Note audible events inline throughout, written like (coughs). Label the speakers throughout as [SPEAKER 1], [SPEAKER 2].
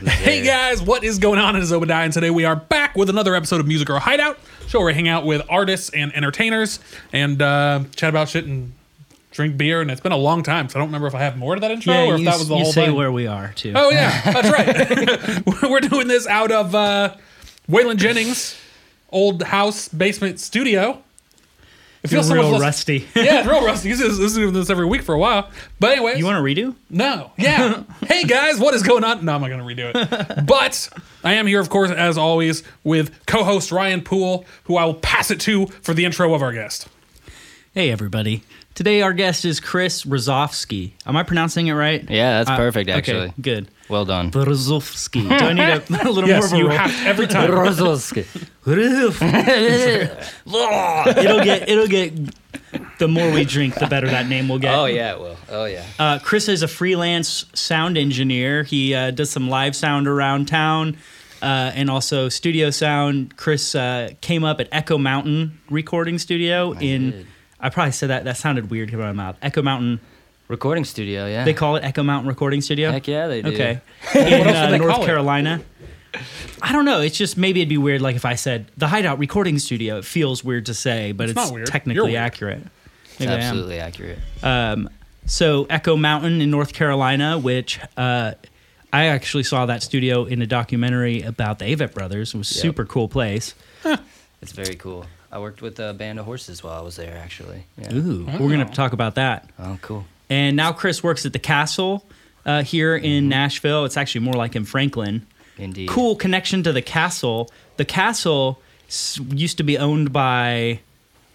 [SPEAKER 1] Hey guys, what is going on? It is Obadiah, and today we are back with another episode of Music Girl Hideout, show where we hang out with artists and entertainers and uh, chat about shit and drink beer. And it's been a long time, so I don't remember if I have more to that intro
[SPEAKER 2] Yeah,
[SPEAKER 1] or if
[SPEAKER 2] you,
[SPEAKER 1] that was the
[SPEAKER 2] you
[SPEAKER 1] whole
[SPEAKER 2] say
[SPEAKER 1] thing.
[SPEAKER 2] where we are too.
[SPEAKER 1] Oh
[SPEAKER 2] (laughs)
[SPEAKER 1] yeah, that's right. (laughs) We're doing this out of uh, Waylon Jennings' old house basement studio. It
[SPEAKER 2] You're
[SPEAKER 1] feels so much
[SPEAKER 2] real
[SPEAKER 1] less-
[SPEAKER 2] rusty.
[SPEAKER 1] (laughs) Yeah, it's real rusty. He's just listening to this every week for a while. But anyways,
[SPEAKER 2] (laughs) you want to redo?
[SPEAKER 1] no.
[SPEAKER 3] (laughs)
[SPEAKER 1] Yeah. hey guys, what is going on? No, I'm not going to redo it. But I am here, of course, as always, with co-host Ryan Poole, who I will pass it to for the intro of our guest.
[SPEAKER 2] Hey everybody. Today our guest is Chris Rozovsky. Am I pronouncing it right? Uh,
[SPEAKER 3] Yeah, that's perfect,
[SPEAKER 2] okay,
[SPEAKER 3] actually.
[SPEAKER 2] good.
[SPEAKER 3] Well done.
[SPEAKER 2] Rozovsky. Do I need a, (laughs) a little
[SPEAKER 1] Yes,
[SPEAKER 2] more
[SPEAKER 1] you
[SPEAKER 2] of a
[SPEAKER 1] have to- every time.
[SPEAKER 2] (laughs) roll? (laughs) it'll get it'll get the more we drink, the better that name will get.
[SPEAKER 3] Oh yeah, it will. Oh yeah.
[SPEAKER 2] Uh, Chris is a freelance sound engineer. He uh, does some live sound around town uh, and also studio sound. Chris uh, came up at Echo Mountain Recording Studio in. I probably said that. That sounded weird coming out of my mouth. Echo Mountain.
[SPEAKER 3] Recording studio, yeah.
[SPEAKER 2] They call it Echo Mountain Recording Studio.
[SPEAKER 3] Heck yeah, they do. (laughs)
[SPEAKER 2] Okay. In
[SPEAKER 1] else would
[SPEAKER 2] uh,
[SPEAKER 1] they
[SPEAKER 2] North
[SPEAKER 1] call it?
[SPEAKER 2] Carolina. I don't know. It's just maybe it'd be weird, like if I said the Hideout Recording Studio. It feels weird to say, but it's,
[SPEAKER 1] not weird. You're
[SPEAKER 2] technically
[SPEAKER 1] weird.
[SPEAKER 2] accurate.
[SPEAKER 3] It's
[SPEAKER 2] Maybe I am.
[SPEAKER 3] absolutely accurate.
[SPEAKER 2] Um, so Echo Mountain in North Carolina, which uh, I actually saw that studio in a documentary about the Avett Brothers. It was
[SPEAKER 3] Yep.
[SPEAKER 2] super cool place.
[SPEAKER 3] It's very cool. I worked with a band of horses while I was there, actually. Yeah.
[SPEAKER 2] Ooh, we're gonna have to talk about that.
[SPEAKER 3] Oh, cool.
[SPEAKER 2] And now Chris works at the Castle uh, here in Nashville. It's actually more like in Franklin.
[SPEAKER 3] Indeed.
[SPEAKER 2] Cool connection to the Castle. The Castle s- used to be owned by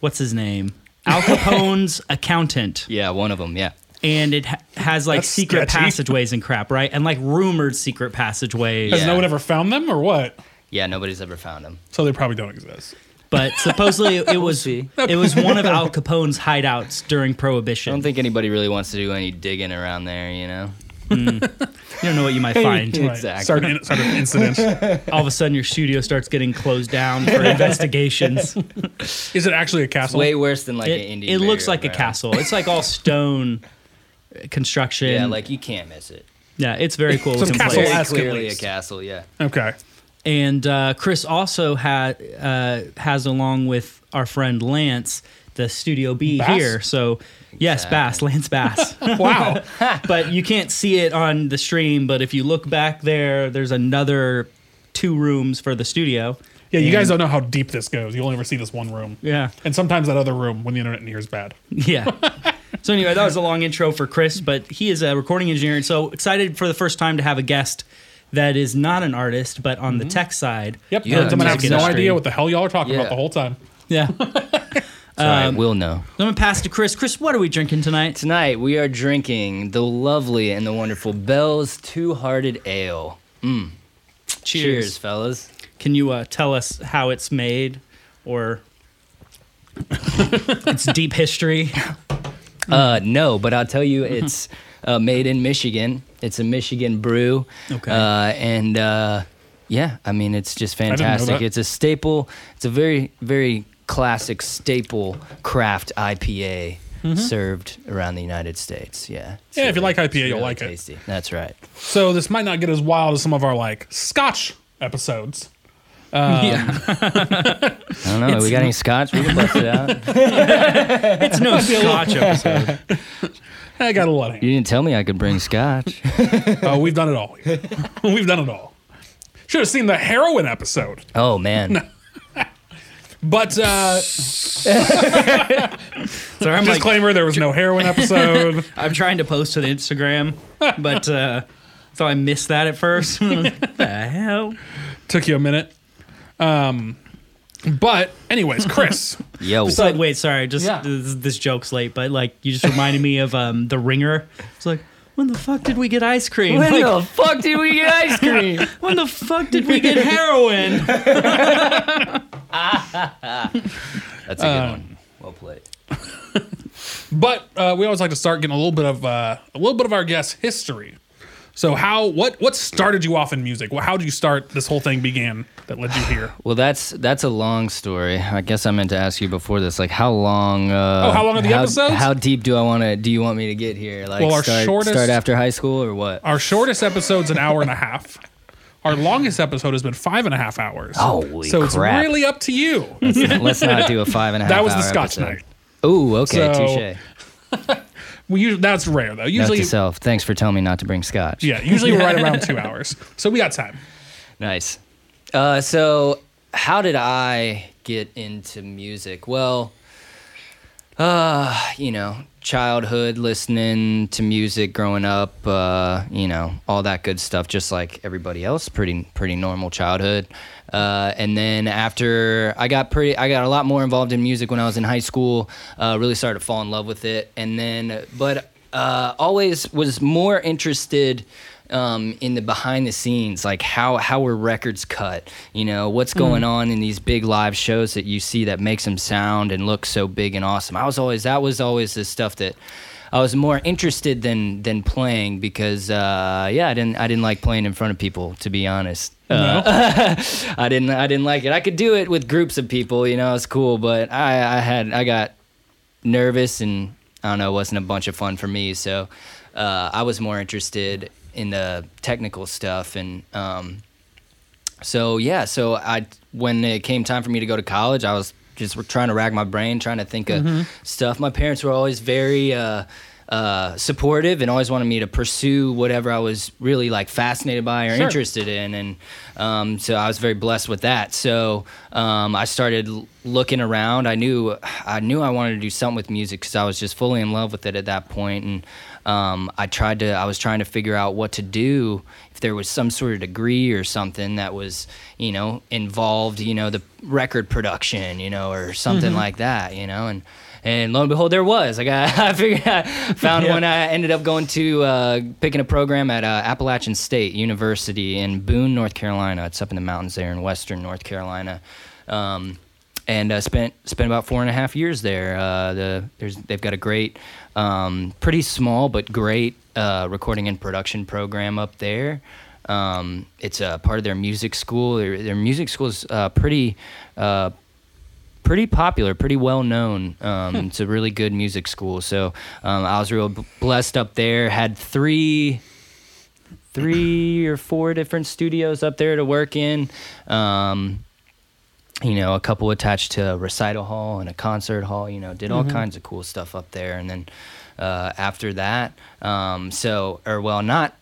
[SPEAKER 2] what's his name, Al Capone's accountant.
[SPEAKER 3] Yeah, one of them. Yeah.
[SPEAKER 2] and it ha- has like
[SPEAKER 1] That's
[SPEAKER 2] secret
[SPEAKER 1] sketchy.
[SPEAKER 2] passageways and crap, right? And like rumored secret passageways.
[SPEAKER 1] Has
[SPEAKER 3] Yeah.
[SPEAKER 1] no one ever found them or what?
[SPEAKER 3] Yeah, nobody's ever found him.
[SPEAKER 1] So they probably don't exist.
[SPEAKER 2] But supposedly it
[SPEAKER 3] (laughs)
[SPEAKER 2] was
[SPEAKER 3] see.
[SPEAKER 2] it was one of Al Capone's hideouts during
[SPEAKER 3] I don't
[SPEAKER 2] Prohibition.
[SPEAKER 3] think anybody really wants to do any digging around there, you know.
[SPEAKER 2] you don't know what you might
[SPEAKER 1] Right.
[SPEAKER 2] find.
[SPEAKER 3] (laughs) Exactly.
[SPEAKER 1] Start an, start an incident.
[SPEAKER 3] (laughs)
[SPEAKER 2] All of a sudden, your studio starts getting closed down for
[SPEAKER 3] (laughs)
[SPEAKER 2] investigations. It,
[SPEAKER 1] Is it actually a castle?
[SPEAKER 3] Way worse than like an Indian.
[SPEAKER 2] it looks
[SPEAKER 3] burial
[SPEAKER 2] like a
[SPEAKER 3] ground.
[SPEAKER 2] castle. It's like all stone construction.
[SPEAKER 3] Yeah, like you can't miss it.
[SPEAKER 2] yeah, it's very cool.
[SPEAKER 1] Some
[SPEAKER 2] looking place.
[SPEAKER 1] castle
[SPEAKER 3] Very
[SPEAKER 1] ask at
[SPEAKER 3] clearly a
[SPEAKER 1] least.
[SPEAKER 3] castle. Yeah.
[SPEAKER 1] Okay.
[SPEAKER 2] And uh, Chris also had uh, has along with our friend Lance the Studio B
[SPEAKER 1] Bass?
[SPEAKER 2] here. So yes, Bass, Lance Bass.
[SPEAKER 1] (laughs)
[SPEAKER 2] (laughs)
[SPEAKER 1] Wow.
[SPEAKER 2] but you can't see it on the stream. But if you look back there, there's another two rooms for the studio.
[SPEAKER 1] Yeah, you
[SPEAKER 2] And-
[SPEAKER 1] guys don't know how deep this goes. You'll only ever see this one room.
[SPEAKER 2] Yeah, (laughs)
[SPEAKER 1] And sometimes that other room when the internet in here is bad.
[SPEAKER 2] yeah. so anyway, that was a long intro for Chris, but he is a recording engineer, and so excited for the first time to have a guest that is not an artist, but on the tech side.
[SPEAKER 1] Mm-hmm.
[SPEAKER 2] Um,
[SPEAKER 1] Yep.
[SPEAKER 3] Yeah,
[SPEAKER 1] I'm gonna have
[SPEAKER 3] music
[SPEAKER 1] no
[SPEAKER 3] industry.
[SPEAKER 1] idea what the hell y'all are talking about
[SPEAKER 3] Yeah.
[SPEAKER 1] the whole time.
[SPEAKER 2] Yeah.
[SPEAKER 1] (laughs)
[SPEAKER 2] So
[SPEAKER 3] Sorry,
[SPEAKER 2] Um,
[SPEAKER 3] we'll know.
[SPEAKER 2] I'm gonna pass to Chris. Chris, what are we drinking tonight?
[SPEAKER 3] Tonight we are drinking the lovely and the wonderful Bell's Two Hearted Ale. Cheers fellas.
[SPEAKER 2] Can you uh, tell us how it's made (laughs) or its deep history?
[SPEAKER 3] Uh, no, but I'll tell you, it's
[SPEAKER 1] (laughs)
[SPEAKER 3] uh, made in Michigan. It's a Michigan brew.
[SPEAKER 2] Okay.
[SPEAKER 3] Uh, and uh, yeah, I mean, it's just
[SPEAKER 1] know
[SPEAKER 3] fantastic.
[SPEAKER 1] that.
[SPEAKER 3] It's a staple. It's a very, very classic staple craft IPA served around the United States. Yeah. It's
[SPEAKER 1] Mm-hmm. Yeah, if you like IPA,
[SPEAKER 3] it's
[SPEAKER 1] you'll like it.
[SPEAKER 3] tasty. That's right.
[SPEAKER 1] So this might not get as wild as some of our like Scotch episodes.
[SPEAKER 2] (laughs) yeah.
[SPEAKER 3] I don't know. we got any scotch? We can bust it out.
[SPEAKER 1] (laughs)
[SPEAKER 2] It's (laughs) no scotch episode.
[SPEAKER 1] I got a lot. of
[SPEAKER 3] You didn't tell me I could bring scotch.
[SPEAKER 1] Oh, we've done it all. we've done it all. Should have seen the heroin episode. (laughs)
[SPEAKER 3] Oh, man.
[SPEAKER 1] But uh,
[SPEAKER 2] Sorry, I'm like,
[SPEAKER 1] disclaimer: there was no heroin episode.
[SPEAKER 2] I'm trying to post to the Instagram, but uh, so I missed that at (laughs) first. What the hell?
[SPEAKER 1] Took you a minute. Um, but anyways, Chris.
[SPEAKER 3] Yo.
[SPEAKER 2] It's like, wait, sorry, just
[SPEAKER 1] Yeah.
[SPEAKER 2] this, this joke's late, but like you just reminded me of um, the Ringer. It's like. When the fuck did we get ice cream? Like,
[SPEAKER 3] fuck did we get
[SPEAKER 1] (laughs)
[SPEAKER 3] ice cream?
[SPEAKER 2] when the fuck did we get (laughs) heroin?
[SPEAKER 3] That's a good
[SPEAKER 1] Uh.
[SPEAKER 3] one. Well played.
[SPEAKER 1] But uh, we always like to start getting a little bit of uh, a little bit of our guest history. So how what what started you off in music? Well, how did you start this whole thing began that led you here?
[SPEAKER 3] Well, that's that's a long story. I guess I meant to ask you before this, like how long? Uh,
[SPEAKER 1] Oh, how long are the episodes?
[SPEAKER 3] How deep do I want to? Do you want me to get here? Like
[SPEAKER 1] Well, our
[SPEAKER 3] start,
[SPEAKER 1] shortest-
[SPEAKER 3] start after high school or what?
[SPEAKER 1] Our shortest episode's an hour and a half. Our longest episode has been five and a half hours.
[SPEAKER 3] Holy
[SPEAKER 1] so
[SPEAKER 3] crap.
[SPEAKER 1] it's really up to you.
[SPEAKER 3] Let's not do a five and a
[SPEAKER 1] (laughs)
[SPEAKER 3] half.
[SPEAKER 1] That was the
[SPEAKER 3] hour
[SPEAKER 1] Scotch
[SPEAKER 3] episode.
[SPEAKER 1] night.
[SPEAKER 3] Ooh, okay,
[SPEAKER 1] So-
[SPEAKER 3] touche.
[SPEAKER 1] We usually, that's rare though.
[SPEAKER 3] Note
[SPEAKER 1] Usually,
[SPEAKER 3] to self. Thanks for telling me not to bring Scotch.
[SPEAKER 1] yeah, usually we're right
[SPEAKER 3] (laughs)
[SPEAKER 1] around two hours. So we got time.
[SPEAKER 3] Nice. Uh, so, how did I get into music? Well, uh, you know, childhood, listening to music, growing up, uh, you know, all that good stuff, just like everybody else. Pretty, pretty normal childhood. Uh, and then after I got pretty, I got a lot more involved in music when I was in high school. Uh, really started to fall in love with it. And then, but uh, always was more interested um, in the behind the scenes, like how how were records cut? You know, what's going on in these big live shows that you see that makes them sound and look so big and awesome. I was always that was always the stuff that I was more interested than than playing because uh, yeah, I didn't I didn't like playing in front of people to be honest. Uh, (laughs) I didn't I didn't like it. I could do it with groups of people, you know, it's cool, but I I had I got nervous and I don't know, it wasn't a bunch of fun for me. So uh, I was more interested in the technical stuff and um, so yeah, so I when it came time for me to go to college, I was just trying to rack my brain, trying to think of stuff. My parents were always very uh, uh, supportive and always wanted me to pursue whatever I was really like fascinated by or
[SPEAKER 1] Sure.
[SPEAKER 3] interested in, and um, so I was very blessed with that. So um, I started l- looking around. I knew I knew I wanted to do something with music because I was just fully in love with it at that point, and um, I tried to I was trying to figure out what to do if there was some sort of degree or something that was you know involved you know the record production you know or something like that you know and and lo and behold there was like (laughs) I, I figured I found one I ended up going to uh, picking a program at uh, Appalachian State University in Boone North Carolina it's up in the mountains there in western North Carolina. Um, and uh, spent spent about four and a half years there. Uh, the there's they've got a great, um, pretty small but great uh, recording and production program up there. Um, it's a part of their music school. Their, their music school is uh, pretty. Uh, pretty popular, pretty well known. Um, It's a really good music school. So um, I was real b- blessed up there. Had three, three or four different studios up there to work in. Um, you know, a couple attached to a recital hall and a concert hall. You know, did all kinds of cool stuff up there. And then uh, after that, um, so or well, not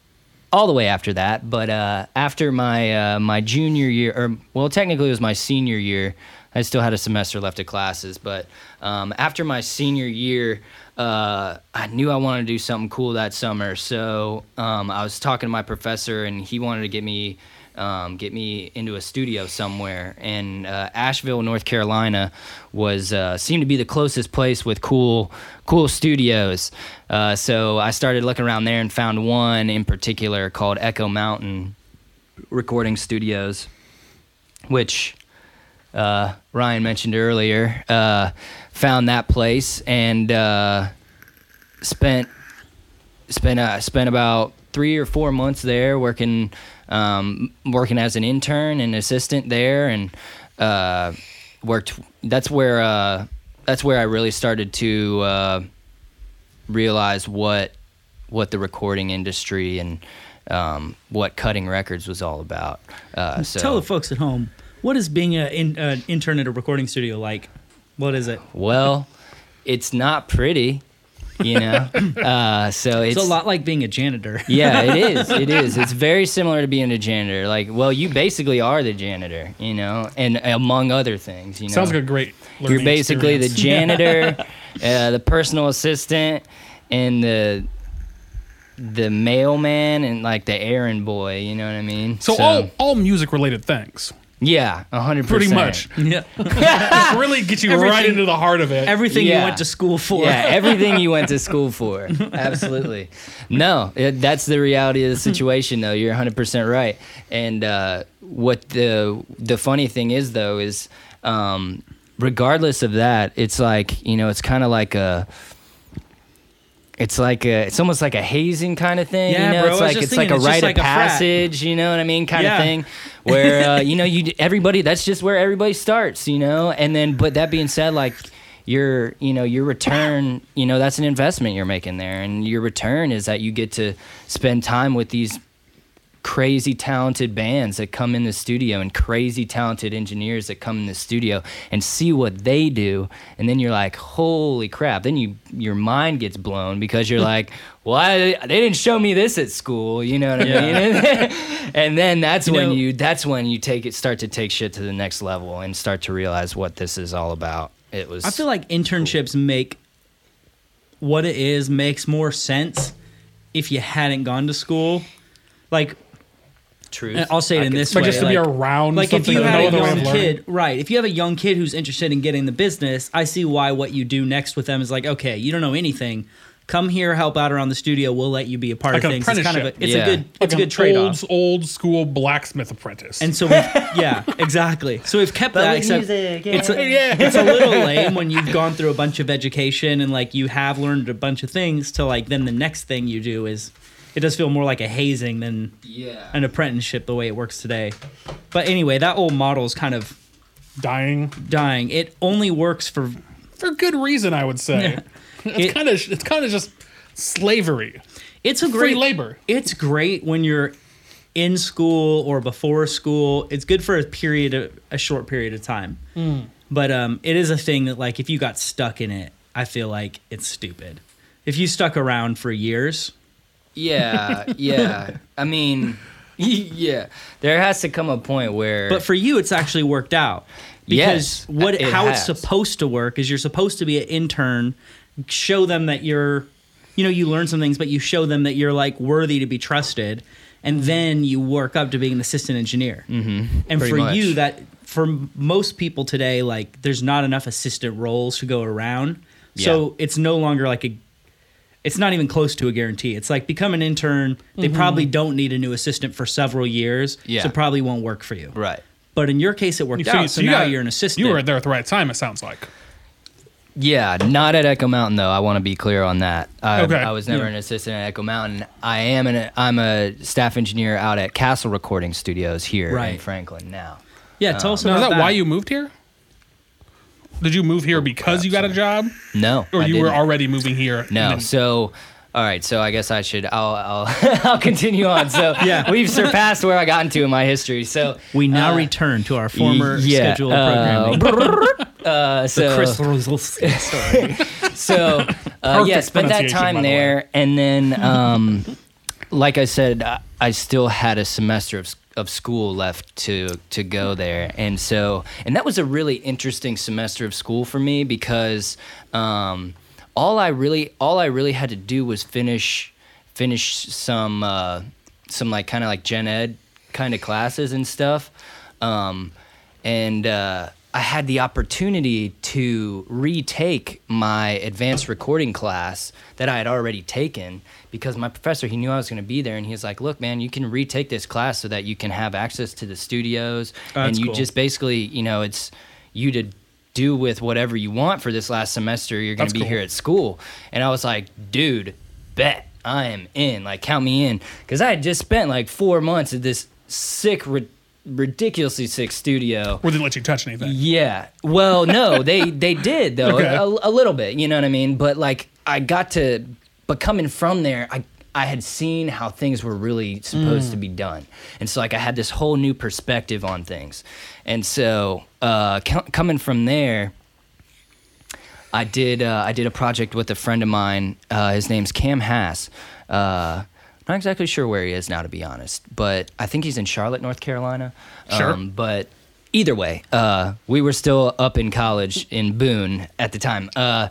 [SPEAKER 3] all the way after that, but uh, after my uh, my junior year, or well, technically it was my senior year. I still had a semester left of classes, but um, after my senior year, uh, I knew I wanted to do something cool that summer. So um, I was talking to my professor, and he wanted to get me um, get me into a studio somewhere. And uh, Asheville, North Carolina, was uh, seemed to be the closest place with cool, cool studios. Uh, so I started looking around there and found one in particular called Echo Mountain Recording Studios, which uh, Ryan mentioned earlier. Uh, found that place and uh, spent spent uh, spent about three or four months there working um, working as an intern and assistant there and uh, worked that's where uh, that's where I really started to uh, realize what what the recording industry and um, what cutting records was all about uh, so
[SPEAKER 2] Tell the folks at home what is being a- in- an intern at a recording studio like. What is it?
[SPEAKER 3] well it's not pretty
[SPEAKER 1] (laughs)
[SPEAKER 3] you know uh, so it's,
[SPEAKER 2] It's, a lot like being a janitor.
[SPEAKER 3] (laughs) yeah, it is. It is. It's very similar to being a janitor. Like, well, you basically are the janitor, you know, and among other things, you know.
[SPEAKER 1] Sounds like a great.
[SPEAKER 3] You're basically
[SPEAKER 1] (laughs)
[SPEAKER 3] the janitor, uh, the personal assistant, and the the mailman and like the errand boy. You know what I mean?
[SPEAKER 1] so all all music related things,
[SPEAKER 3] yeah, hundred
[SPEAKER 1] pretty
[SPEAKER 3] (laughs)
[SPEAKER 1] much.
[SPEAKER 2] yeah.
[SPEAKER 1] Just really get you right
[SPEAKER 2] Everything-
[SPEAKER 1] into the heart of it.
[SPEAKER 2] (laughs) Everything you
[SPEAKER 3] Yeah.
[SPEAKER 2] went to school for. (laughs)
[SPEAKER 3] Yeah, everything you went to school for. Absolutely. No, it, that's the reality
[SPEAKER 2] (laughs)
[SPEAKER 3] of the situation, though. You're 100% right. And uh, what the the funny thing is, though, is um, regardless of that, it's like you know, it's kind of like a. It's like a, it's almost like a hazing kind of thing,
[SPEAKER 2] Yeah,
[SPEAKER 3] you know.
[SPEAKER 2] bro,
[SPEAKER 3] it's
[SPEAKER 2] I was
[SPEAKER 3] like
[SPEAKER 2] just
[SPEAKER 3] it's like a
[SPEAKER 2] thinking, it's just
[SPEAKER 3] rite
[SPEAKER 2] like
[SPEAKER 3] of
[SPEAKER 2] a frat.
[SPEAKER 3] passage, you know what I mean, kind
[SPEAKER 2] Yeah.
[SPEAKER 3] of thing where uh, you know you everybody that's just where everybody starts you know and then but that being said like your you know your return you know that's an investment you're making there and your return is that you get to spend time with these crazy talented bands that come in the studio and crazy talented engineers that come in the studio and see what they do and then you're like holy crap then you your mind gets blown
[SPEAKER 2] (laughs)
[SPEAKER 3] because you're like why they didn't show me this at school you know what i mean (laughs) and then that's
[SPEAKER 2] You
[SPEAKER 3] when
[SPEAKER 2] know-
[SPEAKER 3] you that's when you take it start to take shit to the next level and start to realize what this is all about it was
[SPEAKER 2] I feel like internships make what it is makes more sense if you hadn't gone to school. Like
[SPEAKER 3] truth
[SPEAKER 2] and I'll say it
[SPEAKER 3] I
[SPEAKER 2] in
[SPEAKER 3] could-
[SPEAKER 2] this
[SPEAKER 1] Like
[SPEAKER 2] way,
[SPEAKER 1] just to be around
[SPEAKER 2] like if
[SPEAKER 1] something
[SPEAKER 2] you
[SPEAKER 1] that
[SPEAKER 2] had
[SPEAKER 1] no other
[SPEAKER 2] a
[SPEAKER 1] way
[SPEAKER 2] young
[SPEAKER 1] of learning.
[SPEAKER 2] kid, right? If you have a young kid who's interested in getting the business, I see why what you do next with them is like, okay, you don't know anything. Come here, help out around the studio. We'll let you be a part
[SPEAKER 1] Like
[SPEAKER 2] of
[SPEAKER 1] an
[SPEAKER 2] things. It's kind of a,
[SPEAKER 1] apprenticeship.
[SPEAKER 2] it's
[SPEAKER 3] Yeah.
[SPEAKER 2] a good, it's a
[SPEAKER 1] Like an
[SPEAKER 2] good trade off.
[SPEAKER 1] Old, old school blacksmith apprentice.
[SPEAKER 2] And so, we've, yeah, exactly. So we've kept that. Except it's, a, it's a little lame when you've gone through a bunch of education and like you have learned a bunch of things to like then the next thing you do is it does feel more like a hazing than
[SPEAKER 3] yeah
[SPEAKER 2] an apprenticeship the way it works today. But anyway, that old model is kind of
[SPEAKER 1] dying
[SPEAKER 2] dying. It only works for
[SPEAKER 1] for good reason, I would say. (laughs) It's
[SPEAKER 2] It-
[SPEAKER 1] kind of it's kind of just slavery.
[SPEAKER 2] it's a great
[SPEAKER 1] labor.
[SPEAKER 2] It's great when you're in school or before school. It's good for a period of a short period of time. But um, it is a thing that like if you got stuck in it, I feel like it's stupid. If you stuck around for years,
[SPEAKER 3] (laughs) Yeah, yeah. I mean, (laughs) yeah. There has to come a point where.
[SPEAKER 2] but for you, it's actually worked out because
[SPEAKER 3] Yes,
[SPEAKER 2] what
[SPEAKER 3] it
[SPEAKER 2] how
[SPEAKER 3] has.
[SPEAKER 2] it's supposed to work is you're supposed to be an intern, show them that you're, you know, you learn some things, but you show them that you're like worthy to be trusted, and
[SPEAKER 3] Mm-hmm.
[SPEAKER 2] then you work up to being an assistant engineer. Mm-hmm, and
[SPEAKER 3] pretty
[SPEAKER 2] for
[SPEAKER 3] much.
[SPEAKER 2] you, that for m- most people today, like there's not enough assistant roles to go around, so it's no longer like a it's not even close to a guarantee. It's like become an intern. They probably don't need a new assistant for several years,
[SPEAKER 3] Mm-hmm. Yeah.
[SPEAKER 2] so probably won't work for you.
[SPEAKER 3] right.
[SPEAKER 2] But in your case, it worked out. so now
[SPEAKER 1] got-
[SPEAKER 2] you're an assistant.
[SPEAKER 1] You were there at the right time. It sounds like.
[SPEAKER 3] Yeah, not at Echo Mountain though. I want to be clear on that. I,
[SPEAKER 1] Okay.
[SPEAKER 3] I was never
[SPEAKER 2] Yeah.
[SPEAKER 3] an assistant at Echo Mountain. I am an I'm a staff engineer out at Castle Recording Studios here in
[SPEAKER 2] Right.
[SPEAKER 3] Franklin now.
[SPEAKER 2] Yeah, tell us
[SPEAKER 1] Now, Uh,
[SPEAKER 2] about
[SPEAKER 1] is that,
[SPEAKER 2] that.
[SPEAKER 1] why you moved here? Did you move here because you got a job,
[SPEAKER 3] No,
[SPEAKER 1] or
[SPEAKER 3] I
[SPEAKER 1] Oh, you were
[SPEAKER 3] didn't.
[SPEAKER 1] already moving here? and
[SPEAKER 3] No.
[SPEAKER 1] then-
[SPEAKER 3] So, all right. So I guess I should. I'll I'll, (laughs) I'll continue
[SPEAKER 1] (laughs)
[SPEAKER 3] on. So yeah, we've surpassed where I got into in my history. So
[SPEAKER 2] We now
[SPEAKER 3] uh,
[SPEAKER 2] return to our former
[SPEAKER 3] yeah,
[SPEAKER 2] scheduled
[SPEAKER 3] uh,
[SPEAKER 1] (laughs)
[SPEAKER 2] programming. (laughs)
[SPEAKER 3] uh, so
[SPEAKER 2] Chris (laughs) Roselski.
[SPEAKER 1] (laughs)
[SPEAKER 2] Sorry.
[SPEAKER 3] so uh,
[SPEAKER 1] Perfect
[SPEAKER 3] yeah, spent that
[SPEAKER 1] pronunciation, by
[SPEAKER 3] time
[SPEAKER 1] the way.
[SPEAKER 3] there, and then, um, like I said, I, I still had a semester of, s- of school left to to go there, and so and that was a really interesting semester of school for me because um, all I really all I really had to do was finish finish some uh, some like kind of like gen ed kind of classes and stuff. Um, and uh, I had the opportunity to retake my advanced recording class that I had already taken because my professor he knew I was going to be there, and he was like, "Look, man, you can retake this class so that you can have access to the studios, and
[SPEAKER 2] that's
[SPEAKER 3] you
[SPEAKER 2] cool.
[SPEAKER 3] just basically, you know, it's you to." Do with whatever you want for this last semester. You're going
[SPEAKER 1] That's
[SPEAKER 3] to be
[SPEAKER 1] cool.
[SPEAKER 3] here at school, and I was like, "Dude, bet I am in. Like, count me in," because I had just spent like four months at this sick, ri- ridiculously sick studio.
[SPEAKER 1] or didn't let you touch anything.
[SPEAKER 3] Yeah. Well,
[SPEAKER 1] (laughs)
[SPEAKER 3] no, they they did though
[SPEAKER 1] Okay.
[SPEAKER 3] a, a little bit. You know what I mean? But like I got to, but coming from there, I I had seen how things were really supposed to be
[SPEAKER 1] Mm.
[SPEAKER 3] done, and so like I had this whole new perspective on things, and so uh, co- coming from there. I did. Uh, I did a project with a friend of mine. Uh, his name's Cam Hass. Uh, not exactly sure where he is now, to be honest, but I think he's in Charlotte, North Carolina. Um,
[SPEAKER 1] Sure.
[SPEAKER 3] but either way, uh, we were still up in college in Boone at the time, uh,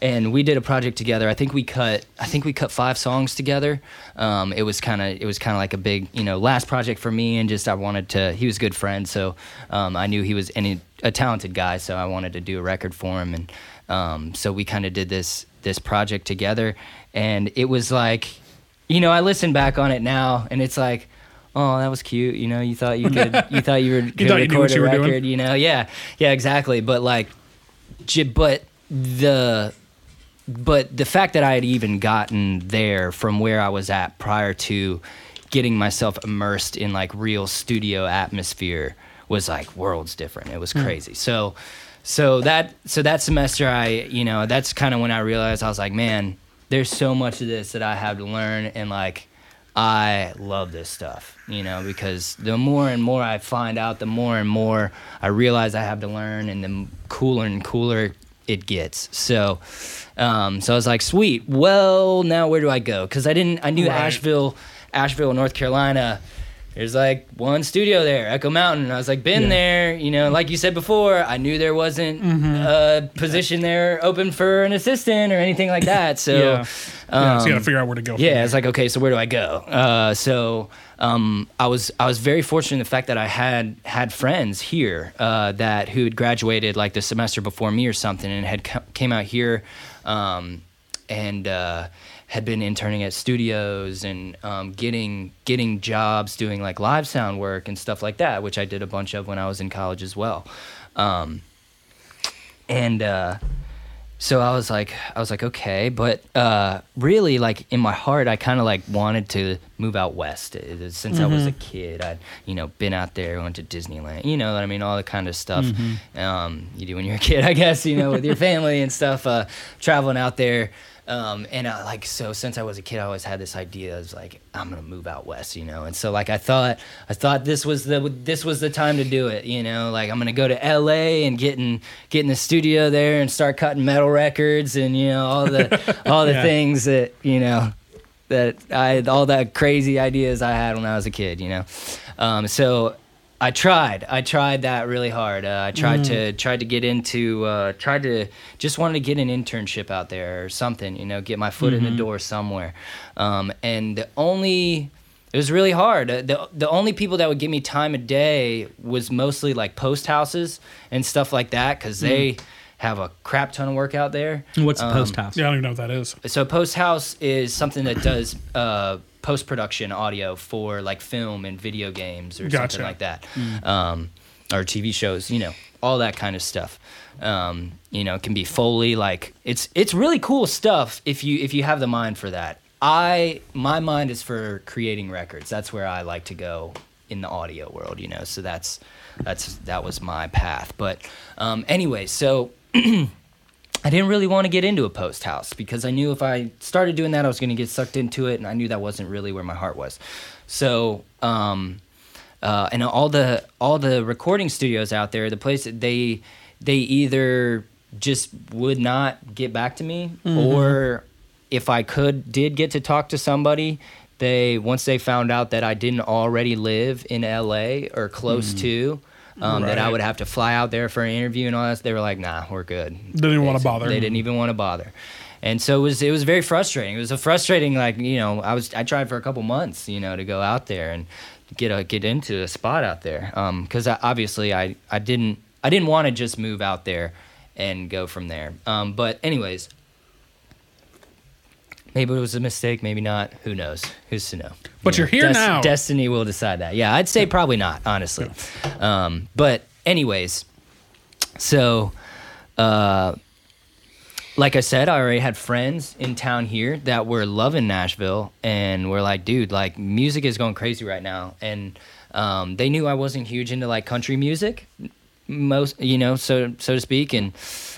[SPEAKER 3] and we did a project together. I think we cut. I think we cut five songs together. Um, it was kind of. It was kind of like a big, you know, last project for me, and just I wanted to. He was a good friend, so um, I knew he was and he, a talented guy, so I wanted to do a record for him and um, so we kind of did this this project together and it was like you know i listen back on it now and it's like oh that was cute you know you thought
[SPEAKER 1] (laughs)
[SPEAKER 3] you could you thought you were could
[SPEAKER 1] thought you knew what
[SPEAKER 3] record
[SPEAKER 1] you
[SPEAKER 3] a
[SPEAKER 1] were doing.
[SPEAKER 3] record you know yeah yeah exactly but like j- but the but the fact that I had even gotten there from where I was at prior to getting myself immersed in like real studio atmosphere was like worlds different. It was crazy. So so that so that semester I, you know, that's kind of when I realized I was like, man, there's so much of this that I have to learn and like I love this stuff, you know, because the more and more I find out, the more and more I realize I have to learn, and the cooler and cooler it gets. So, um, so I was like, sweet. Well, now where do I go? Because I didn't. I knew
[SPEAKER 1] Right.
[SPEAKER 3] Asheville, Asheville, North Carolina. There's like one studio there, Echo Mountain. And I was like, been there, you know. Like you said before, I knew there wasn't
[SPEAKER 1] Mm-hmm.
[SPEAKER 3] a position there open for an assistant or anything like that. So,
[SPEAKER 2] Yeah.
[SPEAKER 1] Yeah, so you got
[SPEAKER 3] um,
[SPEAKER 1] to figure out where to go. from
[SPEAKER 3] yeah,
[SPEAKER 1] there.
[SPEAKER 3] it's like okay, so where do I go? Uh, so um, I was I was very fortunate in the fact that I had had friends here uh, that who had graduated like the semester before me or something and had co- came out here um, and uh, had been interning at studios and um, getting getting jobs doing like live sound work and stuff like that, which I did a bunch of when I was in college as well. Um, and uh, so I was like, I was like, okay, but uh, really, like in my heart, I kind of like wanted to move out west Uh, since I was a kid. I'd you know been out there, went to Disneyland, you know what I mean, all the kind of stuff um, you do when you're a kid, I guess, you know, with your family and stuff, uh, traveling out there. Um, and I, like so, since I was a kid, I always had this idea. I was like, I'm gonna move out west, you know. And so like I thought, I thought this was the this was the time to do it, you know. Like I'm gonna go to L.A. and get in get in the studio there and start cutting metal records and you know all the all the
[SPEAKER 1] Yeah.
[SPEAKER 3] things that you know that I all that crazy ideas I had when I was a kid, you know. Um, so I tried. I tried that really hard. Uh, I tried
[SPEAKER 2] Mm-hmm.
[SPEAKER 3] to tried to get into uh, tried to just wanted to get an internship out there or something, you know, get my foot
[SPEAKER 2] Mm-hmm.
[SPEAKER 3] in the door somewhere. Um, and the only it was really hard. Uh, the The only people that would give me time of day was mostly like post houses and stuff like that because they have a crap ton of work out there.
[SPEAKER 2] Mm.
[SPEAKER 3] Um,
[SPEAKER 2] What's the post house?
[SPEAKER 1] Um, Yeah, I don't even know what that is.
[SPEAKER 3] So post house is something that does uh, post production audio for like film and video games or
[SPEAKER 1] Gotcha.
[SPEAKER 3] something like that, um, or TV shows. You know, all that kind of stuff. Um, you know, it can be foley. Like it's it's really cool stuff if you if you have the mind for that. I my mind is for creating records. That's where I like to go in the audio world. You know, so that's that's that was my path. But um, anyway, so I didn't really want to get into a post house because I knew if I started doing that, I was going to get sucked into it, and I knew that wasn't really where my heart was. So, um, uh, and all the all the recording studios out there, the place that they they either just would not get back to me, or if I could did get to talk to somebody, they once they found out that I didn't already live in L.A. or close to. Um, That I
[SPEAKER 1] Right.
[SPEAKER 3] would have to fly out there for an interview and all that. They were like, "Nah, we're good."
[SPEAKER 1] Didn't even wanna
[SPEAKER 3] Basically,
[SPEAKER 1] bother.
[SPEAKER 3] They didn't even want to bother, and so it was. It was very frustrating. It was a frustrating, like you know, I was. I tried for a couple months, you know, to go out there and get a get into a spot out there, because I, obviously I I didn't I didn't want to just move out there and go from there. Um, but anyways, maybe it was a mistake, maybe not. Who knows? Who's to know?
[SPEAKER 1] But you're here
[SPEAKER 3] Des-
[SPEAKER 1] now.
[SPEAKER 3] Destiny will decide that. Yeah, I'd say probably not, honestly. Um, but anyways, so uh, like I said, I already had friends in town here that were loving Nashville and were like, dude, like music is going crazy right now. And um, they knew I wasn't huge into like country music, most you know, so so to speak. And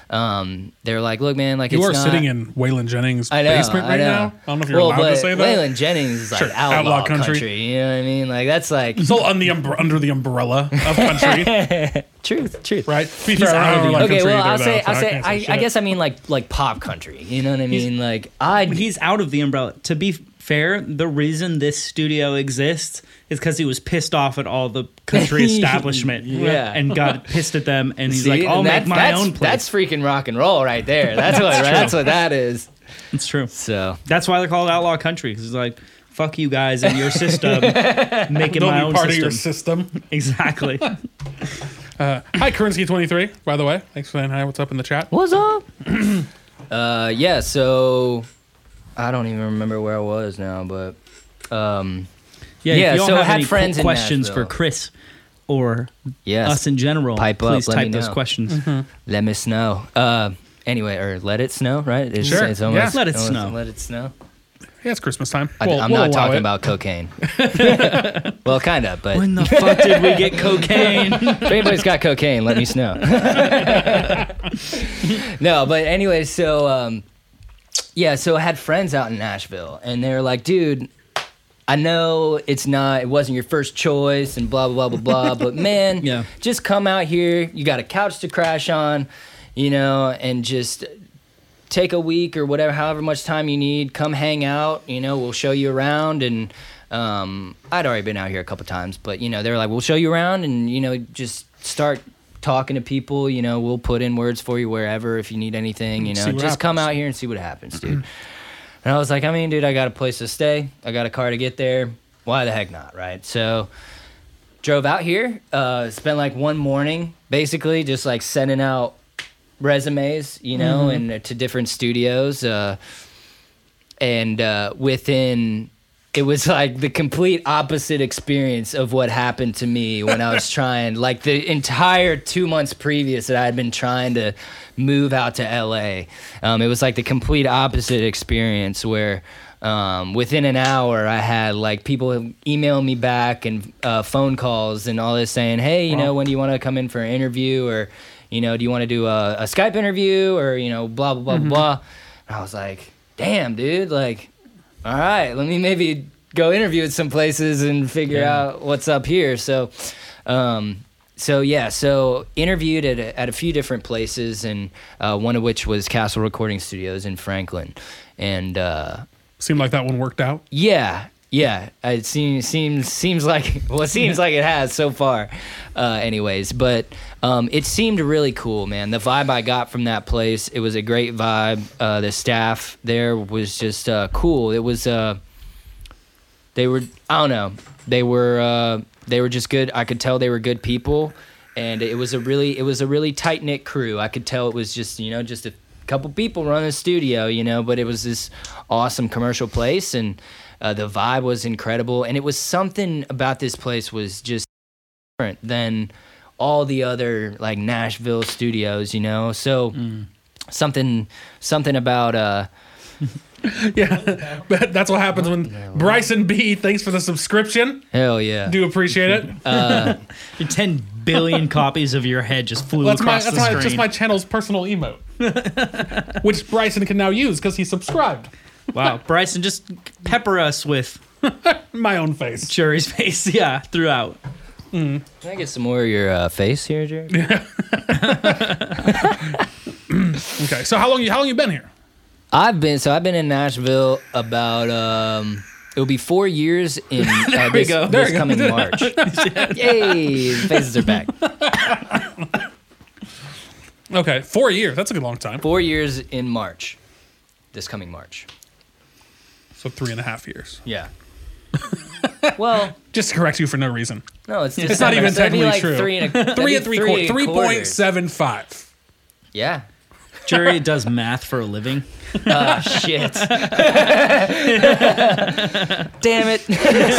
[SPEAKER 3] um, they're like, look, man, like
[SPEAKER 1] You
[SPEAKER 3] it's
[SPEAKER 1] are
[SPEAKER 3] not-
[SPEAKER 1] sitting in Waylon Jennings'
[SPEAKER 3] I know,
[SPEAKER 1] basement
[SPEAKER 3] I
[SPEAKER 1] right
[SPEAKER 3] know.
[SPEAKER 1] now. I don't know if you're
[SPEAKER 3] well,
[SPEAKER 1] allowed to
[SPEAKER 3] but
[SPEAKER 1] say that.
[SPEAKER 3] Waylon Jennings is like
[SPEAKER 1] Sure,
[SPEAKER 3] outlaw,
[SPEAKER 1] outlaw country.
[SPEAKER 3] country. You know what I mean? Like that's like
[SPEAKER 1] It's all on the umbr under the umbrella of country,
[SPEAKER 3] (laughs) truth, truth.
[SPEAKER 1] right? To be fair, I
[SPEAKER 2] out
[SPEAKER 1] don't
[SPEAKER 2] of
[SPEAKER 1] really
[SPEAKER 2] the-
[SPEAKER 1] like
[SPEAKER 3] okay,
[SPEAKER 1] country
[SPEAKER 3] well,
[SPEAKER 1] either,
[SPEAKER 3] I'll
[SPEAKER 1] though,
[SPEAKER 3] say,
[SPEAKER 1] so
[SPEAKER 3] I'll say,
[SPEAKER 1] can't
[SPEAKER 3] I, I
[SPEAKER 1] shit.
[SPEAKER 3] guess I mean like like pop country. You know what I mean? Like I,
[SPEAKER 2] He's out of the umbrella. To be fair, the reason this studio exists is because he was pissed off at all the
[SPEAKER 1] (laughs)
[SPEAKER 2] country establishment,
[SPEAKER 3] Yeah.
[SPEAKER 2] (laughs) and got pissed at them. And he's
[SPEAKER 3] See,
[SPEAKER 2] like, "I'll
[SPEAKER 3] and
[SPEAKER 2] make
[SPEAKER 3] that-
[SPEAKER 2] my
[SPEAKER 3] that's,
[SPEAKER 2] own place."
[SPEAKER 3] That's freaking rock and roll right
[SPEAKER 2] (laughs)
[SPEAKER 3] there. That's what that's what that is.
[SPEAKER 2] it's true.
[SPEAKER 3] So
[SPEAKER 2] That's why they're called outlaw country. Because it's like, fuck you guys and
[SPEAKER 1] (laughs)
[SPEAKER 2] your system, making
[SPEAKER 1] Don't
[SPEAKER 2] my
[SPEAKER 1] be
[SPEAKER 2] own
[SPEAKER 1] part
[SPEAKER 2] system.
[SPEAKER 1] of your system.
[SPEAKER 2] (laughs)
[SPEAKER 1] Uh,
[SPEAKER 2] exactly.
[SPEAKER 1] (laughs) Hi, currency twenty three. By the way, thanks for saying hi. What's up in the chat?
[SPEAKER 3] what's up? (clears throat) uh, yeah. So I don't even remember where I was now, but um,
[SPEAKER 2] Yeah.
[SPEAKER 3] Yeah,
[SPEAKER 2] if y'all
[SPEAKER 3] so
[SPEAKER 2] have
[SPEAKER 3] I had
[SPEAKER 2] any
[SPEAKER 3] friends in
[SPEAKER 2] questions for
[SPEAKER 3] Nashville.
[SPEAKER 2] Chris or
[SPEAKER 3] yes,
[SPEAKER 2] us in general,
[SPEAKER 3] Pipe up,
[SPEAKER 2] please
[SPEAKER 3] let
[SPEAKER 2] type
[SPEAKER 3] me
[SPEAKER 2] those
[SPEAKER 3] know. Mm-hmm.
[SPEAKER 2] questions.
[SPEAKER 3] let me snow. Uh, anyway, or let it snow, right? It's,
[SPEAKER 1] Sure,
[SPEAKER 3] it's
[SPEAKER 1] yeah.
[SPEAKER 3] almost,
[SPEAKER 2] Let it
[SPEAKER 3] almost
[SPEAKER 2] snow.
[SPEAKER 3] Let it snow.
[SPEAKER 1] Yeah, it's Christmas time.
[SPEAKER 3] I,
[SPEAKER 1] Well,
[SPEAKER 3] am
[SPEAKER 1] we'll
[SPEAKER 3] not
[SPEAKER 1] allow
[SPEAKER 3] talking
[SPEAKER 1] it.
[SPEAKER 3] about cocaine.
[SPEAKER 2] (laughs)
[SPEAKER 3] (laughs) well, kind of, but (laughs)
[SPEAKER 2] When the fuck did we get cocaine? (laughs)
[SPEAKER 3] if anybody's got cocaine, let me know. no, but anyway, so um, yeah, so I had friends out in Nashville, and they were like, "Dude, I know it's not, it wasn't your first choice and blah, blah, blah, blah, blah. But man,
[SPEAKER 2] Yeah.
[SPEAKER 3] just come out here. You got a couch to crash on, you know, and just take a week or whatever, however much time you need. Come hang out. You know, we'll show you around. And um, I'd already been out here a couple times, but you know, they were like, we'll show you around, and you know, just start talking to people. You know, we'll put in words for you wherever if you need anything. You know,
[SPEAKER 1] Mm-hmm. See
[SPEAKER 3] just
[SPEAKER 1] what
[SPEAKER 3] come
[SPEAKER 1] happens. Mm-hmm.
[SPEAKER 3] out here and see what happens, dude. and I was like, I mean, dude, I got a place to stay. I got a car to get there. Why the heck not, right? So drove out here uh spent like one morning basically just like sending out resumes you know and to different studios uh and uh within it was (laughs) like the complete opposite experience of what happened to me when I was trying, like the entire two months previous that I had been trying to move out to LA. Um, it was like the complete opposite experience where um, within an hour I had like people emailing me back and uh, phone calls and all this saying, hey, you know, when do you want to come in for an interview or, you know, do you want to do a, a Skype interview or, you know, blah, blah, blah, blah. And I was like, damn, dude, like, all right, let me maybe go interview at some places and figure out what's up here. So, um, so yeah, so interviewed at a, at a few different places, and uh, one of which was Castle Recording Studios in Franklin, and uh,
[SPEAKER 1] Seemed like that one worked out. (laughs)
[SPEAKER 3] yeah, yeah, it seems seems seems like (laughs) well, it seems like it has so far, uh, anyways. But um, it seemed really cool, man. The vibe I got from that place, it was a great vibe. Uh, the staff there was just uh, cool. It was. Uh, they were I don't know. They were uh, they were just good. I could tell they were good people, and it was a really it was a really tight knit crew. I could tell it was just you know just a couple people running the studio, you know, but it was this awesome commercial place, and uh, the vibe was incredible, and it was something about this place was just different than all the other like Nashville studios, you know. So something something about uh
[SPEAKER 1] Yeah, but that's what happens when Bryson B. Thanks for the subscription.
[SPEAKER 3] hell yeah.
[SPEAKER 1] Do appreciate it.
[SPEAKER 2] Your 10 billion copies of your head just flew
[SPEAKER 1] That's my
[SPEAKER 2] across
[SPEAKER 1] that's
[SPEAKER 2] the
[SPEAKER 1] my,
[SPEAKER 2] screen.
[SPEAKER 1] just my channel's personal emote, (laughs) which Bryson can now use because he subscribed.
[SPEAKER 2] wow, Bryson, just pepper us with
[SPEAKER 1] My own face.
[SPEAKER 2] Shuri's face, (laughs) yeah, throughout.
[SPEAKER 3] Can I get some more of your uh, face here, Jared?
[SPEAKER 1] Okay, so how long you how long you been here?
[SPEAKER 3] I've been so I've been in Nashville about um it'll be four years
[SPEAKER 1] (laughs)
[SPEAKER 3] in uh, this,
[SPEAKER 2] go.
[SPEAKER 3] this coming March. Yay, the faces are back.
[SPEAKER 1] Okay, four years. That's a good long time.
[SPEAKER 3] Four years in March, this coming March.
[SPEAKER 1] So three and a half years. (laughs)
[SPEAKER 3] Yeah. well,
[SPEAKER 1] Just to correct you for no reason.
[SPEAKER 3] no, it's
[SPEAKER 1] It's not
[SPEAKER 3] December,
[SPEAKER 1] even
[SPEAKER 3] so it'd be
[SPEAKER 1] technically true.
[SPEAKER 3] like Three and
[SPEAKER 1] (laughs)
[SPEAKER 3] a,
[SPEAKER 1] Three
[SPEAKER 3] it'd
[SPEAKER 1] and
[SPEAKER 3] be
[SPEAKER 1] three quarters. Three point
[SPEAKER 3] quarters.
[SPEAKER 1] seven five.
[SPEAKER 3] Yeah.
[SPEAKER 1] (laughs)
[SPEAKER 2] Shuri does math for a living.
[SPEAKER 3] Oh shit. (laughs) Damn it! (laughs)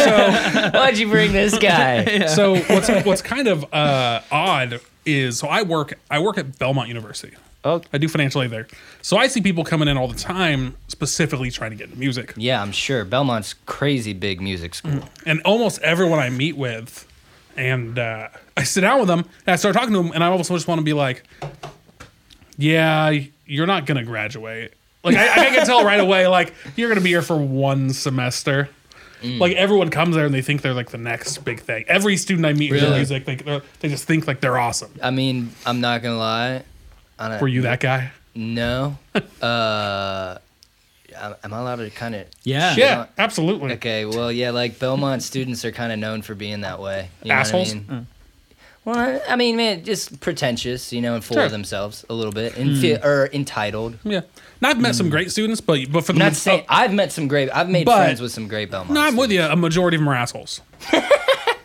[SPEAKER 1] So
[SPEAKER 3] Why'd you bring
[SPEAKER 1] (laughs)
[SPEAKER 3] this guy?
[SPEAKER 1] so what's what's kind of uh, odd is so I work I work at Belmont University.
[SPEAKER 3] Oh,
[SPEAKER 1] I do financial aid there. So I see people coming in all the time specifically trying to get into music.
[SPEAKER 3] yeah, I'm sure Belmont's crazy big music school.
[SPEAKER 1] and almost everyone I meet with, and uh, I sit down with them and I start talking to them, and I almost just want to be like, "Yeah, you're not gonna graduate." Like I, I can tell right away, like you're gonna be here for one semester.
[SPEAKER 3] Mm.
[SPEAKER 1] Like everyone comes there and they think they're like the next big thing. Every student I meet who's in
[SPEAKER 3] Really?
[SPEAKER 1] music, they, they're- they just think like they're awesome.
[SPEAKER 3] I mean, I'm not gonna lie. I don't,
[SPEAKER 1] Were you that guy? (laughs)
[SPEAKER 3] No. uh, am am I allowed to kind of?
[SPEAKER 2] Yeah.
[SPEAKER 1] Yeah, absolutely.
[SPEAKER 3] Okay. Well, yeah. Like Belmont students are kind of known for being that way. You
[SPEAKER 1] Assholes?
[SPEAKER 3] Know what I mean? Well, I I mean, man, just pretentious, you know, and full
[SPEAKER 1] Sure. Hmm.
[SPEAKER 3] of themselves a little bit, and feel, or entitled.
[SPEAKER 1] Yeah, now I've met some great students, but but for the
[SPEAKER 3] I'm Mm. not
[SPEAKER 1] most- oh,
[SPEAKER 3] saying I've met some great. I've made
[SPEAKER 1] But-
[SPEAKER 3] friends with some great Belmont.
[SPEAKER 1] no, I'm with you. A majority of them are assholes.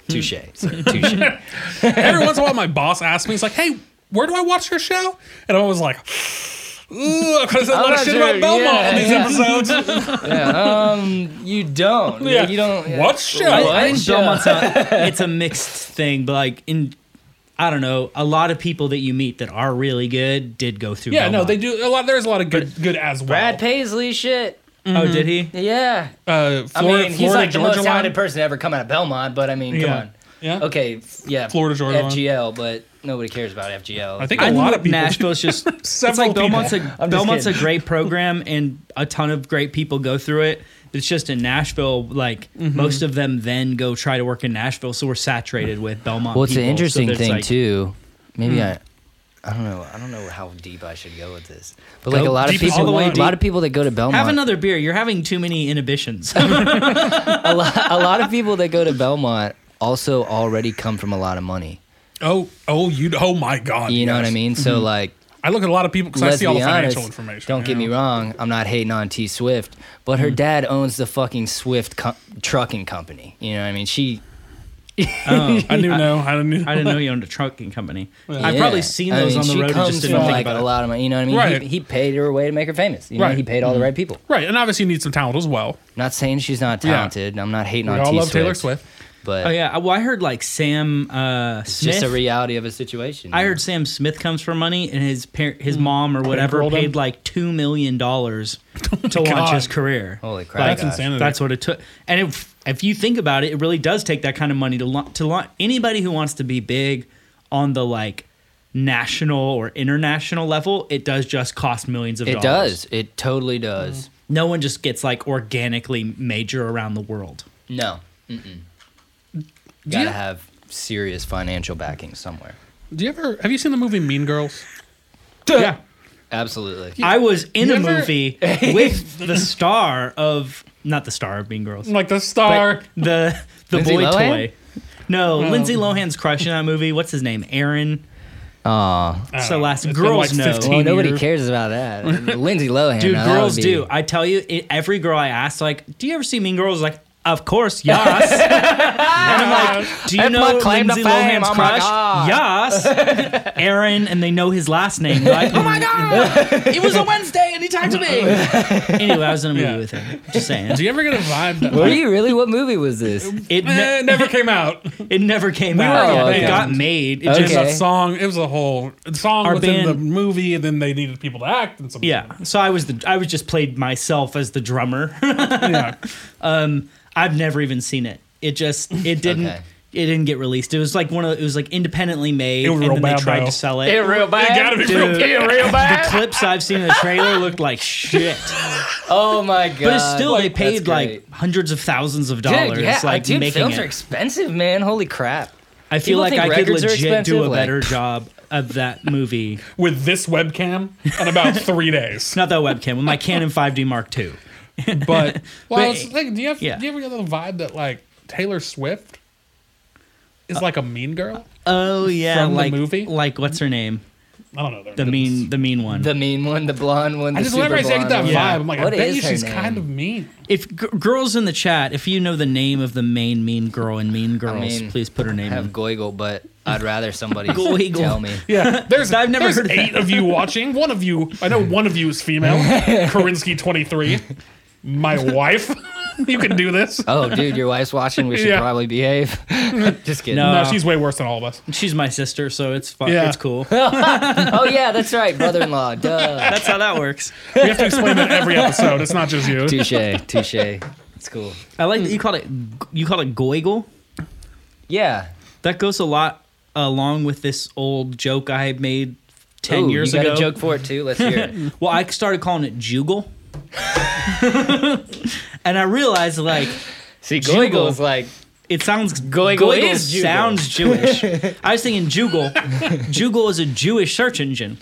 [SPEAKER 3] Touche. sir,
[SPEAKER 1] (laughs)
[SPEAKER 3] Touche.
[SPEAKER 1] Every once in a while, my boss asks me, he's like, hey, where do I watch your show? And I'm always like, ooh, because I said a lot of
[SPEAKER 3] not
[SPEAKER 1] shit
[SPEAKER 3] sure.
[SPEAKER 1] about Belmont
[SPEAKER 3] Yeah,
[SPEAKER 1] in these
[SPEAKER 3] yeah. (laughs)
[SPEAKER 1] episodes.
[SPEAKER 3] yeah, um, you don't. Yeah.
[SPEAKER 1] Yeah.
[SPEAKER 3] You don't. yeah.
[SPEAKER 1] What show?
[SPEAKER 3] What
[SPEAKER 2] I think
[SPEAKER 3] show?
[SPEAKER 2] Belmont's not,
[SPEAKER 3] (laughs)
[SPEAKER 2] it's a mixed thing, but like in I don't know, a lot of people that you meet that are really good did go through.
[SPEAKER 1] yeah, no,
[SPEAKER 2] Belmont.
[SPEAKER 1] they do a lot. There's a lot of good, good as well.
[SPEAKER 3] Brad Paisley shit.
[SPEAKER 2] Oh, did
[SPEAKER 1] Mm-hmm.
[SPEAKER 2] he?
[SPEAKER 3] Yeah.
[SPEAKER 1] uh, Florida,
[SPEAKER 3] I mean, he's
[SPEAKER 1] Florida,
[SPEAKER 3] like the
[SPEAKER 1] Georgia
[SPEAKER 3] most
[SPEAKER 1] line.
[SPEAKER 3] talented person to ever come out of Belmont, but I mean, come
[SPEAKER 1] Yeah.
[SPEAKER 3] on.
[SPEAKER 1] Yeah.
[SPEAKER 3] Okay, f- yeah.
[SPEAKER 1] Florida Georgia line.
[SPEAKER 3] FGL, but nobody cares about FGL.
[SPEAKER 1] I think
[SPEAKER 2] I
[SPEAKER 1] a lot
[SPEAKER 2] think
[SPEAKER 1] of people.
[SPEAKER 2] Nashville's
[SPEAKER 1] (laughs)
[SPEAKER 2] just it's
[SPEAKER 1] Several
[SPEAKER 2] like Belmont's
[SPEAKER 1] people.
[SPEAKER 2] a Belmont's a great program and a ton of great people go through it. It's just in Nashville. Like
[SPEAKER 1] Mm-hmm.
[SPEAKER 2] most of them then go try to work in Nashville, so we're saturated with Belmont.
[SPEAKER 3] Well, it's an
[SPEAKER 2] people. So
[SPEAKER 3] interesting
[SPEAKER 2] there's,
[SPEAKER 3] thing
[SPEAKER 2] like- hmm.
[SPEAKER 3] too. Maybe I. I don't know. I don't know how deep I should go with this, but like
[SPEAKER 2] Go
[SPEAKER 3] a lot of
[SPEAKER 2] deep as
[SPEAKER 3] people,
[SPEAKER 2] all the way
[SPEAKER 3] a lot
[SPEAKER 2] deep.
[SPEAKER 3] of people that go to Belmont,
[SPEAKER 2] Have another beer. You're having too many
[SPEAKER 3] (laughs)
[SPEAKER 2] inhibitions.
[SPEAKER 3] a, lot, a lot of people that go to Belmont also already come from a lot of money.
[SPEAKER 1] Oh, oh, you. Oh my God.
[SPEAKER 3] You know what I
[SPEAKER 1] yes.
[SPEAKER 3] mean? So like,
[SPEAKER 1] I look at a lot of people because I
[SPEAKER 3] let's
[SPEAKER 1] see all
[SPEAKER 3] be
[SPEAKER 1] the
[SPEAKER 3] honest.
[SPEAKER 1] financial information.
[SPEAKER 3] don't
[SPEAKER 1] you
[SPEAKER 3] get me
[SPEAKER 1] know?
[SPEAKER 3] wrong. I'm not hating on T Swift, but
[SPEAKER 2] Mm.
[SPEAKER 3] her dad owns the fucking Swift co- trucking company. You know what I mean? She
[SPEAKER 1] (laughs) I
[SPEAKER 3] (laughs)
[SPEAKER 1] knew no. I knew.
[SPEAKER 2] I didn't know you owned a trucking company. I've
[SPEAKER 3] Yeah.
[SPEAKER 2] probably seen
[SPEAKER 3] I
[SPEAKER 2] those
[SPEAKER 3] mean,
[SPEAKER 2] on
[SPEAKER 3] she
[SPEAKER 2] the road and
[SPEAKER 3] comes
[SPEAKER 2] just didn't
[SPEAKER 3] from,
[SPEAKER 2] think
[SPEAKER 3] like,
[SPEAKER 2] about
[SPEAKER 3] a
[SPEAKER 2] it.
[SPEAKER 3] lot of money. You know what I mean?
[SPEAKER 1] Right.
[SPEAKER 3] He, he paid her way to make her famous. You know,
[SPEAKER 1] Right.
[SPEAKER 3] he paid all
[SPEAKER 2] Mm-hmm.
[SPEAKER 3] the right people.
[SPEAKER 1] Right, and obviously you need some talent as well.
[SPEAKER 3] Not saying she's not
[SPEAKER 1] Yeah.
[SPEAKER 3] talented. I'm not hating
[SPEAKER 1] We
[SPEAKER 3] on
[SPEAKER 1] all
[SPEAKER 3] T
[SPEAKER 1] love Taylor Swift.
[SPEAKER 3] but
[SPEAKER 2] Oh yeah. Well, I heard like Sam uh,
[SPEAKER 3] it's just a
[SPEAKER 2] Smith-
[SPEAKER 3] reality of a situation.
[SPEAKER 2] I heard Sam Smith comes from money, and his par- his mom or whatever
[SPEAKER 1] Bankrolled Hmm. him? Oh
[SPEAKER 2] paid like two
[SPEAKER 1] (laughs)
[SPEAKER 2] million dollars to launch
[SPEAKER 1] God.
[SPEAKER 2] his career.
[SPEAKER 3] Holy crap!
[SPEAKER 1] That's
[SPEAKER 3] guys.
[SPEAKER 1] insanity.
[SPEAKER 2] That's what it took. And if if you think about it, it really does take that kind of money to launch to launch anybody who wants to be big on the like national or international level. It does just cost millions of
[SPEAKER 3] It
[SPEAKER 2] dollars.
[SPEAKER 3] does. It totally does.
[SPEAKER 2] No one just gets like organically major around the world.
[SPEAKER 3] No. Mm-mm. Gotta
[SPEAKER 1] you-
[SPEAKER 3] have serious financial backing somewhere.
[SPEAKER 1] Do you ever have you seen the movie Mean Girls?
[SPEAKER 2] yeah.
[SPEAKER 3] Absolutely.
[SPEAKER 2] I was in
[SPEAKER 1] You
[SPEAKER 2] a
[SPEAKER 1] ever-
[SPEAKER 3] (laughs)
[SPEAKER 2] movie with the star of not the star of Mean Girls.
[SPEAKER 1] Like the
[SPEAKER 2] but
[SPEAKER 1] star.
[SPEAKER 2] the the
[SPEAKER 3] Lindsay
[SPEAKER 2] boy
[SPEAKER 3] Lohan?
[SPEAKER 2] toy. No,
[SPEAKER 1] Oh.
[SPEAKER 2] Lindsay Lohan's crush in that movie. What's his name? Aaron.
[SPEAKER 3] Aw.
[SPEAKER 1] I don't
[SPEAKER 2] so
[SPEAKER 1] know.
[SPEAKER 2] last-
[SPEAKER 1] It's been
[SPEAKER 2] girls know.
[SPEAKER 1] 15
[SPEAKER 3] Well, nobody
[SPEAKER 1] years.
[SPEAKER 3] cares about that.
[SPEAKER 2] (laughs)
[SPEAKER 3] Lindsay Lohan.
[SPEAKER 2] Dude,
[SPEAKER 3] now, that
[SPEAKER 2] girls
[SPEAKER 3] would be-
[SPEAKER 2] do. I tell you, it, every girl I asked, like, do you ever see Mean Girls? Like, of
[SPEAKER 3] (laughs)
[SPEAKER 2] course, yas. and I'm like, do you
[SPEAKER 3] That's my
[SPEAKER 2] know
[SPEAKER 3] claim to
[SPEAKER 2] Lindsay
[SPEAKER 3] fame.
[SPEAKER 2] Lohan's
[SPEAKER 3] Oh my
[SPEAKER 2] crush?
[SPEAKER 3] God. (laughs)
[SPEAKER 2] Yas. Aaron, and they know his last name. They're Like, oh my god, it was a Wednesday, and he talked to me. anyway, I was in a movie
[SPEAKER 1] Yeah.
[SPEAKER 2] with him. Just saying,
[SPEAKER 1] Do you ever get a vibe that
[SPEAKER 3] Were
[SPEAKER 1] like,
[SPEAKER 3] you really? What movie
[SPEAKER 2] (laughs)
[SPEAKER 3] was this?
[SPEAKER 2] it
[SPEAKER 1] eh,
[SPEAKER 2] ne-
[SPEAKER 3] (laughs)
[SPEAKER 1] it never came out?
[SPEAKER 2] it never came
[SPEAKER 3] were in
[SPEAKER 2] out.
[SPEAKER 3] a
[SPEAKER 2] It
[SPEAKER 3] band.
[SPEAKER 2] got made.
[SPEAKER 1] It
[SPEAKER 2] It just
[SPEAKER 1] was
[SPEAKER 3] Okay.
[SPEAKER 1] a song. It was a whole song
[SPEAKER 2] Our
[SPEAKER 1] within the
[SPEAKER 2] band-
[SPEAKER 1] movie, and then they needed people to act. And some
[SPEAKER 2] Yeah. So I was the I was just played myself as the drummer.
[SPEAKER 1] (laughs)
[SPEAKER 2] (laughs)
[SPEAKER 1] yeah.
[SPEAKER 2] I've never even seen it. It just it didn't
[SPEAKER 3] Okay.
[SPEAKER 2] it didn't get released. It was like one of it was like independently made
[SPEAKER 1] It was
[SPEAKER 2] and
[SPEAKER 1] real
[SPEAKER 2] then they
[SPEAKER 1] bad,
[SPEAKER 2] tried
[SPEAKER 1] though.
[SPEAKER 2] to sell it.
[SPEAKER 3] real
[SPEAKER 1] It gotta be real
[SPEAKER 2] Dude.
[SPEAKER 1] bad.
[SPEAKER 2] the clips I've seen in the trailer looked like
[SPEAKER 3] (laughs)
[SPEAKER 2] shit.
[SPEAKER 3] Oh my god!
[SPEAKER 2] But it's still they
[SPEAKER 3] That's
[SPEAKER 2] paid
[SPEAKER 3] great.
[SPEAKER 2] like hundreds of thousands of dollars
[SPEAKER 3] Dude, yeah,
[SPEAKER 2] like
[SPEAKER 3] dude,
[SPEAKER 2] making
[SPEAKER 3] films
[SPEAKER 2] it.
[SPEAKER 3] are expensive, man. Holy crap!
[SPEAKER 2] I feel
[SPEAKER 3] people
[SPEAKER 2] like
[SPEAKER 3] think
[SPEAKER 2] I could
[SPEAKER 3] records are
[SPEAKER 2] legit do a
[SPEAKER 3] expensive, like-
[SPEAKER 2] better job of that movie.
[SPEAKER 1] (laughs) With this webcam in about three days.
[SPEAKER 2] Not that webcam, with my Canon 5D Mark
[SPEAKER 3] (laughs)
[SPEAKER 2] II.
[SPEAKER 1] (laughs) But well,
[SPEAKER 2] But-
[SPEAKER 1] it's like, do you have,
[SPEAKER 2] yeah.
[SPEAKER 1] do you ever get the vibe that like Taylor Swift is like a mean girl?
[SPEAKER 2] Oh yeah,
[SPEAKER 1] From the
[SPEAKER 2] like
[SPEAKER 1] movie?
[SPEAKER 2] like what's her name?
[SPEAKER 1] I don't know. their
[SPEAKER 2] The
[SPEAKER 1] names.
[SPEAKER 2] mean the mean one.
[SPEAKER 3] The mean one, the blonde one. The
[SPEAKER 1] I just
[SPEAKER 3] super
[SPEAKER 1] whenever I see- I get that
[SPEAKER 3] blonde
[SPEAKER 1] vibe,
[SPEAKER 3] one.
[SPEAKER 2] Yeah.
[SPEAKER 1] I'm like,
[SPEAKER 3] What
[SPEAKER 1] I bet
[SPEAKER 3] is
[SPEAKER 1] you
[SPEAKER 3] her
[SPEAKER 1] she's
[SPEAKER 3] name?
[SPEAKER 1] kind of mean.
[SPEAKER 2] If g- girls in the chat, if you know the name of the main mean girl in Mean Girls,
[SPEAKER 3] mean,
[SPEAKER 2] please put her
[SPEAKER 3] I
[SPEAKER 2] name
[SPEAKER 3] have
[SPEAKER 2] in.
[SPEAKER 3] goigle, but I'd
[SPEAKER 2] (laughs)
[SPEAKER 3] rather somebody
[SPEAKER 2] Goigle.
[SPEAKER 3] tell me.
[SPEAKER 1] Yeah, (laughs) there's
[SPEAKER 2] I've never
[SPEAKER 1] there's
[SPEAKER 2] heard of
[SPEAKER 1] eight of you watching. One of you, I know one of you is female. Karinsky twenty three, my wife. (laughs) you can do this.
[SPEAKER 3] Oh, dude, your wife's watching. We should
[SPEAKER 1] Yeah.
[SPEAKER 3] probably behave. (laughs) just kidding.
[SPEAKER 2] No.
[SPEAKER 1] no,
[SPEAKER 2] uh,
[SPEAKER 1] she's way worse than all of us.
[SPEAKER 2] She's my sister, so it's fun.
[SPEAKER 1] Yeah.
[SPEAKER 2] It's cool.
[SPEAKER 3] Oh yeah, that's right, brother-in-law. Duh.
[SPEAKER 2] That's how that works.
[SPEAKER 1] We have to explain that every episode. It's not just you.
[SPEAKER 3] Touche, touche. It's cool.
[SPEAKER 2] I like that you called it. You called it goigle.
[SPEAKER 3] Yeah.
[SPEAKER 2] That goes a lot along with this old joke I made ten
[SPEAKER 3] Ooh,
[SPEAKER 2] years
[SPEAKER 3] you
[SPEAKER 2] ago.
[SPEAKER 3] got a joke for it too. Let's
[SPEAKER 2] (laughs)
[SPEAKER 3] hear it.
[SPEAKER 2] Well, I started calling it jugal, (laughs) and I realized like
[SPEAKER 3] See,
[SPEAKER 2] Jugal. (laughs)
[SPEAKER 3] goigle's like
[SPEAKER 2] it sounds
[SPEAKER 3] Goigle is jugal.
[SPEAKER 2] sounds
[SPEAKER 3] (laughs)
[SPEAKER 2] Jewish. I was thinking jugal. jugal is a Jewish search engine.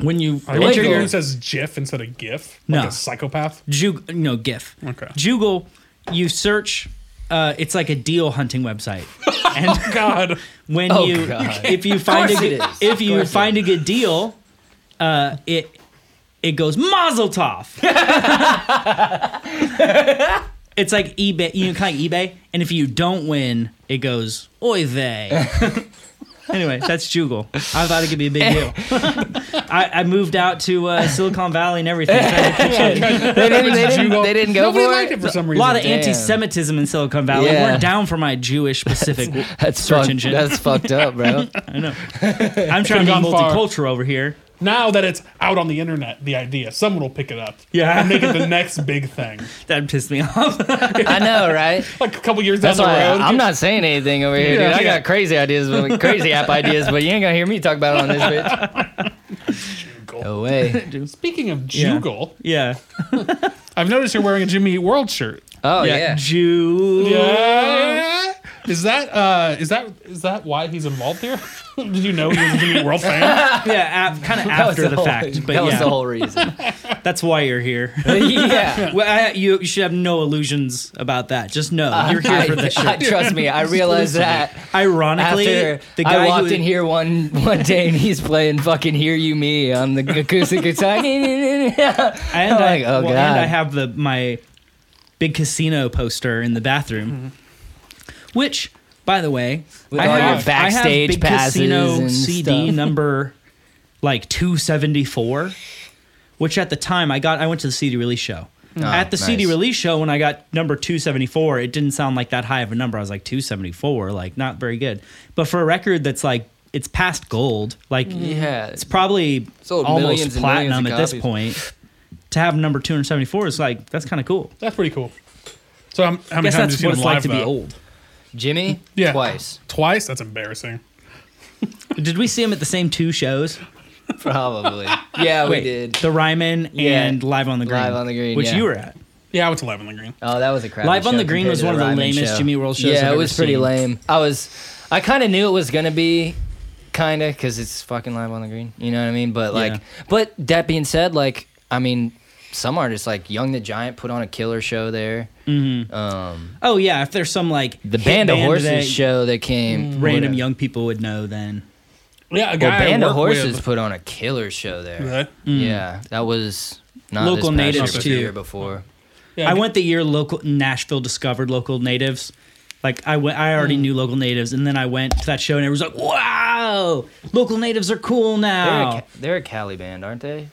[SPEAKER 2] When you
[SPEAKER 1] I like
[SPEAKER 2] enter
[SPEAKER 1] your
[SPEAKER 2] your
[SPEAKER 1] name says GIF instead of GIF. Like
[SPEAKER 2] No.
[SPEAKER 1] a psychopath.
[SPEAKER 2] Jug- no GIF.
[SPEAKER 1] Okay.
[SPEAKER 2] Jugal, you search. Uh, it's like a deal hunting website, and (laughs)
[SPEAKER 1] God,
[SPEAKER 2] when
[SPEAKER 3] Oh,
[SPEAKER 2] you
[SPEAKER 3] God.
[SPEAKER 2] if you find a
[SPEAKER 3] course it
[SPEAKER 2] good,
[SPEAKER 3] is.
[SPEAKER 2] if you
[SPEAKER 3] course it
[SPEAKER 2] find a good deal, uh, it it goes Mazel
[SPEAKER 3] (laughs)
[SPEAKER 2] Tov. it's like eBay, you know, kind of eBay, and if you don't win, it goes Oy vey.
[SPEAKER 3] (laughs)
[SPEAKER 2] Anyway, that's Jugal. I thought it could be a big
[SPEAKER 3] (laughs)
[SPEAKER 2] deal. I, I moved out to uh, Silicon Valley and everything. trying to catch
[SPEAKER 3] they didn't, they
[SPEAKER 1] It's
[SPEAKER 3] didn't,
[SPEAKER 1] Jugal.
[SPEAKER 3] they didn't go
[SPEAKER 1] Nobody
[SPEAKER 3] for
[SPEAKER 1] liked it.
[SPEAKER 3] it.
[SPEAKER 1] for some
[SPEAKER 2] a
[SPEAKER 1] reason.
[SPEAKER 2] lot of
[SPEAKER 3] Damn.
[SPEAKER 2] anti-Semitism in Silicon Valley.
[SPEAKER 3] Yeah.
[SPEAKER 2] We're down for my Jewish Pacific
[SPEAKER 3] (laughs) That's
[SPEAKER 2] search
[SPEAKER 3] fucked.
[SPEAKER 2] engine.
[SPEAKER 3] That's fucked up, bro.
[SPEAKER 2] (laughs) I know. I'm trying to be
[SPEAKER 1] gone far.
[SPEAKER 2] multicultural over here.
[SPEAKER 1] now that it's out on the internet, the idea someone will pick it up.
[SPEAKER 2] Yeah.
[SPEAKER 1] and make it the next big thing.
[SPEAKER 2] (laughs) That pissed me off. (laughs)
[SPEAKER 3] I know, right?
[SPEAKER 1] Like a couple years
[SPEAKER 3] That's
[SPEAKER 1] down
[SPEAKER 3] why
[SPEAKER 1] the road.
[SPEAKER 3] I'm not saying anything over here,
[SPEAKER 1] Yeah.
[SPEAKER 3] dude. I
[SPEAKER 1] Yeah.
[SPEAKER 3] got crazy ideas, but- crazy app ideas, but you ain't gonna hear me talk about it on this bitch. No way.
[SPEAKER 1] Speaking of
[SPEAKER 2] Yeah.
[SPEAKER 1] Jugal,
[SPEAKER 2] yeah.
[SPEAKER 1] I've noticed you're wearing a Jimmy Eat World shirt.
[SPEAKER 3] Oh yeah.
[SPEAKER 2] Jew.
[SPEAKER 1] Yeah. Is that uh is that is that why he's involved here? (laughs) Did you know he was a Jimmy Eat World fan?
[SPEAKER 2] Yeah, kind of
[SPEAKER 3] (laughs) That was
[SPEAKER 2] after the,
[SPEAKER 3] whole-
[SPEAKER 2] fact, but
[SPEAKER 3] that was
[SPEAKER 2] yeah,
[SPEAKER 3] the whole
[SPEAKER 2] (laughs)
[SPEAKER 3] reason.
[SPEAKER 2] that's why you're here. (laughs)
[SPEAKER 3] yeah.
[SPEAKER 2] well, I, you, you should have no illusions about that. Just know you're here
[SPEAKER 3] Uh, I,
[SPEAKER 2] for the
[SPEAKER 3] (laughs)
[SPEAKER 2] show.
[SPEAKER 3] I- trust me, I realized that
[SPEAKER 2] Ironically,
[SPEAKER 3] after
[SPEAKER 2] the guy
[SPEAKER 3] I walked
[SPEAKER 2] who,
[SPEAKER 3] in here one one day and he's playing fucking "Hear You Me" on the acoustic guitar,
[SPEAKER 2] (laughs)
[SPEAKER 3] and (laughs)
[SPEAKER 2] and
[SPEAKER 3] I'm
[SPEAKER 2] I,
[SPEAKER 3] like, oh
[SPEAKER 2] well,
[SPEAKER 3] god,
[SPEAKER 2] and I have the my big casino poster in the bathroom, which, by the way,
[SPEAKER 3] Mm-hmm. With
[SPEAKER 2] I
[SPEAKER 3] all your
[SPEAKER 2] have, I
[SPEAKER 3] backstage
[SPEAKER 2] have big
[SPEAKER 3] passes
[SPEAKER 2] casino
[SPEAKER 3] and
[SPEAKER 2] CD
[SPEAKER 3] stuff. (laughs)
[SPEAKER 2] number like two seventy four, which at the time I got. I went to the CD release show. at the CD
[SPEAKER 3] Oh, nice.
[SPEAKER 2] release show, when I got number 274, it didn't sound like that high of a number. I was like 274, like not very good. But for a record that's like it's past gold, like
[SPEAKER 3] yeah,
[SPEAKER 2] it's probably
[SPEAKER 3] Sold
[SPEAKER 2] almost
[SPEAKER 3] millions and millions
[SPEAKER 2] platinum
[SPEAKER 3] of
[SPEAKER 2] at this
[SPEAKER 3] copies.
[SPEAKER 2] point. To have number 274 is like that's kind of cool.
[SPEAKER 1] That's pretty cool. So um, how
[SPEAKER 2] I
[SPEAKER 1] many
[SPEAKER 2] guess
[SPEAKER 1] times
[SPEAKER 2] that's
[SPEAKER 1] have you seen
[SPEAKER 2] what it's
[SPEAKER 1] him
[SPEAKER 2] like
[SPEAKER 1] live?
[SPEAKER 2] to be
[SPEAKER 1] though?
[SPEAKER 2] old.
[SPEAKER 3] Jimmy,
[SPEAKER 1] Yeah.
[SPEAKER 3] twice
[SPEAKER 1] Twice? That's embarrassing.
[SPEAKER 2] Did we see him at the same two shows?
[SPEAKER 3] (laughs) (laughs) probably. Yeah, Oh, we
[SPEAKER 2] Wait,
[SPEAKER 3] did.
[SPEAKER 2] the Ryman
[SPEAKER 3] Yeah.
[SPEAKER 2] and Live on the Green.
[SPEAKER 3] Live on the Green,
[SPEAKER 2] which
[SPEAKER 3] yeah.
[SPEAKER 2] you were at.
[SPEAKER 1] Yeah, I went to Live on the Green.
[SPEAKER 3] Oh, that was a crap.
[SPEAKER 2] Live on the Green was one of the lamest Jimmy World shows
[SPEAKER 3] Yeah,
[SPEAKER 2] I've
[SPEAKER 3] it
[SPEAKER 2] ever
[SPEAKER 3] was pretty
[SPEAKER 2] seen.
[SPEAKER 3] lame. I was, I kind of knew it was gonna be, kind of, because it's fucking live on the green. You know what I mean? But like,
[SPEAKER 2] Yeah.
[SPEAKER 3] but that being said, like, I mean, some artists like Young the Giant put on a killer show there. Mm-hmm. Um,
[SPEAKER 2] Oh yeah, if there's some like
[SPEAKER 3] the
[SPEAKER 2] hit
[SPEAKER 3] Band of Horses
[SPEAKER 2] that Mm-hmm.
[SPEAKER 3] show that came.
[SPEAKER 2] random
[SPEAKER 3] whatever.
[SPEAKER 2] young people would know then.
[SPEAKER 1] Yeah, a guy
[SPEAKER 3] Well,
[SPEAKER 1] I
[SPEAKER 3] Band of
[SPEAKER 1] work
[SPEAKER 3] Horses
[SPEAKER 1] with-
[SPEAKER 3] put on a killer show there.
[SPEAKER 1] Really?
[SPEAKER 3] Yeah, that was not
[SPEAKER 2] Mm.
[SPEAKER 3] this
[SPEAKER 2] Local
[SPEAKER 3] past year,
[SPEAKER 2] natives,
[SPEAKER 3] but the
[SPEAKER 2] too.
[SPEAKER 3] year before.
[SPEAKER 1] Yeah,
[SPEAKER 2] I
[SPEAKER 1] g-
[SPEAKER 2] went the year local Nashville discovered local natives. Like I went, I
[SPEAKER 3] Hmm.
[SPEAKER 2] already knew local natives, and then I went to that show, and everyone was like, "Wow, local natives are cool
[SPEAKER 3] They're, a,
[SPEAKER 2] now."
[SPEAKER 3] Ca- they're a Cali band, aren't they?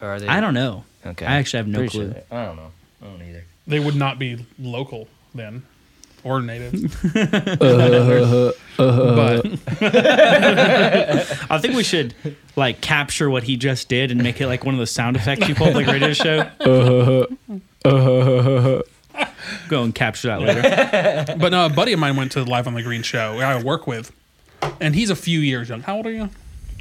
[SPEAKER 3] Or are they?
[SPEAKER 2] I don't know.
[SPEAKER 3] Okay.
[SPEAKER 2] I actually have no
[SPEAKER 3] Pretty sure
[SPEAKER 2] clue.
[SPEAKER 3] they- I don't know. I don't either.
[SPEAKER 1] They would not be local then, or native. (laughs) but Uh.
[SPEAKER 2] (laughs) I think we should like capture what he just did and make it like one of those sound effects you pull like radio show.
[SPEAKER 1] (laughs)
[SPEAKER 2] Go and capture that later.
[SPEAKER 1] but no, a buddy of mine went to the Live on the Green show. who I work with, and he's a few years young. How old are you?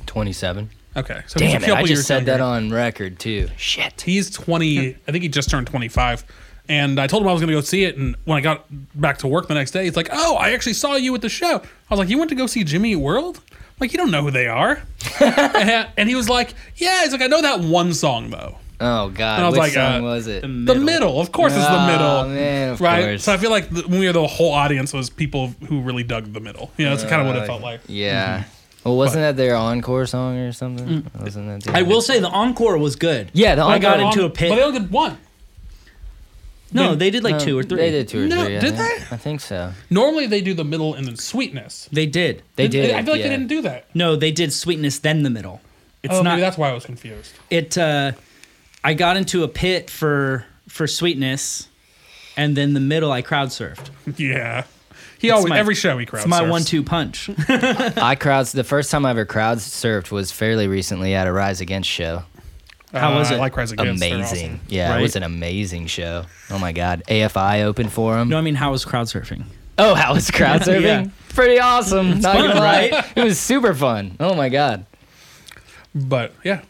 [SPEAKER 3] 27.
[SPEAKER 1] Okay, so he's
[SPEAKER 3] Damn
[SPEAKER 1] a
[SPEAKER 3] it.
[SPEAKER 1] couple
[SPEAKER 3] I
[SPEAKER 1] years
[SPEAKER 3] just said that
[SPEAKER 1] younger.
[SPEAKER 3] on record, too. Shit.
[SPEAKER 1] He's 20, I think he just turned 25. And I told him I was going to go see it. And when I got back to work the next day, he's like, Oh, I actually saw you at the show. I was like, You went to go see Jimmy Eat World? I'm like, you don't know who they are. and and he was like, Yeah, he's like, I know that one song, though.
[SPEAKER 3] Oh, God.
[SPEAKER 1] I was
[SPEAKER 3] Which
[SPEAKER 1] like, uh,
[SPEAKER 3] song was it?
[SPEAKER 1] The middle. Of course, it's the
[SPEAKER 3] Oh,
[SPEAKER 1] middle.
[SPEAKER 3] man, of
[SPEAKER 1] right?
[SPEAKER 3] course.
[SPEAKER 1] So I feel like the, we were the whole audience was people who really dug the middle. You know, that's kind of what it felt
[SPEAKER 3] Uh,
[SPEAKER 1] like.
[SPEAKER 3] Yeah. Well, wasn't that their encore song or something? Wasn't that the
[SPEAKER 2] I will say the encore was good.
[SPEAKER 3] Yeah, the
[SPEAKER 2] I got
[SPEAKER 3] encore-
[SPEAKER 2] into a
[SPEAKER 1] Um, But they
[SPEAKER 2] pit.
[SPEAKER 1] only did one.
[SPEAKER 2] No, they did like two or three.
[SPEAKER 3] Um, Mm, They did two or
[SPEAKER 1] No,
[SPEAKER 3] three. I
[SPEAKER 1] did
[SPEAKER 3] think. I think so.
[SPEAKER 1] Normally, they do the middle and then sweetness.
[SPEAKER 2] They did.
[SPEAKER 3] They did.
[SPEAKER 1] I feel like
[SPEAKER 3] yeah.
[SPEAKER 1] they didn't do that.
[SPEAKER 2] No, they did sweetness then the middle. It's
[SPEAKER 1] oh,
[SPEAKER 2] not
[SPEAKER 1] maybe that's why I was confused.
[SPEAKER 2] it uh i got into a pit for for sweetness and then the middle i crowd surfed
[SPEAKER 1] Yeah. He always
[SPEAKER 2] my-
[SPEAKER 1] every show he crowds.
[SPEAKER 2] it's my one-two punch (laughs)
[SPEAKER 3] I crowds. The first time I ever crowd surfed was fairly recently at a Rise Against show.
[SPEAKER 2] How was
[SPEAKER 1] I
[SPEAKER 2] it?
[SPEAKER 1] Uh, like Rise Against. They're
[SPEAKER 3] amazing.
[SPEAKER 1] awesome.
[SPEAKER 3] Yeah,
[SPEAKER 2] Right?
[SPEAKER 3] it was an amazing show. Oh my God, AFI opened for him.
[SPEAKER 2] no i mean how was crowd surfing
[SPEAKER 3] Oh, how was crowd surfing?
[SPEAKER 2] (laughs) Yeah.
[SPEAKER 3] Pretty awesome. Not
[SPEAKER 2] fun,
[SPEAKER 3] gonna lie.
[SPEAKER 2] right?
[SPEAKER 3] It was super fun. Oh my God.
[SPEAKER 1] But yeah,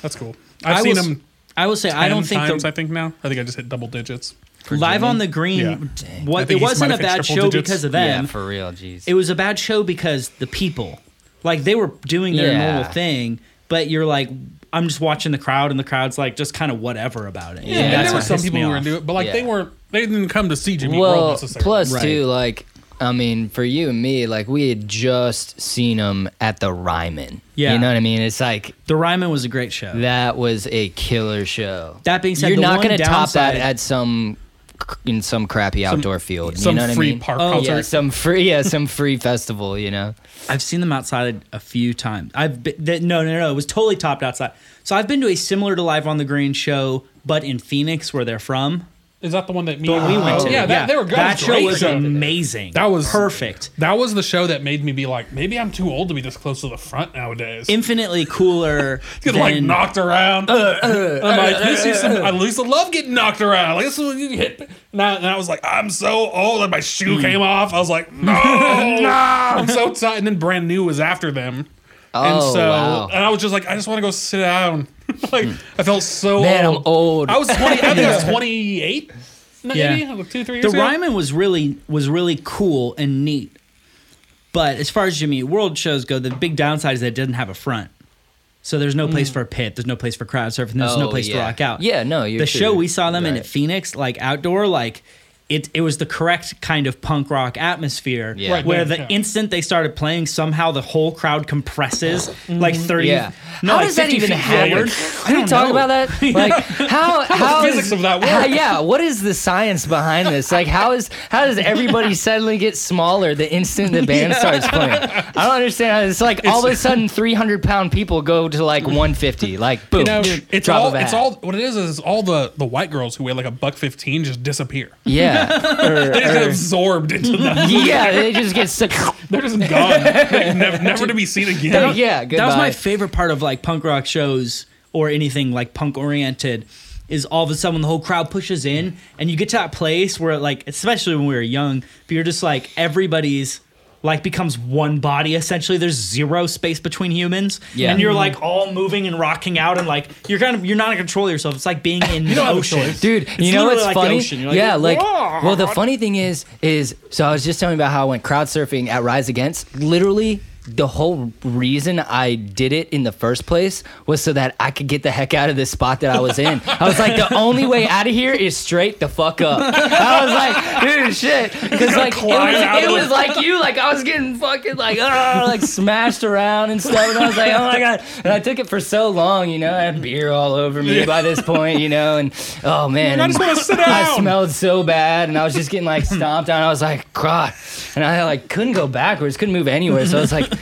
[SPEAKER 1] that's cool. I've
[SPEAKER 2] I
[SPEAKER 1] seen
[SPEAKER 2] will,
[SPEAKER 1] him.
[SPEAKER 2] i will say i don't think
[SPEAKER 1] times.
[SPEAKER 2] the
[SPEAKER 1] I think now. I think I just hit double digits.
[SPEAKER 2] live
[SPEAKER 3] Jimmy?
[SPEAKER 2] on the green
[SPEAKER 1] Yeah. I
[SPEAKER 2] what
[SPEAKER 1] think
[SPEAKER 2] it
[SPEAKER 1] he's
[SPEAKER 2] wasn't
[SPEAKER 1] might have
[SPEAKER 2] a
[SPEAKER 1] hit
[SPEAKER 2] bad
[SPEAKER 1] triple
[SPEAKER 2] show
[SPEAKER 1] digits.
[SPEAKER 2] because of
[SPEAKER 3] Yeah,
[SPEAKER 2] them
[SPEAKER 3] for real. Jeez.
[SPEAKER 2] it was a bad show because the people like they were doing their
[SPEAKER 3] Yeah.
[SPEAKER 2] normal thing but you're like i'm just watching the crowd and the crowd's like just kind of whatever about it
[SPEAKER 1] Yeah,
[SPEAKER 3] Yeah,
[SPEAKER 1] and
[SPEAKER 3] that's
[SPEAKER 1] there were
[SPEAKER 2] what
[SPEAKER 1] some
[SPEAKER 2] pissed
[SPEAKER 1] people
[SPEAKER 2] me
[SPEAKER 1] who were
[SPEAKER 2] off.
[SPEAKER 1] into it, but like they
[SPEAKER 3] Yeah.
[SPEAKER 1] were they didn't come to see Jimmy World
[SPEAKER 3] well,
[SPEAKER 1] necessarily.
[SPEAKER 3] plus
[SPEAKER 2] Right.
[SPEAKER 3] too, like, I mean, for you and me, like, we had just seen him at the Ryman.
[SPEAKER 2] Yeah.
[SPEAKER 3] You know what I mean? It's like
[SPEAKER 2] the ryman was a great show
[SPEAKER 3] that was a killer show.
[SPEAKER 2] That being said,
[SPEAKER 3] you're
[SPEAKER 2] the
[SPEAKER 3] not
[SPEAKER 2] one
[SPEAKER 3] gonna top that
[SPEAKER 2] downside-
[SPEAKER 3] at some in some crappy outdoor field.
[SPEAKER 1] some
[SPEAKER 3] you know what
[SPEAKER 1] free
[SPEAKER 3] I mean?
[SPEAKER 1] park
[SPEAKER 2] Oh,
[SPEAKER 1] concert.
[SPEAKER 3] Yeah, some free, yeah, some free festival. You know,
[SPEAKER 2] I've seen them outside a few times. I've been, th- no, no, no. It was totally topped outside. So I've been to a similar to Live on the Green show, but in Phoenix, where they're from.
[SPEAKER 1] Is that the one that me?
[SPEAKER 2] The one we went to.
[SPEAKER 1] Oh. Yeah, that, they were good. That
[SPEAKER 2] That show
[SPEAKER 1] great
[SPEAKER 2] was
[SPEAKER 1] show.
[SPEAKER 2] amazing.
[SPEAKER 1] That was-
[SPEAKER 2] perfect.
[SPEAKER 1] That was the show that made me be like, maybe I'm too old to be this close to the front nowadays.
[SPEAKER 2] Infinitely
[SPEAKER 1] (laughs)
[SPEAKER 2] cooler.
[SPEAKER 1] Get
[SPEAKER 2] than,
[SPEAKER 1] like knocked around.
[SPEAKER 3] Oh,
[SPEAKER 1] And I'm like, this is some, I used to love getting knocked around. Like this is when you hit. And I, and I was like, I'm so old, and my
[SPEAKER 3] Mm.
[SPEAKER 1] shoe came off. I was
[SPEAKER 3] (laughs)
[SPEAKER 1] like, no, no, I'm so tired. And then brand new was after them, and
[SPEAKER 3] Oh,
[SPEAKER 1] so
[SPEAKER 3] wow. Hmm.
[SPEAKER 1] and I was just like, I just want to go sit down. (laughs) like I felt so
[SPEAKER 3] Man, I'm
[SPEAKER 1] old.
[SPEAKER 3] old.
[SPEAKER 1] I was twenty. I think I
[SPEAKER 3] (laughs)
[SPEAKER 1] was twenty eight. Maybe
[SPEAKER 2] Yeah.
[SPEAKER 1] like two, three
[SPEAKER 2] the
[SPEAKER 1] years ago.
[SPEAKER 2] Ryman was really was really cool and neat. But as far as Jimmy Eat World shows go, the big downside is that it doesn't have a front. So there's no place for a pit. There's no place for crowd surfing. There's no
[SPEAKER 3] Hmm. Oh,
[SPEAKER 2] place to
[SPEAKER 3] yeah.
[SPEAKER 2] rock out.
[SPEAKER 3] Yeah, no, you're
[SPEAKER 2] the show
[SPEAKER 3] true.
[SPEAKER 2] we saw them in
[SPEAKER 3] Right.
[SPEAKER 2] at Phoenix, like outdoor, like it it was the correct kind of punk rock atmosphere.
[SPEAKER 3] Yeah. Right,
[SPEAKER 2] Where
[SPEAKER 1] yeah,
[SPEAKER 2] the
[SPEAKER 1] yeah.
[SPEAKER 2] instant they started playing, somehow the whole crowd compresses like thirty.
[SPEAKER 3] Mm-hmm. Yeah.
[SPEAKER 2] No,
[SPEAKER 3] how
[SPEAKER 2] like
[SPEAKER 3] does that
[SPEAKER 2] 50
[SPEAKER 3] even
[SPEAKER 2] feet
[SPEAKER 3] happen?
[SPEAKER 2] forward.
[SPEAKER 3] Can we talk about
[SPEAKER 1] (laughs)
[SPEAKER 3] that? Like how how
[SPEAKER 1] physics
[SPEAKER 3] is-
[SPEAKER 1] of that work?
[SPEAKER 3] how- yeah, what is the science behind this? Like how is how
[SPEAKER 1] (laughs)
[SPEAKER 3] does everybody suddenly get smaller the instant the band starts playing? I don't understand. how It's like all of a sudden 300 pound people go to like 150. Like boom,
[SPEAKER 1] You know, it's
[SPEAKER 3] drop
[SPEAKER 1] all.
[SPEAKER 3] of a
[SPEAKER 1] It's
[SPEAKER 3] hat.
[SPEAKER 1] all. What it is is all the the white girls who weigh like a buck fifteen just disappear.
[SPEAKER 3] (laughs) Yeah,
[SPEAKER 1] They just get absorbed
[SPEAKER 3] (laughs)
[SPEAKER 1] into that.
[SPEAKER 3] yeah. They just get (laughs) stuck.
[SPEAKER 1] They're just gone. They're never, never to be seen again.
[SPEAKER 3] yeah, goodbye.
[SPEAKER 2] That was my favorite part of like punk rock shows or anything like punk oriented is all of a sudden when the whole crowd pushes in and you get to that place where like especially when we were young, but you're just like everybody's like becomes one body essentially. There's zero space between humans.
[SPEAKER 3] Yeah.
[SPEAKER 2] And
[SPEAKER 1] Mm-hmm.
[SPEAKER 2] you're like all moving and rocking out and like you're kind of you're not in control of yourself. It's
[SPEAKER 1] (laughs)
[SPEAKER 2] like being in the
[SPEAKER 1] don't have a
[SPEAKER 2] ocean.
[SPEAKER 1] choice.
[SPEAKER 3] Dude, you know
[SPEAKER 2] literally
[SPEAKER 3] what's
[SPEAKER 2] like the
[SPEAKER 3] funny?
[SPEAKER 2] ocean. You're like,
[SPEAKER 3] yeah, like
[SPEAKER 2] "Whoa."
[SPEAKER 3] well, the funny thing is, is so I was just telling you about how I went crowd surfing at Rise Against. Literally, the whole reason I did it in the first place was so that I could get the heck out of this spot that I was in. I was like, the only way out of here is straight the fuck up. (laughs) I was like, dude, shit, because like it
[SPEAKER 1] climb out
[SPEAKER 3] was, it
[SPEAKER 1] of
[SPEAKER 3] was like you, like I was getting fucking like (laughs) ah, like smashed around and stuff, and I was like, oh
[SPEAKER 1] (laughs)
[SPEAKER 3] my god, and I took it for so long, you know, I had beer all over me by this point, you know, and oh man,
[SPEAKER 1] I just want to sit
[SPEAKER 3] I
[SPEAKER 1] down.
[SPEAKER 3] smelled so bad, and I was just getting
[SPEAKER 1] (laughs)
[SPEAKER 3] like stomped on. I was like, God, and I like couldn't go backwards, couldn't move anywhere. So
[SPEAKER 1] (laughs)
[SPEAKER 3] I was like,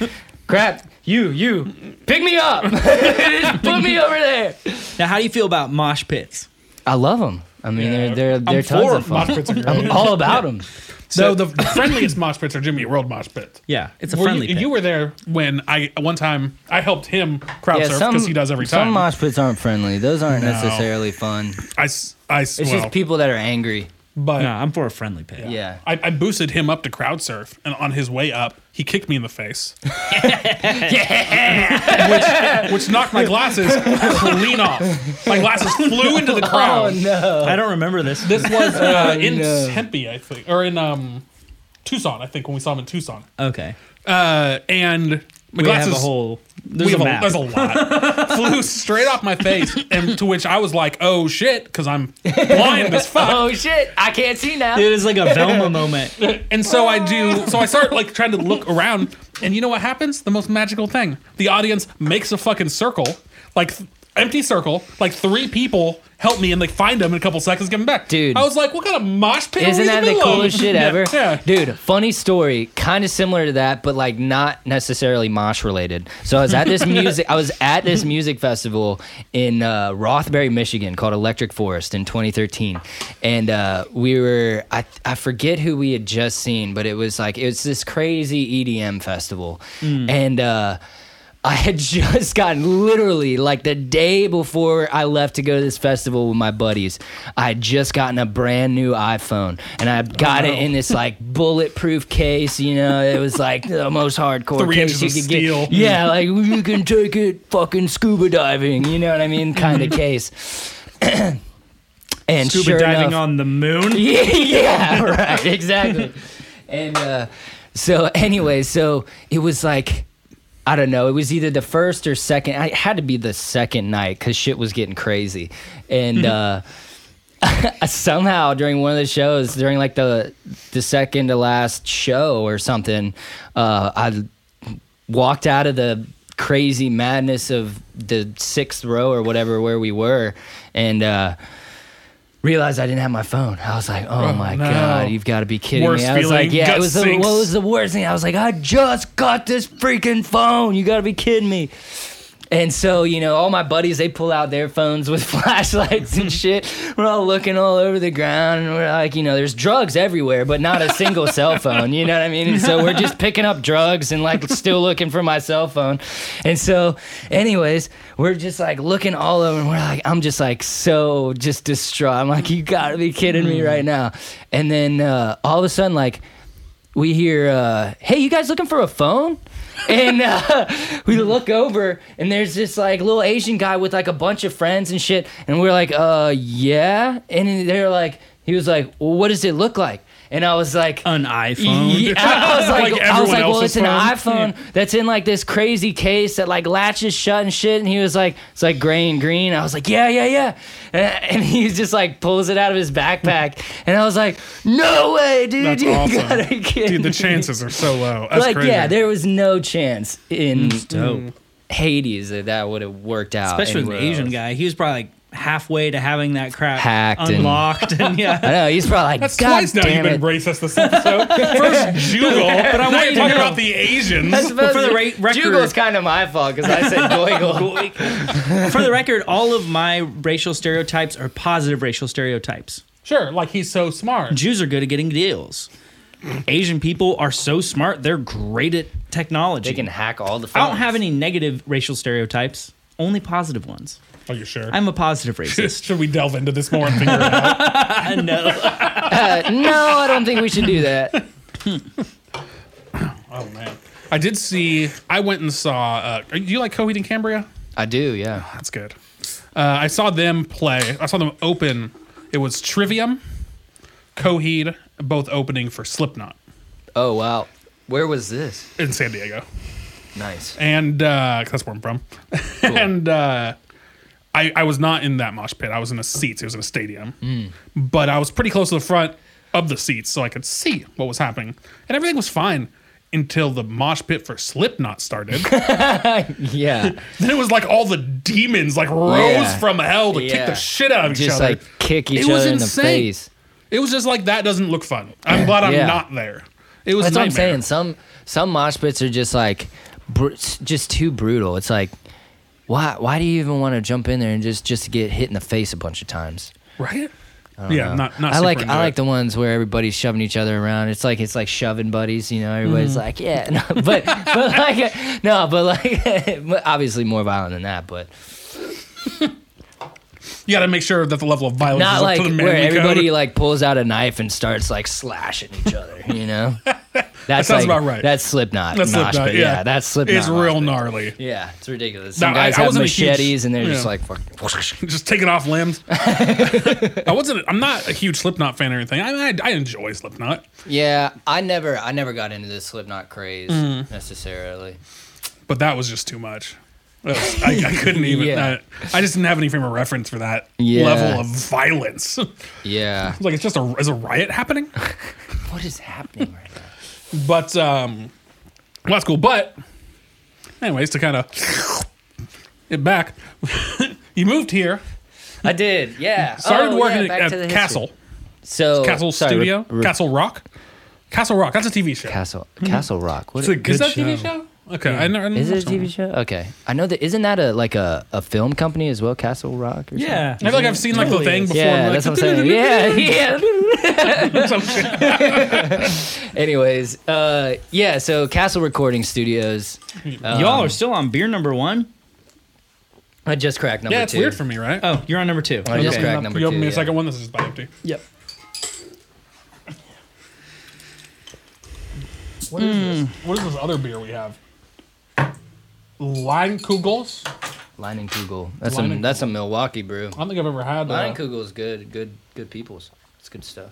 [SPEAKER 3] crap, you, you, pick me up, (laughs) just put me over there.
[SPEAKER 2] Now how do you feel about mosh pits?
[SPEAKER 3] I love them. I mean,
[SPEAKER 1] Yeah.
[SPEAKER 3] they're they're they're
[SPEAKER 1] I'm
[SPEAKER 3] tons
[SPEAKER 1] for
[SPEAKER 3] of
[SPEAKER 1] mosh
[SPEAKER 3] fun.
[SPEAKER 1] pits. Are great.
[SPEAKER 3] I'm all about them.
[SPEAKER 1] So the friendliest mosh pits are Jimmy Eat World mosh pits.
[SPEAKER 2] Yeah. It's a
[SPEAKER 1] Were
[SPEAKER 2] friendly
[SPEAKER 1] you,
[SPEAKER 2] pit.
[SPEAKER 1] you were there when I one time I helped him crowd surf because he does every
[SPEAKER 3] Some
[SPEAKER 1] time.
[SPEAKER 3] mosh pits aren't friendly. Those aren't necessarily fun.
[SPEAKER 1] I s- I s-
[SPEAKER 3] It's
[SPEAKER 1] well,
[SPEAKER 3] just people that are angry.
[SPEAKER 1] but
[SPEAKER 2] no, I'm for a friendly pit.
[SPEAKER 3] Yeah.
[SPEAKER 1] I, I boosted him up to crowd surf, and on his way up, he kicked me in the
[SPEAKER 3] (laughs)
[SPEAKER 1] face. which, which knocked my glasses clean off. My glasses flew into the crowd.
[SPEAKER 3] Oh, no.
[SPEAKER 2] I don't remember this.
[SPEAKER 1] This was uh, in
[SPEAKER 3] no.
[SPEAKER 1] Tempe, I think, or in um, Tucson, I think, when we saw him in Tucson.
[SPEAKER 2] Okay.
[SPEAKER 1] Uh, and my
[SPEAKER 2] We
[SPEAKER 1] glasses.
[SPEAKER 2] have a whole there's
[SPEAKER 1] we
[SPEAKER 2] a
[SPEAKER 1] have
[SPEAKER 2] map.
[SPEAKER 1] there's a
[SPEAKER 3] (laughs)
[SPEAKER 1] lot. Flew straight off my face, and to which I was like, "Oh shit," because I'm blind as fuck.
[SPEAKER 3] Oh shit! I can't see now.
[SPEAKER 2] It is like a Velma moment.
[SPEAKER 1] And so I do. So I start like trying to look around, and you know what happens? The most magical thing: the audience makes a fucking circle, like th- empty circle. Like three people help me, and they find them in a couple seconds, give them back.
[SPEAKER 3] Dude.
[SPEAKER 1] I was like, "What kind of mosh pit?" are we
[SPEAKER 3] Isn't
[SPEAKER 1] in
[SPEAKER 3] that the
[SPEAKER 1] middle of?"
[SPEAKER 3] coolest
[SPEAKER 1] (laughs)
[SPEAKER 3] shit
[SPEAKER 1] Yeah,
[SPEAKER 3] ever?
[SPEAKER 1] Yeah,
[SPEAKER 3] Dude, funny story, kind of similar to that, but like not necessarily mosh related. So I was at this music I was at this music festival in uh, Rothbury, Michigan called Electric Forest in 2013. And uh, we were I I forget who we had just seen, but it was like it was this crazy EDM festival. And uh I had (laughs) just gotten literally like the day before I left to go to this festival with my buddies. I had just gotten a brand new iPhone and I got it in
[SPEAKER 1] (laughs)
[SPEAKER 3] this like bulletproof case. You know, it was like the most hardcore
[SPEAKER 1] Three
[SPEAKER 3] case
[SPEAKER 1] inches
[SPEAKER 3] you
[SPEAKER 1] of
[SPEAKER 3] could
[SPEAKER 1] steel.
[SPEAKER 3] get. Yeah, like you can take it fucking scuba diving. You know what I
[SPEAKER 1] (laughs)
[SPEAKER 3] mean? Kind of case. (clears throat) and
[SPEAKER 2] scuba
[SPEAKER 3] sure
[SPEAKER 2] diving
[SPEAKER 3] enough,
[SPEAKER 2] on the moon.
[SPEAKER 3] (laughs) yeah, yeah, right, exactly. And uh, so, anyway, so it was like, I don't know, it was either the first or second. I it had to be the second night because shit was getting crazy. And uh, (laughs) somehow during one of the shows, during like the the second to last show or something, uh, I walked out of the crazy madness of the sixth row or whatever where we were, and. Uh, realized I didn't have my phone. I was like, "Oh, my
[SPEAKER 1] no.
[SPEAKER 3] god, you've got to be kidding
[SPEAKER 1] Worst
[SPEAKER 3] me!" I was
[SPEAKER 1] feeling.
[SPEAKER 3] like, "Yeah,
[SPEAKER 1] Gut
[SPEAKER 3] it was the,
[SPEAKER 1] sinks.
[SPEAKER 3] what was the worst thing?" I was like, "I just got this freaking phone. You got to be kidding me!" And so, you know, all my buddies, they pull out their phones with (laughs) flashlights and shit. We're all looking all over the ground and we're like, you know, there's drugs everywhere, but not a single cell phone. You know what I mean? And so we're just picking up drugs and like still looking for my cell phone. And so, anyways, we're just like looking all over and we're like, I'm just like so just distraught. I'm like, you gotta be kidding me right now. And then uh, all of a sudden, like, w- we hear, uh, "Hey, you guys looking for a phone?" and uh, (laughs) we look over, and there's this like little Asian guy with like a bunch of friends and shit, and we're like, "Uh, yeah," and they're like, he was like, well, "What does it look like?" And I was like,
[SPEAKER 2] An iPhone.
[SPEAKER 3] yeah, I was like,
[SPEAKER 1] Like
[SPEAKER 3] I
[SPEAKER 1] everyone
[SPEAKER 3] was like, well,
[SPEAKER 1] else's
[SPEAKER 3] it's an
[SPEAKER 1] phone.
[SPEAKER 3] iPhone that's in like this crazy case that like latches shut and shit. And he was like, it's like gray and green. I was like, yeah, yeah, yeah. And, and he (laughs) just like pulls it out of
[SPEAKER 1] (laughs)
[SPEAKER 3] his backpack, and I was like, no way, dude,
[SPEAKER 1] That's
[SPEAKER 3] you
[SPEAKER 1] awesome.
[SPEAKER 3] gotta be kidding
[SPEAKER 1] Dude, the
[SPEAKER 3] me."
[SPEAKER 1] chances are so low. That's
[SPEAKER 3] (laughs) Like,
[SPEAKER 1] crazy. Mm,
[SPEAKER 3] yeah, there was no chance in
[SPEAKER 2] Dope.
[SPEAKER 3] Hades that that would have worked out.
[SPEAKER 2] Especially with an
[SPEAKER 3] anywhere
[SPEAKER 2] Asian
[SPEAKER 3] else.
[SPEAKER 2] guy. He was probably like halfway to having that crap
[SPEAKER 3] Hacked and-
[SPEAKER 2] unlocked. (laughs) And,
[SPEAKER 3] I
[SPEAKER 2] yeah.
[SPEAKER 3] know he's probably like,
[SPEAKER 1] That's
[SPEAKER 3] God
[SPEAKER 1] twice now
[SPEAKER 3] damn
[SPEAKER 1] you've
[SPEAKER 3] it.
[SPEAKER 1] been racist this episode. First Jugal, but I
[SPEAKER 2] I want
[SPEAKER 1] now
[SPEAKER 2] you
[SPEAKER 1] you're
[SPEAKER 2] to
[SPEAKER 1] talking
[SPEAKER 2] know.
[SPEAKER 1] about the Asians.
[SPEAKER 2] But
[SPEAKER 3] That's
[SPEAKER 2] for the
[SPEAKER 3] supposed to-
[SPEAKER 2] ra- record-
[SPEAKER 3] Jugo's kind of my fault because
[SPEAKER 2] (laughs)
[SPEAKER 3] I said goigo.
[SPEAKER 2] For the record, all of my racial stereotypes are positive racial stereotypes.
[SPEAKER 1] Sure, like he's so smart.
[SPEAKER 2] Jews are good at getting deals. Asian people are so smart, they're great at technology.
[SPEAKER 3] (laughs) they can hack all the. Phones.
[SPEAKER 2] I don't have any negative racial stereotypes, only positive ones.
[SPEAKER 1] Are you sure?
[SPEAKER 2] I'm a positive racist.
[SPEAKER 1] (laughs) Should we delve into this more and figure it out?
[SPEAKER 2] I know.
[SPEAKER 3] Uh, no, I don't think we should do that.
[SPEAKER 1] Oh man, I did see. I went and saw. Uh, do you like Coheed and Cambria?
[SPEAKER 3] I do, yeah.
[SPEAKER 1] That's good. Uh, I saw them play. I saw them open. It was Trivium, Coheed, both opening for Slipknot
[SPEAKER 3] Oh wow, where was this?
[SPEAKER 1] in San Diego,
[SPEAKER 3] Nice.
[SPEAKER 1] and uh, 'cause that's where I'm from. and uh, I, I was not in that mosh pit. I was in the seats. It was in a stadium,
[SPEAKER 3] Mm.
[SPEAKER 1] but I was pretty close to the front of the seats, so I could see what was happening, and everything was fine until the mosh pit for Slipknot
[SPEAKER 3] (laughs)
[SPEAKER 1] started.
[SPEAKER 3] Yeah,
[SPEAKER 1] Then it was like all the demons like rose
[SPEAKER 3] Yeah.
[SPEAKER 1] from hell to kick
[SPEAKER 3] Yeah.
[SPEAKER 1] the shit out of each
[SPEAKER 3] just
[SPEAKER 1] other.
[SPEAKER 3] like kick each
[SPEAKER 1] It was
[SPEAKER 3] other in
[SPEAKER 1] insane.
[SPEAKER 3] the face.
[SPEAKER 1] it was just like that doesn't look fun. I'm glad I'm
[SPEAKER 3] Yeah.
[SPEAKER 1] not there. It was
[SPEAKER 3] That's what I'm
[SPEAKER 1] nightmare.
[SPEAKER 3] saying. Some some mosh pits are just like br- just too brutal. It's like why why do you even want to jump in there and just just to get hit in the face a bunch of times?
[SPEAKER 1] right? Yeah, not not.
[SPEAKER 3] I
[SPEAKER 1] super
[SPEAKER 3] like
[SPEAKER 1] into
[SPEAKER 3] I like
[SPEAKER 1] it.
[SPEAKER 3] the ones where everybody's shoving each other around. It's like it's like shoving buddies, you know.
[SPEAKER 1] Mm-hmm.
[SPEAKER 3] Everybody's like, yeah, no, (laughs) but but like (laughs) no, but like (laughs) but obviously more violent than that. But
[SPEAKER 1] You got to make sure that the level of violence is
[SPEAKER 3] not
[SPEAKER 1] up
[SPEAKER 3] like
[SPEAKER 1] to the
[SPEAKER 3] where
[SPEAKER 1] manly
[SPEAKER 3] everybody
[SPEAKER 1] code.
[SPEAKER 3] like pulls out a knife and starts like slashing each other.
[SPEAKER 1] (laughs)
[SPEAKER 3] You know, that's
[SPEAKER 1] sounds
[SPEAKER 3] like,
[SPEAKER 1] about right.
[SPEAKER 3] That's Slipknot.
[SPEAKER 1] That's
[SPEAKER 3] mosh
[SPEAKER 1] Slipknot,
[SPEAKER 3] pit.
[SPEAKER 1] yeah.
[SPEAKER 3] that's Slipknot.
[SPEAKER 1] It's
[SPEAKER 3] mosh
[SPEAKER 1] real
[SPEAKER 3] pit. (laughs)
[SPEAKER 1] gnarly.
[SPEAKER 3] Yeah, it's ridiculous. Some
[SPEAKER 1] No, I-
[SPEAKER 3] guys
[SPEAKER 1] I
[SPEAKER 3] have
[SPEAKER 1] wasn't a huge-
[SPEAKER 3] machetes and they're just
[SPEAKER 1] yeah.
[SPEAKER 3] like, fuck.
[SPEAKER 1] Just taking off limbs. I wasn't. I'm not a huge Slipknot fan or anything. I mean, I, I enjoy Slipknot.
[SPEAKER 3] (laughs) yeah. I never I never got into this Slipknot craze
[SPEAKER 1] Mm.
[SPEAKER 3] necessarily.
[SPEAKER 1] but that was just too much. That was- I, I couldn't even.
[SPEAKER 3] (laughs) Yeah.
[SPEAKER 1] I, I just didn't have any frame of reference for that
[SPEAKER 3] Yeah.
[SPEAKER 1] level of violence. (laughs) It's
[SPEAKER 3] Yeah,
[SPEAKER 1] like it's just a is a riot happening,
[SPEAKER 3] what is happening right now?
[SPEAKER 1] but um, well, that's cool. But anyways, to kind of (laughs) get back, (laughs) you moved here,
[SPEAKER 3] I did, yeah.
[SPEAKER 1] started
[SPEAKER 3] Oh,
[SPEAKER 1] working
[SPEAKER 3] yeah, back
[SPEAKER 1] at,
[SPEAKER 3] to the
[SPEAKER 1] at
[SPEAKER 3] history.
[SPEAKER 1] Castle
[SPEAKER 3] So
[SPEAKER 1] Castle
[SPEAKER 3] sorry, re-
[SPEAKER 1] Studio,
[SPEAKER 3] re-
[SPEAKER 1] Castle Rock, Castle Rock. That's a TV show.
[SPEAKER 3] Castle Castle Rock. What
[SPEAKER 1] It's a good
[SPEAKER 2] Good
[SPEAKER 1] is that a TV
[SPEAKER 2] show.
[SPEAKER 1] show? Okay, I never. I never
[SPEAKER 3] is it a
[SPEAKER 1] watched that one.
[SPEAKER 3] TV show? Okay, I know that. Isn't that a like a, a film company as well? Castle Rock.
[SPEAKER 2] (laughs)
[SPEAKER 3] Or
[SPEAKER 2] Yeah.
[SPEAKER 1] I feel like I've seen like the
[SPEAKER 2] Totally
[SPEAKER 1] thing
[SPEAKER 2] is.
[SPEAKER 1] before.
[SPEAKER 3] Something? Yeah,
[SPEAKER 1] I'm like,
[SPEAKER 3] that's what I'm saying. Yeah, yeah.
[SPEAKER 1] some shit. (laughs)
[SPEAKER 3] Anyways, uh, yeah. So Castle Recording Studios.
[SPEAKER 2] Y'all are
[SPEAKER 3] Um,
[SPEAKER 2] still on beer number one.
[SPEAKER 3] I just cracked number
[SPEAKER 1] Yeah, it's
[SPEAKER 3] two.
[SPEAKER 1] weird for me, right?
[SPEAKER 2] Oh, you're on number two.
[SPEAKER 3] I just
[SPEAKER 1] Okay.
[SPEAKER 3] cracked number
[SPEAKER 1] you open
[SPEAKER 3] two,
[SPEAKER 1] me a
[SPEAKER 3] yeah.
[SPEAKER 1] second one. This is about empty.
[SPEAKER 2] Yep.
[SPEAKER 1] What is this? What is this other beer we have? Kugels. I
[SPEAKER 3] Leinenkugel. That's a
[SPEAKER 1] Leinenkugel.
[SPEAKER 3] that's a Milwaukee brew.
[SPEAKER 1] don't think I've ever had uh, that.
[SPEAKER 3] Leinenkugel is good. Good good people's. It's good stuff.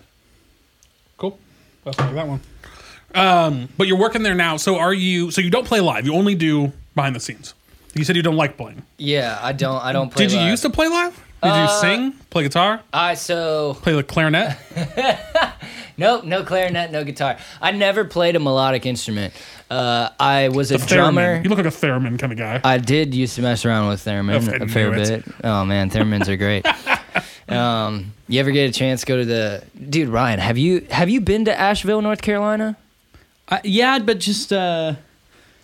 [SPEAKER 1] Cool. That's like that one. Um, but you're working there now. So are you? So you don't play live. You only do behind the scenes. You said you don't like playing.
[SPEAKER 3] Yeah, I don't I don't play.
[SPEAKER 1] Did you
[SPEAKER 3] live. Uh,
[SPEAKER 1] used to play live? Did you sing, play guitar,
[SPEAKER 3] I so
[SPEAKER 1] play the clarinet?
[SPEAKER 3] Nope, no clarinet, no guitar. I never played a melodic instrument. Uh, I was a drummer.
[SPEAKER 1] Theremin. You look like a theremin kind of guy.
[SPEAKER 3] I did used to mess around with theremin
[SPEAKER 1] I
[SPEAKER 3] a fair
[SPEAKER 1] knew
[SPEAKER 3] bit.
[SPEAKER 1] it.
[SPEAKER 3] Oh man, theremins
[SPEAKER 2] (laughs)
[SPEAKER 3] are great. Um, you ever get a chance go to the dude Ryan? Have you have you been to Asheville, North Carolina?
[SPEAKER 2] I, yeah, but just uh,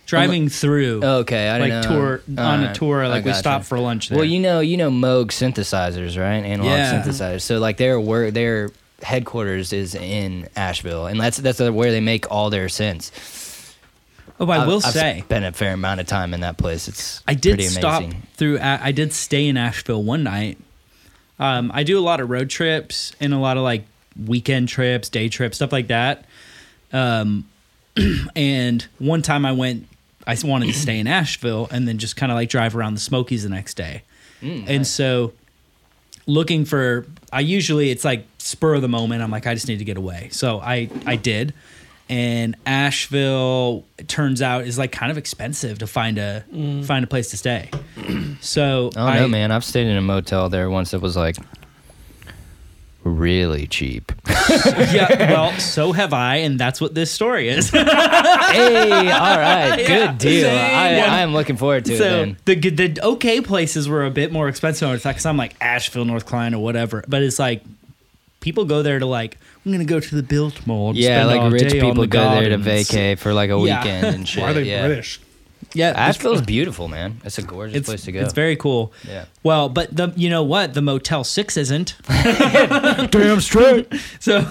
[SPEAKER 2] driving through.
[SPEAKER 3] Oh, Okay, I don't
[SPEAKER 2] like
[SPEAKER 3] know.
[SPEAKER 2] tour on a
[SPEAKER 3] Alright,
[SPEAKER 2] tour.
[SPEAKER 3] I
[SPEAKER 2] Like we
[SPEAKER 3] gotcha.
[SPEAKER 2] stopped for lunch there.
[SPEAKER 3] Well, you know, you know Moog synthesizers, right? Analog
[SPEAKER 2] Yeah.
[SPEAKER 3] synthesizers. So like their work, their headquarters is in Asheville, and that's that's where they make all their synths.
[SPEAKER 2] oh, I will
[SPEAKER 3] I've
[SPEAKER 2] say,
[SPEAKER 3] spent a fair amount of time in that place. It's
[SPEAKER 2] I did
[SPEAKER 3] pretty
[SPEAKER 2] stop
[SPEAKER 3] amazing.
[SPEAKER 2] through. I I did stay in Asheville one night. Um, I do a lot of road trips and a lot of like weekend trips, day trips, stuff like that. Um, (clears throat) and one time I went, I s- wanted to stay in Asheville and then just kind of like drive around the Smokies the next day.
[SPEAKER 3] Mm,
[SPEAKER 2] and so looking for, I usually, it's like spur of the moment. I'm like, I just need to get away. So I, I did. And Asheville, it turns out, is like kind of expensive to find a find a place to
[SPEAKER 3] (clears throat)
[SPEAKER 2] stay. So
[SPEAKER 3] Oh
[SPEAKER 2] I,
[SPEAKER 3] no, man! I've stayed in a motel there once that was like
[SPEAKER 2] (laughs)
[SPEAKER 3] really cheap. (laughs)
[SPEAKER 2] yeah, well, so have I, and that's what this story is.
[SPEAKER 3] hey, all right, good deal. I,
[SPEAKER 2] Yeah.
[SPEAKER 3] I am looking forward to
[SPEAKER 2] (laughs)
[SPEAKER 3] it.
[SPEAKER 2] so
[SPEAKER 3] Then.
[SPEAKER 2] the good, the okay places were a bit more expensive. It's like, cause I'm like Asheville, North Carolina, or whatever. But it's like people go there to like, I'm gonna go to the Biltmore. and
[SPEAKER 3] Yeah,
[SPEAKER 2] spend all
[SPEAKER 3] like rich
[SPEAKER 2] day on
[SPEAKER 3] people
[SPEAKER 2] the
[SPEAKER 3] go there to
[SPEAKER 2] gardens.
[SPEAKER 3] vacay for like a
[SPEAKER 2] Yeah.
[SPEAKER 3] weekend
[SPEAKER 2] (laughs)
[SPEAKER 3] and shit.
[SPEAKER 1] Why are they
[SPEAKER 3] yeah.
[SPEAKER 1] British?
[SPEAKER 2] Yeah, it's- (laughs)
[SPEAKER 3] Asheville's beautiful, man. It's a gorgeous
[SPEAKER 2] It's,
[SPEAKER 3] place to go.
[SPEAKER 2] it's very cool.
[SPEAKER 3] Yeah.
[SPEAKER 2] Well, but the you know what? The Motel Six isn't.
[SPEAKER 3] (laughs)
[SPEAKER 2] (laughs)
[SPEAKER 3] damn straight.
[SPEAKER 2] So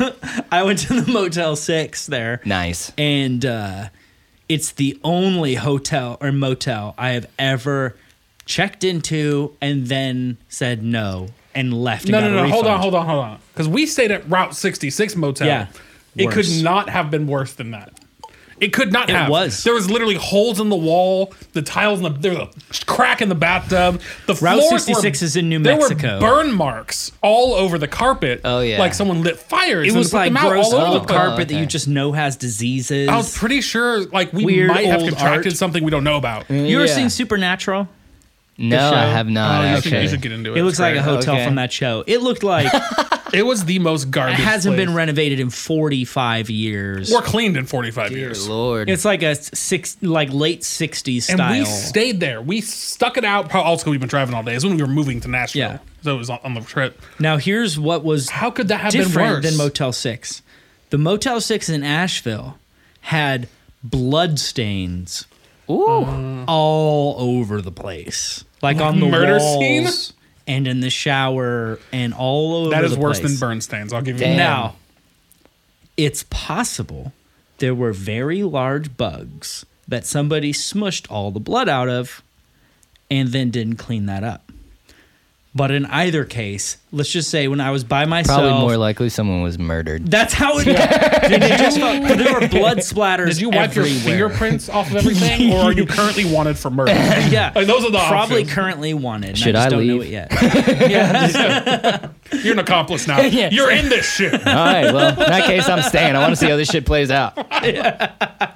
[SPEAKER 2] I went to the Motel Six there.
[SPEAKER 3] Nice.
[SPEAKER 2] and uh, it's the only hotel or motel I have ever checked into and then said no and left.
[SPEAKER 1] No,
[SPEAKER 2] and
[SPEAKER 1] no,
[SPEAKER 2] got
[SPEAKER 1] no.
[SPEAKER 2] A
[SPEAKER 1] Hold on,
[SPEAKER 2] refund.
[SPEAKER 1] hold on, hold on. Because we stayed at Route 66 Motel.
[SPEAKER 2] Yeah.
[SPEAKER 1] It
[SPEAKER 2] Worse.
[SPEAKER 1] could not have been worse than that. It could not have.
[SPEAKER 2] was.
[SPEAKER 1] There was literally holes in the wall, the tiles in the there was a crack in the bathtub. The
[SPEAKER 2] Route
[SPEAKER 1] floors
[SPEAKER 2] 66
[SPEAKER 1] were,
[SPEAKER 2] is in New
[SPEAKER 1] there
[SPEAKER 2] Mexico.
[SPEAKER 1] Were burn marks all over the carpet.
[SPEAKER 3] Oh, yeah.
[SPEAKER 1] Like someone lit fires.
[SPEAKER 2] It
[SPEAKER 1] and
[SPEAKER 2] was
[SPEAKER 1] put
[SPEAKER 2] like
[SPEAKER 1] them out
[SPEAKER 2] gross
[SPEAKER 1] all over
[SPEAKER 2] old
[SPEAKER 1] the place. Oh,
[SPEAKER 2] carpet
[SPEAKER 3] Oh,
[SPEAKER 2] that
[SPEAKER 3] okay.
[SPEAKER 2] you just know has diseases.
[SPEAKER 1] I was pretty sure like we
[SPEAKER 2] Weird
[SPEAKER 1] might have
[SPEAKER 2] old
[SPEAKER 1] contracted
[SPEAKER 2] art.
[SPEAKER 1] something we don't know about.
[SPEAKER 2] you ever
[SPEAKER 3] Yeah.
[SPEAKER 2] seen Supernatural?
[SPEAKER 3] No,
[SPEAKER 2] show?
[SPEAKER 3] I have not
[SPEAKER 1] Oh, you, should,
[SPEAKER 3] actually.
[SPEAKER 1] you should get into it.
[SPEAKER 2] It
[SPEAKER 1] It's
[SPEAKER 2] looks like
[SPEAKER 1] great.
[SPEAKER 2] a hotel
[SPEAKER 3] Okay.
[SPEAKER 2] from that show. It looked
[SPEAKER 3] (laughs)
[SPEAKER 2] like it
[SPEAKER 1] it was the most garbage.
[SPEAKER 2] hasn't
[SPEAKER 1] place.
[SPEAKER 2] been renovated in 45 years.
[SPEAKER 1] or cleaned in 45
[SPEAKER 3] Dear
[SPEAKER 1] years.
[SPEAKER 3] Lord.
[SPEAKER 2] It's like a six, like late 60s
[SPEAKER 1] And
[SPEAKER 2] style.
[SPEAKER 1] we stayed there. We stuck it out. Probably also we've been driving all day. It's when we were moving to Nashville.
[SPEAKER 2] Yeah.
[SPEAKER 1] So it was on, on the trip.
[SPEAKER 2] now here's what was
[SPEAKER 1] How could that have been
[SPEAKER 2] different
[SPEAKER 1] worse?
[SPEAKER 2] than Motel Six. The Motel Six in Asheville had blood stains
[SPEAKER 3] Ooh.
[SPEAKER 2] all over the place, like on the
[SPEAKER 1] Uh. Murder scene?
[SPEAKER 2] walls and in the shower and all over.
[SPEAKER 1] that is
[SPEAKER 2] the
[SPEAKER 1] worse than
[SPEAKER 2] place.
[SPEAKER 1] burn stains. I'll give you
[SPEAKER 3] Damn.
[SPEAKER 1] that.
[SPEAKER 2] Now, it's possible there were very large bugs that somebody smushed all the blood out of and then didn't clean that up. But in either case, let's just say when I was by myself,
[SPEAKER 3] Probably more likely someone was
[SPEAKER 2] (laughs)
[SPEAKER 3] murdered.
[SPEAKER 2] that's how it. (laughs) Dude, it just felt-
[SPEAKER 3] (laughs)
[SPEAKER 2] there were blood splatters.
[SPEAKER 1] Did you wipe
[SPEAKER 2] everywhere.
[SPEAKER 1] your fingerprints off of everything, or are (laughs) you currently wanted for murder? (laughs)
[SPEAKER 2] Yeah,
[SPEAKER 1] Like, those are the
[SPEAKER 2] probably
[SPEAKER 1] options.
[SPEAKER 2] currently wanted. and
[SPEAKER 3] Should
[SPEAKER 2] I, just
[SPEAKER 3] I
[SPEAKER 2] don't know
[SPEAKER 3] leave?
[SPEAKER 2] it
[SPEAKER 3] (laughs)
[SPEAKER 2] yet. yeah,
[SPEAKER 1] You're an accomplice now.
[SPEAKER 3] Yeah.
[SPEAKER 1] You're in this shit.
[SPEAKER 3] All right. Well, in that case, I'm staying. I want to see how this shit
[SPEAKER 2] (laughs)
[SPEAKER 3] plays out.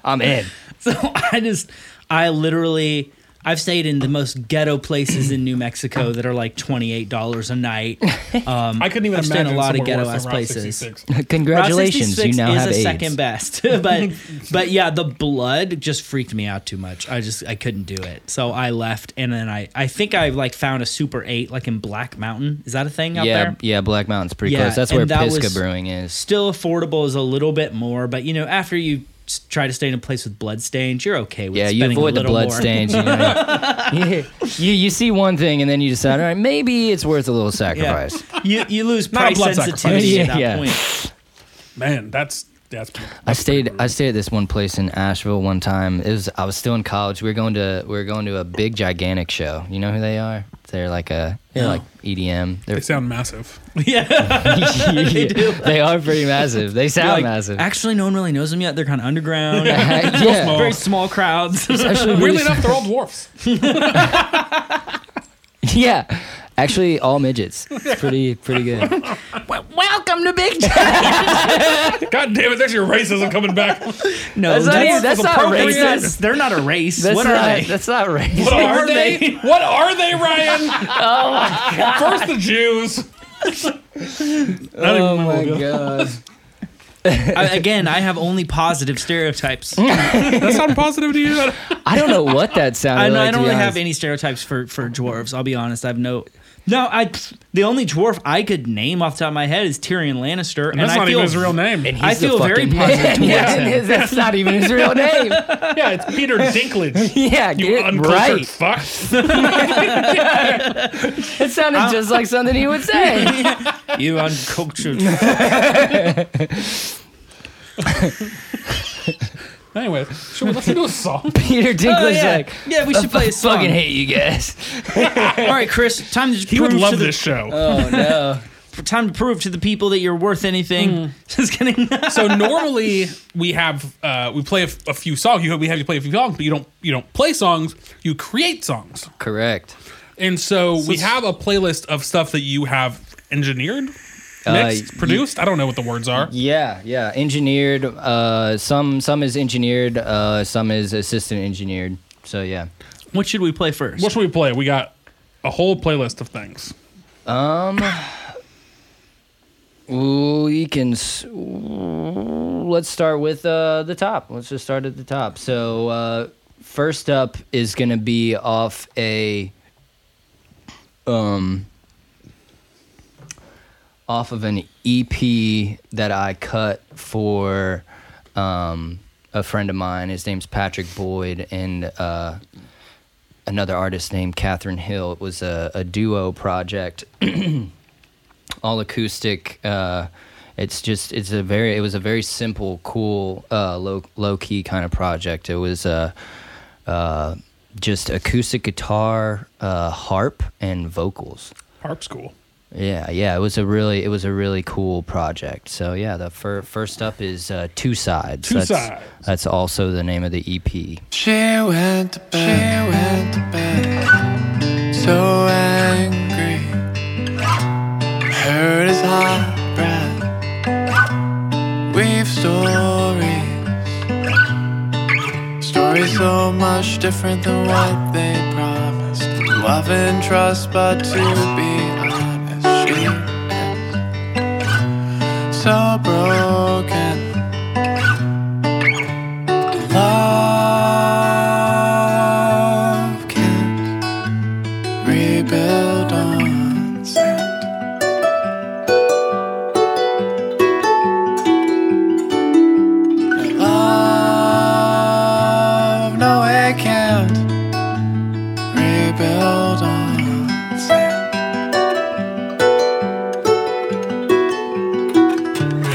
[SPEAKER 3] I'm in.
[SPEAKER 2] So (laughs) I just, I literally, I've stayed in the most ghetto places in New Mexico that are like twenty eight dollars a night.
[SPEAKER 1] I couldn't even
[SPEAKER 2] I've stayed
[SPEAKER 1] imagine
[SPEAKER 2] in a lot of
[SPEAKER 1] somewhere worse
[SPEAKER 2] ghetto-ass
[SPEAKER 1] than Route
[SPEAKER 2] places.
[SPEAKER 1] 66.
[SPEAKER 3] Congratulations.
[SPEAKER 2] Route
[SPEAKER 3] You
[SPEAKER 2] 66
[SPEAKER 3] now
[SPEAKER 2] is
[SPEAKER 3] have
[SPEAKER 2] a
[SPEAKER 3] AIDS.
[SPEAKER 2] second best, (laughs) but but yeah, the blood just freaked me out too much. I just I couldn't do it, so I left, and then I I think I like found a Super Eight like in Black Mountain. Is that a thing out
[SPEAKER 3] yeah,
[SPEAKER 2] there?
[SPEAKER 3] yeah, Black Mountain's pretty
[SPEAKER 2] Yeah,
[SPEAKER 3] close. That's where
[SPEAKER 2] and that
[SPEAKER 3] Pisca
[SPEAKER 2] was-
[SPEAKER 3] Brewing is.
[SPEAKER 2] Still affordable is a little bit more, but you know after you s- try to stay in a place with blood stains, you're okay with
[SPEAKER 3] Yeah, you
[SPEAKER 2] spending a
[SPEAKER 3] avoid the
[SPEAKER 2] little
[SPEAKER 3] blood
[SPEAKER 2] more.
[SPEAKER 3] stains.
[SPEAKER 2] (laughs)
[SPEAKER 3] You, know. you, you you see one thing and then you decide, all right, maybe it's worth a little sacrifice.
[SPEAKER 2] (laughs) you you lose
[SPEAKER 1] Not a
[SPEAKER 2] price
[SPEAKER 1] blood
[SPEAKER 2] sensitivity
[SPEAKER 3] sacrifice.
[SPEAKER 2] at that
[SPEAKER 3] Yeah, yeah. (laughs)
[SPEAKER 2] point.
[SPEAKER 1] Man, that's that's.
[SPEAKER 3] I stayed I stayed at this one place in Asheville one time. It was I was still in college. We were going to we were going to a big gigantic show. You know who they are? They're like a they're like EDM.
[SPEAKER 2] (laughs)
[SPEAKER 3] They're
[SPEAKER 1] They sound massive.
[SPEAKER 2] Yeah,
[SPEAKER 3] (laughs) they,
[SPEAKER 2] do.
[SPEAKER 3] are pretty massive. They sound
[SPEAKER 2] Like,
[SPEAKER 3] massive.
[SPEAKER 2] Actually, no one really knows them yet. They're kind of underground,
[SPEAKER 3] (laughs) yeah.
[SPEAKER 2] (laughs) very small crowds.
[SPEAKER 3] (laughs) Actually,
[SPEAKER 1] Weirdly enough, they're all dwarfs.
[SPEAKER 3] yeah. Actually, all midgets. It's pretty pretty good.
[SPEAKER 2] Welcome to Big
[SPEAKER 1] God damn it, there's your racism coming back.
[SPEAKER 2] No,
[SPEAKER 3] That's not even- that's not
[SPEAKER 2] appropriate.
[SPEAKER 3] racist.
[SPEAKER 2] That's- They're not a race.
[SPEAKER 3] That's
[SPEAKER 2] what
[SPEAKER 3] not,
[SPEAKER 2] are they?
[SPEAKER 3] (laughs) That's not racist.
[SPEAKER 1] What are
[SPEAKER 2] Are
[SPEAKER 1] they?
[SPEAKER 2] they?
[SPEAKER 1] (laughs) What are they, Ryan? (laughs) oh my god! First the Jews.
[SPEAKER 3] Oh
[SPEAKER 2] (laughs)
[SPEAKER 3] my god. (laughs)
[SPEAKER 2] I- again, I have only positive stereotypes.
[SPEAKER 3] Mm.
[SPEAKER 2] I,
[SPEAKER 1] That sound positive to you?
[SPEAKER 3] I don't know what that sounded
[SPEAKER 2] know-
[SPEAKER 3] like.
[SPEAKER 2] I
[SPEAKER 3] to
[SPEAKER 2] don't
[SPEAKER 3] be
[SPEAKER 2] really
[SPEAKER 3] honest.
[SPEAKER 2] have any stereotypes for for dwarves. I'll be honest. I've no. No, I. The only dwarf I could name off the top of my head is Tyrion Lannister, and
[SPEAKER 1] That's
[SPEAKER 2] I
[SPEAKER 1] not
[SPEAKER 2] feel
[SPEAKER 1] even his real name.
[SPEAKER 2] I
[SPEAKER 3] He's the
[SPEAKER 2] feel very
[SPEAKER 3] fucking-
[SPEAKER 2] positive towards
[SPEAKER 3] (laughs) yeah,
[SPEAKER 2] him.
[SPEAKER 3] and That's not even
[SPEAKER 2] (laughs)
[SPEAKER 3] his real name.
[SPEAKER 1] yeah, it's (laughs) Peter Dinklage.
[SPEAKER 3] Yeah,
[SPEAKER 1] You
[SPEAKER 3] get it
[SPEAKER 1] uncultured
[SPEAKER 3] right.
[SPEAKER 1] fuck.
[SPEAKER 3] It sounded just like something he
[SPEAKER 2] (laughs)
[SPEAKER 3] would
[SPEAKER 2] Oh,
[SPEAKER 3] say. (laughs)
[SPEAKER 2] You uncultured.
[SPEAKER 1] Anyway, should we listen to a song?
[SPEAKER 3] Peter (laughs) Dinklage
[SPEAKER 2] Oh, yeah.
[SPEAKER 3] like,
[SPEAKER 2] Yeah, we
[SPEAKER 3] "I
[SPEAKER 2] should play a
[SPEAKER 3] fu- fucking
[SPEAKER 2] song."
[SPEAKER 3] hate you guys.
[SPEAKER 2] All right, Chris. Time to
[SPEAKER 1] He would
[SPEAKER 2] prove
[SPEAKER 1] love
[SPEAKER 2] to the,
[SPEAKER 1] this show.
[SPEAKER 3] (laughs) Oh no.
[SPEAKER 2] time to prove to the people that you're worth anything. (laughs) Just kidding.
[SPEAKER 1] Uh, so normally we have uh, we play a, f- a few songs. You we have you play a few songs, but you don't you don't play songs. You create songs,
[SPEAKER 3] Correct.
[SPEAKER 1] and so, we have a playlist of stuff that you have engineered, mixed,
[SPEAKER 3] Uh,
[SPEAKER 1] produced. I don't know what the words are.
[SPEAKER 3] Yeah, yeah. Engineered. Uh, some some is engineered. Uh, some is assistant engineered. So yeah.
[SPEAKER 2] what should we play first?
[SPEAKER 1] What should we play? We got a whole playlist of things.
[SPEAKER 3] Um. We can. s- Let's start with uh, the top. Let's just start at the top. So uh, first up is gonna be off a. Um. Off of an EP that I cut for um, a friend of mine. His name's Patrick Boyd, and uh, another artist named Catherine Hill. It was a, a duo project, all acoustic. Uh, it's just it's a very it was a very simple, cool, uh, low low key kind of project. It was uh, uh, just acoustic guitar, uh, harp, and vocals.
[SPEAKER 1] Harp school.
[SPEAKER 3] Yeah, yeah, it was a really it was a really cool project. So yeah, the fir- first up is uh, Two Sides.
[SPEAKER 1] Two
[SPEAKER 3] that's,
[SPEAKER 1] Sides.
[SPEAKER 3] That's also the name of the E EP.
[SPEAKER 4] She went to bed. She went to bed. So angry. Heard his hot breath. We've stories. Stories so much different than what they promised. Love and trust, but to be honest, she is so broken. Love can't rebuild on sand. Love, no, it can't rebuild on sand.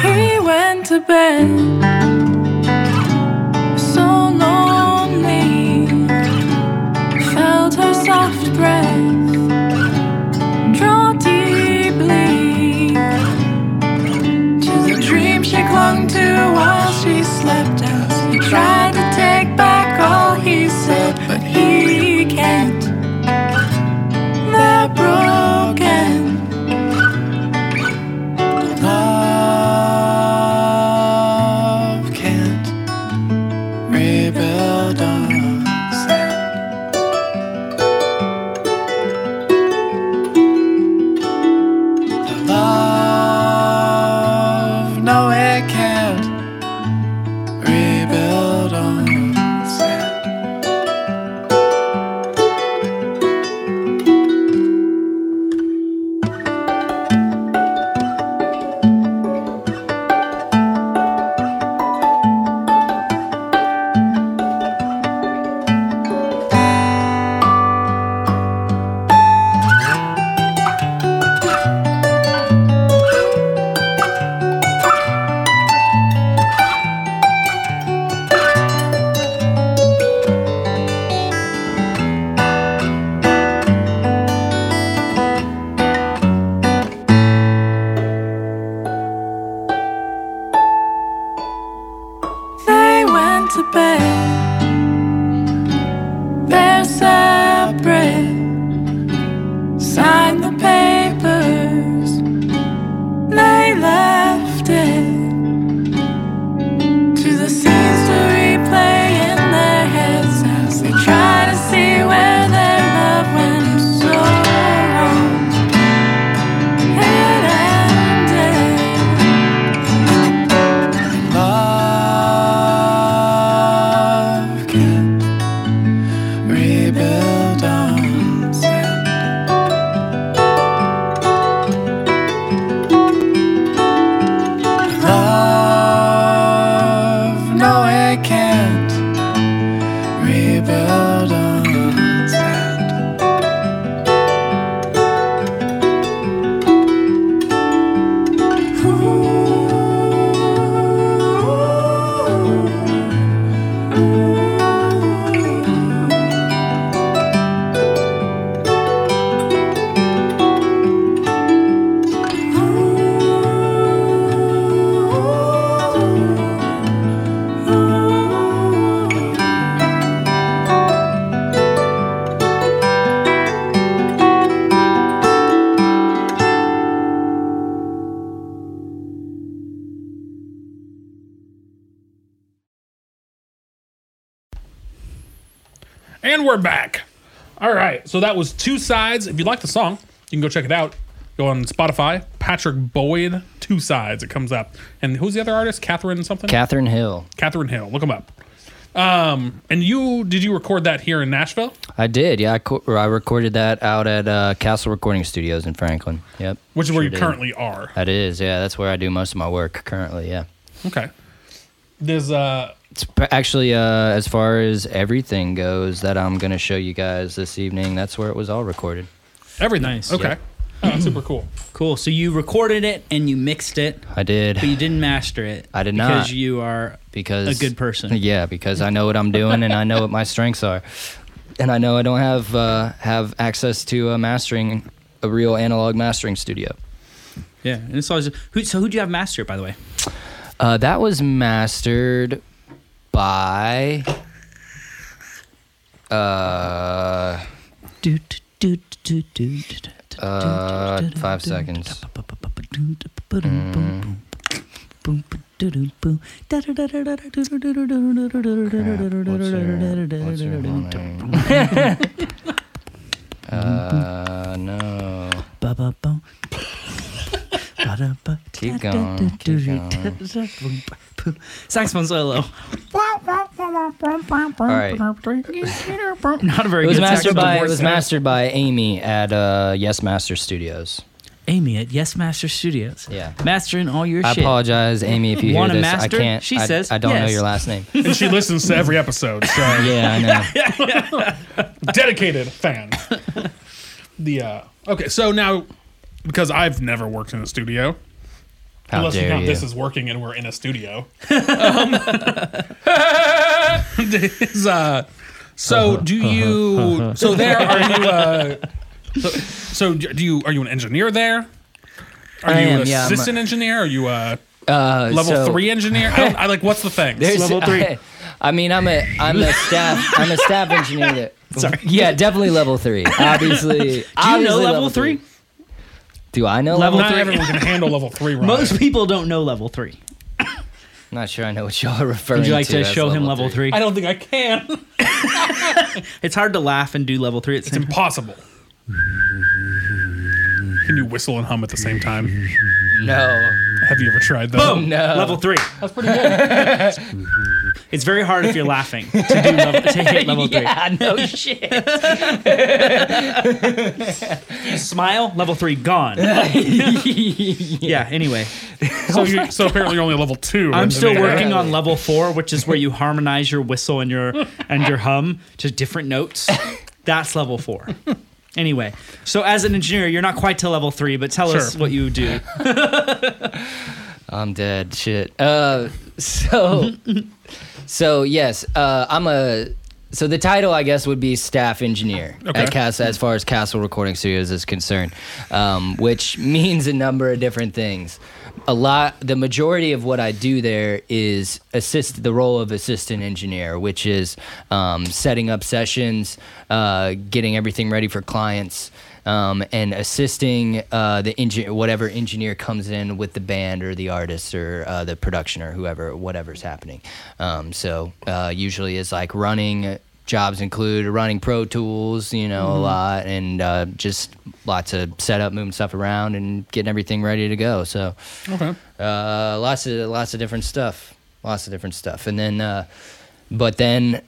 [SPEAKER 5] He went to bed so lonely. Felt her soft breath draw deeply to the dream she clung to while she slept. As he tried to take back all he said, but he can't. They're broken.
[SPEAKER 4] Love can't rebuild on sand. Love, no, it can't rebuild on sand.
[SPEAKER 5] They went to bed. They're separate. Signed the papers. They left it to the scenes to replay in their heads as they try to see where their love went so wrong. It ended.
[SPEAKER 4] Love can't rebuild on sand. Love, no, it can't rebuild on sand.
[SPEAKER 5] Ooh.
[SPEAKER 1] And we're back. All right. So that was Two Sides. If you like the song, you can go check it out. Go on Spotify. Patrick Boyd, Two Sides. It comes up. And who's the other artist? Catherine something?
[SPEAKER 3] Catherine Hill.
[SPEAKER 1] Catherine Hill. Look him up. Um, and you did you record that here in Nashville?
[SPEAKER 3] I did. Yeah, I, co- I recorded that out at uh, Castle Recording Studios in Franklin. Yep.
[SPEAKER 1] Which is where
[SPEAKER 3] Sure
[SPEAKER 1] you
[SPEAKER 3] did.
[SPEAKER 1] currently are.
[SPEAKER 3] That is. Yeah, that's where I do most of my work currently. Yeah.
[SPEAKER 1] Okay. There's uh
[SPEAKER 3] It's pr- actually uh, as far as everything goes that I'm gonna show you guys this evening. That's where it was all recorded.
[SPEAKER 1] everything.
[SPEAKER 2] Nice.
[SPEAKER 1] Okay. Oh, super cool.
[SPEAKER 2] Cool. So you recorded it and you mixed it,
[SPEAKER 3] I did.
[SPEAKER 2] but you didn't master it.
[SPEAKER 3] I did
[SPEAKER 2] because
[SPEAKER 3] not.
[SPEAKER 2] you are
[SPEAKER 3] (laughs) because
[SPEAKER 2] a good person.
[SPEAKER 3] Yeah, because I know what I'm doing and I know what my strengths are, and I know I don't have uh, have access to a mastering a real analog mastering studio.
[SPEAKER 2] yeah. And it's always who. So who do you have master it, by the way?
[SPEAKER 3] Uh, that was mastered by. Uh, uh, five seconds. What's her- what's her real name? (laughs) uh, no. (laughs) Keep going. Keep going.
[SPEAKER 2] Saxophone solo.
[SPEAKER 3] All right.
[SPEAKER 2] (laughs) Not a very
[SPEAKER 3] It was
[SPEAKER 2] good
[SPEAKER 3] mastered
[SPEAKER 2] saxophone
[SPEAKER 3] by it
[SPEAKER 2] voice
[SPEAKER 3] was
[SPEAKER 2] there.
[SPEAKER 3] mastered by Amy at uh, Yes Master Studios.
[SPEAKER 2] Amy at Yes Master Studios.
[SPEAKER 3] Yeah.
[SPEAKER 2] Mastering all your
[SPEAKER 3] I
[SPEAKER 2] shit.
[SPEAKER 3] apologize, Amy, if you hear
[SPEAKER 2] Wanna
[SPEAKER 3] this. I
[SPEAKER 2] master?
[SPEAKER 3] can't.
[SPEAKER 2] She
[SPEAKER 3] I,
[SPEAKER 2] says
[SPEAKER 3] I don't know
[SPEAKER 2] yes.
[SPEAKER 3] your last
[SPEAKER 2] (laughs)
[SPEAKER 3] name.
[SPEAKER 1] And she listens to every episode. So
[SPEAKER 3] (laughs) yeah, I know.
[SPEAKER 1] dedicated fan. the uh okay, so now because I've never worked in a studio,
[SPEAKER 3] How
[SPEAKER 1] unless you
[SPEAKER 3] dare
[SPEAKER 1] count
[SPEAKER 3] you?
[SPEAKER 1] this is working and we're in a
[SPEAKER 3] (laughs)
[SPEAKER 1] studio. (laughs) uh, um, is, uh,
[SPEAKER 3] Uh-huh,
[SPEAKER 1] so do you? So there are you? Uh, so, so do you? Are you an engineer there? Are
[SPEAKER 3] I
[SPEAKER 1] you
[SPEAKER 3] am,
[SPEAKER 1] an
[SPEAKER 3] yeah, I'm a-
[SPEAKER 1] assistant engineer? Are you a
[SPEAKER 3] uh,
[SPEAKER 1] level
[SPEAKER 3] so-
[SPEAKER 1] three engineer? I, don't, I like what's the thing?
[SPEAKER 3] (laughs) There's-
[SPEAKER 2] Level three.
[SPEAKER 3] I, I mean, I'm a I'm a staff I'm a staff engineer.
[SPEAKER 2] (laughs)
[SPEAKER 3] There. Sorry. Yeah, definitely level three. Obviously. Do you
[SPEAKER 2] Do you know level three?
[SPEAKER 3] Do I know
[SPEAKER 2] Level
[SPEAKER 3] level?
[SPEAKER 1] Not
[SPEAKER 2] three.
[SPEAKER 1] everyone can handle level three. Right?
[SPEAKER 2] Most people don't know level three.
[SPEAKER 3] I'm (laughs) not sure I know what y'all are referring
[SPEAKER 2] Would you like to
[SPEAKER 3] as
[SPEAKER 2] show him level three?
[SPEAKER 1] I don't think I can.
[SPEAKER 2] It's hard to laugh and do level three at the
[SPEAKER 1] It's
[SPEAKER 2] same
[SPEAKER 1] impossible. Can you whistle and hum at the same time?
[SPEAKER 3] No.
[SPEAKER 1] Have you ever tried that?
[SPEAKER 2] Boom.
[SPEAKER 3] No.
[SPEAKER 2] Level three. That's pretty good. (laughs) it's very hard if you're laughing to do level, to (laughs) hit level
[SPEAKER 3] Yeah, no shit.
[SPEAKER 2] three. (laughs) Smile, level three, (laughs) gone. yeah. Anyway,
[SPEAKER 1] So, you, so apparently you're only level two.
[SPEAKER 2] I'm
[SPEAKER 1] in the
[SPEAKER 2] still
[SPEAKER 1] video.
[SPEAKER 2] working on level four, which is where you harmonize your whistle and your and your hum to different notes. That's level four. Anyway, so as an engineer, you're not quite to level three, but tell us
[SPEAKER 1] Sure.
[SPEAKER 2] what you do.
[SPEAKER 3] I'm dead. Shit. Uh, so, so yes, uh, I'm a. So the title, I guess, would be staff engineer
[SPEAKER 1] Okay.
[SPEAKER 3] at Cas- as far as Castle Recording Studios is concerned, um, which (laughs) means a number of different things. A lot, the majority of what I do there is assist the role of assistant engineer, which is um, setting up sessions, uh, getting everything ready for clients, um, and assisting uh, the engi- whatever engineer comes in with the band or the artist or uh, the production or whoever whatever's happening. Um, so uh, usually it's like running jobs include running Pro Tools, you know, a lot and uh, just lots of setup, moving stuff around, and getting everything ready to go. So
[SPEAKER 1] Okay.
[SPEAKER 3] uh, lots of lots of different stuff, lots of different stuff, and then uh, but then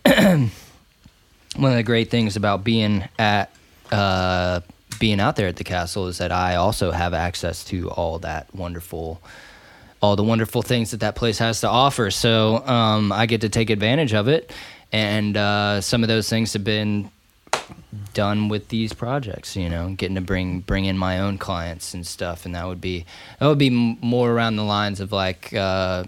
[SPEAKER 3] one of the great things about being at uh, being out there at the castle is that I also have access to all that wonderful, all the wonderful things that that place has to offer. So um, I get to take advantage of it, and uh, some of those things have been done with these projects you know getting to bring bring in my own clients and stuff and that would be that would be m- more around the lines of like uh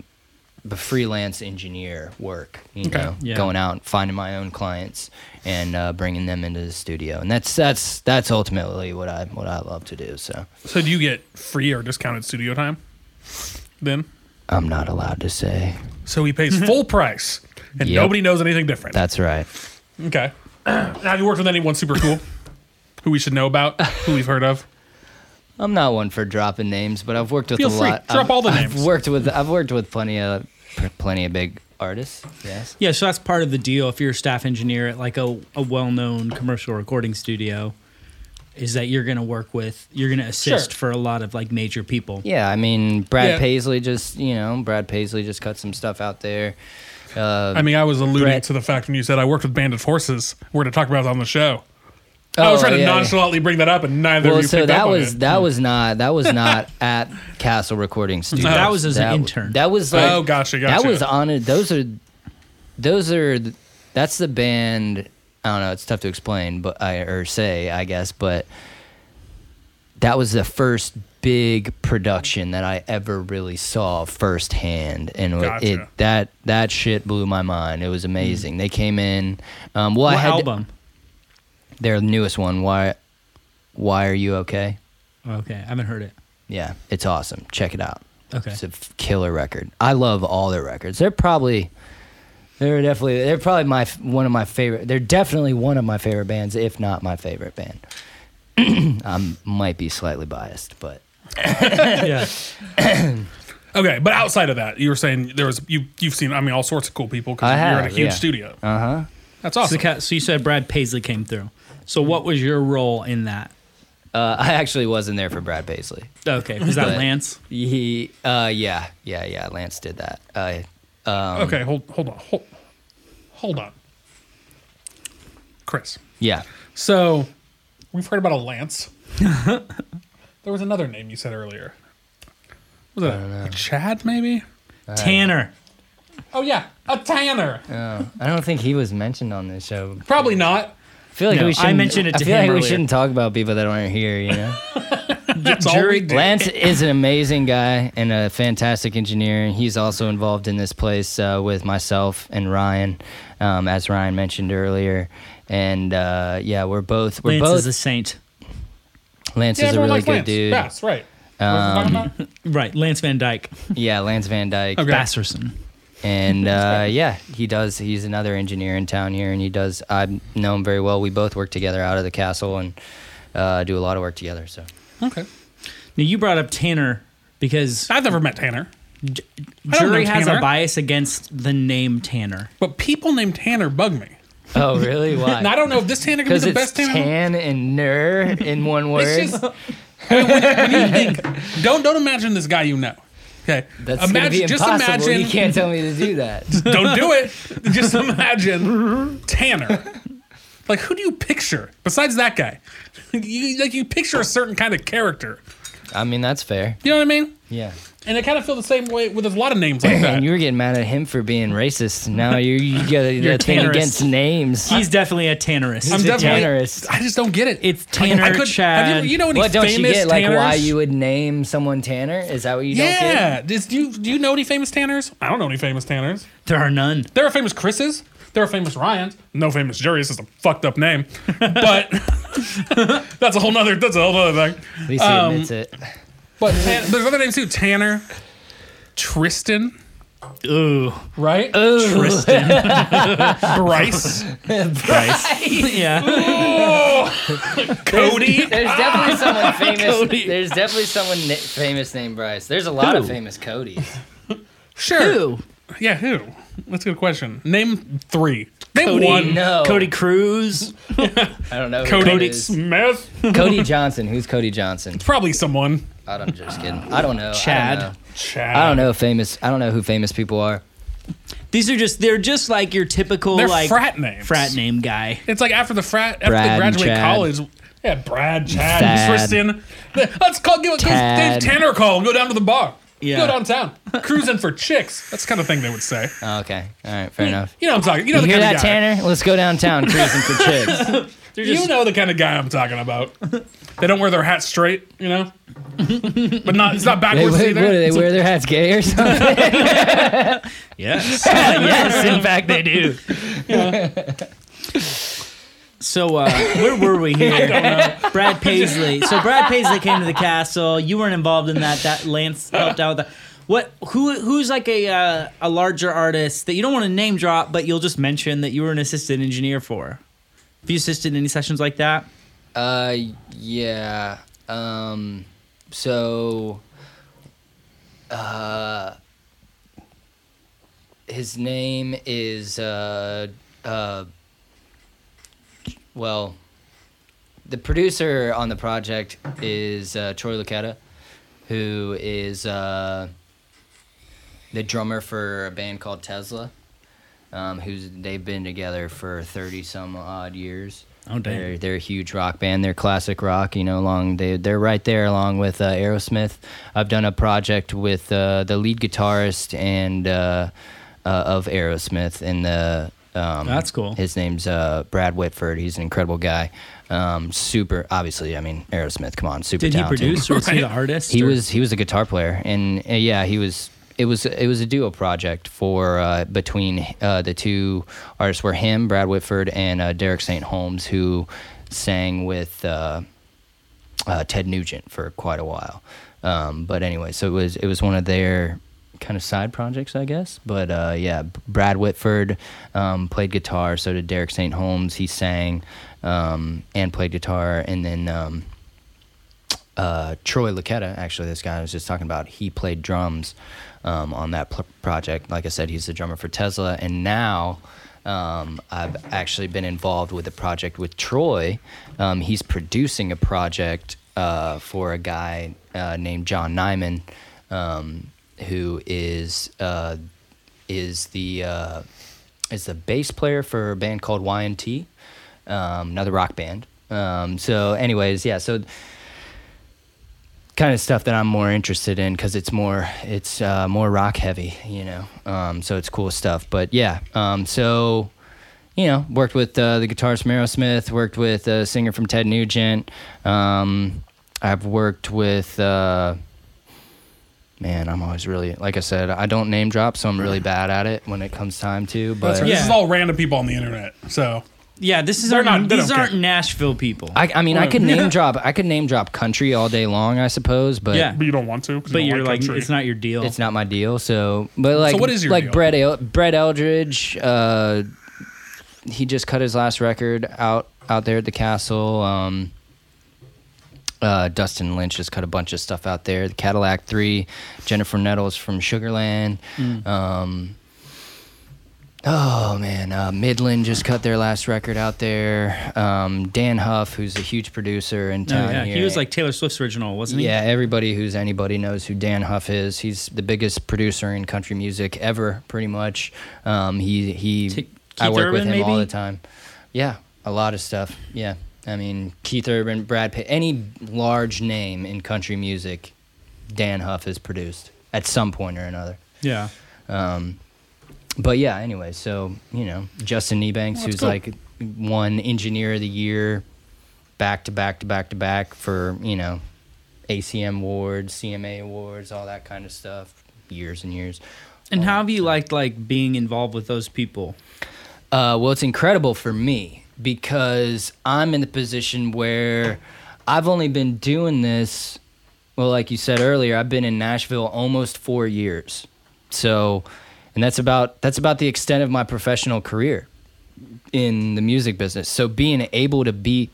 [SPEAKER 3] the freelance engineer work you
[SPEAKER 1] Okay.
[SPEAKER 3] know
[SPEAKER 2] Yeah.
[SPEAKER 3] going out and finding my own clients and uh, bringing them into the studio and that's that's that's ultimately what i what i love to do so
[SPEAKER 1] So do you get free or discounted studio time? Then,
[SPEAKER 3] i'm not allowed to say
[SPEAKER 1] so he pays full price, and
[SPEAKER 3] Mm-hmm. Yep.
[SPEAKER 1] nobody knows anything different.
[SPEAKER 3] that's right
[SPEAKER 1] okay. (clears throat) Have you worked with anyone super
[SPEAKER 3] (laughs)
[SPEAKER 1] cool? Who we should know about? Who we've heard of?
[SPEAKER 3] I'm not one for dropping names, but I've worked with
[SPEAKER 1] Feel
[SPEAKER 3] a
[SPEAKER 1] free.
[SPEAKER 3] lot.
[SPEAKER 1] Drop
[SPEAKER 3] I've-
[SPEAKER 1] all the
[SPEAKER 3] I've
[SPEAKER 1] names.
[SPEAKER 3] worked with I've worked with plenty of p- plenty of big artists. Yes.
[SPEAKER 2] Yeah, so that's part of the deal. If you're a staff engineer at like a, a well-known commercial recording studio, is that you're going to work with, you're going to assist
[SPEAKER 1] Sure.
[SPEAKER 2] for a lot of like major people.
[SPEAKER 3] Yeah, I mean Brad
[SPEAKER 1] Yeah.
[SPEAKER 3] Paisley just you know Brad Paisley just cut some stuff out there. Uh,
[SPEAKER 1] I mean, I was alluding
[SPEAKER 3] Brett.
[SPEAKER 1] to the fact when you said I worked with Bandit Forces. We're going to talk about it on the show. I was
[SPEAKER 3] oh,
[SPEAKER 1] trying to
[SPEAKER 3] yeah, yeah.
[SPEAKER 1] nonchalantly bring that Hmm. up, and neither
[SPEAKER 3] Well,
[SPEAKER 1] of you
[SPEAKER 3] so
[SPEAKER 1] picked up
[SPEAKER 3] that
[SPEAKER 1] on
[SPEAKER 3] was
[SPEAKER 1] it.
[SPEAKER 3] that was not that
[SPEAKER 1] (laughs)
[SPEAKER 3] was not at Castle Recording Studio.
[SPEAKER 2] That was as an intern.
[SPEAKER 3] That was like,
[SPEAKER 1] Oh, gotcha,
[SPEAKER 3] That was
[SPEAKER 1] gotcha.
[SPEAKER 3] on it. Those are those are th- that's the band. I don't know. It's tough to explain, but I or say I guess, but that was the first big production that I ever really saw firsthand, and it-
[SPEAKER 1] Gotcha. Hmm.
[SPEAKER 3] it that that shit blew my mind. It was amazing. They came in. Um, well, I
[SPEAKER 2] What
[SPEAKER 3] had
[SPEAKER 2] album?
[SPEAKER 3] their newest one. Why? Why are you okay?
[SPEAKER 2] Okay, I haven't
[SPEAKER 3] (laughs)
[SPEAKER 2] heard it.
[SPEAKER 3] Yeah, it's awesome. Check it out.
[SPEAKER 2] Okay.
[SPEAKER 3] It's a f- killer record. I love all their records. They're probably they're definitely they're probably my f- one of my favorite. They're definitely one of my favorite bands, if not my favorite band. (clears throat) I might be slightly biased, but
[SPEAKER 2] yeah.
[SPEAKER 1] okay. But outside of that, you were saying there was you you've seen I mean all sorts of cool people
[SPEAKER 3] I
[SPEAKER 1] because you're in a
[SPEAKER 3] have,
[SPEAKER 1] huge
[SPEAKER 3] yeah. Uh-huh.
[SPEAKER 1] studio. Uh huh. That's awesome.
[SPEAKER 2] So, the cat, so you said Brad Paisley came through. So what was your role in that?
[SPEAKER 3] uh, (laughs) I actually wasn't there for Brad Paisley.
[SPEAKER 2] Okay, was that
[SPEAKER 3] But-
[SPEAKER 2] Lance?
[SPEAKER 3] He, uh, yeah, yeah, yeah. Lance did that. Uh,
[SPEAKER 1] okay, hold hold on hold hold on, Chris.
[SPEAKER 3] yeah.
[SPEAKER 1] So we've heard about a lance. (laughs) there was another name you said earlier. Was it a Chad? Maybe.
[SPEAKER 2] Tanner.
[SPEAKER 1] Oh yeah, a Tanner.
[SPEAKER 3] I don't think he was mentioned on this show.
[SPEAKER 1] Probably not.
[SPEAKER 3] I feel like
[SPEAKER 2] No, I
[SPEAKER 3] we should
[SPEAKER 2] mentioned it to
[SPEAKER 3] I feel
[SPEAKER 2] him
[SPEAKER 3] like we
[SPEAKER 2] earlier.
[SPEAKER 3] shouldn't talk about people that aren't here.
[SPEAKER 2] (laughs)
[SPEAKER 3] You know.
[SPEAKER 1] That's all we do.
[SPEAKER 3] Lance
[SPEAKER 1] (coughs)
[SPEAKER 3] is an amazing guy and a fantastic engineer, and he's also involved in this place uh, with myself and Ryan, um, as Ryan mentioned earlier. And uh, yeah, we're both we're
[SPEAKER 2] Lance
[SPEAKER 3] both
[SPEAKER 2] is a saint.
[SPEAKER 3] Lance
[SPEAKER 1] Yeah,
[SPEAKER 3] is a
[SPEAKER 1] everyone
[SPEAKER 3] really
[SPEAKER 1] likes Lance.
[SPEAKER 3] good dude. Um,
[SPEAKER 1] Yeah, That's right. What was I talking about? (laughs)
[SPEAKER 2] Right, Lance Van Dyke.
[SPEAKER 3] Yeah, Lance Van Dyke.
[SPEAKER 1] Okay.
[SPEAKER 2] Basserson.
[SPEAKER 3] And uh, yeah, he does. He's another engineer in town here, and he does. I know him very well. We both work together out of the castle and uh, do a lot of work together. So
[SPEAKER 1] Okay.
[SPEAKER 2] Now you brought up Tanner because
[SPEAKER 1] I've never met Tanner, I don't
[SPEAKER 2] jury
[SPEAKER 1] know
[SPEAKER 2] has
[SPEAKER 1] Tanner.
[SPEAKER 2] a bias against the name Tanner.
[SPEAKER 1] but people named Tanner bug me.
[SPEAKER 3] oh really? Why?
[SPEAKER 1] (laughs) And I don't know if this Tanner can be
[SPEAKER 3] because
[SPEAKER 1] the
[SPEAKER 3] it's
[SPEAKER 1] best Tanner.
[SPEAKER 3] tan and ner in one word.
[SPEAKER 1] (laughs) It's just, I mean, when, when you think, don't don't imagine this guy you know. Okay,
[SPEAKER 3] That's gonna be
[SPEAKER 1] just
[SPEAKER 3] impossible.
[SPEAKER 1] imagine.
[SPEAKER 3] You can't tell me to do that.
[SPEAKER 1] (laughs) Don't do it. Just imagine Tanner. Like, who do you picture besides that guy? You, like, you picture a certain kind of character.
[SPEAKER 3] I mean, that's fair.
[SPEAKER 1] You know what I mean?
[SPEAKER 3] Yeah.
[SPEAKER 1] And I kind of feel the same way with a lot of names like that.
[SPEAKER 3] And you were getting mad at him for being racist. Now you you got a thing
[SPEAKER 2] Tannerist.
[SPEAKER 3] against names.
[SPEAKER 2] He's definitely a Tannerist.
[SPEAKER 1] I'm
[SPEAKER 3] a
[SPEAKER 1] definitely.
[SPEAKER 3] Tannerist.
[SPEAKER 1] I just don't get it.
[SPEAKER 2] It's Tanner,
[SPEAKER 1] I could, have
[SPEAKER 2] Chad.
[SPEAKER 1] you, you know any
[SPEAKER 3] What don't
[SPEAKER 1] famous
[SPEAKER 3] you get? Like
[SPEAKER 1] Tanners?
[SPEAKER 3] why you would name someone Tanner? Is that what you don't get?
[SPEAKER 1] Yeah. Does- do you do you know any famous Tanners? I don't know any famous Tanners.
[SPEAKER 2] there are none.
[SPEAKER 1] There are famous Chris's. There are famous Ryan's. No famous Jerry's. It's a fucked up name, but (laughs) that's a whole nother. That's a whole nother thing.
[SPEAKER 3] At least he
[SPEAKER 1] Um,
[SPEAKER 3] admits it.
[SPEAKER 1] But Tan- there's other names too. Tanner, Tristan,
[SPEAKER 3] (laughs)
[SPEAKER 2] Ooh,
[SPEAKER 1] right?
[SPEAKER 2] Tristan.
[SPEAKER 1] Bryce,
[SPEAKER 2] yeah,
[SPEAKER 1] Cody.
[SPEAKER 3] There's
[SPEAKER 1] (laughs)
[SPEAKER 3] definitely someone famous.
[SPEAKER 2] Cody.
[SPEAKER 3] There's definitely someone na- famous named Bryce. There's a lot of
[SPEAKER 2] Who?
[SPEAKER 3] famous Codys.
[SPEAKER 1] Sure.
[SPEAKER 2] Ooh.
[SPEAKER 1] Yeah, who? That's a good question. Name three. Name
[SPEAKER 2] Cody.
[SPEAKER 1] one.
[SPEAKER 3] No,
[SPEAKER 2] Cody Cruz.
[SPEAKER 3] I don't know. who
[SPEAKER 1] Cody
[SPEAKER 3] that is.
[SPEAKER 1] Smith.
[SPEAKER 3] Cody Johnson. Who's Cody Johnson?
[SPEAKER 1] Probably someone.
[SPEAKER 3] I don't. Just kidding. I don't know. I don't
[SPEAKER 2] Chad.
[SPEAKER 3] know.
[SPEAKER 1] Chad.
[SPEAKER 3] I don't know famous. I don't know who famous people are.
[SPEAKER 2] These are just they're just like your typical
[SPEAKER 1] They're
[SPEAKER 2] like
[SPEAKER 1] frat names.
[SPEAKER 2] frat name guy.
[SPEAKER 1] It's like after the frat, after
[SPEAKER 3] Brad
[SPEAKER 1] they
[SPEAKER 3] and
[SPEAKER 1] graduate
[SPEAKER 3] Chad.
[SPEAKER 1] college. Yeah, Brad, Chad,
[SPEAKER 3] Thad.
[SPEAKER 1] Tristan. Let's call. Give, give
[SPEAKER 3] Tad.
[SPEAKER 1] Dave Tanner a call and go down to the bar.
[SPEAKER 2] Yeah.
[SPEAKER 1] Go downtown. Cruising for chicks. That's the kind of thing they would say.
[SPEAKER 3] Oh, okay. All right. Fair enough.
[SPEAKER 1] You know what I'm talking. You know
[SPEAKER 3] You
[SPEAKER 1] the
[SPEAKER 3] hear
[SPEAKER 1] kind
[SPEAKER 3] that,
[SPEAKER 1] of guy.
[SPEAKER 3] Tanner? Let's go downtown cruising for (laughs) chicks.
[SPEAKER 1] you know the kind of guy I'm talking about. They don't wear their hats straight, you know. but not it's not
[SPEAKER 3] They,
[SPEAKER 1] backwards
[SPEAKER 3] what, what do
[SPEAKER 1] either.
[SPEAKER 3] they
[SPEAKER 1] It's
[SPEAKER 3] wear their hats gay or something?
[SPEAKER 2] Yes, yes, in fact they do. So uh, where were
[SPEAKER 1] (laughs)
[SPEAKER 2] we here? Brad Paisley. So Brad Paisley came to the castle. You weren't involved in that. That Lance helped out. With that. What? Who? Who's like a uh, a larger artist that you don't want to name drop, but you'll just mention that you were an assistant engineer for? Have you assisted in any sessions like that?
[SPEAKER 3] (laughs) uh, yeah. Um, so, uh, his name is uh, uh, well, the producer on the project is uh, Troy Lucetta, who is uh, the drummer for a band called Tesla. Um, who's they've been together for thirty some odd years.
[SPEAKER 2] Oh, damn.
[SPEAKER 3] They're, they're a huge rock band. They're classic rock. You know, along they they're right there along with uh, Aerosmith. I've done a project with uh, the lead guitarist and uh, uh, of Aerosmith and the. Um,
[SPEAKER 2] That's cool.
[SPEAKER 3] His name's uh, Brad Whitford. He's an incredible guy. Um, super, obviously. I mean, Aerosmith. Come on, super.
[SPEAKER 2] Did he
[SPEAKER 3] talented.
[SPEAKER 2] produce or was he the artist?
[SPEAKER 3] He
[SPEAKER 2] or-
[SPEAKER 3] was he was a guitar player, and uh, yeah, he was. It was it was a duo project for uh, between uh, the two artists were him, Brad Whitford, and uh, Derek St. Holmes, who sang with uh, uh, Ted Nugent for quite a while. Um, but anyway, so it was it was one of their kind of side projects, I guess. But uh, yeah, B- Brad Whitford um, played guitar. So did Derek St. Holmes. He sang um, and played guitar, and then. Um, uh, Troy Laketta, actually, this guy I was just talking about, he played drums um, on that pl- project. Like I said, he's the drummer for Tesla. And now um, I've actually been involved with a project with Troy. Um, he's producing a project uh, for a guy uh, named John Nyman, um, who is uh, is the uh, is the bass player for a band called YNT, um, another rock band. Um, so, anyways, yeah, so kind of stuff that I'm more interested in because it's more it's uh, more rock heavy, you know. Um, so it's cool stuff. But yeah, um, so you know, worked with uh, the guitarist from Aerosmith, worked with a singer from Ted Nugent. Um, I've worked with. Uh, Man, I'm always really like I said. I don't name drop, so I'm really bad at it when it comes time to. But
[SPEAKER 1] This is
[SPEAKER 2] Yeah.
[SPEAKER 1] all random people on the internet. So
[SPEAKER 3] Uh-huh.
[SPEAKER 2] yeah, this is
[SPEAKER 1] They're
[SPEAKER 2] our,
[SPEAKER 1] not- they
[SPEAKER 2] these
[SPEAKER 1] don't care.
[SPEAKER 2] aren't Nashville people.
[SPEAKER 3] I, I mean, I could name drop. I could name drop country all day long, I suppose. But
[SPEAKER 2] yeah,
[SPEAKER 1] but you don't want to.
[SPEAKER 2] but you're like, it's not your deal.
[SPEAKER 3] It's not my deal. So, but like,
[SPEAKER 1] what is your
[SPEAKER 3] like
[SPEAKER 1] deal?
[SPEAKER 3] Brett El- Brett Eldridge? Uh, he just cut his last record out out there at the castle. Um, uh, Dustin Lynch has cut a bunch of stuff out there. The Cadillac Three, Jennifer Nettles from Sugarland.
[SPEAKER 2] Mm.
[SPEAKER 3] Um, oh man, uh, Midland just cut their last record out there. Um, Dan Huff, who's a huge producer in
[SPEAKER 2] Oh,
[SPEAKER 3] town
[SPEAKER 2] yeah.
[SPEAKER 3] here,
[SPEAKER 2] He was like Taylor Swift's original, wasn't he?
[SPEAKER 3] yeah, everybody who's anybody knows who Dan Huff is. He's the biggest producer in country music ever, pretty much. Um, he he,
[SPEAKER 2] T-
[SPEAKER 3] I
[SPEAKER 2] Keith
[SPEAKER 3] work with him
[SPEAKER 2] Urban,
[SPEAKER 3] all the
[SPEAKER 2] maybe?
[SPEAKER 3] time. Yeah, a lot of stuff. Yeah, I mean Keith Urban, Brad Pitt, any large name in country music, Dan Huff has produced at some point or another.
[SPEAKER 2] Yeah.
[SPEAKER 3] Um, but yeah, anyway, so you know Justin Niebanks,
[SPEAKER 1] that's
[SPEAKER 3] who's
[SPEAKER 1] cool.
[SPEAKER 3] like won Engineer of the Year back to back to back to back for you know ACM awards, CMA awards, all that kind of stuff, years and years.
[SPEAKER 2] And how have you liked like being involved with those people?
[SPEAKER 3] Uh, well, it's incredible for me because I'm in the position where I've only been doing this. Well, like you said earlier, I've been in Nashville almost four years, so, and that's about that's about the extent of my professional career in the music business. So being able to be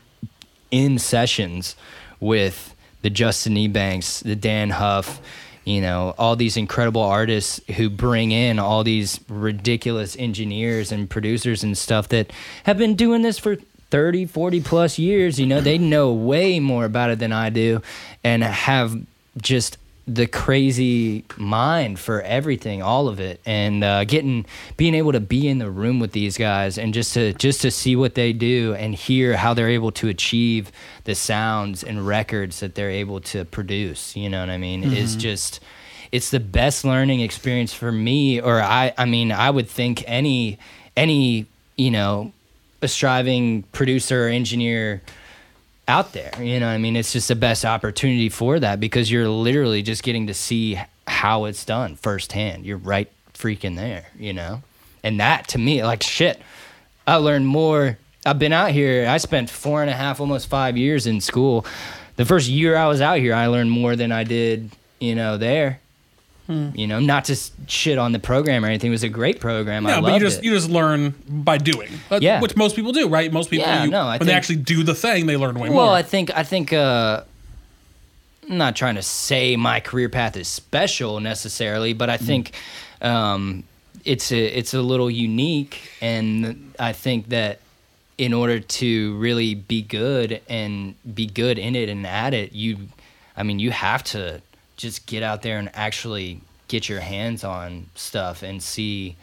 [SPEAKER 3] in sessions with the Justin Ebanks, the Dan Huff, you know, all these incredible artists who bring in all these ridiculous engineers and producers and stuff that have been doing this for 30, 40 plus years, you know, they know way more about it than I do and have just the crazy mind for everything, all of it, and uh, getting being able to be in the room with these guys and just to just to see what they do and hear how they're able to achieve the sounds and records that they're able to produce. You know what I mean? Is just it's the best learning experience for me, or I I mean I would think any any you know a striving producer or engineer out there. You know, what I mean, it's just the best opportunity for that because you're literally just getting to see how it's done firsthand. You're right freaking there, you know? And that to me, like, shit, I learned more. I've been out here, I spent four and a half, almost five years in school. The first year I was out here, I learned more than I did, you know, there.
[SPEAKER 1] Hmm.
[SPEAKER 3] You know, not to s- shit on the program or anything. It was a great program.
[SPEAKER 1] No,
[SPEAKER 3] I loved
[SPEAKER 1] but you just
[SPEAKER 3] it.
[SPEAKER 1] you just learn by doing, Uh,
[SPEAKER 3] Yeah.
[SPEAKER 1] which most people do, right? Most people,
[SPEAKER 3] Yeah,
[SPEAKER 1] you,
[SPEAKER 3] no,
[SPEAKER 1] when
[SPEAKER 3] I
[SPEAKER 1] they
[SPEAKER 3] think-
[SPEAKER 1] actually do the thing, they learn way
[SPEAKER 3] Well,
[SPEAKER 1] more.
[SPEAKER 3] I think I think uh, I'm not trying to say my career path is special necessarily, but I think um, it's a it's a little unique, and I think that in order to really be good and be good in it and at it, you, I mean, you have to just get out there and actually get your hands on stuff and see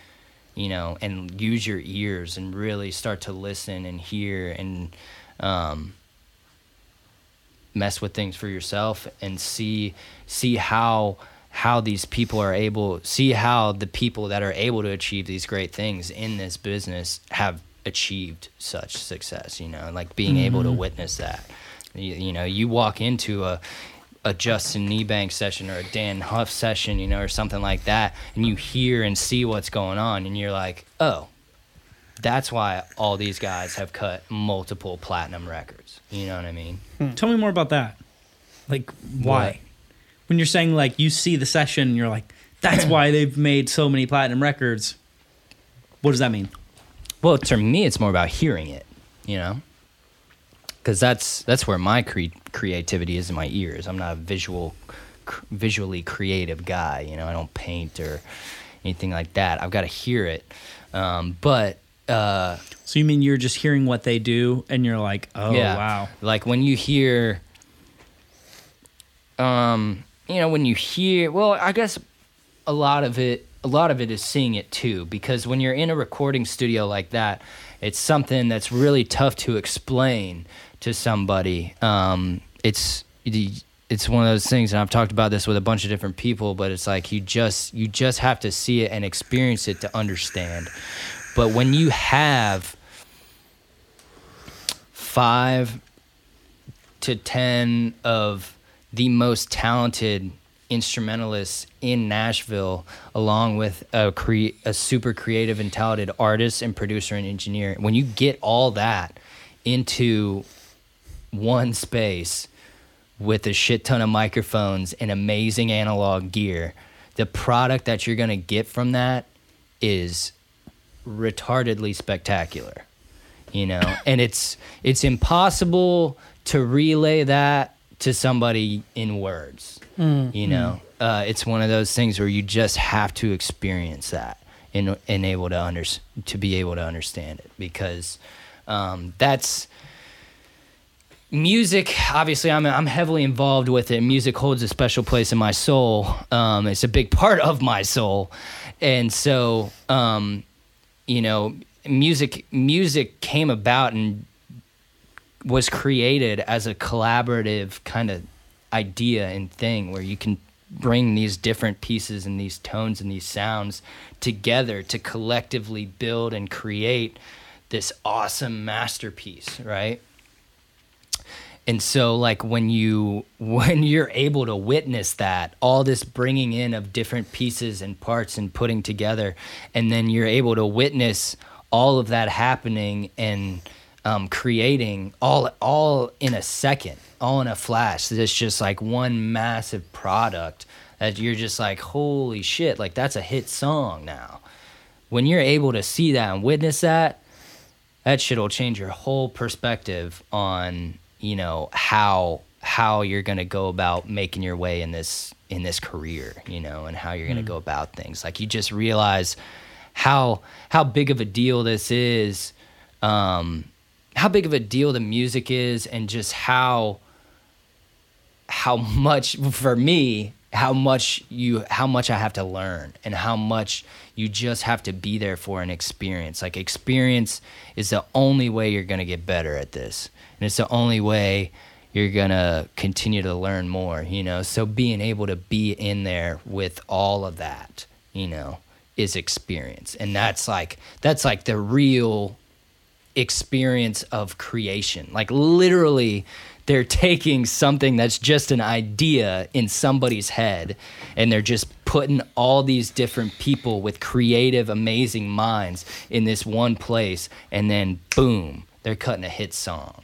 [SPEAKER 3] you know, and use your ears and really start to listen and hear and um, mess with things for yourself and see see how how these people are able see how the people that are able to achieve these great things in this business have achieved such success you know like being able to witness that you, you know you walk into a a Justin Niebank session or a Dan Huff session, you know, or something like that, and you hear and see what's going on, and you're like, oh, that's why all these guys have cut multiple platinum records. You know what I mean?
[SPEAKER 2] Tell me more about that. Like why?
[SPEAKER 3] What?
[SPEAKER 2] When you're saying like you see the session, and you're like, that's why they've made so many platinum records. What does that mean?
[SPEAKER 3] Well, to me, it's more about hearing it, you know, because that's that's where my cre- creativity is in my ears. I'm not a visual, cr- visually creative guy. You know, I don't paint or anything like that. I've got to hear it. Um, but uh,
[SPEAKER 2] So you mean you're just hearing what they do and you're like, oh wow.
[SPEAKER 3] Like when you hear, um, you know, when you hear, well, I guess a lot of it, a lot of it is seeing it too, because when you're in a recording studio like that, it's something that's really tough to explain to somebody. Um, it's the- it's one of those things, and I've talked about this with a bunch of different people, but it's like you just you just have to see it and experience it to understand. But when you have five to 10 of the most talented instrumentalists in Nashville, along with a, cre- a super creative and talented artist and producer and engineer. When you get all that into one space with a shit ton of microphones and amazing analog gear, the product that you're going to get from that is retardedly spectacular you know and it's it's impossible to relay that to somebody in words you know uh, it's one of those things where you just have to experience that and and able to under, to be able to understand it because um, that's music obviously I'm, I'm heavily involved with it music holds a special place in my soul um, it's a big part of my soul and so um, you know music music came about and was created as a collaborative kind of idea and thing where you can bring these different pieces and these tones and these sounds together to collectively build and create this awesome masterpiece right and so like when you (laughs) when you're able to witness that all this bringing in of different pieces and parts and putting together and then you're able to witness all of that happening and um, creating all all in a second all in a flash it's just like one massive product that you're just like holy shit like that's a hit song now when you're able to see that and witness that that shit will change your whole perspective on you know how how you're gonna go about making your way in this in this career you know and how you're gonna go about things like you just realize how how big of a deal this is um how big of a deal the music is and just how how much for me how much you how much i have to learn and how much you just have to be there for an experience like experience is the only way you're going to get better at this and it's the only way you're going to continue to learn more you know so being able to be in there with all of that you know is experience and that's like that's like the real experience of creation. Like literally, they're taking something that's just an idea in somebody's head and they're just putting all these different people with creative, amazing minds in this one place. And then, boom, they're cutting a hit song.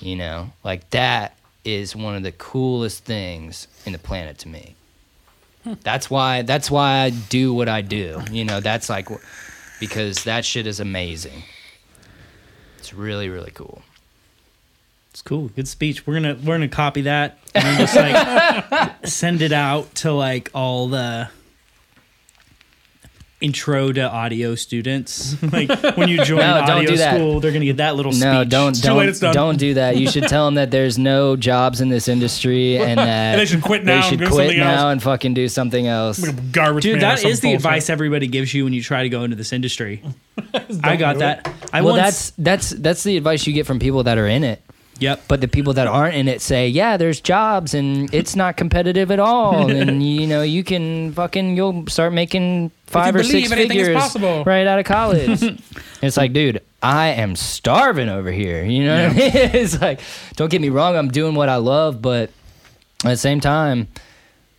[SPEAKER 3] You know, like that is one of the coolest things in the planet to me. That's why that's why I do what I do. You know, that's like wh- because that shit is amazing. It's really really cool.
[SPEAKER 2] It's cool. Good speech. We're gonna we're gonna copy that and then just
[SPEAKER 3] (laughs)
[SPEAKER 2] like send it out to like all the intro to audio students. (laughs) like when you join
[SPEAKER 3] No, don't
[SPEAKER 2] audio
[SPEAKER 3] do that.
[SPEAKER 2] school, they're gonna get that little
[SPEAKER 3] No,
[SPEAKER 2] speech.
[SPEAKER 3] don't
[SPEAKER 1] too late, it's
[SPEAKER 3] don't
[SPEAKER 1] done.
[SPEAKER 3] don't do that. You should tell them that there's no jobs in
[SPEAKER 1] (laughs)
[SPEAKER 3] this industry and that
[SPEAKER 1] they should quit now
[SPEAKER 3] They
[SPEAKER 1] and
[SPEAKER 3] should
[SPEAKER 1] go
[SPEAKER 3] quit
[SPEAKER 1] something else.
[SPEAKER 3] now and fucking do something else.
[SPEAKER 1] Garbage.
[SPEAKER 2] Dude,
[SPEAKER 1] man or
[SPEAKER 2] that
[SPEAKER 1] some
[SPEAKER 2] is the
[SPEAKER 1] bullshit.
[SPEAKER 2] advice everybody gives you when you try to go into this industry.
[SPEAKER 1] (laughs)
[SPEAKER 2] I got
[SPEAKER 1] do it.
[SPEAKER 2] that. I
[SPEAKER 3] Well,
[SPEAKER 2] once,
[SPEAKER 3] that's that's that's the advice you get from people that are in it.
[SPEAKER 2] yep.
[SPEAKER 3] But the people that aren't in it say, "Yeah, there's jobs and it's not competitive
[SPEAKER 2] (laughs)
[SPEAKER 3] at all, and you know you can fucking you'll start making five or
[SPEAKER 1] believe
[SPEAKER 3] six
[SPEAKER 1] anything is
[SPEAKER 3] figures
[SPEAKER 1] possible."
[SPEAKER 3] right out
[SPEAKER 2] (laughs)
[SPEAKER 3] of college." it's like, dude, I am starving over here. You know, what I mean? (laughs) it's like, don't get me wrong, I'm doing what I love, but at the same time,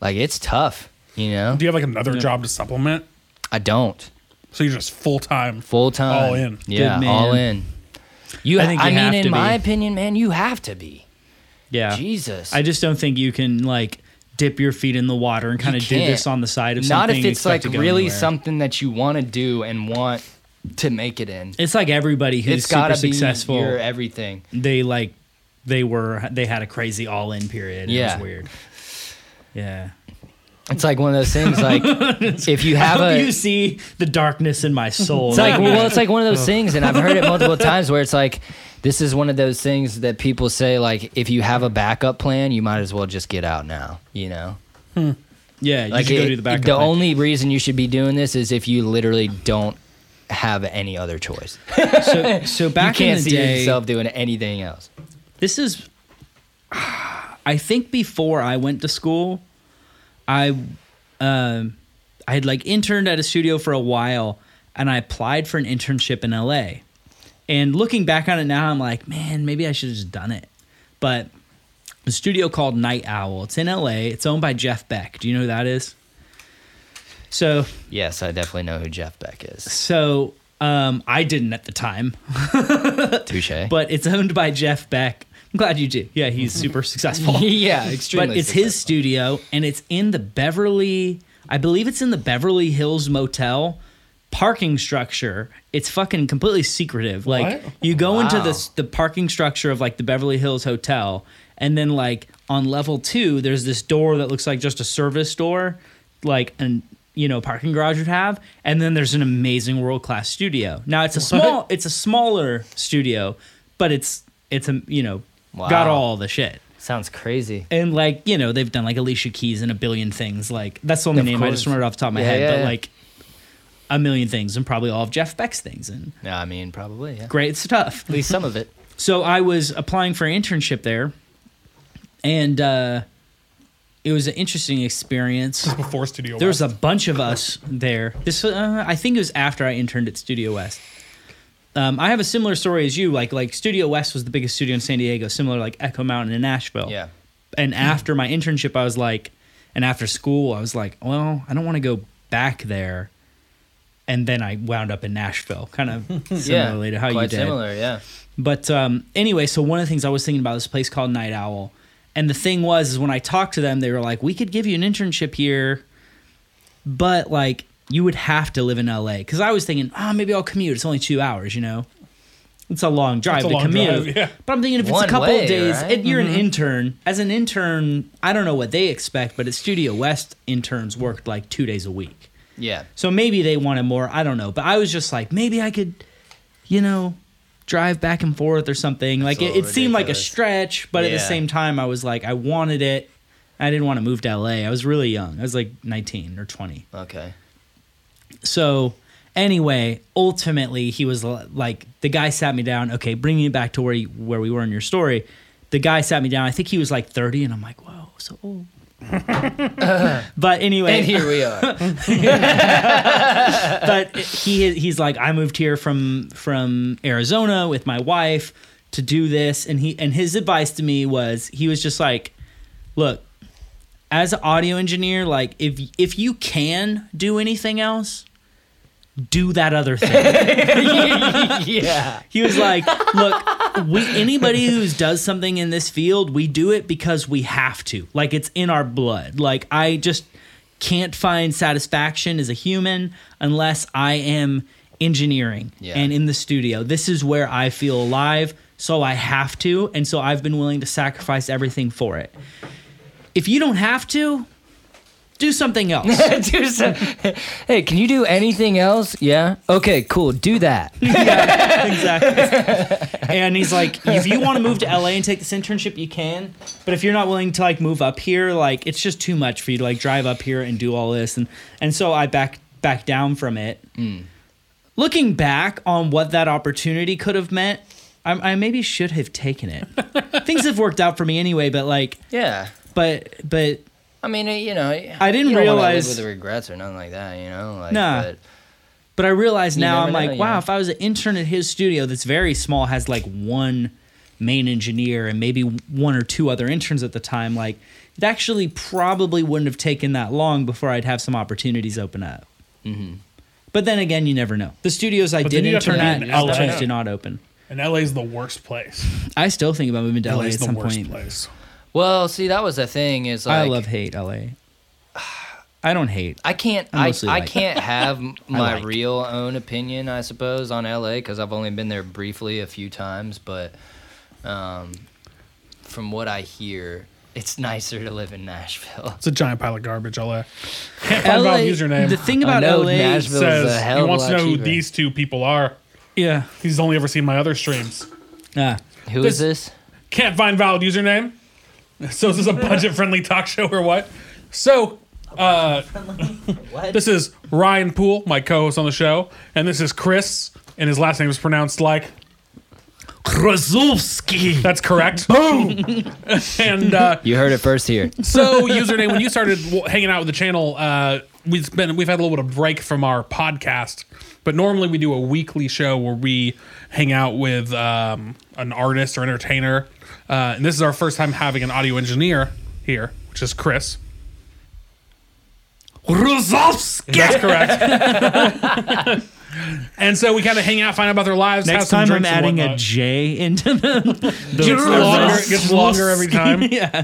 [SPEAKER 3] like it's tough. You know,
[SPEAKER 1] Do you have like another job to supplement?
[SPEAKER 3] I don't.
[SPEAKER 1] So you're just full time.
[SPEAKER 3] full time,
[SPEAKER 1] All in.
[SPEAKER 3] yeah,
[SPEAKER 2] Good
[SPEAKER 3] all
[SPEAKER 2] man.
[SPEAKER 3] in. You,
[SPEAKER 2] I
[SPEAKER 3] I,
[SPEAKER 2] think you
[SPEAKER 3] mean,
[SPEAKER 2] have
[SPEAKER 3] in
[SPEAKER 2] to
[SPEAKER 3] my
[SPEAKER 2] be.
[SPEAKER 3] opinion, man, you have to be.
[SPEAKER 2] Yeah.
[SPEAKER 3] Jesus,
[SPEAKER 2] I just don't think you can like dip your feet in the water and kind of do
[SPEAKER 3] can't.
[SPEAKER 2] this on the side of
[SPEAKER 3] not
[SPEAKER 2] something.
[SPEAKER 3] if
[SPEAKER 2] and
[SPEAKER 3] it's
[SPEAKER 2] expect
[SPEAKER 3] like
[SPEAKER 2] to go
[SPEAKER 3] really
[SPEAKER 2] anywhere.
[SPEAKER 3] something that you want to do and want to make it in.
[SPEAKER 2] It's like everybody who's
[SPEAKER 3] it's gotta
[SPEAKER 2] super
[SPEAKER 3] be
[SPEAKER 2] successful.
[SPEAKER 3] your e- everything.
[SPEAKER 2] they like they were they had a crazy all in period. It
[SPEAKER 3] Yeah.
[SPEAKER 2] was weird. Yeah.
[SPEAKER 3] It's like one of those
[SPEAKER 2] (laughs)
[SPEAKER 3] things. Like if you have
[SPEAKER 2] Hope
[SPEAKER 3] a,
[SPEAKER 2] you see the darkness in my soul.
[SPEAKER 3] (laughs) It's like well, it's like one of
[SPEAKER 2] (laughs)
[SPEAKER 3] those things, and I've heard it multiple times where it's like, this is one of those things that people say like, if you have a backup plan, you might as well just get out now. You know,
[SPEAKER 2] yeah, you
[SPEAKER 3] like
[SPEAKER 2] should go
[SPEAKER 3] it-
[SPEAKER 2] do the backup.
[SPEAKER 3] the
[SPEAKER 2] plan.
[SPEAKER 3] only reason you should be doing this is if you literally don't have any other choice.
[SPEAKER 2] so, (laughs) so back
[SPEAKER 3] you can't
[SPEAKER 2] in the
[SPEAKER 3] see
[SPEAKER 2] day,
[SPEAKER 3] yourself doing anything else.
[SPEAKER 2] this is (sighs) i think before i went to school i um i had like interned at a studio for a while and i applied for an internship in la and looking back on it now i'm like man maybe i should have just done it but the studio called night owl it's in la it's owned by jeff beck do you know who that is so
[SPEAKER 3] Yes, I definitely know who Jeff Beck is.
[SPEAKER 2] so um i didn't at the time
[SPEAKER 3] Touche.
[SPEAKER 2] but it's owned by jeff beck i'm glad you did yeah he's super successful
[SPEAKER 3] (laughs) yeah, extremely.
[SPEAKER 2] But it's his
[SPEAKER 3] successful.
[SPEAKER 2] studio, and it's in the Beverly. I believe it's in the Beverly Hills Motel parking structure. It's fucking completely secretive. Like
[SPEAKER 1] What?
[SPEAKER 2] you go into
[SPEAKER 3] Wow.
[SPEAKER 2] this the parking structure of like the Beverly Hills Hotel, and then like on level two, there's this door that looks like just a service door, like an you know parking garage would have, and then there's an amazing world class studio. Now it's a small, it's a smaller studio, but it's it's a you know got
[SPEAKER 3] Wow.
[SPEAKER 2] all the shit
[SPEAKER 3] Sounds crazy.
[SPEAKER 2] and like you know they've done like Alicia Keys and a billion things. Like that's the only
[SPEAKER 3] Of
[SPEAKER 2] name I just
[SPEAKER 3] course.
[SPEAKER 2] remembered off the top of my
[SPEAKER 3] Yeah,
[SPEAKER 2] head,
[SPEAKER 3] yeah,
[SPEAKER 2] but
[SPEAKER 3] yeah.
[SPEAKER 2] like a million things and probably all of Jeff Beck's things and
[SPEAKER 3] Yeah, I mean, probably. Yeah.
[SPEAKER 2] great stuff.
[SPEAKER 3] At least some (laughs) of it.
[SPEAKER 2] So I was applying for an internship there, and uh, it was an interesting experience.
[SPEAKER 1] Before Studio
[SPEAKER 2] There was
[SPEAKER 1] West.
[SPEAKER 2] a bunch of us there. This uh, I think it was after I interned at Studio West. Um, I have a similar story as you. Like like Studio West was the biggest studio in San Diego, similar to like Echo Mountain in Nashville
[SPEAKER 3] Yeah.
[SPEAKER 2] and after my internship i was like and after school i was like well i don't want to go back there and then i wound up in nashville kind of similarly
[SPEAKER 3] (laughs) yeah.
[SPEAKER 2] to how
[SPEAKER 3] Quite
[SPEAKER 2] you did
[SPEAKER 3] similar. Yeah.
[SPEAKER 2] but um, anyway so one of the things i was thinking about this place called night owl and the thing was is when i talked to them they were like we could give you an internship here but like you would have to live in la because i was thinking oh maybe i'll commute it's only two hours you know it's a long drive
[SPEAKER 1] a
[SPEAKER 2] to
[SPEAKER 1] long
[SPEAKER 2] commute
[SPEAKER 1] drive, (laughs) yeah. Mm-hmm.
[SPEAKER 2] but i'm thinking if
[SPEAKER 3] One
[SPEAKER 2] it's a couple
[SPEAKER 3] way,
[SPEAKER 2] of days
[SPEAKER 3] right?
[SPEAKER 2] it- you're an intern as an intern i don't know what they expect but at studio west interns worked like two days a week
[SPEAKER 3] Yeah.
[SPEAKER 2] so maybe they wanted more. I don't know. But I was just like, maybe I could, you know, drive back and forth or something. Like it,
[SPEAKER 3] so
[SPEAKER 2] it seemed like a
[SPEAKER 3] ridiculous.
[SPEAKER 2] stretch, but at the
[SPEAKER 3] Yeah.
[SPEAKER 2] same time, I was like, I wanted it. I didn't want to move to LA. I was really young. I was like 19 or 20.
[SPEAKER 3] Okay.
[SPEAKER 2] So anyway, ultimately he was l- like the guy sat me down, okay, bringing it back to where you, where we were in your story. The guy sat me down. I think he was like 30 and I'm like, "Whoa, so old." but anyway,
[SPEAKER 3] And here we (laughs) are.
[SPEAKER 2] but he he's like I moved here from from Arizona with my wife to do this and he and his advice to me was he was just like look as an audio engineer like if if you can do anything else do that other thing
[SPEAKER 3] (laughs) yeah.
[SPEAKER 2] he was like look we anybody who does something in this field we do it because we have to like it's in our blood like i just can't find satisfaction as a human unless I am engineering
[SPEAKER 3] Yeah.
[SPEAKER 2] and in the studio. This is where I feel alive, so I have to, and so I've been willing to sacrifice everything for it. If you don't have to, Do something else.
[SPEAKER 3] Do so- (laughs) hey, can you do anything else? Yeah. Okay, cool. Do that.
[SPEAKER 2] exactly. and he's like, if you want to move to LA and take this internship, you can. But if you're not willing to like move up here, like it's just too much for you to like drive up here and do all this. And and so I back back down from it. Looking back on what that opportunity could have meant, I, I maybe should have taken it. Things have worked out for me anyway, but like,
[SPEAKER 3] (laughs) yeah.
[SPEAKER 2] but but
[SPEAKER 3] I mean, uh, you know,
[SPEAKER 2] I didn't
[SPEAKER 3] you don't wanna live
[SPEAKER 2] realize-
[SPEAKER 3] with regrets or nothing like that. You know, like,
[SPEAKER 2] Nah.
[SPEAKER 3] but-
[SPEAKER 2] But I realize now
[SPEAKER 3] never
[SPEAKER 2] I'm like,
[SPEAKER 3] know, you
[SPEAKER 2] wow,
[SPEAKER 3] know.
[SPEAKER 2] if I was an intern at his studio that's very small, has like one main engineer and maybe one or two other interns at the time, like it actually probably wouldn't have taken that long before I'd have some opportunities open up.
[SPEAKER 3] Mm-hmm.
[SPEAKER 2] But then again, you never know. The studios I
[SPEAKER 1] But then
[SPEAKER 2] did
[SPEAKER 1] you'd have to
[SPEAKER 2] intern at
[SPEAKER 1] be in
[SPEAKER 2] and
[SPEAKER 1] LA.
[SPEAKER 2] stuff did not open.
[SPEAKER 1] And LA's the worst place.
[SPEAKER 2] I still think about moving to LA,
[SPEAKER 1] LA's
[SPEAKER 2] at
[SPEAKER 1] the
[SPEAKER 2] some
[SPEAKER 1] worst
[SPEAKER 2] point.
[SPEAKER 1] place.
[SPEAKER 3] well, see, that was the thing. Is like,
[SPEAKER 2] I love hate LA. (sighs) I don't hate.
[SPEAKER 3] I can't.
[SPEAKER 2] I
[SPEAKER 3] I,
[SPEAKER 2] mostly
[SPEAKER 3] I
[SPEAKER 2] like it.
[SPEAKER 3] can't (laughs) have my
[SPEAKER 2] like it.
[SPEAKER 3] real own opinion, I suppose, on LA because I've only been there briefly a few times. But um, from what I hear, it's nicer to live in Nashville.
[SPEAKER 1] It's a giant pile of garbage. LA. Can't find my username.
[SPEAKER 2] The thing about
[SPEAKER 3] I know
[SPEAKER 2] LA,
[SPEAKER 3] Nashville- Bill's a
[SPEAKER 1] says
[SPEAKER 3] hell
[SPEAKER 1] he
[SPEAKER 3] of a
[SPEAKER 1] wants to
[SPEAKER 3] lot
[SPEAKER 1] know who
[SPEAKER 3] cheaper.
[SPEAKER 1] these two people are.
[SPEAKER 2] yeah,
[SPEAKER 1] He's only ever seen my other streams.
[SPEAKER 2] Ah.
[SPEAKER 3] (laughs) Who is this?
[SPEAKER 1] Can't find valid username. (laughs) So is this a budget-friendly talk show or what? So uh, (laughs)
[SPEAKER 2] what?
[SPEAKER 1] this is Ryan Poole, my co-host on the show, and this is Chris, and his last name is pronounced like
[SPEAKER 2] Krasovsky.
[SPEAKER 1] that's correct. Boom. (laughs) and uh,
[SPEAKER 3] You heard it first (laughs) here.
[SPEAKER 1] So, username, when you started w- hanging out with the channel, uh, we've been we've had a little bit of break from our podcast, but normally we do a weekly show where we hang out with um, an artist or entertainer, uh, and this is our first time having an audio engineer here, which is
[SPEAKER 2] (laughs)
[SPEAKER 1] Chris. That's correct. (laughs) and so we kind of hang out, find out about their lives. have
[SPEAKER 2] Next
[SPEAKER 1] some
[SPEAKER 2] time I'm
[SPEAKER 1] drinks and
[SPEAKER 2] adding a
[SPEAKER 1] whatnot.
[SPEAKER 2] J into the. the
[SPEAKER 1] Gets longer, it gets longer every time.
[SPEAKER 2] (laughs) yeah.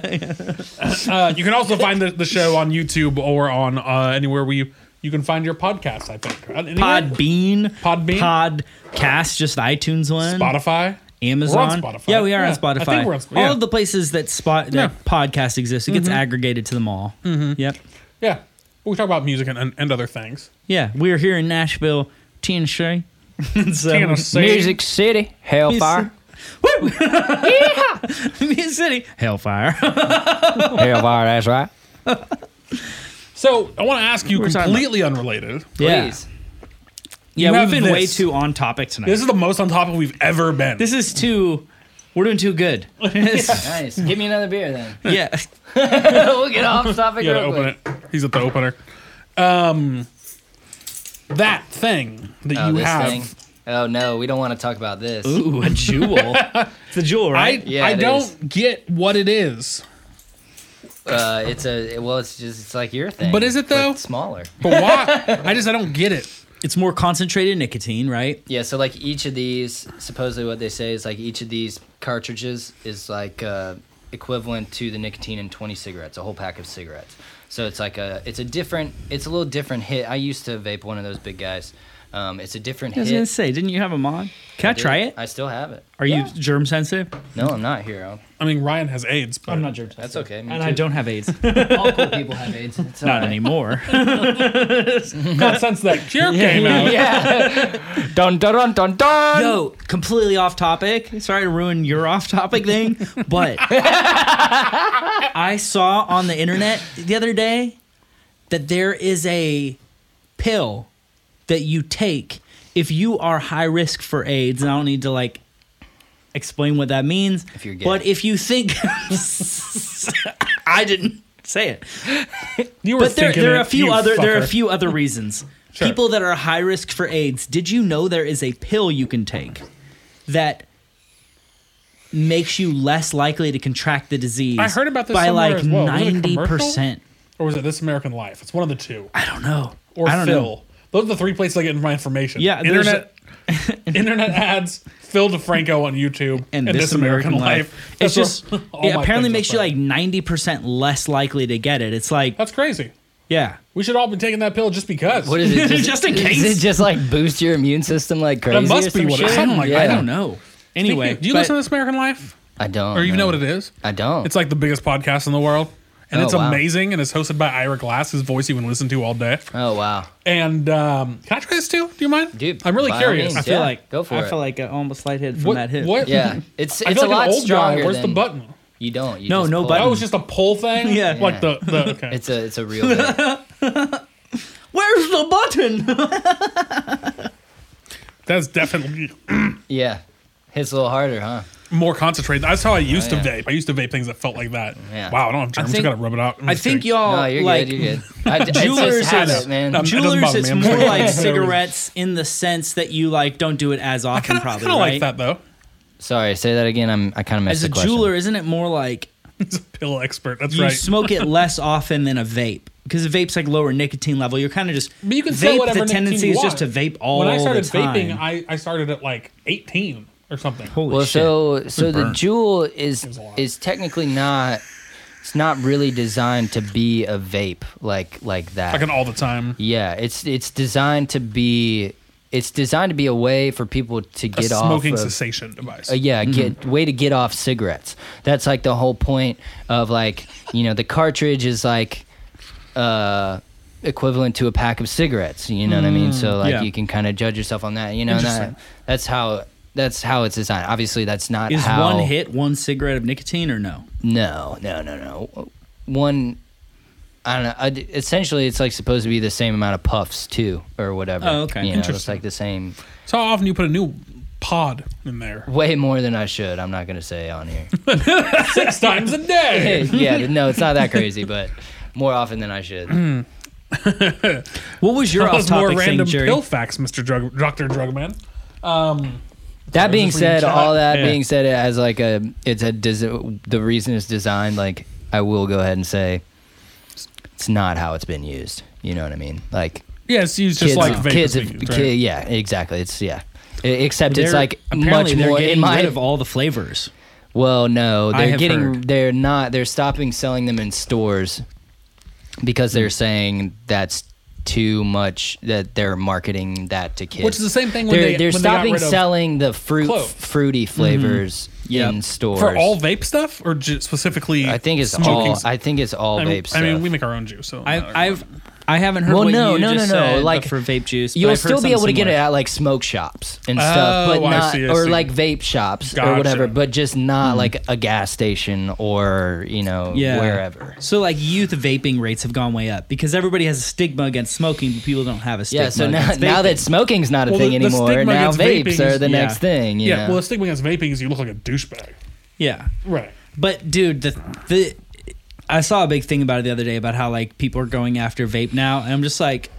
[SPEAKER 1] Uh, you can also find the, the show on YouTube or on uh, anywhere where you, you can find your podcast, I think. Uh, anywhere?
[SPEAKER 2] (laughs) Podbean.
[SPEAKER 1] Podbean?
[SPEAKER 2] Podcast, just the iTunes one.
[SPEAKER 1] Spotify.
[SPEAKER 2] Amazon.
[SPEAKER 1] We're on Spotify.
[SPEAKER 2] Yeah, we are
[SPEAKER 1] Yeah,
[SPEAKER 2] on Spotify.
[SPEAKER 1] I think we're on Sp- yeah.
[SPEAKER 2] All of the places that spot that
[SPEAKER 1] Yeah. Mm-hmm.
[SPEAKER 2] podcast exists, it gets aggregated to them all. Yep.
[SPEAKER 1] Yeah. We talk about music and, and, and other things.
[SPEAKER 2] Yeah, we're here in Nashville, TNC. (laughs) so,
[SPEAKER 1] Speaking of singing,
[SPEAKER 3] Music City, (laughs) Hellfire,
[SPEAKER 2] Woo! (laughs) Music City, Hellfire.
[SPEAKER 3] Hellfire. That's right.
[SPEAKER 1] So I want to ask you
[SPEAKER 2] We're talking
[SPEAKER 1] completely unrelated.
[SPEAKER 2] Yeah.
[SPEAKER 3] Please.
[SPEAKER 1] You
[SPEAKER 2] (laughs) Yeah,
[SPEAKER 1] have
[SPEAKER 2] we've been way
[SPEAKER 1] this.
[SPEAKER 2] too on topic tonight.
[SPEAKER 1] This is the most on topic we've ever been.
[SPEAKER 2] this is too. We're doing too
[SPEAKER 1] (laughs)
[SPEAKER 2] good.
[SPEAKER 3] Nice. Give me another beer then.
[SPEAKER 2] yeah.
[SPEAKER 3] (laughs) we'll get off
[SPEAKER 1] (laughs)
[SPEAKER 3] topic
[SPEAKER 1] yeah, to
[SPEAKER 3] real
[SPEAKER 1] open
[SPEAKER 3] quick.
[SPEAKER 1] it. He's at the opener. Um, that thing that
[SPEAKER 3] Oh,
[SPEAKER 1] you
[SPEAKER 3] this
[SPEAKER 1] have.
[SPEAKER 3] thing. Oh no, we don't want to talk about this.
[SPEAKER 2] Ooh, a jewel. (laughs) it's a jewel,
[SPEAKER 1] I
[SPEAKER 2] right?
[SPEAKER 3] Yeah,
[SPEAKER 1] I
[SPEAKER 3] it
[SPEAKER 1] don't
[SPEAKER 3] is.
[SPEAKER 1] get what it is,
[SPEAKER 3] Uh, it's a well, it's just it's like your thing.
[SPEAKER 1] But is it, though?
[SPEAKER 3] but smaller.
[SPEAKER 1] but
[SPEAKER 2] (laughs)
[SPEAKER 1] why? I just I don't get it.
[SPEAKER 2] it's more concentrated nicotine, right?
[SPEAKER 3] Yeah, so like each of these, supposedly what they say is like each of these cartridges is like uh, equivalent to the nicotine in 20 cigarettes, a whole pack of cigarettes. So it's like a, it's a different, it's a little different hit. I used to vape one of those big guys. Um, it's a different
[SPEAKER 2] I was
[SPEAKER 3] hit.
[SPEAKER 2] gonna say, didn't you have a mod? Can I,
[SPEAKER 3] Dude,
[SPEAKER 2] try it?
[SPEAKER 3] I still have it.
[SPEAKER 2] Are you germ sensitive?
[SPEAKER 3] No, I'm not here. I'll-
[SPEAKER 1] I mean, Ryan has AIDS, but
[SPEAKER 2] germ sensitive.
[SPEAKER 3] That's okay. Me
[SPEAKER 2] And
[SPEAKER 3] too.
[SPEAKER 2] I don't have AIDS.
[SPEAKER 3] All (laughs) cool people have AIDS.
[SPEAKER 2] (laughs)
[SPEAKER 3] It's
[SPEAKER 2] Not
[SPEAKER 3] alright.
[SPEAKER 2] (laughs) anymore.
[SPEAKER 1] not since that cure came out.
[SPEAKER 3] Yeah. dun dun dun dun dun.
[SPEAKER 2] Yo, completely off topic. Sorry to ruin your off topic
[SPEAKER 3] (laughs)
[SPEAKER 2] thing, but I saw on the internet the other day that there is a pill that you take if you are high risk for AIDS. And I don't need to like explain what that means.
[SPEAKER 3] If you're gay.
[SPEAKER 2] But if you think (laughs) I didn't say it.
[SPEAKER 1] You were
[SPEAKER 2] But there,
[SPEAKER 1] thinking
[SPEAKER 2] there are
[SPEAKER 1] it,
[SPEAKER 2] a few
[SPEAKER 1] you
[SPEAKER 2] other there are a
[SPEAKER 1] fucker. (laughs)
[SPEAKER 2] few other reasons.
[SPEAKER 1] Sure.
[SPEAKER 2] People that are high risk for AIDS. Did you know there is a pill you can take that makes you less likely to contract the disease?
[SPEAKER 1] I heard about this
[SPEAKER 2] by
[SPEAKER 1] somewhere
[SPEAKER 2] like
[SPEAKER 1] as well. Was it a
[SPEAKER 2] ninety percent.
[SPEAKER 1] or was it This American Life? It's one of the two.
[SPEAKER 2] I don't know.
[SPEAKER 1] Or
[SPEAKER 2] I don't
[SPEAKER 1] Phil.
[SPEAKER 2] know.
[SPEAKER 1] Those are the three places I get my information.
[SPEAKER 2] Yeah, there's
[SPEAKER 1] internet,
[SPEAKER 2] (laughs)
[SPEAKER 1] internet ads, Phil DeFranco on YouTube,
[SPEAKER 2] And, this, American, Life. It's
[SPEAKER 1] That's (laughs)
[SPEAKER 2] just
[SPEAKER 1] where all
[SPEAKER 2] it
[SPEAKER 1] my
[SPEAKER 2] apparently
[SPEAKER 1] things are
[SPEAKER 2] makes you
[SPEAKER 1] from.
[SPEAKER 2] like ninety percent less likely to get it. It's like
[SPEAKER 1] That's crazy.
[SPEAKER 2] yeah.
[SPEAKER 1] We should all be taking that pill just because.
[SPEAKER 2] (laughs)
[SPEAKER 3] What is it? Just,
[SPEAKER 2] Just in case.
[SPEAKER 3] Does it just like boost your immune system like crazy?
[SPEAKER 1] That must
[SPEAKER 3] or
[SPEAKER 1] be
[SPEAKER 3] some
[SPEAKER 1] what it-
[SPEAKER 3] shit?
[SPEAKER 1] something like
[SPEAKER 3] yeah.
[SPEAKER 1] that.
[SPEAKER 2] I don't know. Anyway,
[SPEAKER 1] do you
[SPEAKER 2] but- Oh,
[SPEAKER 1] listen to This American Life,
[SPEAKER 3] I don't.
[SPEAKER 1] or you
[SPEAKER 3] no.
[SPEAKER 1] know what it is?
[SPEAKER 3] I don't.
[SPEAKER 1] It's like the biggest podcast in the world. and
[SPEAKER 3] Oh,
[SPEAKER 1] it's
[SPEAKER 3] wow.
[SPEAKER 1] amazing. And it's hosted by Ira Glass, whose voice you can listen to all day.
[SPEAKER 3] Oh wow.
[SPEAKER 1] And um, can I try this too? Do you mind?
[SPEAKER 3] Dude,
[SPEAKER 1] I'm really
[SPEAKER 3] by all
[SPEAKER 1] curious.
[SPEAKER 3] means.
[SPEAKER 2] I feel
[SPEAKER 3] Yeah,
[SPEAKER 2] like
[SPEAKER 3] go for
[SPEAKER 2] I
[SPEAKER 3] it.
[SPEAKER 2] feel like I almost light hit from
[SPEAKER 1] What-
[SPEAKER 2] that hit.
[SPEAKER 1] what-
[SPEAKER 3] Yeah,
[SPEAKER 2] (laughs)
[SPEAKER 3] it's
[SPEAKER 1] I
[SPEAKER 3] it's
[SPEAKER 1] feel like
[SPEAKER 3] a lot
[SPEAKER 1] an old guy.
[SPEAKER 3] stronger.
[SPEAKER 1] Where's the
[SPEAKER 3] than-
[SPEAKER 1] button?
[SPEAKER 3] You don't. You
[SPEAKER 2] No,
[SPEAKER 3] just
[SPEAKER 2] no
[SPEAKER 3] pull it.
[SPEAKER 2] button.
[SPEAKER 1] Oh, it's just a pull thing.
[SPEAKER 2] Yeah.
[SPEAKER 1] like the,
[SPEAKER 3] (laughs)
[SPEAKER 1] the okay.
[SPEAKER 3] It's a it's a
[SPEAKER 1] (laughs)
[SPEAKER 3] real. bit.
[SPEAKER 2] Where's the button?
[SPEAKER 1] That's definitely
[SPEAKER 3] yeah, hits a little harder, huh?
[SPEAKER 1] more concentrated. That's how I used
[SPEAKER 3] Oh, yeah.
[SPEAKER 1] to vape. I used to vape things that felt like that.
[SPEAKER 3] Yeah.
[SPEAKER 1] Wow, I don't have germs. I,
[SPEAKER 2] think-
[SPEAKER 1] gotta rub it out.
[SPEAKER 2] I think
[SPEAKER 1] Oh,
[SPEAKER 2] y'all
[SPEAKER 3] no, you're
[SPEAKER 2] like
[SPEAKER 3] good. You're
[SPEAKER 1] (laughs)
[SPEAKER 3] good. I, it's just
[SPEAKER 2] jewelers
[SPEAKER 3] habit,
[SPEAKER 2] is-
[SPEAKER 3] man.
[SPEAKER 1] Um, It doesn't
[SPEAKER 2] jewelers.
[SPEAKER 1] bother
[SPEAKER 2] It's
[SPEAKER 1] me, I'm (laughs)
[SPEAKER 2] more
[SPEAKER 1] sorry.
[SPEAKER 2] like cigarettes in the sense that you like don't do it as often.
[SPEAKER 1] kind of
[SPEAKER 2] probably
[SPEAKER 1] like
[SPEAKER 2] right?
[SPEAKER 1] that though. (laughs)
[SPEAKER 3] Sorry, say that again. I'm I kind of missed
[SPEAKER 2] As
[SPEAKER 3] the
[SPEAKER 2] a
[SPEAKER 3] question.
[SPEAKER 2] jeweler, isn't it more like
[SPEAKER 1] He's a pill expert. That's
[SPEAKER 2] you
[SPEAKER 1] right. (laughs)
[SPEAKER 2] smoke it less often than a vape because a vape's like lower nicotine level. You're kind of just
[SPEAKER 1] but you can
[SPEAKER 2] vape.
[SPEAKER 1] sell whatever
[SPEAKER 2] the
[SPEAKER 1] nicotine
[SPEAKER 2] tendency
[SPEAKER 1] you
[SPEAKER 2] is
[SPEAKER 1] want.
[SPEAKER 2] just to vape all
[SPEAKER 1] When I started
[SPEAKER 2] the time.
[SPEAKER 1] vaping, I, I started at like 18 or something.
[SPEAKER 2] Holy
[SPEAKER 3] Well,
[SPEAKER 2] shit!
[SPEAKER 3] so so the
[SPEAKER 2] burn.
[SPEAKER 3] jewel is
[SPEAKER 1] a lot.
[SPEAKER 3] is technically not. It's not really designed to be a vape like like that.
[SPEAKER 1] Fucking all the
[SPEAKER 3] (laughs)
[SPEAKER 1] time.
[SPEAKER 3] Yeah, it's it's designed to be it's designed to be a way for people to
[SPEAKER 1] A
[SPEAKER 3] get off
[SPEAKER 1] smoking
[SPEAKER 3] of,
[SPEAKER 1] cessation device.
[SPEAKER 3] uh, yeah,
[SPEAKER 2] Mm-hmm.
[SPEAKER 3] get way to get off cigarettes. That's like the whole point of like you know the cartridge is like uh equivalent to a pack of cigarettes. You know what I mean? So like
[SPEAKER 2] Mm. yeah.
[SPEAKER 3] you can kind of judge yourself on that. You know and that,
[SPEAKER 2] Interesting.
[SPEAKER 3] that's how that's how it's designed. Obviously, that's not
[SPEAKER 2] is
[SPEAKER 3] how,
[SPEAKER 2] one hit one cigarette of nicotine or no?
[SPEAKER 3] No, no, no, no. One. I don't know. I d essentially, it's like supposed to be the same amount of puffs too, or whatever.
[SPEAKER 2] Oh, okay.
[SPEAKER 3] You know, it's
[SPEAKER 1] Interesting.
[SPEAKER 3] like the same.
[SPEAKER 1] So how often you put a new pod in there?
[SPEAKER 3] Way more than I should. I'm not gonna say on here.
[SPEAKER 1] Six times a
[SPEAKER 3] (laughs)
[SPEAKER 1] day.
[SPEAKER 3] yeah, no, it's not that crazy, but more often than
[SPEAKER 2] (clears throat)
[SPEAKER 3] I should.
[SPEAKER 2] What was your
[SPEAKER 1] Tell us more
[SPEAKER 2] off-topic thing,
[SPEAKER 1] random
[SPEAKER 2] Jerry?
[SPEAKER 1] pill facts, Mr. Drug, Dr. Drugman. Um,
[SPEAKER 3] That being
[SPEAKER 1] just reading
[SPEAKER 3] said,
[SPEAKER 1] chat.
[SPEAKER 3] all that
[SPEAKER 1] Yeah.
[SPEAKER 3] being said, it has like a. It's a. Desi- the reason it's designed, like I will go ahead and say, it's not how it's been used. You know what I mean? Like
[SPEAKER 1] yeah, it's used just
[SPEAKER 3] kids,
[SPEAKER 1] like vape.
[SPEAKER 3] kids,
[SPEAKER 1] is
[SPEAKER 3] have-
[SPEAKER 1] used, right?
[SPEAKER 3] ki- yeah, exactly. It's yeah. I- Except it's
[SPEAKER 2] They're-
[SPEAKER 3] like
[SPEAKER 2] apparently
[SPEAKER 3] much
[SPEAKER 2] they're
[SPEAKER 3] more
[SPEAKER 2] getting
[SPEAKER 3] in my
[SPEAKER 2] rid of all the flavors.
[SPEAKER 3] well, no,
[SPEAKER 2] I
[SPEAKER 3] they're
[SPEAKER 2] have
[SPEAKER 3] getting
[SPEAKER 2] heard.
[SPEAKER 3] they're not they're stopping selling them in stores because
[SPEAKER 2] Mm.
[SPEAKER 3] they're saying that's too much that they're marketing that to kids.
[SPEAKER 1] Which is the same thing when
[SPEAKER 3] they're
[SPEAKER 1] they-
[SPEAKER 3] they're
[SPEAKER 1] when they got
[SPEAKER 3] stopping
[SPEAKER 1] rid of
[SPEAKER 3] selling the fruit
[SPEAKER 1] clove.
[SPEAKER 3] fruity
[SPEAKER 2] Mm-hmm.
[SPEAKER 3] flavors
[SPEAKER 2] Yep.
[SPEAKER 3] in stores.
[SPEAKER 1] For all vape stuff or ju- specifically
[SPEAKER 3] I think it's
[SPEAKER 1] smoking
[SPEAKER 3] all
[SPEAKER 1] s-
[SPEAKER 3] I think it's all
[SPEAKER 1] I mean,
[SPEAKER 3] vape
[SPEAKER 1] I
[SPEAKER 3] stuff.
[SPEAKER 1] mean, we make our own juice. So
[SPEAKER 2] I, I've I haven't heard
[SPEAKER 3] Well,
[SPEAKER 2] what
[SPEAKER 3] no,
[SPEAKER 2] you
[SPEAKER 3] no,
[SPEAKER 2] just
[SPEAKER 3] no, no,
[SPEAKER 2] said, but
[SPEAKER 3] like,
[SPEAKER 2] for vape juice, but
[SPEAKER 3] You'll
[SPEAKER 2] I've heard
[SPEAKER 3] still be able to
[SPEAKER 2] something
[SPEAKER 3] get it
[SPEAKER 2] similar.
[SPEAKER 3] at like smoke shops and
[SPEAKER 1] Oh,
[SPEAKER 3] stuff, but
[SPEAKER 1] I
[SPEAKER 3] not
[SPEAKER 1] see, I
[SPEAKER 3] or
[SPEAKER 1] see.
[SPEAKER 3] like vape shops or
[SPEAKER 1] Gotcha.
[SPEAKER 3] whatever, but just not like a gas station or you know
[SPEAKER 2] Mm-hmm. yeah.
[SPEAKER 3] wherever.
[SPEAKER 2] So like youth vaping rates have gone way up because everybody has a stigma against smoking, but people don't have a stigma.
[SPEAKER 3] Yeah, so now,
[SPEAKER 2] against
[SPEAKER 3] now
[SPEAKER 2] vaping.
[SPEAKER 3] that smoking's not a
[SPEAKER 1] Well,
[SPEAKER 3] thing
[SPEAKER 1] the- the
[SPEAKER 3] anymore,
[SPEAKER 1] stigma
[SPEAKER 3] now
[SPEAKER 1] against vaping
[SPEAKER 3] vapes are
[SPEAKER 1] is-
[SPEAKER 3] the
[SPEAKER 2] yeah.
[SPEAKER 3] next thing. You
[SPEAKER 1] yeah.
[SPEAKER 3] know?
[SPEAKER 1] Well, the stigma against vaping is you look like a douchebag.
[SPEAKER 2] yeah,
[SPEAKER 1] Right.
[SPEAKER 2] but dude, the the I saw a big thing about it the other day about how like people are going after vape now, and I'm just like,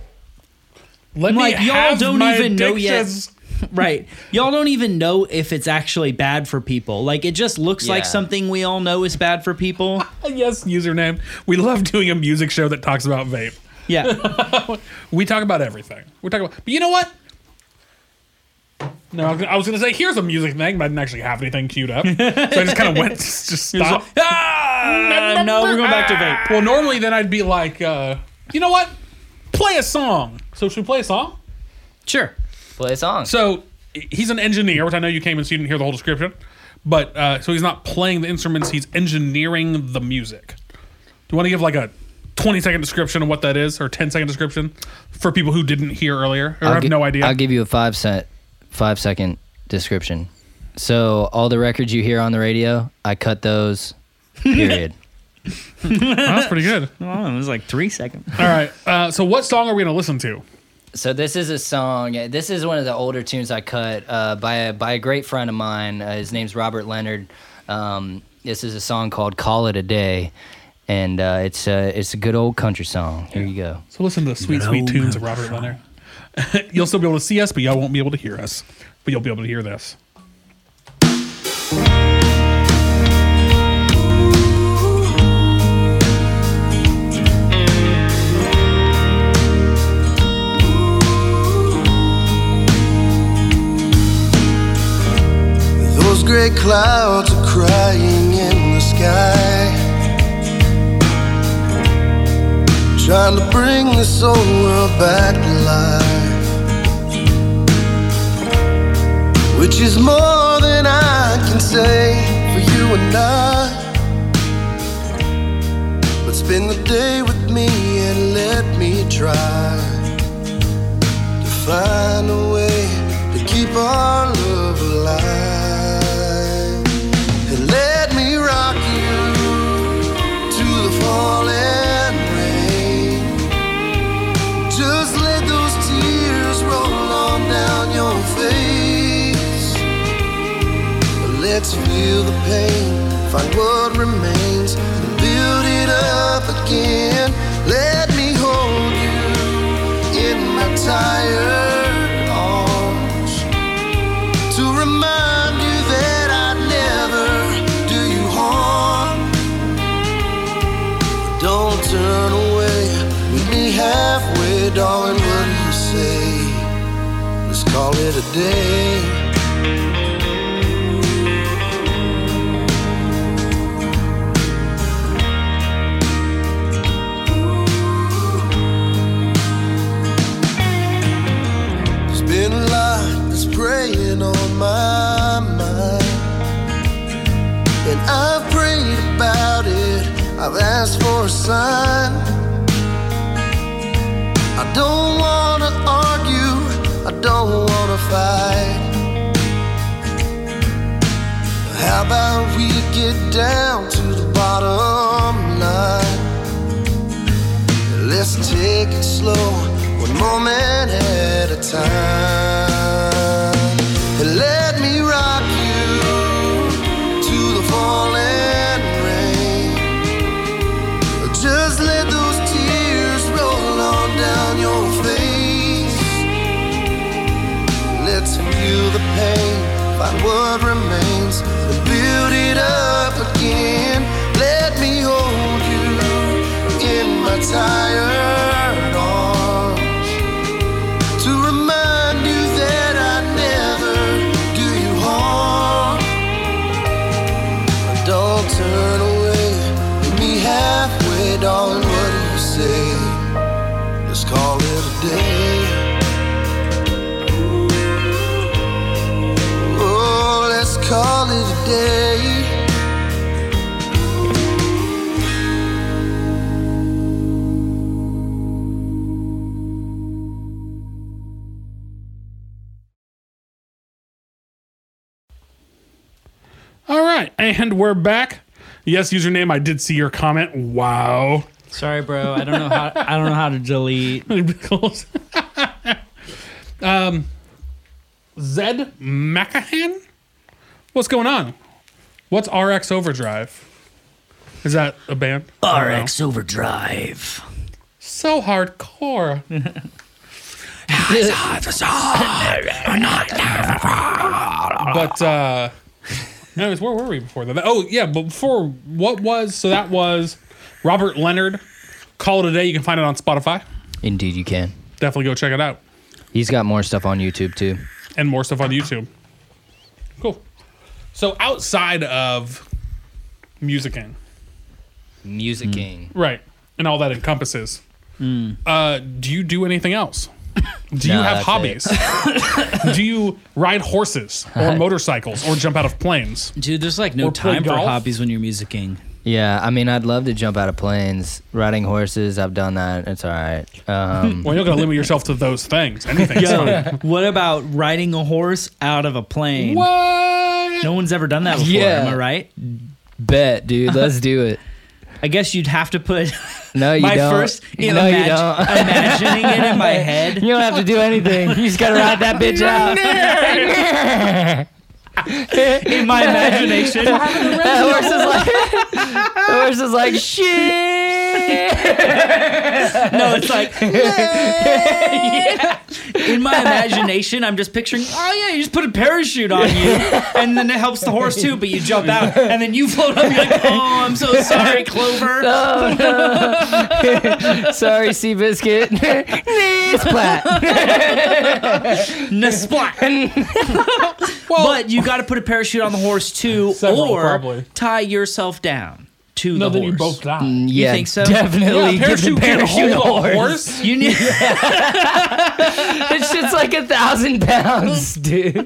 [SPEAKER 2] (laughs)
[SPEAKER 1] Let
[SPEAKER 2] I'm
[SPEAKER 1] me
[SPEAKER 2] like, y'all
[SPEAKER 1] have
[SPEAKER 2] don't
[SPEAKER 1] my
[SPEAKER 2] even know yet.
[SPEAKER 1] addictions.
[SPEAKER 2] right, y'all don't even know if it's actually bad for people. Like it just looks like
[SPEAKER 3] Yeah.
[SPEAKER 2] something we all know is bad for people.
[SPEAKER 1] Yes, username. We love doing a music show that talks about vape.
[SPEAKER 2] Yeah,
[SPEAKER 1] We talk about everything. We're talking about. But you know what? No, I was gonna- I was going to say here's a music thing, but I didn't actually have anything queued up, so I just kind of went (laughs) just stopped.
[SPEAKER 2] Ah, no, we're going back to (laughs) vape.
[SPEAKER 1] Well, normally then I'd be like, uh, you know what? Play a song. So should we play a song?
[SPEAKER 2] Sure.
[SPEAKER 3] Play a song.
[SPEAKER 1] So he's an engineer, which I know you came and so you didn't hear the whole description. But uh, so he's not playing the instruments; he's engineering the music. Do you want to give like a twenty-second description of what that is, or 10-second description for people who didn't hear earlier or
[SPEAKER 3] I'll
[SPEAKER 1] have
[SPEAKER 3] gi-
[SPEAKER 1] no idea?
[SPEAKER 3] I'll give you a five cent, five second description. So all the records you hear on the radio, I cut those.
[SPEAKER 1] (laughs)
[SPEAKER 3] Period.
[SPEAKER 1] That's pretty good.
[SPEAKER 2] Well, it was like three seconds.
[SPEAKER 1] All right. Uh, so what song are we going to listen to?
[SPEAKER 3] So this is a song. eh, This is one of the older tunes I cut uh, by a, by a great friend of mine. Uh, his name's Robert Leonard. Um, this is a song called "Call It a Day," and uh, it's a it's a good old country song. Here you go.
[SPEAKER 1] So listen to the sweet, sweet tunes of Robert Leonard. (laughs) you'll still be able to see us, but y'all won't be able to hear us. But you'll be able to hear this.
[SPEAKER 6] Those gray clouds are crying in the sky. Trying to bring this old world back to life. Which is more than I can say for you and I. But
[SPEAKER 4] Spend the day with me and let me try to find a way to keep our love alive. And let me rock you to the falling rain. Just let those tears roll on down your face. Let's feel the pain, find what remains, and build it up again. Let me hold you in my tired arms to remind you that I'd never do you harm. Don't turn away, meet me halfway, darling. What do you say? Let's call it a day. There's been a lot that's preying on my mind. And I've prayed about it, I've asked for a sign. I don't wanna argue, I don't wanna fight. How about we get down to the bottom line? Let's take it slow, one moment at a time. And let me rock you to the falling rain. Just let those tears roll on down your face. Let's feel the pain, find what remains, and build it up again. Let me hold you in my tired arms to remind you that I never do you harm. Don't turn away, meet me halfway, darling. What do you say? Let's call it a day. Oh, let's call it a day.
[SPEAKER 1] All right, and we're back. Yes, username. I did see your comment. Wow. (laughs)
[SPEAKER 2] Sorry, bro. I don't know how. I don't know how to delete.
[SPEAKER 1] um, Zed Macahan, what's going on? What's RX Overdrive? Is that a band? I don't know.
[SPEAKER 2] Overdrive.
[SPEAKER 1] So hardcore. but uh anyways where were we before that oh yeah but before what was so that was robert leonard call it a day you can find it on spotify
[SPEAKER 3] Indeed, you can.
[SPEAKER 1] definitely go check it out
[SPEAKER 3] He's got more stuff on YouTube too.
[SPEAKER 1] and more stuff on youtube cool so outside of musicking
[SPEAKER 3] Music King.
[SPEAKER 1] right and all that encompasses uh do you do anything else do you
[SPEAKER 3] No,
[SPEAKER 1] have hobbies (laughs)
[SPEAKER 3] that's
[SPEAKER 1] do you ride horses or motorcycles or jump out of planes
[SPEAKER 2] Dude, there's like no
[SPEAKER 1] Or play
[SPEAKER 2] time for
[SPEAKER 1] golf?
[SPEAKER 2] hobbies when you're musicking.
[SPEAKER 3] Yeah, I mean, I'd love to jump out of planes. Riding horses, I've done that. It's all right.
[SPEAKER 1] (laughs)
[SPEAKER 3] Um,
[SPEAKER 1] well you're not gonna limit yourself to those things anything
[SPEAKER 2] Yo,
[SPEAKER 1] (laughs)
[SPEAKER 2] what about riding a horse out of a plane?
[SPEAKER 1] Uh, What?
[SPEAKER 2] No one's ever done that before.
[SPEAKER 3] Yeah.
[SPEAKER 2] Am I right?
[SPEAKER 3] bet, dude. Let's do it.
[SPEAKER 2] I guess you'd have to put
[SPEAKER 3] No, you
[SPEAKER 2] my
[SPEAKER 3] don't.
[SPEAKER 2] first in
[SPEAKER 3] (laughs) no,
[SPEAKER 2] imag-
[SPEAKER 3] you don't. (laughs)
[SPEAKER 2] imagining it in my head.
[SPEAKER 3] You don't have to do anything. You just gotta ride that bitch out. (laughs)
[SPEAKER 2] In my imagination.
[SPEAKER 3] That horse is like, the horse is like, shit.
[SPEAKER 2] No, it's
[SPEAKER 3] (laughs)
[SPEAKER 2] like Yeah. in my imagination, I'm just picturing. Oh yeah, you just put a parachute on you, and then it helps the horse too. But you jump out, and then you float up. You're like, oh, I'm so sorry, Clover.
[SPEAKER 3] Oh, Sorry, Seabiscuit. Knee (laughs) splat.
[SPEAKER 2] Nesplat. but you got to put a parachute on the horse too,
[SPEAKER 1] Several,
[SPEAKER 2] or
[SPEAKER 1] probably.
[SPEAKER 2] tie yourself down to
[SPEAKER 1] No,
[SPEAKER 2] the
[SPEAKER 1] then
[SPEAKER 2] horse.
[SPEAKER 1] you both die.
[SPEAKER 3] Yeah,
[SPEAKER 2] think so?
[SPEAKER 3] Definitely.
[SPEAKER 1] Yeah,
[SPEAKER 3] get the
[SPEAKER 1] Mm. parachute can't
[SPEAKER 3] parachute
[SPEAKER 1] hold a
[SPEAKER 3] horse.
[SPEAKER 1] horse.
[SPEAKER 2] (laughs) You (laughs) need.
[SPEAKER 3] That shit's like a thousand pounds, dude.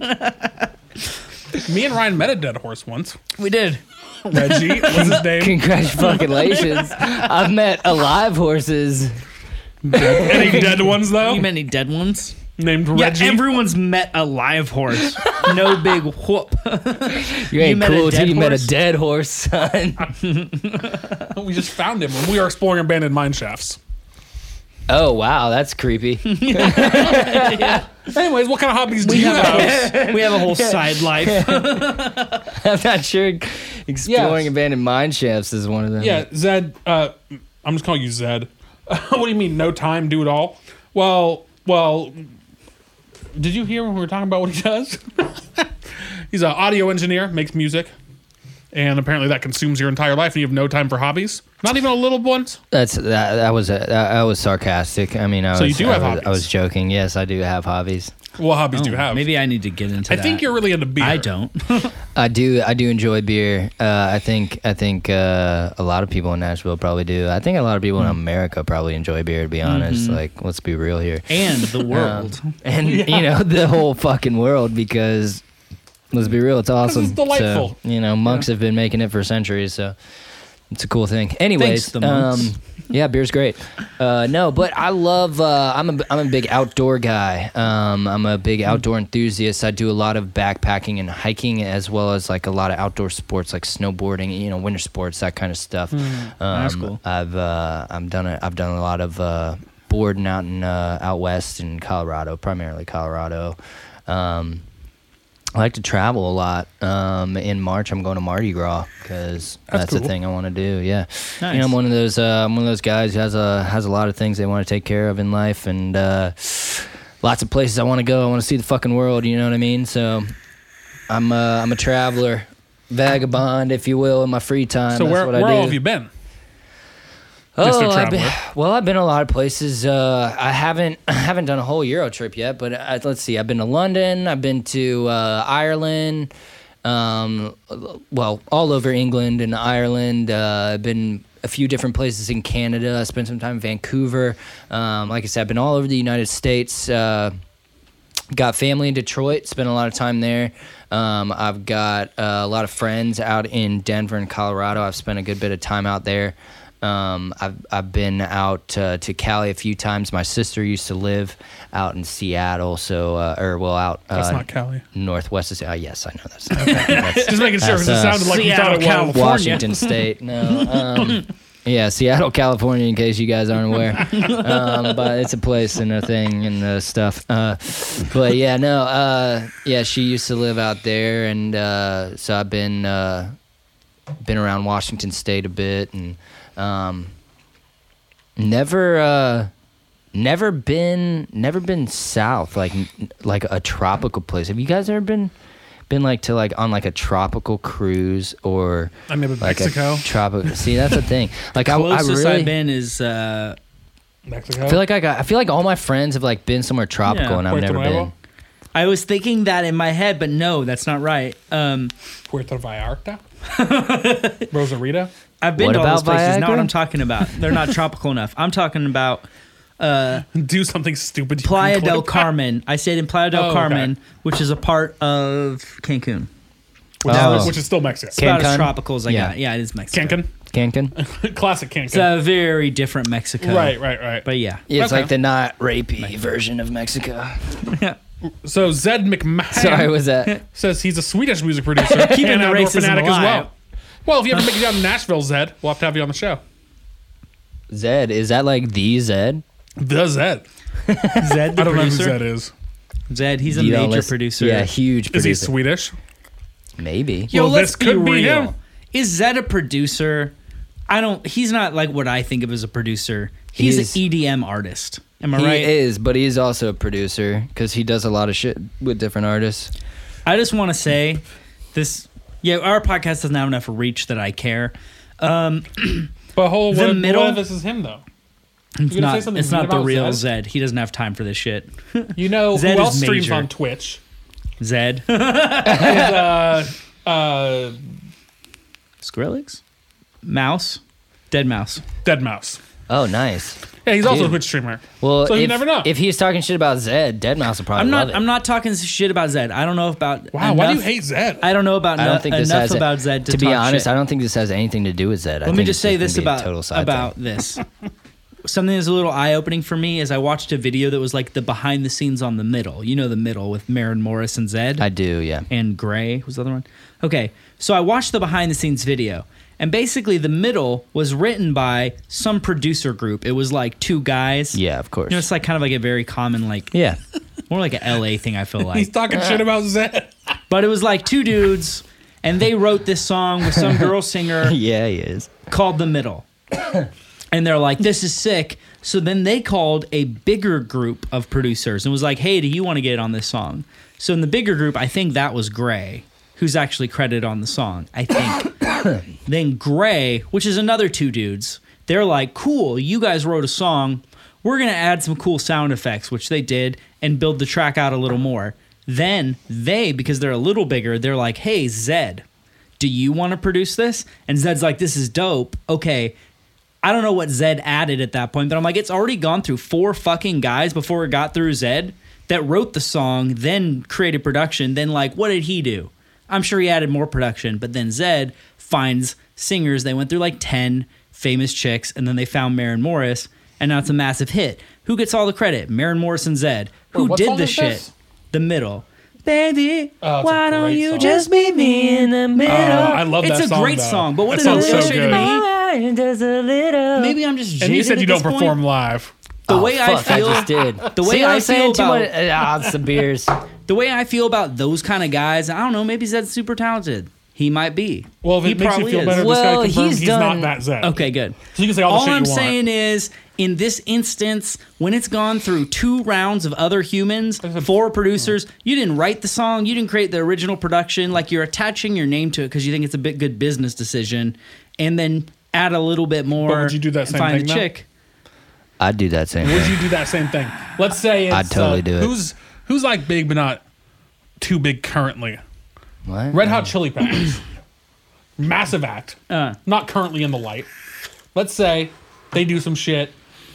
[SPEAKER 1] (laughs) Me and Ryan met a dead horse once.
[SPEAKER 2] we did.
[SPEAKER 1] Reggie was his name. (laughs)
[SPEAKER 3] Congratulations. I've met alive horses.
[SPEAKER 1] Any dead ones though?
[SPEAKER 2] You met any dead ones?
[SPEAKER 1] Named
[SPEAKER 2] Yeah,
[SPEAKER 1] Reggie.
[SPEAKER 2] everyone's met a live horse. No big (laughs) whoop.
[SPEAKER 3] You ain't
[SPEAKER 2] met a
[SPEAKER 3] cool till
[SPEAKER 2] dead
[SPEAKER 3] you met
[SPEAKER 2] horse?
[SPEAKER 3] a dead horse, son.
[SPEAKER 1] we just found him when we were exploring abandoned mine shafts.
[SPEAKER 3] oh wow, that's creepy. (laughs)
[SPEAKER 1] Anyways, what kind of hobbies do you have?
[SPEAKER 2] we have a whole side life.
[SPEAKER 3] I'm not sure exploring abandoned mine shafts is one of them.
[SPEAKER 1] Yeah, Zed. Uh, I'm just calling you Zed. (laughs) what do you mean, no time, do it all? Well, well. Did you hear when we were talking about what he does? (laughs) He's an audio engineer, makes music, and apparently that consumes your entire life, and you have no time for hobbies. Not even a little ones.
[SPEAKER 3] That's that. That was a, that, that was sarcastic. I mean, I
[SPEAKER 1] So you
[SPEAKER 3] was,
[SPEAKER 1] do
[SPEAKER 3] I
[SPEAKER 1] have
[SPEAKER 3] was, I
[SPEAKER 1] hobbies.
[SPEAKER 3] was joking. Yes, I do have hobbies.
[SPEAKER 1] What hobbies do you have?
[SPEAKER 2] Oh, Maybe I need to get into
[SPEAKER 1] I
[SPEAKER 2] that.
[SPEAKER 1] think you're really into beer.
[SPEAKER 2] I don't.
[SPEAKER 3] I do. I do enjoy beer. Uh, I think. I think uh, a lot of people in Nashville probably do. I think a lot of people in
[SPEAKER 1] Hmm.
[SPEAKER 3] America probably enjoy beer. To be honest,
[SPEAKER 1] Mm-hmm.
[SPEAKER 3] like let's be real here.
[SPEAKER 2] And the world.
[SPEAKER 3] (laughs) and you know the whole fucking world because let's be real, it's awesome.
[SPEAKER 1] it's delightful.
[SPEAKER 3] So, you know, monks have been making it for centuries, so it's a cool thing.
[SPEAKER 2] Thanks,
[SPEAKER 3] Anyways, um,
[SPEAKER 2] the monks.
[SPEAKER 3] yeah, beer's great. Uh, no, but I love. Uh, I'm a I'm a big outdoor guy. Um, I'm a big outdoor enthusiast. I do a lot of backpacking and hiking, as well as like a lot of outdoor sports like snowboarding, you know, winter sports, that kind of stuff. um,
[SPEAKER 2] Hmm, that's cool.
[SPEAKER 3] I've uh, I'm done a, I've done a lot of uh, boarding out in uh, out west in Colorado, primarily Colorado. Um, I like to travel a lot. Um, in March, I'm going to Mardi Gras because that's, the
[SPEAKER 1] cool.
[SPEAKER 3] thing I want to do. Yeah, you
[SPEAKER 2] Nice.
[SPEAKER 3] know, I'm one of those. Uh, I'm one of those guys who has a has a lot of things they want to take care of in life, and uh, lots of places I want to go. I want to see the fucking world. You know what I mean? So, I'm uh, I'm a traveler, vagabond, if you will, in my free time.
[SPEAKER 1] So
[SPEAKER 3] that's
[SPEAKER 1] where
[SPEAKER 3] what I
[SPEAKER 1] where
[SPEAKER 3] do.
[SPEAKER 1] all have you
[SPEAKER 2] Uh,
[SPEAKER 1] been? Mr.
[SPEAKER 3] Oh, I've been,
[SPEAKER 1] Traveler.
[SPEAKER 3] (sighs) well, I've been a lot of places. Uh, I haven't (clears throat) I haven't done a whole Euro trip yet, but I, let's see. I've been to London. I've been to uh, Ireland. Um, well, all over England and Ireland. Uh, I've been a few different places in Canada. I spent some time in Vancouver. Um, like I said, I've been all over the United States. Uh, got family in Detroit, spent a lot of time there. Um, I've got uh, a lot of friends out in Denver and Colorado. I've spent a good bit of time out there. Um, I've, I've been out uh, to Cali a few times. My sister used to live out in Seattle, so uh, or well out uh,
[SPEAKER 1] That's not
[SPEAKER 2] (laughs)
[SPEAKER 1] Cali.
[SPEAKER 3] northwest of. Uh, yes, I know
[SPEAKER 1] (laughs)
[SPEAKER 3] that's not. that's
[SPEAKER 1] Just making sure because it
[SPEAKER 3] That's, uh,
[SPEAKER 1] sounded like you thought it was.
[SPEAKER 2] Seattle, California.
[SPEAKER 3] Washington State. No. Um, (laughs) yeah, Seattle, California, in case you guys aren't aware. (laughs) Um, but it's a place and a thing and uh, stuff. Uh, but yeah, no. Uh, yeah, she used to live out there. And uh, so I've been, uh, been around Washington State a bit and um, never. Uh, Never been, never been south like like a tropical place. Have you guys ever been, been like to like on like a tropical cruise or
[SPEAKER 1] I'm in
[SPEAKER 3] like
[SPEAKER 1] Mexico.
[SPEAKER 3] a tropical? See, that's
[SPEAKER 1] (laughs)
[SPEAKER 3] the thing. Like I, I
[SPEAKER 2] Closest
[SPEAKER 3] really
[SPEAKER 2] I've been is uh,
[SPEAKER 1] Mexico.
[SPEAKER 3] I feel like I got. I feel like all my friends have like been somewhere tropical
[SPEAKER 2] Yeah,
[SPEAKER 3] and I've
[SPEAKER 1] Puerto
[SPEAKER 3] never
[SPEAKER 1] Nuevo?
[SPEAKER 3] been.
[SPEAKER 2] I was thinking that in my head, but no, that's not right. Um,
[SPEAKER 1] Puerto
[SPEAKER 2] (laughs)
[SPEAKER 1] Vallarta, Rosarita.
[SPEAKER 2] I've been
[SPEAKER 3] What
[SPEAKER 2] to all those
[SPEAKER 3] about
[SPEAKER 2] places. Not what
[SPEAKER 3] Viagra?
[SPEAKER 2] I'm talking about. They're
[SPEAKER 3] (laughs)
[SPEAKER 2] not tropical enough. I'm talking about
[SPEAKER 1] Do something stupid. you can
[SPEAKER 2] Playa del
[SPEAKER 1] clip.
[SPEAKER 2] Carmen. I stayed in Playa
[SPEAKER 1] Oh,
[SPEAKER 2] del
[SPEAKER 1] okay.
[SPEAKER 2] Carmen, which is a part of Cancun.
[SPEAKER 1] which,
[SPEAKER 3] Oh.
[SPEAKER 1] is, which is still Mexico.
[SPEAKER 2] It's about as
[SPEAKER 3] Cancun?
[SPEAKER 2] tropical as I
[SPEAKER 3] Yeah.
[SPEAKER 2] got. Yeah, it is Mexico.
[SPEAKER 1] Cancun, (laughs)
[SPEAKER 3] Cancun.
[SPEAKER 1] classic Cancun.
[SPEAKER 2] It's a very different Mexico.
[SPEAKER 1] right, right, right.
[SPEAKER 2] But yeah.
[SPEAKER 3] Yeah, it's
[SPEAKER 1] Okay.
[SPEAKER 3] like the not rapey version of Mexico.
[SPEAKER 1] (laughs)
[SPEAKER 3] (laughs)
[SPEAKER 1] so Zed McMahon
[SPEAKER 3] Sorry, was that?
[SPEAKER 1] says he's a Swedish music producer
[SPEAKER 2] (laughs) Keeping
[SPEAKER 1] and
[SPEAKER 2] the
[SPEAKER 1] outdoor
[SPEAKER 2] racism
[SPEAKER 1] fanatic as
[SPEAKER 2] alive.
[SPEAKER 1] well. Well, if you ever make it down to Nashville, Zed, we'll have to have you on the show.
[SPEAKER 3] Zed? Is that like the Zed?
[SPEAKER 1] The Zed.
[SPEAKER 2] Zed, the
[SPEAKER 1] (laughs) I don't know who
[SPEAKER 2] producer.
[SPEAKER 1] Zed is.
[SPEAKER 2] (laughs) Zed, he's a
[SPEAKER 3] You don't
[SPEAKER 2] major
[SPEAKER 3] listen-
[SPEAKER 2] producer.
[SPEAKER 3] Yeah, huge
[SPEAKER 1] Is
[SPEAKER 3] producer.
[SPEAKER 1] he Swedish?
[SPEAKER 3] Maybe.
[SPEAKER 2] Yo,
[SPEAKER 1] Well,
[SPEAKER 2] let's
[SPEAKER 1] this
[SPEAKER 2] be
[SPEAKER 1] could be
[SPEAKER 2] real.
[SPEAKER 1] him.
[SPEAKER 2] Is Zed a producer? I don't. He's not like what I think of as a producer. He's,
[SPEAKER 3] He's-
[SPEAKER 2] an EDM artist. Am I
[SPEAKER 3] He
[SPEAKER 2] right?
[SPEAKER 3] is, but he's also a producer because he does a lot of shit with different artists.
[SPEAKER 2] I just want to say this. Yeah, our podcast doesn't have enough reach that I care. Um,
[SPEAKER 1] But hold,
[SPEAKER 2] The
[SPEAKER 1] what,
[SPEAKER 2] middle-
[SPEAKER 1] what if this is him though? gonna
[SPEAKER 2] it's
[SPEAKER 1] say
[SPEAKER 2] not.
[SPEAKER 1] something
[SPEAKER 2] It's not
[SPEAKER 1] mean
[SPEAKER 2] the
[SPEAKER 1] about
[SPEAKER 2] real
[SPEAKER 1] Zed?
[SPEAKER 2] Zed. He doesn't have time for this shit.
[SPEAKER 1] You know
[SPEAKER 2] Zed
[SPEAKER 1] who
[SPEAKER 2] is
[SPEAKER 1] else streams
[SPEAKER 2] major.
[SPEAKER 1] on Twitch?
[SPEAKER 2] Zed.
[SPEAKER 1] Uh,
[SPEAKER 2] Skrillex. Mouse. Dead mouse.
[SPEAKER 1] Dead Mouse.
[SPEAKER 3] Oh, nice.
[SPEAKER 1] Yeah, he's also
[SPEAKER 3] Dude.
[SPEAKER 1] a Twitch streamer.
[SPEAKER 3] Well,
[SPEAKER 1] so you
[SPEAKER 3] if,
[SPEAKER 1] never know.
[SPEAKER 3] if he's talking shit about Zed, Deadmau5 will probably
[SPEAKER 2] I'm not.
[SPEAKER 3] love it.
[SPEAKER 2] I'm not talking shit about Zed. I don't know about.
[SPEAKER 1] wow, why do you
[SPEAKER 2] enough-
[SPEAKER 1] hate Zed?
[SPEAKER 2] I don't know about.
[SPEAKER 3] I
[SPEAKER 2] no-
[SPEAKER 3] don't think this
[SPEAKER 2] enough
[SPEAKER 3] has
[SPEAKER 2] about Zed to,
[SPEAKER 3] be
[SPEAKER 2] talk
[SPEAKER 3] honest.
[SPEAKER 2] shit.
[SPEAKER 3] I don't think this has anything to do with Zed. I
[SPEAKER 2] Let me
[SPEAKER 3] think
[SPEAKER 2] just
[SPEAKER 3] it's
[SPEAKER 2] say
[SPEAKER 3] gonna
[SPEAKER 2] this
[SPEAKER 3] be a
[SPEAKER 2] about
[SPEAKER 3] total side
[SPEAKER 2] about
[SPEAKER 3] thing.
[SPEAKER 2] this. Something that's a little eye opening for me is I watched a video that was like the behind the scenes on the middle. You know the middle with Marin Morris and Zed
[SPEAKER 3] I do, yeah.
[SPEAKER 2] and Gray was the other one. Okay, so I watched the behind the scenes video, and basically the middle was written by some producer group. It was like two guys.
[SPEAKER 3] Yeah, of course.
[SPEAKER 2] you know, it's like kind of like a very common like
[SPEAKER 3] yeah. (laughs)
[SPEAKER 2] more like a LA thing. I feel
[SPEAKER 1] he's
[SPEAKER 2] like,
[SPEAKER 1] talking shit about Zed.
[SPEAKER 2] but it was like two dudes, and they wrote this song with some girl singer
[SPEAKER 3] yeah, he is.
[SPEAKER 2] called the middle and they're like this is sick so then they called a bigger group of producers and was like hey do you want to get on this song so in the bigger group i think that was gray who's actually credited on the song i think then gray which is another two dudes they're like cool you guys wrote a song we're going to add some cool sound effects which they did and build the track out a little more then they because they're a little bigger they're like hey zed do you want to produce this? And Zed's like, this is dope. Okay. I don't know what Zed added at that point, but I'm like, it's already gone through four fucking guys before it got through Zed that wrote the song, then created production, then like, what did he do? I'm sure he added more production, but then Zed finds singers. They went through like 10 famous chicks, and then they found Marin Morris, and now it's a massive hit. Who gets all the credit? Marin Morris and Zed. Who
[SPEAKER 1] what
[SPEAKER 2] did
[SPEAKER 1] song
[SPEAKER 2] the
[SPEAKER 1] is
[SPEAKER 2] shit?
[SPEAKER 1] this?
[SPEAKER 2] The middle. Baby,
[SPEAKER 1] Oh, it's a
[SPEAKER 2] why don't
[SPEAKER 1] great
[SPEAKER 2] you
[SPEAKER 1] song.
[SPEAKER 2] just meet me in the middle?
[SPEAKER 1] I love
[SPEAKER 2] Oh, it's
[SPEAKER 1] that
[SPEAKER 2] a
[SPEAKER 1] song,
[SPEAKER 2] great
[SPEAKER 1] though.
[SPEAKER 2] song, but what
[SPEAKER 1] That
[SPEAKER 2] does it
[SPEAKER 1] song's Oh, so
[SPEAKER 2] illustrate to
[SPEAKER 1] good.
[SPEAKER 2] me? Maybe I'm just.
[SPEAKER 1] And you said you don't perform live.
[SPEAKER 2] The
[SPEAKER 3] Oh,
[SPEAKER 2] way
[SPEAKER 3] fuck,
[SPEAKER 2] I feel.
[SPEAKER 3] I just did.
[SPEAKER 2] the way
[SPEAKER 3] See what
[SPEAKER 2] I feel
[SPEAKER 3] I'm saying? Too
[SPEAKER 2] about-
[SPEAKER 3] much, ah, it's
[SPEAKER 1] (laughs)
[SPEAKER 3] the beers.
[SPEAKER 2] The way I feel about those kind of guys, I don't know. Maybe Zed's super talented. He might be.
[SPEAKER 1] Well, if
[SPEAKER 2] he
[SPEAKER 1] it makes you feel better,
[SPEAKER 3] Well,
[SPEAKER 1] this guy confirmed he's,
[SPEAKER 3] he's
[SPEAKER 1] not
[SPEAKER 3] done-
[SPEAKER 1] that Zed.
[SPEAKER 2] Okay, good.
[SPEAKER 1] So you can say all the shit
[SPEAKER 2] I'm
[SPEAKER 1] you want.
[SPEAKER 2] saying is, in this instance, when it's gone through two rounds of other humans, four producers, you didn't write the song, you didn't create the original production. Like you're attaching your name to it because you think it's a bit good business decision, and then add a little bit more.
[SPEAKER 1] would you do that
[SPEAKER 2] and
[SPEAKER 1] same
[SPEAKER 2] find
[SPEAKER 1] thing,
[SPEAKER 2] the
[SPEAKER 1] though?
[SPEAKER 2] chick.
[SPEAKER 3] I'd do that same
[SPEAKER 1] Would
[SPEAKER 3] thing.
[SPEAKER 1] you do that same thing? Let's say it's,
[SPEAKER 3] I'd totally
[SPEAKER 1] uh,
[SPEAKER 3] do it.
[SPEAKER 1] Who's who's like big but not too big currently?
[SPEAKER 3] What?
[SPEAKER 1] Red Hot Chili
[SPEAKER 2] (clears throat)
[SPEAKER 1] Peppers, massive act,
[SPEAKER 2] Uh.
[SPEAKER 1] not currently in the light. Let's say they do some shit,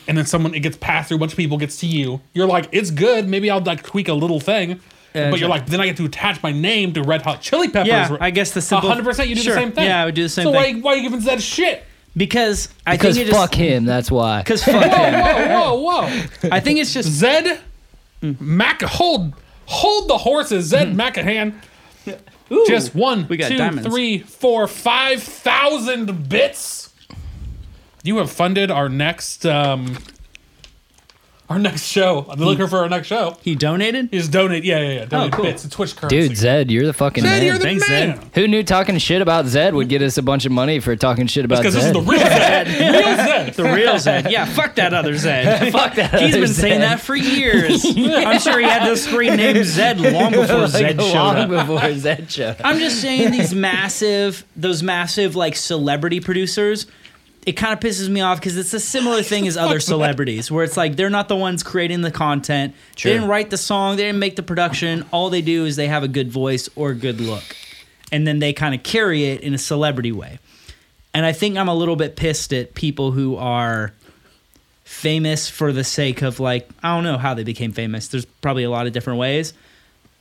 [SPEAKER 1] and then someone it gets passed through a bunch of people, gets to you. You're like, it's good. Maybe I'll like tweak a little thing. but you're
[SPEAKER 2] exactly.
[SPEAKER 1] like, then I get to attach my name to Red Hot Chili Peppers.
[SPEAKER 2] Yeah, I guess the simple-
[SPEAKER 1] 100. percent You do
[SPEAKER 2] Sure.
[SPEAKER 1] the same thing.
[SPEAKER 2] Yeah, I would do the same
[SPEAKER 1] so why
[SPEAKER 2] thing.
[SPEAKER 1] why are you giving Zed
[SPEAKER 2] (laughs)
[SPEAKER 1] shit?
[SPEAKER 2] Because I
[SPEAKER 3] Because
[SPEAKER 2] think it
[SPEAKER 3] fuck
[SPEAKER 2] just (laughs)
[SPEAKER 3] him. That's why.
[SPEAKER 2] because fuck
[SPEAKER 1] Whoa,
[SPEAKER 2] him.
[SPEAKER 1] whoa, whoa, whoa!
[SPEAKER 2] I think it's
[SPEAKER 1] (laughs)
[SPEAKER 2] just
[SPEAKER 1] Zed Mac hold hold the horses, Zed Macahan.
[SPEAKER 2] (laughs)
[SPEAKER 1] Just one,
[SPEAKER 2] Hmm. we got
[SPEAKER 1] two,
[SPEAKER 2] diamonds.
[SPEAKER 1] three, four, five thousand bits. You have funded our next um our next show. I'm looking for our next show.
[SPEAKER 2] he donated.
[SPEAKER 1] Is donate yeah, yeah, yeah. Donate
[SPEAKER 2] Hmm. Oh, cool.
[SPEAKER 1] bits. It's Twitch currency.
[SPEAKER 3] Dude, Zed, you're the fucking
[SPEAKER 1] Zed,
[SPEAKER 3] man.
[SPEAKER 1] you're the
[SPEAKER 2] Thanks,
[SPEAKER 1] man.
[SPEAKER 2] Zed.
[SPEAKER 3] Who knew talking shit about Zed would get us a bunch of money for talking shit about
[SPEAKER 1] Because this is
[SPEAKER 3] Zed?
[SPEAKER 1] the
[SPEAKER 3] (laughs)
[SPEAKER 1] real Zed. Real Zed.
[SPEAKER 2] The real Zed. (laughs) Yeah, fuck that other (laughs) Zed.
[SPEAKER 3] fuck that.
[SPEAKER 2] He's
[SPEAKER 3] other
[SPEAKER 2] been saying
[SPEAKER 3] Zed.
[SPEAKER 2] that for (laughs) years. I'm sure he had this screen named Zed (laughs) long before Zed showed
[SPEAKER 3] long
[SPEAKER 2] up.
[SPEAKER 3] (laughs) before Zed showed up.
[SPEAKER 2] I'm just saying these massive, those massive like celebrity producers. It kind of pisses me off because it's a similar thing as (laughs) other celebrities, where it's like they're not the ones creating the content.
[SPEAKER 3] Sure.
[SPEAKER 2] They didn't write the song. They didn't make the production. All they do is they have a good voice or a good look, and then they kind of carry it in a celebrity way. And I think I'm a little bit pissed at people who are famous for the sake of like I don't know how they became famous. There's probably a lot of different ways,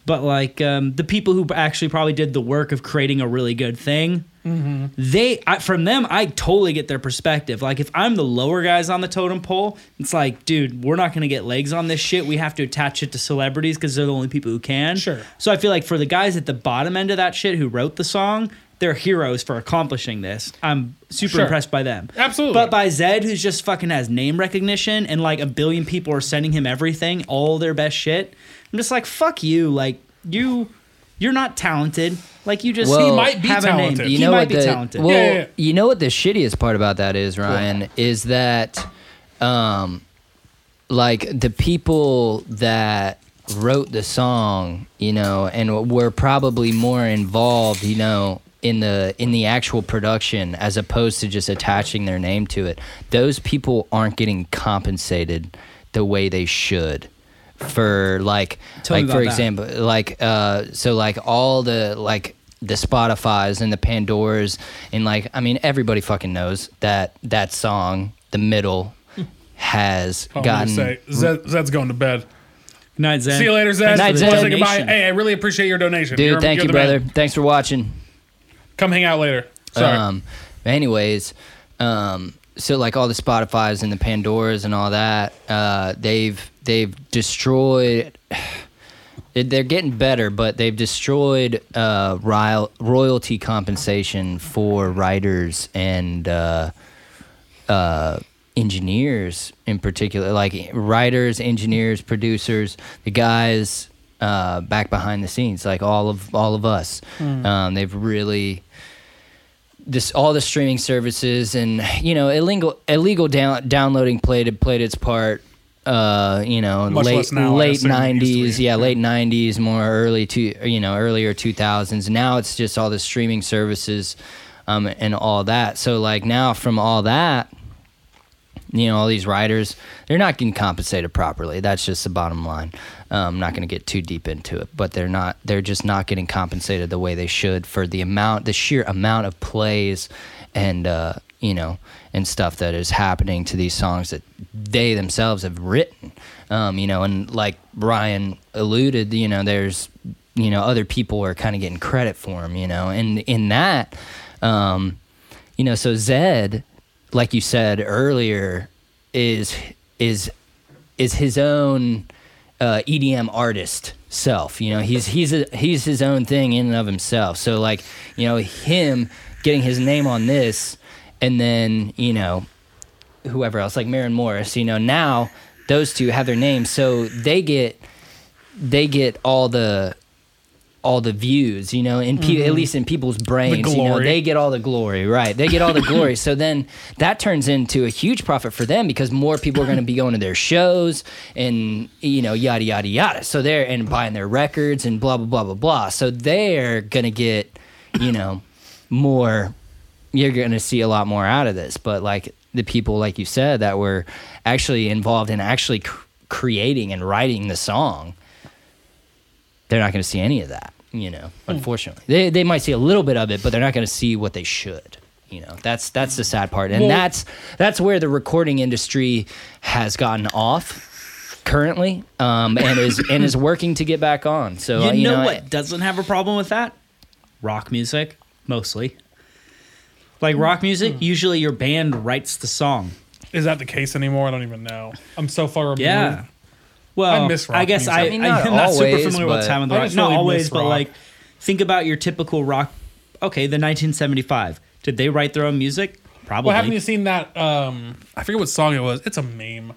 [SPEAKER 2] but like um, the people who actually probably did the work of creating a really good thing,
[SPEAKER 1] Mm-hmm.
[SPEAKER 2] they I, from them I totally get their perspective. Like if I'm the lower guys on the totem pole, it's like, dude, we're not gonna get legs on this shit. We have to attach it to celebrities because they're the only people who can.
[SPEAKER 1] Sure.
[SPEAKER 2] So I feel like for the guys at the bottom end of that shit who wrote the song. They're heroes for accomplishing this. I'm super
[SPEAKER 1] Sure.
[SPEAKER 2] impressed by them.
[SPEAKER 1] Absolutely.
[SPEAKER 2] But by Zed, who's just fucking has name recognition and like a billion people are sending him everything, all their best shit. I'm just like, fuck you. Like you, you're not talented. Like you just
[SPEAKER 3] Well, He
[SPEAKER 1] might be
[SPEAKER 2] have a
[SPEAKER 1] talented.
[SPEAKER 2] name.
[SPEAKER 1] You
[SPEAKER 2] he might be talented.
[SPEAKER 3] Well,
[SPEAKER 1] Yeah, yeah, yeah.
[SPEAKER 3] you know what the shittiest part about that is, Ryan, is that, um, like the people that wrote the song, you know, and were probably more involved, you know, in the in the actual production as opposed to just attaching their name to it. Those people aren't getting compensated the way they should for like
[SPEAKER 2] Tell me
[SPEAKER 3] like for
[SPEAKER 2] about that.
[SPEAKER 3] example but, like uh so like all the like the spotify's and
[SPEAKER 2] (laughs)
[SPEAKER 3] the pandoras and like i mean everybody fucking knows that that song the middle has
[SPEAKER 1] Oh, I'm gonna
[SPEAKER 3] gotten.
[SPEAKER 1] say Zed, Zed's going to bed.
[SPEAKER 2] Night, Zen.
[SPEAKER 1] See you later, Zed.
[SPEAKER 3] Night,
[SPEAKER 1] Wanna
[SPEAKER 3] Zed.
[SPEAKER 1] say goodbye.
[SPEAKER 2] Donation.
[SPEAKER 1] Hey, I really appreciate your donation,
[SPEAKER 3] Dude,
[SPEAKER 1] You're-
[SPEAKER 3] thank
[SPEAKER 1] you're
[SPEAKER 3] you,
[SPEAKER 1] the man.
[SPEAKER 3] brother. Thanks for watching.
[SPEAKER 1] Come hang out later. Sorry.
[SPEAKER 3] Um, anyways, um, so like all the Spotify's and the Pandoras and all that, uh, they've they've destroyed. (sighs) they- They're getting better, but they've destroyed uh, rile- royalty compensation for writers and uh, uh, engineers in particular, like writers, engineers, producers, the guys uh, back behind the scenes, like all of all of us. Um, they've really this all the streaming services and you know illegal illegal down, downloading played played its part. Uh, you know,
[SPEAKER 1] Much
[SPEAKER 3] late
[SPEAKER 1] less now, I
[SPEAKER 3] late
[SPEAKER 1] assume, than it used to
[SPEAKER 3] nineties,
[SPEAKER 1] be.
[SPEAKER 3] yeah, late nineties, more early to you know earlier two thousands. Now it's just all the streaming services, um, and all that. So like now from all that, you know all these writers they're not getting compensated properly that's just the bottom line um, i'm not going to get too deep into it but they're not they're just not getting compensated the way they should for the amount the sheer amount of plays and uh, you know and stuff that is happening to these songs that they themselves have written um, you know and like brian alluded you know there's you know other people are kind of getting credit for them you know and in that um, you know so zed like you said earlier is is is his own uh, edm artist self you know he's he's a, he's his own thing in and of himself so like you know him getting his name on this and then you know whoever else like Maren Morris you know now those two have their names so they get they get all the all the views, you know, in pe- at least in people's brains, you know,
[SPEAKER 1] glory.
[SPEAKER 3] they get all the glory, right? They get all the glory. So then that turns into a huge profit for them because more people are going to be going to their shows and you know yada yada yada. So they're and buying their records and blah blah blah blah blah. So they're going to get, you know, more. You're going to see a lot more out of this, but like the people, like you said, that were actually involved in actually cr- creating and writing the song they're not going to see any of that, you know,
[SPEAKER 2] Hmm.
[SPEAKER 3] unfortunately. They, they might see a little bit of it, but they're not going to see what they should. You know, that's that's the sad part. And
[SPEAKER 1] Well-
[SPEAKER 3] that's that's where the recording industry has gotten off currently um, and is and is working to get back on. So
[SPEAKER 2] You,
[SPEAKER 3] uh, you
[SPEAKER 2] know, what doesn't have a problem with that? Rock music, mostly. Like rock music, usually your band writes the song.
[SPEAKER 1] Is that the case anymore? I don't even know. I'm so far removed.
[SPEAKER 2] Yeah. Well, I,
[SPEAKER 1] I miss rock
[SPEAKER 2] guess
[SPEAKER 1] music.
[SPEAKER 2] I,
[SPEAKER 1] I
[SPEAKER 3] mean,
[SPEAKER 2] I
[SPEAKER 3] not
[SPEAKER 2] am not super
[SPEAKER 3] always,
[SPEAKER 2] familiar with
[SPEAKER 3] but-
[SPEAKER 2] time on the
[SPEAKER 1] I
[SPEAKER 2] rock.
[SPEAKER 1] just
[SPEAKER 2] Not
[SPEAKER 1] really
[SPEAKER 2] always,
[SPEAKER 1] miss
[SPEAKER 2] but
[SPEAKER 1] rock.
[SPEAKER 2] like, think about your typical rock. Okay, the 1975. Did they write their own music? Probably.
[SPEAKER 1] Well, haven't you seen that? Um, I forget what song it was. It's a meme,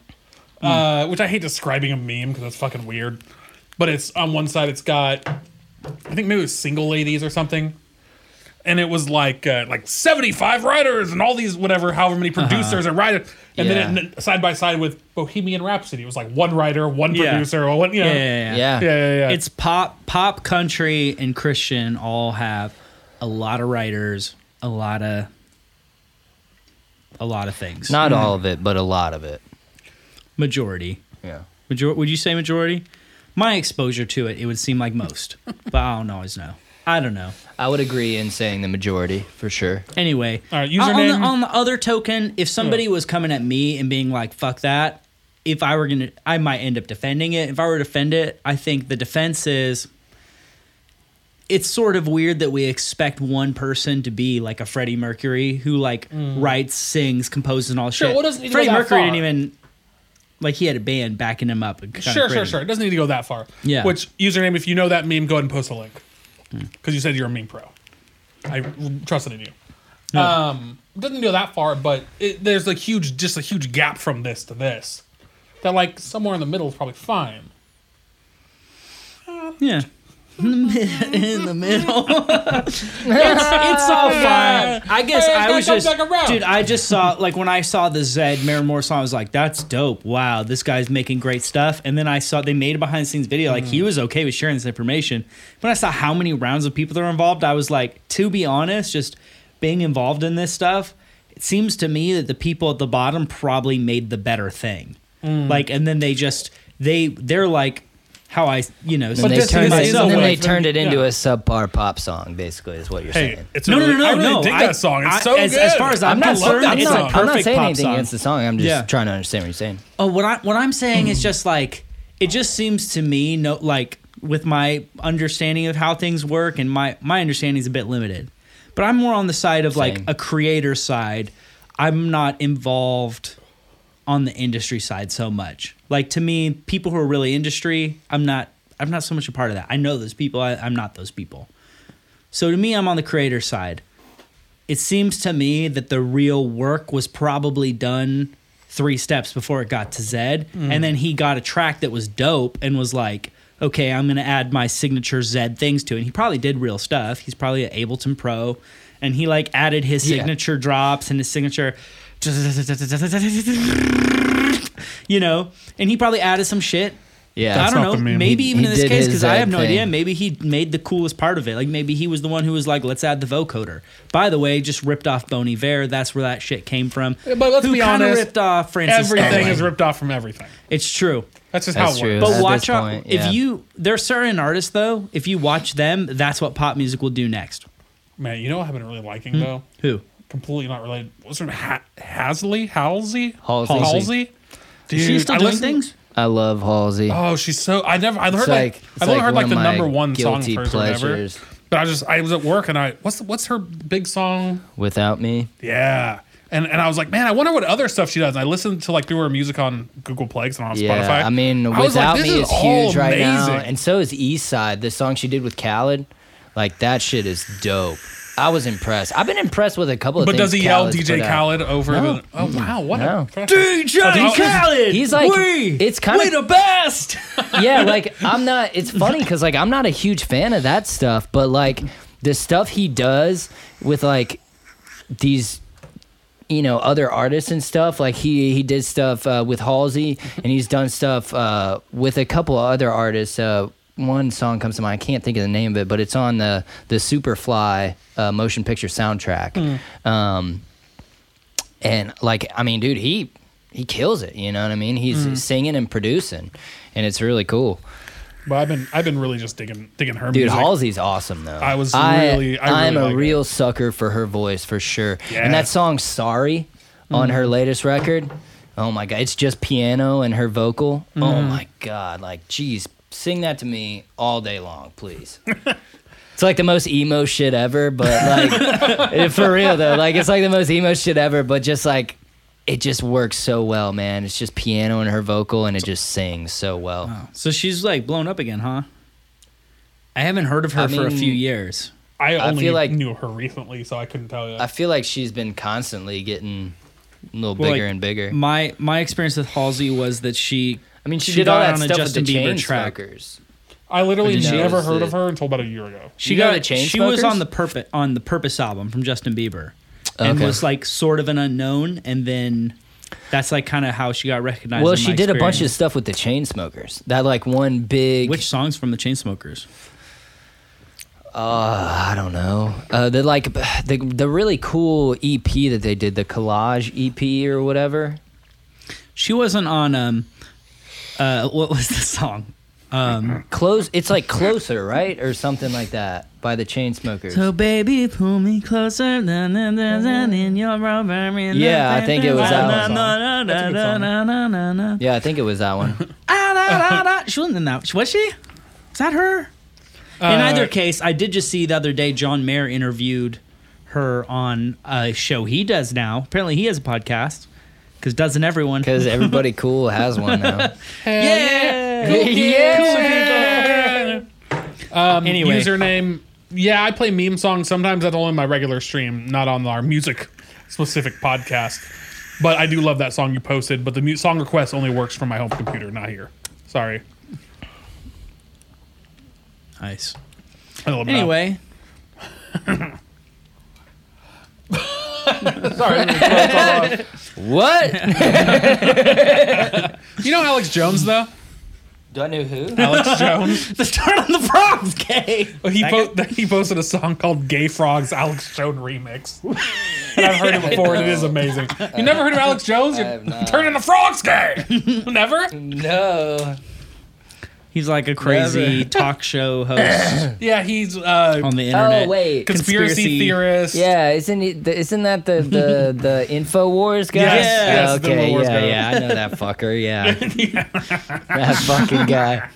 [SPEAKER 2] Hmm.
[SPEAKER 1] uh, which I hate describing a meme because it's fucking weird. But it's on one side, it's got, I think maybe it was single ladies or something, and it was like uh, like seventy five writers and all these whatever, however many
[SPEAKER 2] Uh-huh.
[SPEAKER 1] producers and writers, and then
[SPEAKER 3] Yeah.
[SPEAKER 1] it, side by side with Bohemian Rhapsody, it was like one writer, one
[SPEAKER 2] Yeah.
[SPEAKER 1] producer, or one you know,
[SPEAKER 2] yeah, yeah, yeah.
[SPEAKER 3] yeah.
[SPEAKER 1] yeah, yeah, yeah.
[SPEAKER 2] It's pop, pop, country, and Christian all have a lot of writers, a lot of, a lot of things.
[SPEAKER 3] Not all of it, but a lot of it.
[SPEAKER 2] majority.
[SPEAKER 3] Yeah.
[SPEAKER 2] Major- would you say majority? My exposure to it, it would seem
[SPEAKER 1] (laughs)
[SPEAKER 2] like most, but I don't always know. I don't know.
[SPEAKER 3] I would agree in saying the majority for sure.
[SPEAKER 2] Anyway,
[SPEAKER 1] All right,
[SPEAKER 2] on- on, the,
[SPEAKER 1] username-
[SPEAKER 2] on the other token, if somebody was coming at me and being like, "Fuck that," if I were gonna, I might end up defending it. If I were to defend it, I think the defense is. It's sort of weird that we expect one person to be like a Freddie Mercury who like writes, sings, composes, and all
[SPEAKER 1] Mm. Sure,
[SPEAKER 2] shit.
[SPEAKER 1] well, it doesn't need to go
[SPEAKER 2] Freddie
[SPEAKER 1] that
[SPEAKER 2] Mercury didn't
[SPEAKER 1] far.
[SPEAKER 2] even like he had a band backing him up. and kinda
[SPEAKER 1] sure, sure,
[SPEAKER 2] creating-
[SPEAKER 1] sure. It doesn't need to go that far.
[SPEAKER 2] Yeah. Hmm.
[SPEAKER 1] Which username? If you know that meme, go ahead and post a link because you said you're a meme pro. I trusted in you. Um, it doesn't go that far, but it, there's a huge, just a huge gap from this to this. That like somewhere in the middle is probably fine.
[SPEAKER 2] Yeah. (laughs) In the
[SPEAKER 1] (laughs)
[SPEAKER 2] middle. it's, it's all fine. I guess
[SPEAKER 1] Hey,
[SPEAKER 2] I
[SPEAKER 1] that
[SPEAKER 2] was
[SPEAKER 1] comes
[SPEAKER 2] just.
[SPEAKER 1] back around.
[SPEAKER 2] Dude, I just saw, like, when I saw the Zed Maren Moore song, I was like, that's dope. Wow, this guy's making great stuff. And then I saw they made a behind the scenes video. Like,
[SPEAKER 3] Mm.
[SPEAKER 2] he was okay with sharing this information. When I saw how many rounds of people that were involved, I was like, to be honest, just being involved in this stuff, it seems to me that the people at the
[SPEAKER 3] Mm.
[SPEAKER 2] bottom probably made the better thing. Like, and then they just, they, they're like, how I, you know,
[SPEAKER 3] And
[SPEAKER 1] But
[SPEAKER 3] they
[SPEAKER 1] this-
[SPEAKER 3] turned
[SPEAKER 1] this
[SPEAKER 3] it,
[SPEAKER 1] is
[SPEAKER 3] and
[SPEAKER 1] a
[SPEAKER 3] then
[SPEAKER 1] way
[SPEAKER 3] they
[SPEAKER 1] for-
[SPEAKER 3] turned it into
[SPEAKER 1] yeah.
[SPEAKER 3] a subpar pop song, basically, is what you're
[SPEAKER 1] Hey,
[SPEAKER 3] saying.
[SPEAKER 1] it's
[SPEAKER 2] no,
[SPEAKER 1] a
[SPEAKER 2] no,
[SPEAKER 1] really-
[SPEAKER 2] no, no,
[SPEAKER 1] I really
[SPEAKER 2] no.
[SPEAKER 1] dig
[SPEAKER 2] I-
[SPEAKER 1] that song. It's
[SPEAKER 2] I-
[SPEAKER 1] so
[SPEAKER 2] as-
[SPEAKER 1] good.
[SPEAKER 2] as far as I'm
[SPEAKER 1] I
[SPEAKER 3] not,
[SPEAKER 2] concerned,
[SPEAKER 1] love that
[SPEAKER 2] it's
[SPEAKER 1] song.
[SPEAKER 2] a
[SPEAKER 1] I'm
[SPEAKER 3] I'm not
[SPEAKER 2] perfect
[SPEAKER 3] saying
[SPEAKER 2] pop
[SPEAKER 3] anything
[SPEAKER 2] song.
[SPEAKER 3] against the song. I'm just
[SPEAKER 2] Yeah.
[SPEAKER 3] trying to understand what you're saying.
[SPEAKER 2] Oh, what I what I'm saying is just like it just seems to me no like with my understanding of how things work and my my understanding is a bit limited. But I'm more on the side of like
[SPEAKER 3] Same.
[SPEAKER 2] a creator side. I'm not involved on the industry side so much. Like to me, people who are really industry, I'm not I'm not so much a part of that. I know those people, I, I'm not those people. So to me, I'm on the creator side. It seems to me that the real work was probably done three steps before it got to Zed. And then he got a track that was dope and was like, okay, I'm going to add my signature Zed things to it. And he probably did real stuff. He's probably an Ableton Pro. And he like added his
[SPEAKER 3] Yeah.
[SPEAKER 2] signature drops and his signature. (laughs) You know, and he probably added some shit
[SPEAKER 3] Yeah.
[SPEAKER 2] I don't
[SPEAKER 1] not
[SPEAKER 2] know.
[SPEAKER 1] the meme.
[SPEAKER 2] Maybe
[SPEAKER 1] He-
[SPEAKER 2] even
[SPEAKER 3] he
[SPEAKER 2] in this
[SPEAKER 3] did
[SPEAKER 2] case,
[SPEAKER 3] his,
[SPEAKER 2] because I
[SPEAKER 3] uh,
[SPEAKER 2] have no
[SPEAKER 3] thing.
[SPEAKER 2] idea. Maybe he made the coolest part of it. Like maybe he was the one who was like, "Let's add the vocoder." By the way, just ripped off Bon Iver. That's where that shit came from.
[SPEAKER 1] but let's
[SPEAKER 2] who
[SPEAKER 1] be
[SPEAKER 2] kinda
[SPEAKER 1] honest,
[SPEAKER 2] ripped off Francis.
[SPEAKER 1] Everything
[SPEAKER 2] Scotland.
[SPEAKER 1] is ripped off from everything.
[SPEAKER 2] It's true.
[SPEAKER 1] That's just
[SPEAKER 3] That's
[SPEAKER 1] how it
[SPEAKER 3] true.
[SPEAKER 1] works.
[SPEAKER 2] But
[SPEAKER 3] At
[SPEAKER 2] watch
[SPEAKER 3] this
[SPEAKER 2] out.
[SPEAKER 3] point,
[SPEAKER 2] If
[SPEAKER 3] yeah.
[SPEAKER 2] you there are certain artists though, if you watch them, that's what pop music will do next.
[SPEAKER 1] Man, you know what I've been really
[SPEAKER 2] Hmm.
[SPEAKER 1] liking though?
[SPEAKER 2] Who?
[SPEAKER 1] Completely not related. What's her name? Ha- Hasley? Halsey?
[SPEAKER 3] Halsey.
[SPEAKER 1] Halsey? Dude,
[SPEAKER 2] She's still
[SPEAKER 1] I
[SPEAKER 2] doing
[SPEAKER 1] listened-
[SPEAKER 2] things.
[SPEAKER 3] I love Halsey.
[SPEAKER 1] Oh, she's so. I never. I heard
[SPEAKER 3] like-
[SPEAKER 1] like,
[SPEAKER 3] it's
[SPEAKER 1] I've only
[SPEAKER 3] like
[SPEAKER 1] heard
[SPEAKER 3] one
[SPEAKER 1] like
[SPEAKER 3] of
[SPEAKER 1] the
[SPEAKER 3] my
[SPEAKER 1] number one song of
[SPEAKER 3] guilty
[SPEAKER 1] hers or whatever.
[SPEAKER 3] pleasures.
[SPEAKER 1] But I just I was at work and I what's what's her big song?
[SPEAKER 3] Without me,
[SPEAKER 1] Yeah. And, and I was like, man, I wonder what other stuff she does. And I listened to like through her music on Google Play 'cause I'm on
[SPEAKER 3] yeah.
[SPEAKER 1] Spotify.
[SPEAKER 3] I mean,
[SPEAKER 1] was like,
[SPEAKER 3] without
[SPEAKER 1] this
[SPEAKER 3] me is,
[SPEAKER 1] all
[SPEAKER 3] huge right now,
[SPEAKER 1] amazing.
[SPEAKER 3] and so is East Side. The song she did with Khaled, like that shit is dope. I was impressed. I've been impressed with a couple of.
[SPEAKER 1] but
[SPEAKER 3] things
[SPEAKER 1] does he yell
[SPEAKER 3] Khaled's
[SPEAKER 1] DJ
[SPEAKER 3] put out.
[SPEAKER 1] Khaled over?
[SPEAKER 3] No.
[SPEAKER 1] the- oh wow, what a
[SPEAKER 3] No.
[SPEAKER 1] professional.
[SPEAKER 2] DJ Khaled.
[SPEAKER 3] he's like-
[SPEAKER 2] we,
[SPEAKER 3] it's kinda-
[SPEAKER 2] we the best.
[SPEAKER 3] yeah, like I'm not. It's funny because like I'm not a huge fan of that stuff, but like the stuff he does with like these, you know, other artists and stuff. Like he he did stuff uh, with Halsey, and he's done stuff uh, with a couple of other artists. Uh, one song comes to mind. I can't think of the name of it, but it's on the the Superfly uh, motion picture soundtrack. Um, and like I mean, dude, he he kills it. You know what I mean? He's singing and producing, and it's really cool.
[SPEAKER 1] But I've been I've been really just digging digging her
[SPEAKER 3] Dude,
[SPEAKER 1] music.
[SPEAKER 3] Halsey's awesome though.
[SPEAKER 1] I was really- I
[SPEAKER 3] am
[SPEAKER 1] really
[SPEAKER 3] a
[SPEAKER 1] like
[SPEAKER 3] real sucker for her voice for sure.
[SPEAKER 1] Yeah. Mm-hmm.
[SPEAKER 3] And that song "Sorry" on her latest record. Oh my god, it's just piano and her vocal. Oh
[SPEAKER 1] Mm-hmm.
[SPEAKER 3] my god, like geez, sing that to me all day long, please. (laughs) It's like the most emo shit ever, but
[SPEAKER 1] (laughs)
[SPEAKER 3] like for real though, like it's like the most emo shit ever, but just like it just works so well, man. It's just piano and her vocal, and it just sings so well.
[SPEAKER 2] (laughs)
[SPEAKER 1] Oh,
[SPEAKER 2] so she's like blown up again, huh? I haven't heard of her
[SPEAKER 3] I
[SPEAKER 2] for a
[SPEAKER 3] mean-
[SPEAKER 2] few years.
[SPEAKER 1] I
[SPEAKER 3] I
[SPEAKER 1] only
[SPEAKER 3] feel like-
[SPEAKER 1] knew her recently, so I couldn't tell you.
[SPEAKER 3] I feel like she's been constantly getting a little
[SPEAKER 2] Well,
[SPEAKER 3] bigger
[SPEAKER 2] like,
[SPEAKER 3] and bigger.
[SPEAKER 2] My my experience with Halsey was that she
[SPEAKER 3] I mean, she,
[SPEAKER 2] she
[SPEAKER 3] did all
[SPEAKER 2] got
[SPEAKER 3] that
[SPEAKER 2] on a
[SPEAKER 3] stuff with the
[SPEAKER 2] Justin Bieber
[SPEAKER 3] chain
[SPEAKER 2] track.
[SPEAKER 3] smokers.
[SPEAKER 1] I literally
[SPEAKER 3] Did you
[SPEAKER 1] never
[SPEAKER 3] notice
[SPEAKER 1] heard of
[SPEAKER 3] that-
[SPEAKER 1] her until about a year ago.
[SPEAKER 2] she
[SPEAKER 3] You know
[SPEAKER 2] got
[SPEAKER 3] the Chainsmokers?
[SPEAKER 2] she was on the purpose on the purpose album from Justin Bieber and
[SPEAKER 3] Okay.
[SPEAKER 2] was like sort of an unknown and then that's like kind of how she got recognized.
[SPEAKER 3] Well,
[SPEAKER 2] in
[SPEAKER 3] she
[SPEAKER 2] my
[SPEAKER 3] did a bunch of
[SPEAKER 2] experience.
[SPEAKER 3] stuff with the chain smokers. That like one big,
[SPEAKER 2] which songs from the Chainsmokers?
[SPEAKER 3] I don't know. Uh, the like the the really cool EP that they did, the collage EP or whatever.
[SPEAKER 2] She wasn't on um uh what was the song? Um
[SPEAKER 3] Close. It's like closer, right, or something like that by the chain smokers.
[SPEAKER 2] So baby pull me closer na, na, na, na, in your arm and
[SPEAKER 3] Yeah, I think it was
[SPEAKER 2] na,
[SPEAKER 3] that
[SPEAKER 2] na, na, na,
[SPEAKER 1] good song.
[SPEAKER 2] na, na, na, na.
[SPEAKER 3] yeah, I think it was that one.
[SPEAKER 2] Ah, da, da, da. She wasn't in that. Was she? Is that her? in
[SPEAKER 1] Uh,
[SPEAKER 2] either case, I did just see the other day John Mayer interviewed her on a show he does now. Apparently, he has a podcast because doesn't everyone?
[SPEAKER 3] Because everybody cool has
[SPEAKER 2] (laughs)
[SPEAKER 3] one now.
[SPEAKER 2] yeah.
[SPEAKER 1] yeah. Um,
[SPEAKER 2] Anyway.
[SPEAKER 1] username. Yeah, I play meme songs sometimes. That's only on my regular stream, not on our music specific podcast. But I do love that song you posted. But the mu- song request only works from my home computer, not here. Sorry.
[SPEAKER 2] Nice.
[SPEAKER 1] I love that.
[SPEAKER 2] Anyway, (laughs)
[SPEAKER 3] what?
[SPEAKER 1] you know Alex Jones though.
[SPEAKER 3] Do I know who?
[SPEAKER 1] Uh,
[SPEAKER 2] (laughs)
[SPEAKER 1] Alex Jones.
[SPEAKER 2] the start on the frogs, okay?
[SPEAKER 1] Oh, He po- he posted a song called "Gay Frogs" Alex Jones remix, (laughs) and I've heard it before, and it is amazing. You never heard of Alex Jones? You're (laughs)
[SPEAKER 3] have not.
[SPEAKER 1] turning the frogs gay. never.
[SPEAKER 3] No.
[SPEAKER 2] He's like a crazy
[SPEAKER 3] Never.
[SPEAKER 2] talk
[SPEAKER 3] (laughs)
[SPEAKER 2] show host
[SPEAKER 1] Yeah, he's uh,
[SPEAKER 2] on the internet.
[SPEAKER 3] Oh wait.
[SPEAKER 1] conspiracy,
[SPEAKER 2] conspiracy-
[SPEAKER 1] theorist. (laughs)
[SPEAKER 3] Yeah, isn't it, the- isn't that
[SPEAKER 2] (laughs)
[SPEAKER 3] the the the Info Wars guy?
[SPEAKER 1] Yes, yes, the
[SPEAKER 3] okay,
[SPEAKER 1] Infowars
[SPEAKER 3] yeah,
[SPEAKER 1] guy.
[SPEAKER 3] yeah, I know
[SPEAKER 1] (laughs)
[SPEAKER 3] that fucker. Yeah, that fucking guy,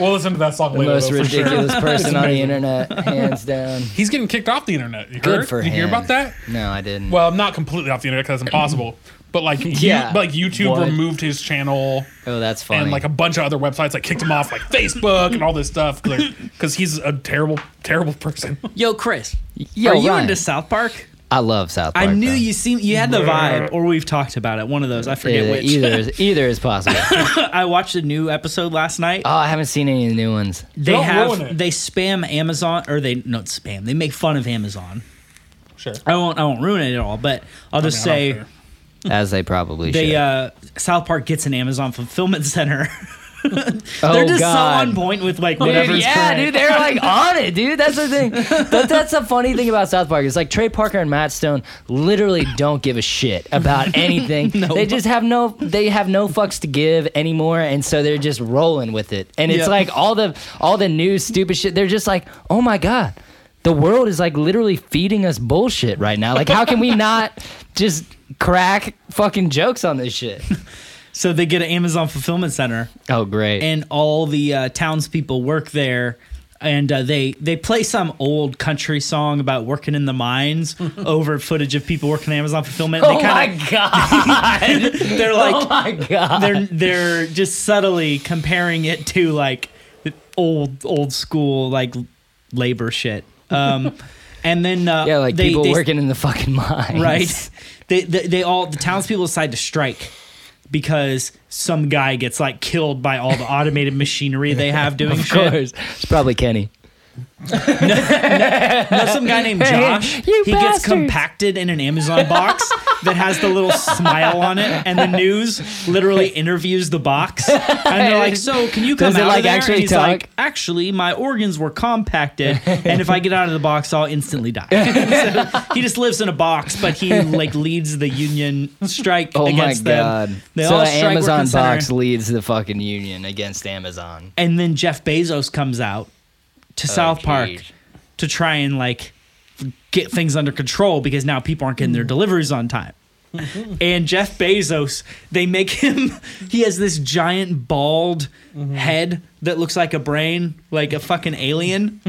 [SPEAKER 1] We'll listen to that song
[SPEAKER 3] the
[SPEAKER 1] later.
[SPEAKER 3] most
[SPEAKER 1] though, for sure. (laughs)
[SPEAKER 3] ridiculous person on the internet, hands down.
[SPEAKER 1] He's getting kicked off the internet. You
[SPEAKER 3] Good
[SPEAKER 1] heard?
[SPEAKER 3] for
[SPEAKER 1] you hear
[SPEAKER 3] him.
[SPEAKER 1] about that?
[SPEAKER 3] No, I didn't.
[SPEAKER 1] Well, not completely off the internet because that's impossible. But like, you,
[SPEAKER 3] Yeah.
[SPEAKER 1] but, like YouTube
[SPEAKER 3] What?
[SPEAKER 1] removed his channel
[SPEAKER 3] oh, that's funny.
[SPEAKER 1] and like a bunch of other websites like kicked him off, like Facebook and all this stuff,
[SPEAKER 3] (laughs)
[SPEAKER 1] because he's a terrible, terrible person.
[SPEAKER 2] Yo, Chris,
[SPEAKER 3] Yo,
[SPEAKER 2] are you
[SPEAKER 3] Ryan.
[SPEAKER 2] into South Park?
[SPEAKER 3] I love South Park.
[SPEAKER 2] I knew
[SPEAKER 3] though.
[SPEAKER 2] you seem you had the vibe, or we've talked about it. One of those, I forget
[SPEAKER 3] Either,
[SPEAKER 2] which.
[SPEAKER 3] either is either
[SPEAKER 1] (laughs)
[SPEAKER 3] is possible. oh,
[SPEAKER 2] I watched a new episode last night.
[SPEAKER 3] I haven't seen any of the new ones.
[SPEAKER 2] they
[SPEAKER 1] Uh, don't
[SPEAKER 2] have
[SPEAKER 1] ruin it.
[SPEAKER 2] they spam Amazon, or they not spam. They make fun of Amazon.
[SPEAKER 1] Sure.
[SPEAKER 2] I won't I won't ruin it at all, but I'll just
[SPEAKER 1] I mean, I
[SPEAKER 2] say
[SPEAKER 1] don't
[SPEAKER 3] As they probably
[SPEAKER 2] they
[SPEAKER 3] should.
[SPEAKER 2] uh, South Park gets an Amazon fulfillment center. (laughs)
[SPEAKER 3] oh
[SPEAKER 2] They're just
[SPEAKER 3] God.
[SPEAKER 2] so on point with like
[SPEAKER 3] Dude,
[SPEAKER 2] whatever's
[SPEAKER 3] yeah,
[SPEAKER 2] current.
[SPEAKER 3] dude, they're like on it, dude. That's the thing. That, that's the funny thing about South Park. It's like Trey Parker and Matt Stone literally don't give a shit
[SPEAKER 2] (laughs)
[SPEAKER 3] about anything. They just have no, they have no fucks to give anymore, and so they're just rolling with it. And it's
[SPEAKER 2] Yeah.
[SPEAKER 3] like all the all the new stupid shit. They're just like, oh my god, the world is like literally feeding us bullshit right now. Like, how can we not just crack fucking jokes on this
[SPEAKER 2] (laughs)
[SPEAKER 3] shit?
[SPEAKER 2] So they get an Amazon fulfillment center,
[SPEAKER 3] Oh great.
[SPEAKER 2] and all the uh, townspeople work there. And uh, they they play some old country song about working in
[SPEAKER 1] (laughs)
[SPEAKER 2] the mines over footage of people working at Amazon fulfillment.
[SPEAKER 3] (laughs) oh
[SPEAKER 2] they kinda,
[SPEAKER 3] my god.
[SPEAKER 2] (laughs) They're like
[SPEAKER 3] oh my god.
[SPEAKER 2] they're they're just subtly comparing it to like the old old school like labor shit. Um, and then uh,
[SPEAKER 3] Yeah, like
[SPEAKER 2] they-
[SPEAKER 3] people
[SPEAKER 2] they-
[SPEAKER 3] working in the fucking (laughs) mines.
[SPEAKER 2] right? (laughs) They, they they all the townspeople decide to strike because some guy gets like killed by all the automated machinery they have (laughs) doing
[SPEAKER 3] Of
[SPEAKER 2] shit.
[SPEAKER 3] course. It's probably Kenny.
[SPEAKER 2] No, some guy named Josh.
[SPEAKER 3] you
[SPEAKER 2] he
[SPEAKER 3] bastards.
[SPEAKER 2] gets compacted in an Amazon box that has the little smile on it, and the news literally interviews the box, and they're like, "So, can you come
[SPEAKER 3] Does it,
[SPEAKER 2] out
[SPEAKER 3] like,
[SPEAKER 2] of there?"
[SPEAKER 3] actually
[SPEAKER 2] and he's
[SPEAKER 3] talk?
[SPEAKER 2] like, "Actually, my organs were compacted, and if I get out of the box, I'll instantly die." (laughs) So he just lives in a box, but he like leads the union strike
[SPEAKER 3] Oh my
[SPEAKER 2] against them.
[SPEAKER 3] god.
[SPEAKER 2] They
[SPEAKER 3] so
[SPEAKER 2] all
[SPEAKER 3] the
[SPEAKER 2] strike
[SPEAKER 3] Amazon
[SPEAKER 2] working center.
[SPEAKER 3] box leads the fucking union against Amazon.
[SPEAKER 2] and then Jeff Bezos comes out to South Park
[SPEAKER 3] geez.
[SPEAKER 2] to try and like get things under control because now people aren't getting their deliveries on time. And Jeff Bezos, they make him (laughs) he has this giant bald head that looks like a brain, like a fucking alien.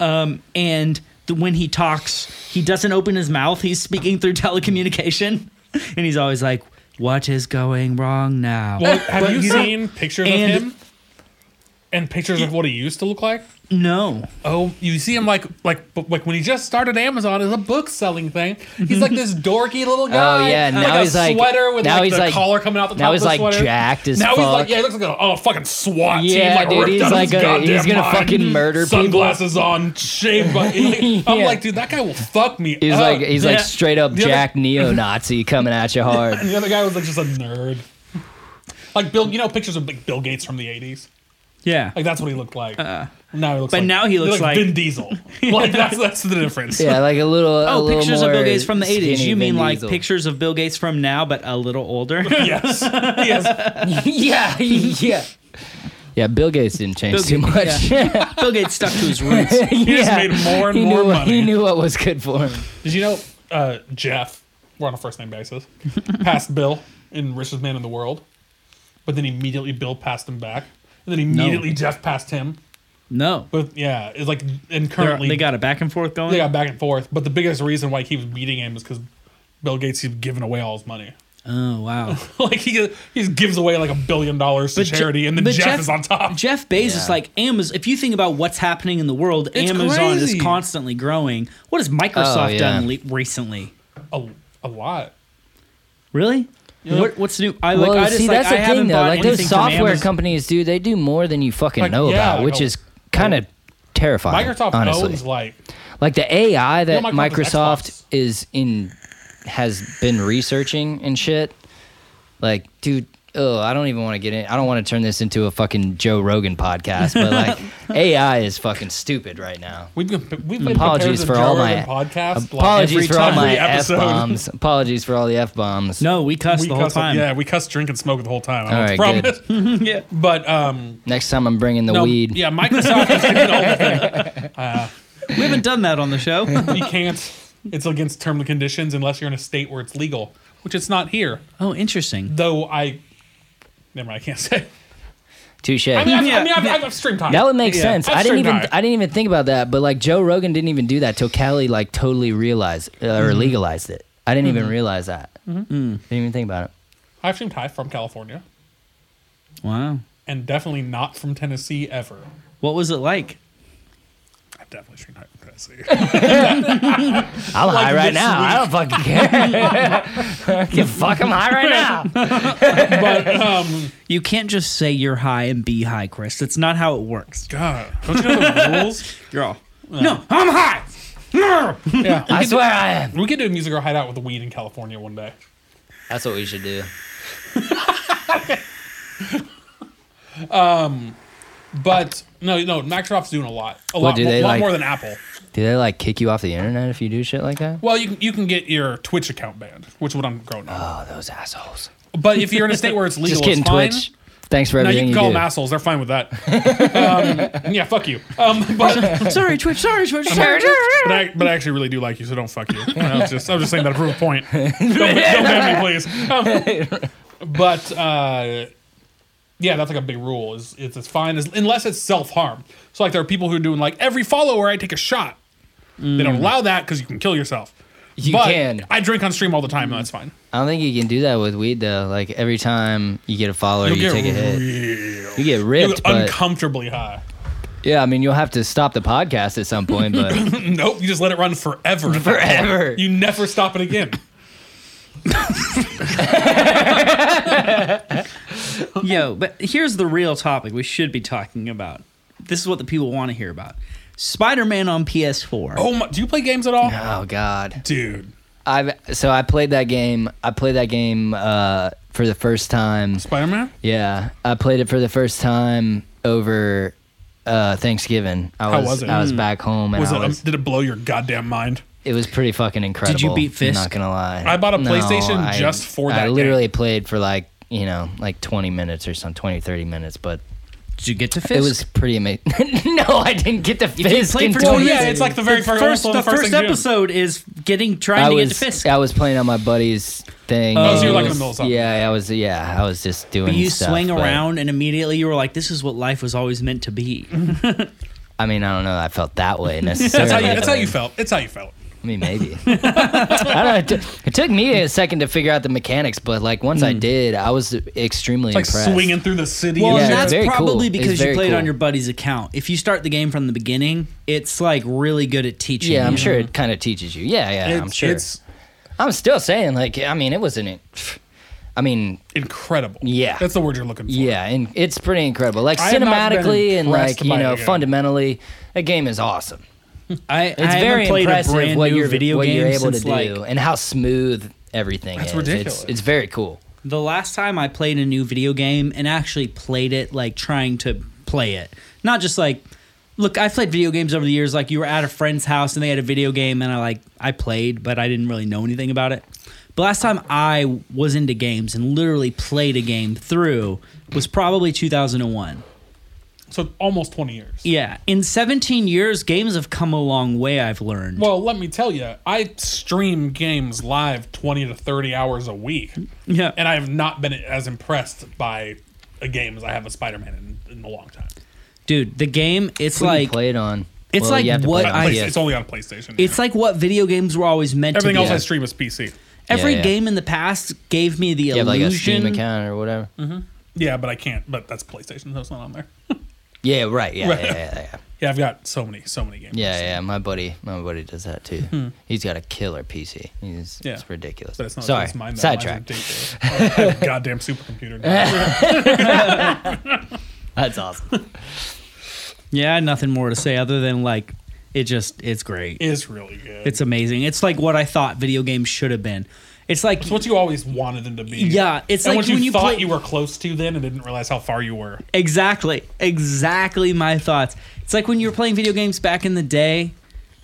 [SPEAKER 2] um and the, when he talks, he doesn't open his mouth. He's speaking through (laughs) telecommunication and he's always like what is going wrong now?
[SPEAKER 1] Well, have
[SPEAKER 2] But
[SPEAKER 1] you
[SPEAKER 2] he's not-
[SPEAKER 1] seen pictures
[SPEAKER 2] and-
[SPEAKER 1] of him and pictures of what he used to look like?
[SPEAKER 2] No.
[SPEAKER 1] Oh, you see him like like like when he just started Amazon as a book selling thing. He's like this dorky little guy.
[SPEAKER 3] Oh, yeah, now
[SPEAKER 1] Uh, a
[SPEAKER 3] he's like-
[SPEAKER 1] sweater with
[SPEAKER 3] now
[SPEAKER 1] like
[SPEAKER 3] he's
[SPEAKER 1] the
[SPEAKER 3] like-
[SPEAKER 1] collar coming out the top.
[SPEAKER 3] now
[SPEAKER 1] of
[SPEAKER 3] he's,
[SPEAKER 1] the
[SPEAKER 3] like,
[SPEAKER 1] sweater.
[SPEAKER 3] jacked as
[SPEAKER 1] now he's like
[SPEAKER 3] fuck.
[SPEAKER 1] yeah, he looks like a oh fucking SWAT team.
[SPEAKER 3] Yeah,
[SPEAKER 1] Like,
[SPEAKER 3] dude,
[SPEAKER 1] ripped
[SPEAKER 3] he's
[SPEAKER 1] out
[SPEAKER 3] like
[SPEAKER 1] his
[SPEAKER 3] a-
[SPEAKER 1] goddamn
[SPEAKER 3] he's gonna
[SPEAKER 1] mind.
[SPEAKER 3] fucking murder people.
[SPEAKER 1] Sunglasses on, shaved. By, I'm
[SPEAKER 3] (laughs) Yeah.
[SPEAKER 1] like, dude, that guy will fuck me.
[SPEAKER 3] He's
[SPEAKER 1] up.
[SPEAKER 3] like he's like
[SPEAKER 2] yeah.
[SPEAKER 3] straight up
[SPEAKER 1] uh, The other-
[SPEAKER 3] Jack neo Nazi coming at you hard.
[SPEAKER 1] (laughs)
[SPEAKER 3] (laughs)
[SPEAKER 1] And the other guy was like just a nerd. Like Bill, you know pictures of like Bill Gates from the '80s.
[SPEAKER 2] Yeah.
[SPEAKER 1] Like that's what he looked like. now he looks.
[SPEAKER 2] Uh, but
[SPEAKER 1] like,
[SPEAKER 2] now he looks like-
[SPEAKER 1] Vin Diesel. (laughs) like that's that's the difference.
[SPEAKER 3] Yeah, like a little a
[SPEAKER 2] Oh,
[SPEAKER 3] little
[SPEAKER 2] pictures of Bill
[SPEAKER 3] more
[SPEAKER 2] Gates from the
[SPEAKER 3] skinny
[SPEAKER 2] 80s. You
[SPEAKER 3] Vin
[SPEAKER 2] mean like
[SPEAKER 3] Diesel.
[SPEAKER 2] pictures of Bill Gates from now, but a little older?
[SPEAKER 1] (laughs)
[SPEAKER 2] (laughs)
[SPEAKER 1] Yes. yes.
[SPEAKER 3] (laughs) yeah, yeah. Yeah, Bill Gates didn't change
[SPEAKER 2] Bill
[SPEAKER 3] too much.
[SPEAKER 2] Gates,
[SPEAKER 3] (laughs)
[SPEAKER 2] Bill Gates stuck to his roots.
[SPEAKER 1] He just made more and
[SPEAKER 3] He
[SPEAKER 1] more
[SPEAKER 3] knew, what-
[SPEAKER 1] money.
[SPEAKER 3] he knew what was good for him.
[SPEAKER 1] Did you know uh, Jeff? We're on a first name
[SPEAKER 2] (laughs)
[SPEAKER 1] basis. Passed Bill in richest man in the world, but then immediately Bill passed him back, and then immediately Jeff passed him.
[SPEAKER 2] No.
[SPEAKER 1] But yeah, it's like and
[SPEAKER 2] They're-
[SPEAKER 1] currently
[SPEAKER 2] They got a back and forth going.
[SPEAKER 1] they got back and forth. But the biggest reason why he was beating him is because Bill Gates he's giving away all his money. (laughs)
[SPEAKER 2] Oh, wow.
[SPEAKER 1] like he he just gives away like a billion dollars to
[SPEAKER 2] Je-
[SPEAKER 1] charity, and then
[SPEAKER 2] but
[SPEAKER 1] Jeff, is on top.
[SPEAKER 2] Jeff Bezos,
[SPEAKER 3] Yeah.
[SPEAKER 2] like Amazon. If you think about what's happening in the world,
[SPEAKER 1] It's
[SPEAKER 2] Amazon
[SPEAKER 1] crazy.
[SPEAKER 2] is constantly growing. What has Microsoft
[SPEAKER 3] Oh, yeah.
[SPEAKER 2] done le- recently?
[SPEAKER 1] a, a lot.
[SPEAKER 2] Really? What, what's new? I like.
[SPEAKER 3] well,
[SPEAKER 2] I just
[SPEAKER 3] see,
[SPEAKER 2] like,
[SPEAKER 3] that's
[SPEAKER 2] I
[SPEAKER 3] the
[SPEAKER 2] haven't
[SPEAKER 3] thing though.
[SPEAKER 2] bought
[SPEAKER 3] Like those
[SPEAKER 2] anything from
[SPEAKER 3] software
[SPEAKER 2] Amazon.
[SPEAKER 3] companies, dude, they do more than you fucking
[SPEAKER 1] Like,
[SPEAKER 3] know
[SPEAKER 1] yeah,
[SPEAKER 3] about, which
[SPEAKER 1] no.
[SPEAKER 3] is kind of terrifying.
[SPEAKER 1] Microsoft
[SPEAKER 3] honestly,
[SPEAKER 1] owns like
[SPEAKER 3] like the AI that
[SPEAKER 1] know, Microsoft is Xbox.
[SPEAKER 3] Microsoft is in has been researching and shit. Like, dude, oh, I don't even want to get in. I don't want to turn this into a fucking Joe Rogan podcast,
[SPEAKER 1] (laughs)
[SPEAKER 3] but like AI is fucking stupid right now.
[SPEAKER 1] We've been, we've been
[SPEAKER 3] Apologies for all my
[SPEAKER 1] podcast.
[SPEAKER 3] apologies for all my f
[SPEAKER 1] episode.
[SPEAKER 3] bombs. Apologies for all the f bombs.
[SPEAKER 2] No, we cussed
[SPEAKER 1] We
[SPEAKER 2] the whole
[SPEAKER 1] cuss,
[SPEAKER 2] time.
[SPEAKER 1] yeah, we cuss, drink, and smoke the whole time. I
[SPEAKER 3] All
[SPEAKER 1] don't
[SPEAKER 3] right,
[SPEAKER 1] know what's (laughs) wrong with it. But um,
[SPEAKER 3] Next time I'm bringing the
[SPEAKER 1] no,
[SPEAKER 3] weed.
[SPEAKER 1] yeah, Microsoft
[SPEAKER 3] (laughs)
[SPEAKER 1] is doing all the thing.
[SPEAKER 2] We haven't done that on the show.
[SPEAKER 1] (laughs) You can't. It's against terms and conditions unless you're in a state where it's legal, which it's not here.
[SPEAKER 2] oh, interesting.
[SPEAKER 1] Though I, never mind, I can't say.
[SPEAKER 3] Touche.
[SPEAKER 1] I mean, I've, I mean,
[SPEAKER 2] Yeah.
[SPEAKER 1] I've, I've, I've streamed time.
[SPEAKER 3] That would make sense.
[SPEAKER 1] That's
[SPEAKER 3] I didn't
[SPEAKER 1] true, Ty.
[SPEAKER 3] even I didn't even think about that. But like Joe Rogan didn't even do that till Cali like totally realized uh, or
[SPEAKER 1] Mm-hmm.
[SPEAKER 3] legalized it. I didn't even realize that. Didn't even think about it.
[SPEAKER 1] I've streamed high from California
[SPEAKER 2] Wow.
[SPEAKER 1] and definitely not from Tennessee ever.
[SPEAKER 2] What was it like?
[SPEAKER 1] I've definitely streamed high from Tennessee. (laughs)
[SPEAKER 3] I'm high right
[SPEAKER 1] this
[SPEAKER 3] now. I don't
[SPEAKER 1] (laughs)
[SPEAKER 3] fucking care. I can fuck. I'm high right now.
[SPEAKER 1] but um,
[SPEAKER 2] You can't just say you're high and be high, Chris. That's not how it works.
[SPEAKER 1] God, don't you know
[SPEAKER 2] (laughs)
[SPEAKER 1] the rules?
[SPEAKER 2] You're all, no,
[SPEAKER 1] (laughs)
[SPEAKER 2] I'm high.
[SPEAKER 3] I swear I am.
[SPEAKER 1] We could do a music or hideout with the weed in California one day.
[SPEAKER 3] That's what we should do.
[SPEAKER 1] But no, no, Microsoft's doing a lot, a lot,
[SPEAKER 3] do
[SPEAKER 1] more,
[SPEAKER 3] they
[SPEAKER 1] lot
[SPEAKER 3] like?
[SPEAKER 1] more than Apple.
[SPEAKER 3] Do they like kick you off the internet if you do shit like that?
[SPEAKER 1] Well, you can you can get your Twitch account banned, which is what I'm growing on.
[SPEAKER 3] Oh, those assholes.
[SPEAKER 1] But if you're in a state where it's legal,
[SPEAKER 3] (laughs) Just kidding,
[SPEAKER 1] it's fine.
[SPEAKER 3] Twitch. Thanks for
[SPEAKER 1] Now you
[SPEAKER 3] everything
[SPEAKER 1] can
[SPEAKER 3] you,
[SPEAKER 1] call
[SPEAKER 3] do.
[SPEAKER 1] them assholes; they're fine with
[SPEAKER 3] (laughs)
[SPEAKER 1] that. um, yeah, fuck you. Um, but
[SPEAKER 2] sorry, Twitch. Sorry, Twitch. Sorry,
[SPEAKER 1] but I, but I actually really do like you, so don't fuck you. I was just I was just saying that to prove a
[SPEAKER 3] (laughs)
[SPEAKER 1] point. Don't, don't ban me, please. Um, but uh, yeah, that's like a big rule. Is it's, it's fine as, unless it's self harm. So like there are people who are doing like every follower I take a shot. They don't allow that because you can kill yourself.
[SPEAKER 3] Mm. You
[SPEAKER 1] but
[SPEAKER 3] can.
[SPEAKER 1] I drink on stream all the time. and That's fine.
[SPEAKER 3] I don't think you can do that with weed though. Like every time you get a follower, Oh, you take a hit.
[SPEAKER 1] real.
[SPEAKER 3] you get
[SPEAKER 1] You
[SPEAKER 3] ripped.
[SPEAKER 1] get
[SPEAKER 3] but-
[SPEAKER 1] uncomfortably high.
[SPEAKER 3] Yeah, I mean, you'll have to stop the podcast at some point, but
[SPEAKER 2] (laughs)
[SPEAKER 3] (laughs)
[SPEAKER 1] Nope, you just let it run forever.
[SPEAKER 3] forever.
[SPEAKER 1] You never stop it again.
[SPEAKER 2] Yo, but here's the real topic we should be talking about. This is what the people want to hear about. Spider-Man on PS4.
[SPEAKER 1] Oh my! Do you play games at all,
[SPEAKER 3] oh God,
[SPEAKER 1] dude?
[SPEAKER 3] I've so I played that game. I played that game uh, for the first time.
[SPEAKER 1] Spider Man.
[SPEAKER 3] Yeah, I played it for the first time over uh, Thanksgiving. I
[SPEAKER 1] How
[SPEAKER 3] was,
[SPEAKER 1] was it?
[SPEAKER 2] Hmm.
[SPEAKER 3] I was back home, and
[SPEAKER 1] Was it,
[SPEAKER 3] I
[SPEAKER 1] um,
[SPEAKER 3] was,
[SPEAKER 1] did it blow your goddamn mind?
[SPEAKER 3] it was pretty fucking incredible.
[SPEAKER 2] beat Fisk?
[SPEAKER 3] I'm not gonna lie.
[SPEAKER 1] I bought a
[SPEAKER 3] No,
[SPEAKER 1] PlayStation
[SPEAKER 3] I-
[SPEAKER 1] just for
[SPEAKER 3] I
[SPEAKER 1] that
[SPEAKER 3] literally played for like you know like 20 minutes or something, 20 30 minutes, but
[SPEAKER 2] Did you get to Fisk?
[SPEAKER 3] it was pretty amazing. (laughs) no, I didn't get the fist.
[SPEAKER 2] played for
[SPEAKER 3] until- (laughs)
[SPEAKER 2] 20
[SPEAKER 1] yeah, it's like the very first,
[SPEAKER 2] first,
[SPEAKER 1] almost
[SPEAKER 2] the first
[SPEAKER 1] thing you do.
[SPEAKER 2] episode is getting trying
[SPEAKER 3] I
[SPEAKER 2] to
[SPEAKER 3] was
[SPEAKER 2] get to Fisk.
[SPEAKER 3] I was playing on my buddy's thing.
[SPEAKER 2] Oh,
[SPEAKER 1] so you're
[SPEAKER 3] It
[SPEAKER 1] like in the
[SPEAKER 3] was-
[SPEAKER 1] middle of something.
[SPEAKER 3] Yeah, I was. Yeah, I was just doing.
[SPEAKER 2] you
[SPEAKER 3] stuff,
[SPEAKER 2] swing
[SPEAKER 3] but,
[SPEAKER 2] around and immediately you were like, "This is what life was always meant to be."
[SPEAKER 1] Mhm.
[SPEAKER 3] I mean, I don't know. that I felt that
[SPEAKER 1] (laughs)
[SPEAKER 3] way necessarily.
[SPEAKER 1] That's how you. That's how you
[SPEAKER 3] but,
[SPEAKER 1] felt. It's how you felt. (laughs)
[SPEAKER 3] I mean, maybe. I don't know. It, took- it took me a second to figure out the mechanics, but like once
[SPEAKER 1] Hmm.
[SPEAKER 3] I did, I was extremely
[SPEAKER 1] Like
[SPEAKER 3] impressed.
[SPEAKER 1] swinging through the city. and
[SPEAKER 2] Well,
[SPEAKER 3] Yeah,
[SPEAKER 1] shit.
[SPEAKER 3] it's
[SPEAKER 2] that's
[SPEAKER 3] very cool.
[SPEAKER 2] probably
[SPEAKER 3] It's
[SPEAKER 2] because you
[SPEAKER 3] very
[SPEAKER 2] played on
[SPEAKER 3] cool.
[SPEAKER 2] your buddy's account. If you start the game from the beginning, it's like really good at teaching.
[SPEAKER 3] Yeah, I'm
[SPEAKER 2] you.
[SPEAKER 3] sure it kind of teaches you. Yeah, yeah,
[SPEAKER 1] it's,
[SPEAKER 3] I'm sure.
[SPEAKER 1] it's
[SPEAKER 3] I'm still saying like, I mean, it wasn't. I mean,
[SPEAKER 1] incredible.
[SPEAKER 3] Yeah.
[SPEAKER 1] that's the word you're looking for.
[SPEAKER 3] Yeah, and it's pretty incredible. Like
[SPEAKER 1] I have not been
[SPEAKER 3] cinematically and
[SPEAKER 1] impressed
[SPEAKER 3] like you
[SPEAKER 1] by
[SPEAKER 3] know
[SPEAKER 1] the game.
[SPEAKER 3] fundamentally, that game is awesome.
[SPEAKER 2] I,
[SPEAKER 3] It's
[SPEAKER 2] I
[SPEAKER 3] very
[SPEAKER 2] haven't played
[SPEAKER 3] impressive
[SPEAKER 2] a brand
[SPEAKER 3] what
[SPEAKER 2] new
[SPEAKER 3] you're
[SPEAKER 2] video
[SPEAKER 3] what
[SPEAKER 2] game
[SPEAKER 3] you're able
[SPEAKER 2] since
[SPEAKER 3] to do
[SPEAKER 2] like
[SPEAKER 3] and how smooth everything
[SPEAKER 1] That's
[SPEAKER 3] is.
[SPEAKER 1] ridiculous.
[SPEAKER 3] It's, it's very cool.
[SPEAKER 2] the last time I played a new video game and actually played it like trying to play it, not just like. Look, I've played video games over the years. Like you were at a friend's house and they had a video game, and I like I played, but I didn't really know anything about it. But last time I was into games and literally played a game through was probably 2001.
[SPEAKER 1] So almost 20 years.
[SPEAKER 2] Yeah, in 17 years, games have come a long way. I've learned.
[SPEAKER 1] Well, let me tell you, I stream games live 20 to 30 hours a week,
[SPEAKER 2] yeah,
[SPEAKER 1] and I have not been as impressed by a game as I have a Spider Man in, in a long time.
[SPEAKER 2] dude, the game it's
[SPEAKER 3] What do you
[SPEAKER 2] like
[SPEAKER 3] play it on.
[SPEAKER 2] it's
[SPEAKER 3] Well,
[SPEAKER 2] like
[SPEAKER 3] you have to
[SPEAKER 2] what
[SPEAKER 3] play it on
[SPEAKER 2] I-
[SPEAKER 1] Play-
[SPEAKER 3] PS.
[SPEAKER 1] It's only on PlayStation.
[SPEAKER 2] it's like what video games were always meant
[SPEAKER 1] everything
[SPEAKER 2] to be.
[SPEAKER 1] else I
[SPEAKER 3] yeah.
[SPEAKER 1] stream is PC.
[SPEAKER 2] Every
[SPEAKER 3] yeah.
[SPEAKER 2] game in the past gave me the
[SPEAKER 3] you have like a
[SPEAKER 2] illusion. Mm-hmm.
[SPEAKER 3] Steam account or whatever.
[SPEAKER 1] Yeah, but I can't. But that's PlayStation, so it's not on there.
[SPEAKER 3] Yeah, right. Yeah,
[SPEAKER 1] Right.
[SPEAKER 3] yeah, yeah, yeah,
[SPEAKER 1] yeah, I've got so many, so many games.
[SPEAKER 3] yeah, yeah. My buddy, my buddy does that too.
[SPEAKER 2] Hmm.
[SPEAKER 3] He's got a killer PC. He's
[SPEAKER 1] Yeah.
[SPEAKER 3] it's ridiculous.
[SPEAKER 1] But it's not
[SPEAKER 3] Sorry,
[SPEAKER 1] it's mine. though.
[SPEAKER 3] sidetracked.
[SPEAKER 1] Mine's ridiculous. I have a goddamn
[SPEAKER 2] (laughs)
[SPEAKER 1] supercomputer.
[SPEAKER 3] That's awesome.
[SPEAKER 2] Yeah, nothing more to say other than like it just it's great.
[SPEAKER 1] is really good.
[SPEAKER 2] It's amazing. It's like what I thought video games should have been. It's like
[SPEAKER 1] It's what you always wanted them to be.
[SPEAKER 2] Yeah, it's
[SPEAKER 1] and
[SPEAKER 2] like
[SPEAKER 1] what you,
[SPEAKER 2] when you
[SPEAKER 1] thought
[SPEAKER 2] play-
[SPEAKER 1] you were close to then and didn't realize how far you were.
[SPEAKER 2] Exactly. Exactly my thoughts. It's like when you were playing video games back in the day,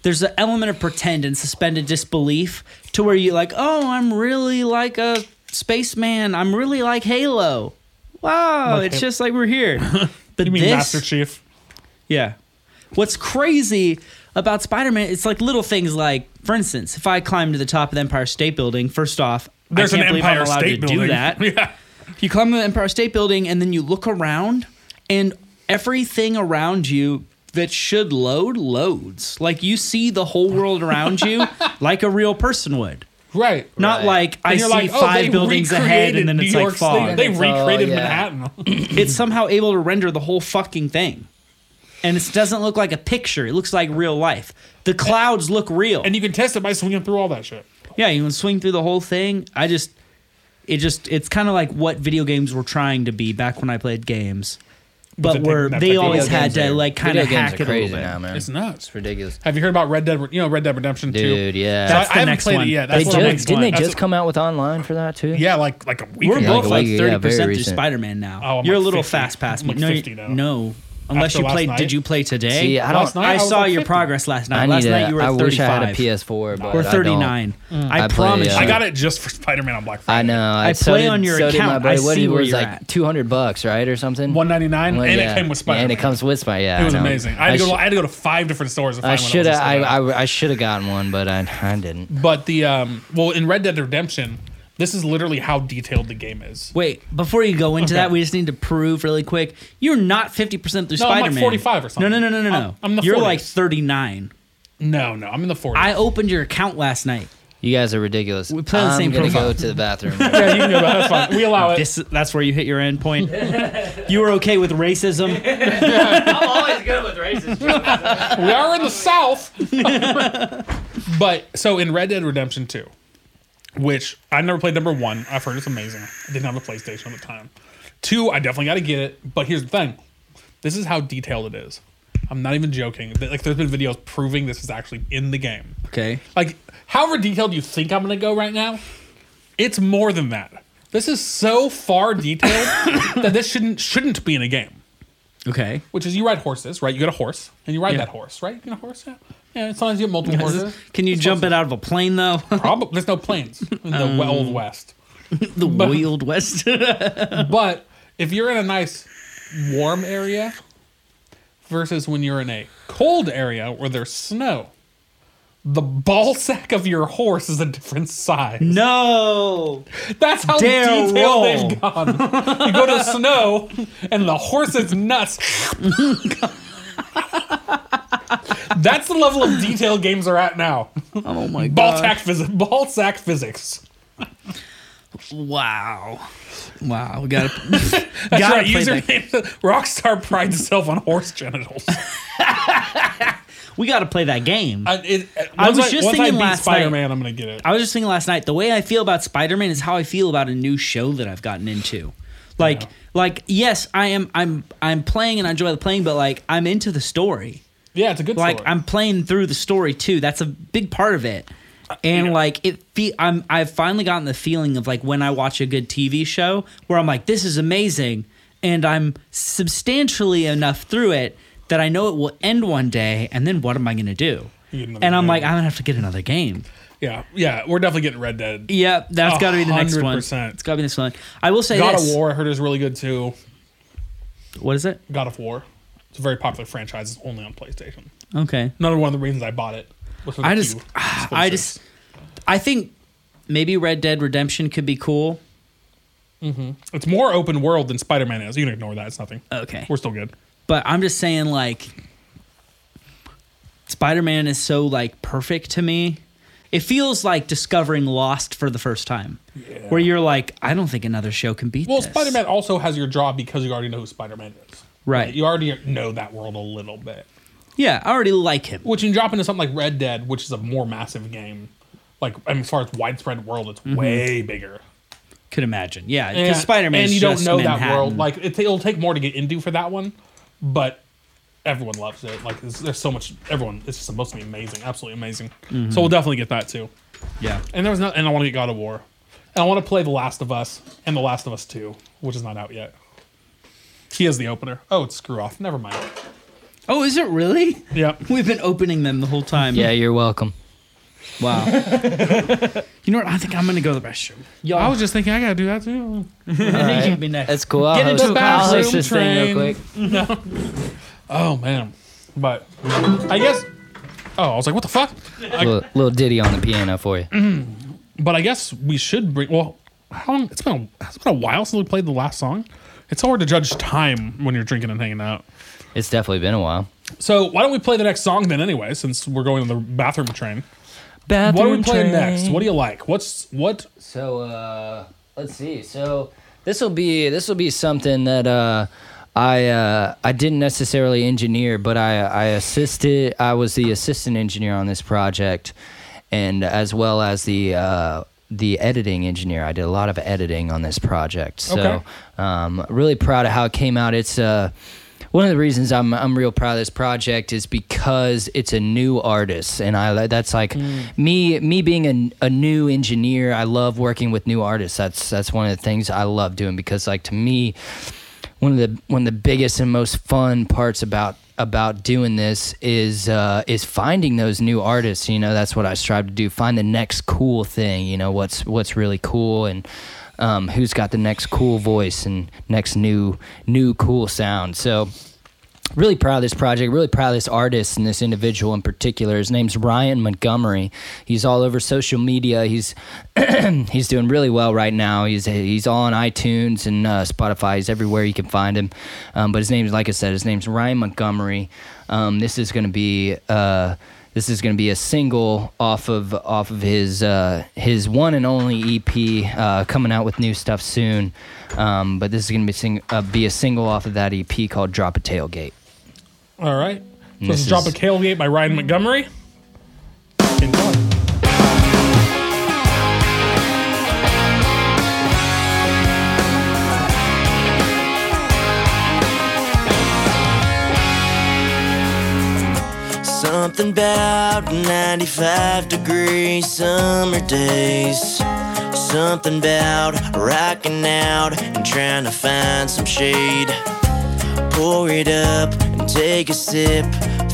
[SPEAKER 2] there's an element of pretend and suspended disbelief to where you're like, oh, I'm really like a spaceman. I'm really like Halo. Wow.
[SPEAKER 1] Like
[SPEAKER 2] it's
[SPEAKER 1] Halo.
[SPEAKER 2] just like
[SPEAKER 1] (laughs)
[SPEAKER 2] we're here. But
[SPEAKER 1] You mean
[SPEAKER 2] this,
[SPEAKER 1] Master Chief?
[SPEAKER 2] yeah. What's crazy about Spider Man, it's like little things like, for instance, if I climb to the top of the Empire State Building, first off,
[SPEAKER 1] There's
[SPEAKER 2] I
[SPEAKER 1] an
[SPEAKER 2] can't believe I'm
[SPEAKER 1] Empire
[SPEAKER 2] allowed
[SPEAKER 1] State
[SPEAKER 2] to
[SPEAKER 1] Building.
[SPEAKER 2] do
[SPEAKER 1] (laughs)
[SPEAKER 2] that
[SPEAKER 1] Yeah.
[SPEAKER 2] you climb the Empire State Building and then you look around, and everything around you that should load loads. Like you see the whole world around
[SPEAKER 1] (laughs)
[SPEAKER 2] you like a real person would.
[SPEAKER 1] Right.
[SPEAKER 2] Not
[SPEAKER 3] Right.
[SPEAKER 2] like I
[SPEAKER 1] And
[SPEAKER 2] see
[SPEAKER 1] you're like, oh,
[SPEAKER 2] five
[SPEAKER 1] they
[SPEAKER 2] buildings ahead
[SPEAKER 1] recreated
[SPEAKER 2] and then
[SPEAKER 1] New
[SPEAKER 2] it's
[SPEAKER 1] York
[SPEAKER 2] like
[SPEAKER 1] City.
[SPEAKER 2] fog.
[SPEAKER 1] They
[SPEAKER 3] And it's all-
[SPEAKER 1] recreated
[SPEAKER 3] yeah.
[SPEAKER 1] Manhattan. (clears throat)
[SPEAKER 2] it's somehow able to render the whole fucking thing. And it doesn't look like a picture. It looks like real life. The clouds look real.
[SPEAKER 1] and you can test it by swinging through all that shit.
[SPEAKER 2] yeah, you can swing through the whole thing. I just, it just, it's kind of like what video games were trying to be back when I played games,
[SPEAKER 1] the
[SPEAKER 2] but
[SPEAKER 1] tech-
[SPEAKER 2] were
[SPEAKER 1] that
[SPEAKER 2] they
[SPEAKER 1] tech-
[SPEAKER 2] always
[SPEAKER 1] Video
[SPEAKER 2] had
[SPEAKER 3] games
[SPEAKER 2] to
[SPEAKER 3] are-
[SPEAKER 2] like kind of
[SPEAKER 3] video games
[SPEAKER 2] hack
[SPEAKER 3] are
[SPEAKER 2] it a
[SPEAKER 3] crazy
[SPEAKER 2] little bit.
[SPEAKER 3] now, man.
[SPEAKER 1] It's
[SPEAKER 3] It's
[SPEAKER 1] nuts.
[SPEAKER 3] ridiculous,
[SPEAKER 1] Have you heard about Red Dead? You know Red Dead Redemption Two.
[SPEAKER 3] dude. Yeah,
[SPEAKER 1] So I,
[SPEAKER 2] That's the
[SPEAKER 1] I haven't
[SPEAKER 2] next
[SPEAKER 1] played
[SPEAKER 2] one.
[SPEAKER 1] it yet.
[SPEAKER 2] They
[SPEAKER 1] That's
[SPEAKER 2] just-
[SPEAKER 1] the
[SPEAKER 3] didn't,
[SPEAKER 1] next
[SPEAKER 3] didn't
[SPEAKER 1] one.
[SPEAKER 3] they
[SPEAKER 1] That's
[SPEAKER 3] just
[SPEAKER 1] a-
[SPEAKER 3] come out with online for that too?
[SPEAKER 1] Yeah, like like a week.
[SPEAKER 2] We're
[SPEAKER 1] ago.
[SPEAKER 2] both like
[SPEAKER 3] yeah,
[SPEAKER 2] thirty
[SPEAKER 3] very
[SPEAKER 2] percent through
[SPEAKER 3] recent.
[SPEAKER 2] Spider Man now.
[SPEAKER 1] Oh, I'm
[SPEAKER 2] You're
[SPEAKER 1] like
[SPEAKER 2] a little
[SPEAKER 1] 50.
[SPEAKER 2] fast past
[SPEAKER 1] I'm
[SPEAKER 2] me.
[SPEAKER 1] like
[SPEAKER 2] no,
[SPEAKER 1] 50 now.
[SPEAKER 2] no. Unless
[SPEAKER 1] After
[SPEAKER 2] you
[SPEAKER 1] last
[SPEAKER 2] played.
[SPEAKER 1] night?
[SPEAKER 2] Did you play today?
[SPEAKER 3] See, I
[SPEAKER 1] Last
[SPEAKER 3] don't.
[SPEAKER 1] night
[SPEAKER 2] I,
[SPEAKER 1] I was
[SPEAKER 2] saw
[SPEAKER 1] like
[SPEAKER 2] your
[SPEAKER 1] 50.
[SPEAKER 2] progress last night.
[SPEAKER 3] I
[SPEAKER 2] last
[SPEAKER 3] need
[SPEAKER 2] night
[SPEAKER 3] a.
[SPEAKER 2] you were
[SPEAKER 3] I
[SPEAKER 2] at
[SPEAKER 3] wish I had a
[SPEAKER 2] 35.
[SPEAKER 3] PS4, but
[SPEAKER 2] Or
[SPEAKER 3] I don't.
[SPEAKER 2] 39.
[SPEAKER 1] Mm.
[SPEAKER 2] I,
[SPEAKER 3] I play,
[SPEAKER 2] promise
[SPEAKER 3] uh,
[SPEAKER 2] you.
[SPEAKER 1] I got it just for Spider Man on Black
[SPEAKER 3] I
[SPEAKER 1] Friday.
[SPEAKER 3] know. I
[SPEAKER 2] play on your
[SPEAKER 3] so did my
[SPEAKER 2] account.
[SPEAKER 3] buddy
[SPEAKER 2] I
[SPEAKER 3] Woody,
[SPEAKER 2] see
[SPEAKER 3] where
[SPEAKER 2] where
[SPEAKER 3] it was
[SPEAKER 2] you're
[SPEAKER 3] like
[SPEAKER 2] at.
[SPEAKER 3] 200 bucks, right, or something.
[SPEAKER 1] One ninety nine,
[SPEAKER 3] Well,
[SPEAKER 1] and
[SPEAKER 3] yeah.
[SPEAKER 1] it came with Spider.
[SPEAKER 3] Yeah, and it comes with Spider. Yeah,
[SPEAKER 1] It was
[SPEAKER 3] I know.
[SPEAKER 1] amazing. I had, to
[SPEAKER 3] sh-
[SPEAKER 1] go, I had to go to five different stores to find
[SPEAKER 3] I
[SPEAKER 1] one.
[SPEAKER 3] should have. I,
[SPEAKER 1] I,
[SPEAKER 3] I, I should have gotten one, but I, I didn't.
[SPEAKER 1] But the um, well, in Red Dead Redemption, this is literally how detailed the game is.
[SPEAKER 2] Wait, before you go into
[SPEAKER 1] Okay.
[SPEAKER 2] that, we just need to prove really quick. You're not 50%
[SPEAKER 1] No,
[SPEAKER 2] through
[SPEAKER 1] I'm like
[SPEAKER 2] Spider Man.
[SPEAKER 1] 45 or something.
[SPEAKER 2] No, no, no, no, no.
[SPEAKER 1] I'm- I'm the
[SPEAKER 2] You're like
[SPEAKER 1] 40s.
[SPEAKER 2] 39.
[SPEAKER 1] No, no, I'm in the forties.
[SPEAKER 2] I opened your account last night.
[SPEAKER 3] You guys are ridiculous. We
[SPEAKER 2] play on the
[SPEAKER 3] I'm
[SPEAKER 2] same
[SPEAKER 3] gonna
[SPEAKER 2] profile.
[SPEAKER 3] go to the bathroom.
[SPEAKER 2] (laughs)
[SPEAKER 1] yeah, you can go. but That's fine. We
[SPEAKER 3] (laughs)
[SPEAKER 1] allow it.
[SPEAKER 2] This, that's where you hit your
[SPEAKER 1] (laughs)
[SPEAKER 2] end point. you were okay with racism.
[SPEAKER 3] I'm always good with racism.
[SPEAKER 1] we are in the South. (laughs) but so in Red Dead Redemption 2, which I never played number one, I've heard it's amazing. I didn't have a PlayStation at the time. Two, I definitely got to get it. But here's the thing this is how detailed it is. I'm not even joking. Th- Like, there's been videos proving this is actually in the game.
[SPEAKER 2] Okay.
[SPEAKER 1] Like, however detailed you think I'm going to go right now, it's more than that. This is so far (laughs) detailed that this shouldn't shouldn't be in a game
[SPEAKER 2] Okay.
[SPEAKER 1] which is you ride horses, right? You get a horse and you ride
[SPEAKER 2] Yeah.
[SPEAKER 1] that horse, right? You get a horse, yeah. Yeah, sometimes you get multiple horses.
[SPEAKER 2] Can you jump it out of a plane, though? (laughs)
[SPEAKER 1] Probably there's no planes in the we-
[SPEAKER 2] Um.
[SPEAKER 1] old west,
[SPEAKER 2] the Wild West. (laughs)
[SPEAKER 1] but if you're in a nice warm area versus when you're in a cold area where there's snow, the ball sack of your horse is a different size.
[SPEAKER 2] no.
[SPEAKER 1] That's how
[SPEAKER 2] Dare
[SPEAKER 1] detailed
[SPEAKER 2] roll.
[SPEAKER 1] they've gone. You go to snow, and the horse is nuts. That's the level of detail games are at now.
[SPEAKER 2] Oh, my God.
[SPEAKER 1] Ball sack physics. Ball sack physics.
[SPEAKER 2] Wow. Wow. We got to.
[SPEAKER 1] That's
[SPEAKER 2] Gotta (laughs)
[SPEAKER 1] right. (laughs)
[SPEAKER 2] play
[SPEAKER 1] Username. Rockstar prides itself on horse genitals.
[SPEAKER 2] We got to play that game.
[SPEAKER 1] I, it, (laughs)
[SPEAKER 2] I
[SPEAKER 1] once
[SPEAKER 2] was just
[SPEAKER 1] once
[SPEAKER 2] thinking
[SPEAKER 1] I beat
[SPEAKER 2] last night-
[SPEAKER 1] Spider Man, I'm gonna get it.
[SPEAKER 2] I was just thinking last night, the way I feel about Spider Man is how I feel about a new show that I've gotten into. Like like yes, I am I'm I'm playing and I enjoy the playing, but like I'm into the story.
[SPEAKER 1] yeah, it's a good
[SPEAKER 2] Like
[SPEAKER 1] story.
[SPEAKER 2] I'm playing through the story too. That's a big part of it. And like it fe- I'm I've finally gotten the feeling of like when I watch a good TV show where I'm like, this is amazing and I'm substantially enough through it that I know it will end one day and then what am I gonna do?
[SPEAKER 1] You get another
[SPEAKER 2] And I'm
[SPEAKER 1] game.
[SPEAKER 2] like, I'm gonna have to get another game.
[SPEAKER 1] yeah, yeah. We're definitely getting Red Dead.
[SPEAKER 2] Yep, that's got to be the next one.
[SPEAKER 1] 100%.
[SPEAKER 2] It's got to be the next one. I will say
[SPEAKER 1] God
[SPEAKER 2] this.
[SPEAKER 1] of War, I heard is really good too.
[SPEAKER 2] What is it?
[SPEAKER 1] God of War. It's a very popular franchise. It's only on PlayStation.
[SPEAKER 2] Okay.
[SPEAKER 1] Another one of the reasons I bought it. was for the
[SPEAKER 2] I just, ah,
[SPEAKER 1] few
[SPEAKER 2] I just, I think maybe Red Dead Redemption could be cool.
[SPEAKER 1] exclusives. It's more open world than Spider Man is. You can ignore that. It's nothing.
[SPEAKER 2] Okay.
[SPEAKER 1] We're still good.
[SPEAKER 2] But I'm just saying, like, Spider Man is so like perfect to me. It feels like discovering Lost for the first time, where you're like, I don't think another show can beat
[SPEAKER 1] Well,
[SPEAKER 2] this.
[SPEAKER 1] Spider Man also has your draw because you already know who Spider Man is.
[SPEAKER 2] Right.
[SPEAKER 1] You already know that world a little bit.
[SPEAKER 2] Yeah, I already like him.
[SPEAKER 1] Which you drop into something like Red Dead, which is a more massive game. Like I mean, as far as widespread world, it's way bigger.
[SPEAKER 2] Could imagine. Yeah,
[SPEAKER 1] And-
[SPEAKER 2] Mm-hmm. because Spider Man
[SPEAKER 1] and you
[SPEAKER 2] just
[SPEAKER 1] don't know
[SPEAKER 2] Manhattan.
[SPEAKER 1] that world. Like it, it'll take more to get into for that one, but everyone loves it. Like there's, there's so much. Everyone, it's
[SPEAKER 2] Mm-hmm.
[SPEAKER 1] just supposed to be amazing, absolutely amazing. So we'll definitely get that too.
[SPEAKER 2] yeah.
[SPEAKER 1] And there was no, and I want to get God of War. And I want to play The Last of Us and The Last of Us 2, which is not out yet. He is the opener. Oh, it's screw off. Never mind.
[SPEAKER 2] Oh, is it really? (laughs)
[SPEAKER 1] Yeah.
[SPEAKER 2] We've been opening them the whole time.
[SPEAKER 3] Yeah, you're welcome.
[SPEAKER 2] Wow. (laughs) you know what? I think I'm gonna go to the restroom.
[SPEAKER 3] (laughs)
[SPEAKER 2] Y'all,
[SPEAKER 1] I was just thinking I gotta do that too.
[SPEAKER 2] I think you'd be next.
[SPEAKER 3] That's cool. I'll
[SPEAKER 2] Get into
[SPEAKER 3] host,
[SPEAKER 2] a
[SPEAKER 3] I'll
[SPEAKER 1] bathroom
[SPEAKER 3] host this thing real
[SPEAKER 1] train.
[SPEAKER 3] quick.
[SPEAKER 1] Oh man. But I guess Oh, I was like, what the fuck?
[SPEAKER 3] little, little ditty on the piano for you.
[SPEAKER 2] Mm-hmm.
[SPEAKER 1] But I guess we should bring well how long it's been a, it's been a while since we played the last song. It's hard to judge time when you're drinking and hanging out.
[SPEAKER 3] It's definitely been a while.
[SPEAKER 1] So why don't we play the next song then anyway, since we're going on the bathroom train. What
[SPEAKER 3] Bathroom
[SPEAKER 1] are we playing
[SPEAKER 3] train.
[SPEAKER 1] next? What do you like? What's what
[SPEAKER 3] So uh, let's see. So this will be this will be something that uh, I uh, I didn't necessarily engineer, but I I assisted. I was the assistant engineer on this project, and as well as the. Uh, the editing engineer. I did a lot of editing on this project, so
[SPEAKER 1] Okay.
[SPEAKER 3] um, really proud of how it came out. It's uh, one of the reasons I'm I'm real proud of this project is because it's a new artist, and I li- that's like me me being a, a new engineer. I love working with new artists. That's that's one of the things I love doing because like to me, one of the one of the biggest and most fun parts about about doing this is uh, is finding those new artists. You know, that's what I strive to do. Find the next cool thing. You know, what's what's really cool and um, who's got the next cool voice and next new new cool sound. So really proud of this project really proud of this artist and this individual in particular his name's ryan montgomery he's all over social media he's he's doing really well right now he's he's all on itunes and uh, spotify he's everywhere you can find him um, but his name's like i said his name's ryan montgomery um, this is going to be uh, this is going to be a single off of off of his uh, his one and only EP uh, coming out with new stuff soon, um, but this is going to be sing- uh, be a single off of that EP called "Drop a Tailgate."
[SPEAKER 1] all right. So
[SPEAKER 3] This
[SPEAKER 1] this is Drop a
[SPEAKER 3] is-
[SPEAKER 1] Tailgate by Ryan Montgomery. Enjoy.
[SPEAKER 6] Something about 95 degree summer days. Something about rocking out and trying to find some shade. Pour it up and take a sip.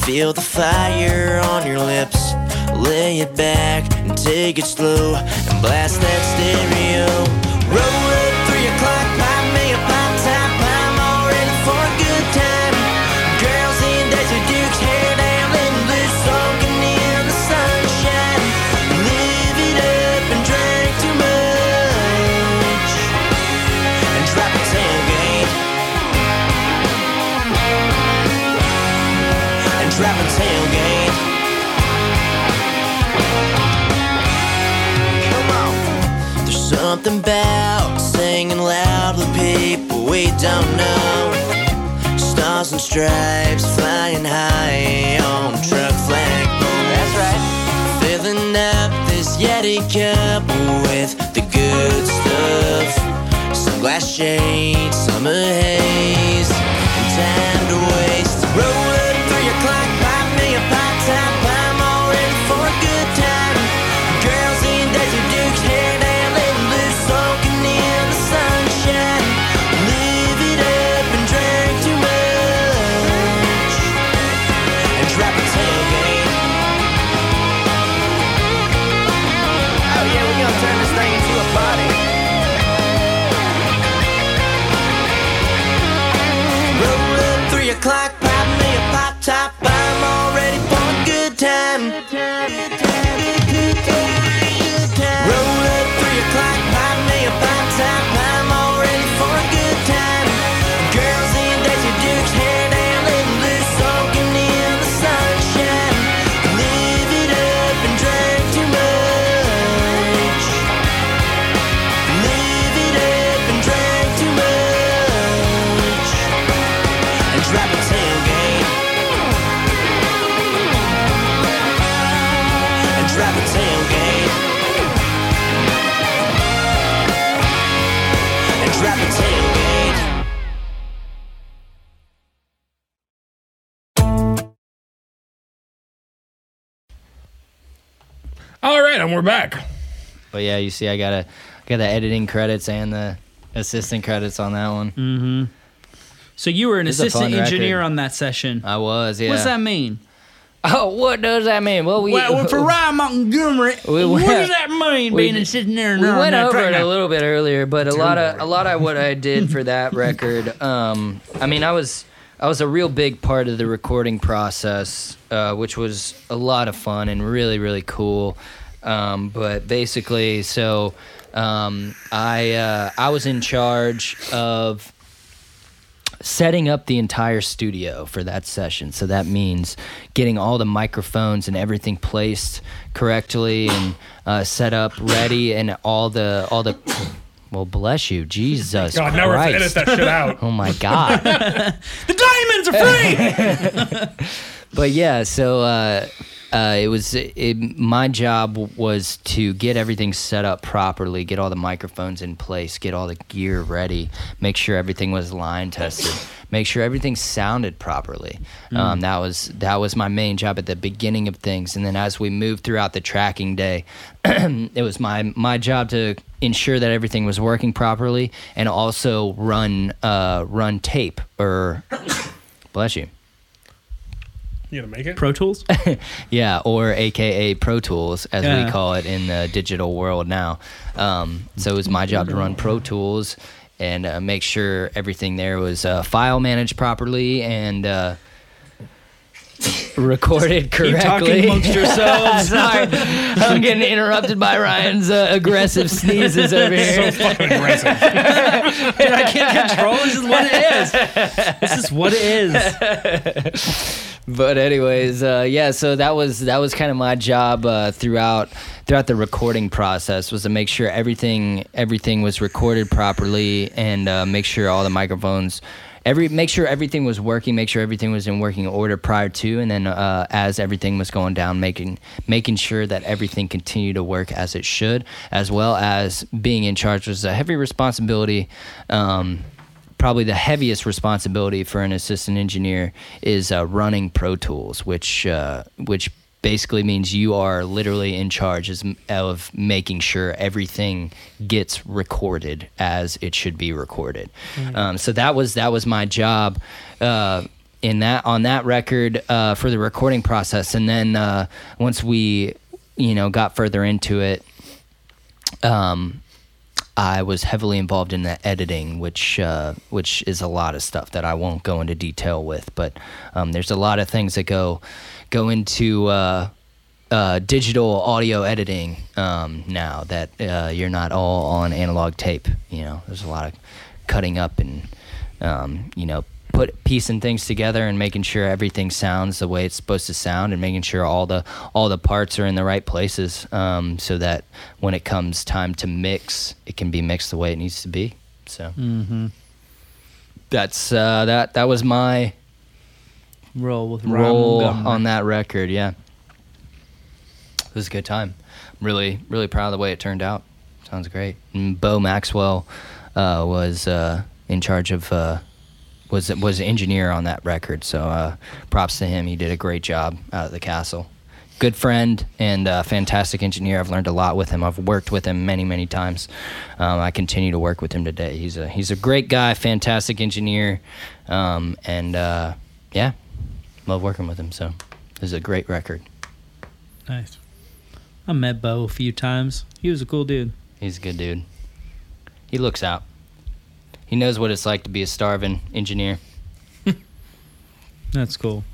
[SPEAKER 6] Feel the fire on your lips. Lay it back and take it slow and blast that stereo. Roll up three o'clock, buy me a pop top. I'm all ready for a good time. Girls in desert dukes, hair down and loose, soaking in the sunshine. Live it up and drink too much and drop a tailgate. and drop a tailgate. Come on. There's something about singing loud with people we don't know. Stars and stripes flying high on a truck flagpole. That's right. Filling up this Yeti cup with the good stuff. Some glass shade, summer haze, and time to waste. Roll up three o'clock, pop me a pot top. I'm all in for a good time. Girls in desert dukes, hair down and loose, soaking in the sunshine. Live it up and drink too much, and drop a tailgate. Oh yeah, we gonna turn this thing into a party. Roll up three o'clock, pop me a pop top. I'm all ready for a good time. Roll up three o'clock, pop me a pop top. I'm all ready for a good time. Girls in desert dukes, hair down and loose, soaking in the sunshine. Live it up and drink too much. Live it up and drink too much and drop a tailgate. And drop a tailgate. And drop a tailgate.
[SPEAKER 1] All right, and we're back.
[SPEAKER 3] But yeah, you see, I gotta Got the editing credits and the assistant credits on that one.
[SPEAKER 2] So you were an
[SPEAKER 3] This is a
[SPEAKER 2] assistant
[SPEAKER 3] fun
[SPEAKER 2] engineer
[SPEAKER 3] record.
[SPEAKER 2] on that session.
[SPEAKER 3] I was, yeah.
[SPEAKER 2] What does that mean?
[SPEAKER 3] Oh, (laughs) what does that mean? Well, we
[SPEAKER 2] well,
[SPEAKER 3] (laughs)
[SPEAKER 2] for Ryan Montgomery,
[SPEAKER 3] We
[SPEAKER 2] what
[SPEAKER 3] went-
[SPEAKER 2] does that mean
[SPEAKER 3] we
[SPEAKER 2] being
[SPEAKER 3] did-
[SPEAKER 2] an assistant engineer?
[SPEAKER 3] we
[SPEAKER 2] on
[SPEAKER 3] went
[SPEAKER 2] that
[SPEAKER 3] over
[SPEAKER 2] track
[SPEAKER 3] it
[SPEAKER 2] now?
[SPEAKER 3] a little bit earlier, but a lot of a lot of what I did for that (laughs) record. Um, I mean, I was I was a real big part of the recording process, uh, which was a lot of fun and really really cool. Um, but basically, so um, I uh, I was in charge of setting up the entire studio for that session. So that means getting all the microphones and everything placed correctly and uh, set up ready, and all the all the. Well, bless you, Jesus
[SPEAKER 1] God, now we have to edit
[SPEAKER 3] Christ!
[SPEAKER 1] that shit
[SPEAKER 3] (laughs)
[SPEAKER 1] out.
[SPEAKER 3] Oh my God.
[SPEAKER 2] (laughs) The diamonds are free.
[SPEAKER 3] (laughs) but yeah, so uh, uh, it was it, my job was to get everything set up properly, get all the microphones in place, get all the gear ready, make sure everything was line tested, make sure everything sounded properly.
[SPEAKER 2] Hmm.
[SPEAKER 3] Um, that was that was my main job at the beginning of things, and then as we moved throughout the tracking day, it was my my job to ensure that everything was working properly, and also run uh, run tape or (coughs) bless you.
[SPEAKER 1] You gonna make it?
[SPEAKER 2] Pro
[SPEAKER 3] (laughs)
[SPEAKER 2] Tools.
[SPEAKER 3] Yeah, or AKA Pro Tools, as
[SPEAKER 2] Yeah.
[SPEAKER 3] we call it in the digital world now. Um, so it was my job to run Pro Tools and uh, make sure everything there was uh, file managed properly and uh, recorded
[SPEAKER 2] Keep talking
[SPEAKER 3] correctly.
[SPEAKER 2] amongst yourselves.
[SPEAKER 3] (laughs) Sorry, I'm getting interrupted by Ryan's uh, aggressive
[SPEAKER 2] (laughs)
[SPEAKER 3] sneezes over here.
[SPEAKER 1] So fucking aggressive.
[SPEAKER 2] Dude, I can't control. This is what it is. This is what it is.
[SPEAKER 3] but anyways, uh, yeah. So that was that was kind of my job uh, throughout throughout the recording process was to make sure everything everything was recorded properly and uh, make sure all the microphones. Every make sure everything was working, make sure everything was in working order prior to, and then uh, as everything was going down, making making sure that everything continued to work as it should, as well as being in charge was a heavy responsibility. Um, probably the heaviest responsibility for an assistant engineer is uh, running Pro Tools, which uh, which basically means you are literally in charge as- of making sure everything gets recorded as it should be recorded. Um, so that was that was my job. Uh, in that on that record uh, for the recording process, and then uh, once we, you know, got further into it, um, I was heavily involved in the editing, which uh, which is a lot of stuff that I won't go into detail with. But um, there's a lot of things that go go into uh, uh, digital audio editing um, now that uh, you're not all on analog tape. You know, there's a lot of cutting up and um, you know put piecing things together and making sure everything sounds the way it's supposed to sound and making sure all the all the parts are in the right places um, so that when it comes time to mix it can be mixed the way it needs to be so that's uh, that that was my
[SPEAKER 2] (laughs) Roll with Ryan
[SPEAKER 3] role
[SPEAKER 2] Montgomery.
[SPEAKER 3] on that record yeah it was a good time I'm really really proud of the way it turned out sounds great and Bo Maxwell uh, was uh, in charge of uh, was was an engineer on that record. So uh, props to him. He did a great job out at the castle. Good friend and uh, fantastic engineer. I've learned a lot with him. I've worked with him many, many times. Um, I continue to work with him today. He's a he's a great guy, fantastic engineer, um, and uh, yeah, love working with him. So this is a great record.
[SPEAKER 2] Nice. I met Bo a few times. He was a cool dude.
[SPEAKER 3] He's a good dude. He looks out. He knows what it's like to be a starving engineer.
[SPEAKER 2] That's cool.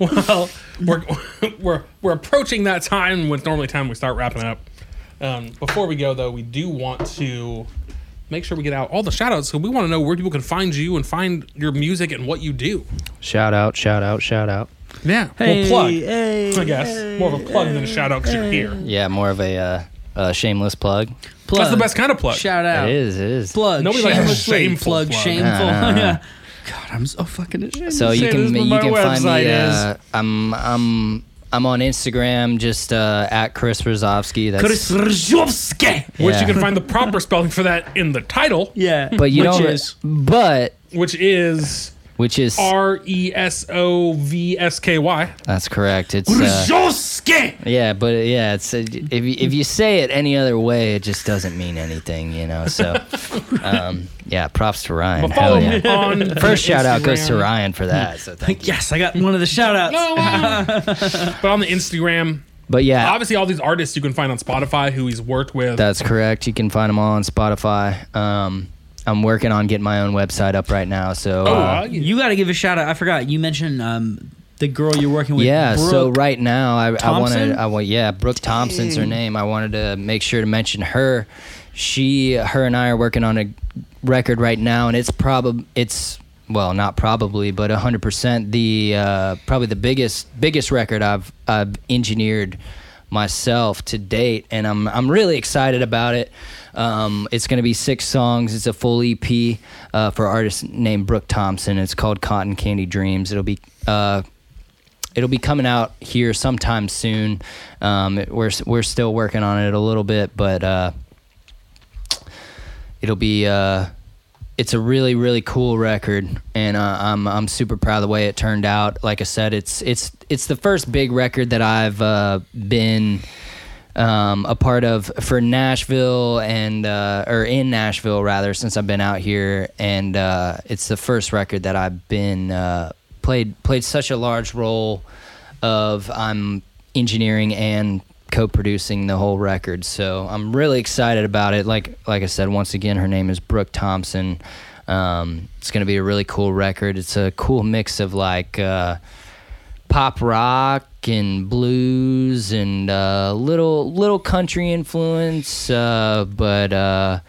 [SPEAKER 1] well, we're, we're we're approaching that time when it's normally time we start wrapping up. Um, before we go though, we do want to make sure we get out all the shout outs so we want to know where people can find you and find your music and what you do.
[SPEAKER 3] Shout out! Shout out! Shout out!
[SPEAKER 1] Yeah.
[SPEAKER 2] Hey,
[SPEAKER 1] well plug.
[SPEAKER 2] hey,
[SPEAKER 1] I guess.
[SPEAKER 2] hey,
[SPEAKER 1] More of a plug than a shout out because you're here.
[SPEAKER 3] Yeah, more of a, uh, uh shameless plug.
[SPEAKER 2] Plug.
[SPEAKER 1] That's the best kind of plug.
[SPEAKER 2] Shout out.
[SPEAKER 3] It is, it is.
[SPEAKER 2] Oh. Plug.
[SPEAKER 1] Nobody likes a
[SPEAKER 2] shamelessly.
[SPEAKER 1] shameful
[SPEAKER 2] plug.
[SPEAKER 1] plug.
[SPEAKER 2] Shameful.
[SPEAKER 3] Nah, nah,
[SPEAKER 2] (laughs) Yeah. God, I'm so fucking ashamed.
[SPEAKER 3] So
[SPEAKER 2] to
[SPEAKER 3] you
[SPEAKER 2] say
[SPEAKER 3] can
[SPEAKER 2] this, but
[SPEAKER 3] you
[SPEAKER 2] my
[SPEAKER 3] can find me.
[SPEAKER 2] website is-
[SPEAKER 3] Uh, I'm I'm I'm on Instagram, just uh, at Chris Rozovsky. That's
[SPEAKER 2] Chris Rzhowski.
[SPEAKER 1] Which
[SPEAKER 3] yeah.
[SPEAKER 1] you can find the proper spelling for that in the title,
[SPEAKER 2] Yeah.
[SPEAKER 3] (laughs) but you
[SPEAKER 2] which
[SPEAKER 3] don't.
[SPEAKER 2] is
[SPEAKER 3] but
[SPEAKER 1] which is
[SPEAKER 3] which is
[SPEAKER 1] R E S O V S K Y.
[SPEAKER 3] that's correct. It's uh, yeah, but
[SPEAKER 1] (laughs)
[SPEAKER 3] yeah, it's uh, if you, if you say it any other way, it just doesn't mean anything, you know.
[SPEAKER 1] (laughs)
[SPEAKER 3] So, um, yeah, props to Ryan.
[SPEAKER 1] Follow
[SPEAKER 3] Hell yeah.
[SPEAKER 1] me (laughs) on
[SPEAKER 3] (laughs) First shout out goes to
[SPEAKER 1] Instagram.
[SPEAKER 3] Ryan for that.
[SPEAKER 1] (laughs)
[SPEAKER 3] So thank you.
[SPEAKER 2] Yes, I got one of the shout outs.
[SPEAKER 1] Oh, (laughs) wow. but on the Instagram,
[SPEAKER 3] But yeah,
[SPEAKER 1] obviously all these artists you can find on Spotify who he's worked with.
[SPEAKER 3] That's correct. You can find them all on Spotify. Um, I'm working on getting my own website up right now. So,
[SPEAKER 1] oh,
[SPEAKER 3] uh,
[SPEAKER 1] uh, you-
[SPEAKER 2] You got to give a shout out. I forgot. You mentioned um, the girl you're working with.
[SPEAKER 3] yeah. So
[SPEAKER 2] Brooke.
[SPEAKER 3] right now, I, I
[SPEAKER 2] Thompson?
[SPEAKER 3] wanted, I want, yeah, Brooke Thompson's her name. I wanted to make sure to mention her. She, her, and I are working on a record right now, and it's probably, it's well, not probably, but 100% the uh, probably the biggest biggest record I've I've engineered myself to date, and I'm I'm really excited about it. Um, it's going to be six songs. It's a full EP uh, for artist named Brooke Thompson. It's called Cotton Candy Dreams. It'll be uh, it'll be coming out here sometime soon. Um, it- we're we're still working on it a little bit, but uh, it'll be uh, it's a really really cool record, and uh, I'm I'm super proud of the way it turned out. Like I said, it's it's it's the first big record that I've uh, been um, a part of for Nashville and uh, or in Nashville rather since I've been out here, and uh, it's the first record that I've been uh, played played such a large role of I'm engineering and co-producing the whole record. So I'm really excited about it. Like like I said, once again, her name is Brooke Thompson. Um, it's gonna be a really cool record. It's a cool mix of like. Uh, pop rock and blues and uh, little little country influence, uh, but uh,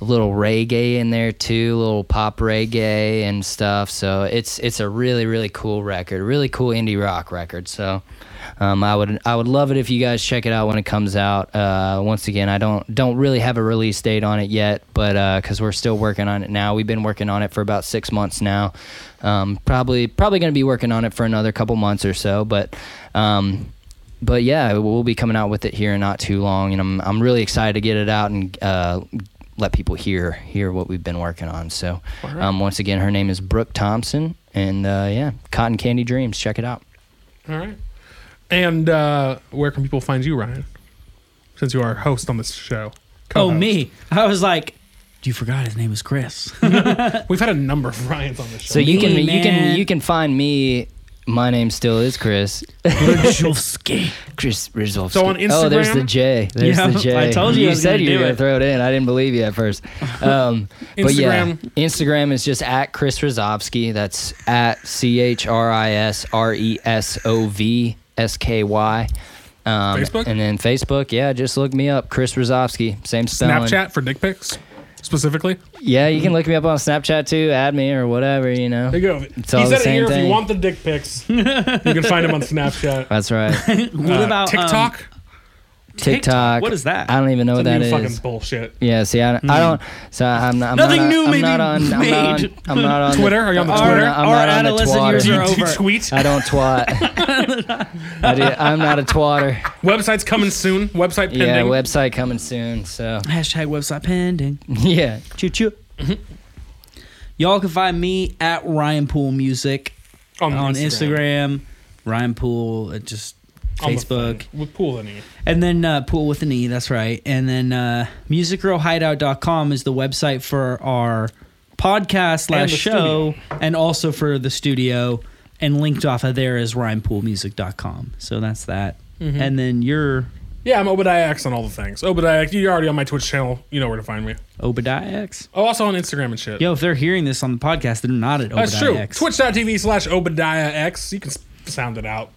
[SPEAKER 3] a little reggae in there too, a little pop reggae and stuff. So it's it's a really really cool record, really cool indie rock record. So um, I would I would love it if you guys check it out when it comes out. Uh, once again, I don't don't really have a release date on it yet, but because we're still working on it now, we've been working on it for about six months now. Um, probably probably going to be working on it for another couple months or so, but. Um, but yeah, we'll be coming out with it here in not too long, and I'm I'm really excited to get it out and uh, let people hear hear what we've been working on. So, um, once again, her name is Brooke Thompson, and uh, yeah, Cotton Candy Dreams. Check it out.
[SPEAKER 1] all right. And uh, where can people find you, Ryan? Since you are a host on this show.
[SPEAKER 2] Oh,
[SPEAKER 1] Co-host.
[SPEAKER 2] me. I was like, you forgot his name was (laughs) Chris.
[SPEAKER 1] We've had a number of Ryans on this show.
[SPEAKER 3] So you can
[SPEAKER 2] Me,
[SPEAKER 3] you
[SPEAKER 2] man.
[SPEAKER 3] can you can find me. My name still is Chris. (laughs)
[SPEAKER 2] Brzezowski.
[SPEAKER 3] Chris Rizov.
[SPEAKER 1] So on
[SPEAKER 3] Oh, there's the
[SPEAKER 1] Instagram?
[SPEAKER 3] J. There's
[SPEAKER 2] Yeah,
[SPEAKER 3] the J.
[SPEAKER 2] I told you I was
[SPEAKER 3] said
[SPEAKER 2] gonna
[SPEAKER 3] you were
[SPEAKER 2] do
[SPEAKER 3] gonna
[SPEAKER 2] it.
[SPEAKER 3] throw it in. I didn't believe you at first.
[SPEAKER 2] (laughs)
[SPEAKER 3] Um, but yeah,
[SPEAKER 1] Instagram.
[SPEAKER 3] Instagram is just at Chris Rizovsky. That's at C H R I S R E S O V S K Y. Um,
[SPEAKER 1] Facebook?
[SPEAKER 3] and then Facebook, yeah, just look me up, Chris Rizovsky, same spelling.
[SPEAKER 1] Snapchat for dick pics specifically.
[SPEAKER 3] Yeah, you can look me up on Snapchat too. Add me or whatever, you know.
[SPEAKER 1] There you go.
[SPEAKER 3] all
[SPEAKER 1] he
[SPEAKER 3] the
[SPEAKER 1] said it
[SPEAKER 3] same
[SPEAKER 1] here. If you
[SPEAKER 3] thing.
[SPEAKER 1] want the dick pics, you can find him on
[SPEAKER 3] (laughs)
[SPEAKER 1] Snapchat.
[SPEAKER 3] That's right.
[SPEAKER 1] (laughs)
[SPEAKER 2] What
[SPEAKER 1] Uh,
[SPEAKER 2] about um,
[SPEAKER 1] TikTok?
[SPEAKER 3] TikTok.
[SPEAKER 2] What is that?
[SPEAKER 3] I don't even know what that
[SPEAKER 1] New
[SPEAKER 3] is.
[SPEAKER 1] fucking Hmm. bullshit.
[SPEAKER 3] Yeah, see, I, I don't. So I'm not. I'm
[SPEAKER 2] Nothing
[SPEAKER 3] not,
[SPEAKER 2] new
[SPEAKER 3] I'm
[SPEAKER 2] may
[SPEAKER 3] not
[SPEAKER 2] be
[SPEAKER 3] on, I'm not
[SPEAKER 2] made.
[SPEAKER 3] on. I'm not on the-
[SPEAKER 1] Twitter? Are you on the
[SPEAKER 3] I'm
[SPEAKER 1] Twitter?
[SPEAKER 3] not- I'm
[SPEAKER 2] Our
[SPEAKER 3] not on the
[SPEAKER 2] adolescent
[SPEAKER 3] twatter.
[SPEAKER 2] years are
[SPEAKER 1] Do you
[SPEAKER 2] over.
[SPEAKER 1] tweet?
[SPEAKER 3] I don't
[SPEAKER 1] (laughs)
[SPEAKER 3] twat. I do, I'm not a twatter.
[SPEAKER 1] Website's coming soon. Website pending.
[SPEAKER 3] Yeah, website coming soon. So (laughs)
[SPEAKER 2] Hashtag website pending. Mm-hmm.
[SPEAKER 3] yeah, choo choo.
[SPEAKER 2] Y'all can find me at Ryan Pool Music on Instagram. Ryan Pool, uh, just
[SPEAKER 1] On the
[SPEAKER 2] Facebook.
[SPEAKER 1] phone. With pool in it.
[SPEAKER 2] And then uh, pool with an E, that's right. And then uh, musicgirlhideout.com is the website for our podcast slash
[SPEAKER 1] the
[SPEAKER 2] show
[SPEAKER 1] studio.
[SPEAKER 2] and also for the studio. And linked off of there is rhymepoolmusic.com. So that's that.
[SPEAKER 1] Mm-hmm.
[SPEAKER 2] And then you're
[SPEAKER 1] Yeah, I'm Obadiah X on all the things. Obadiah, X, you're already on my Twitch channel. You know where to find me.
[SPEAKER 2] Obadiah X.
[SPEAKER 1] Oh, also on Instagram and shit.
[SPEAKER 2] Yo, if they're hearing this on the podcast, they're not at Obadiah
[SPEAKER 1] That's true.
[SPEAKER 2] X.
[SPEAKER 1] Twitch.tv slash Obadiah X. You can s- sound it out.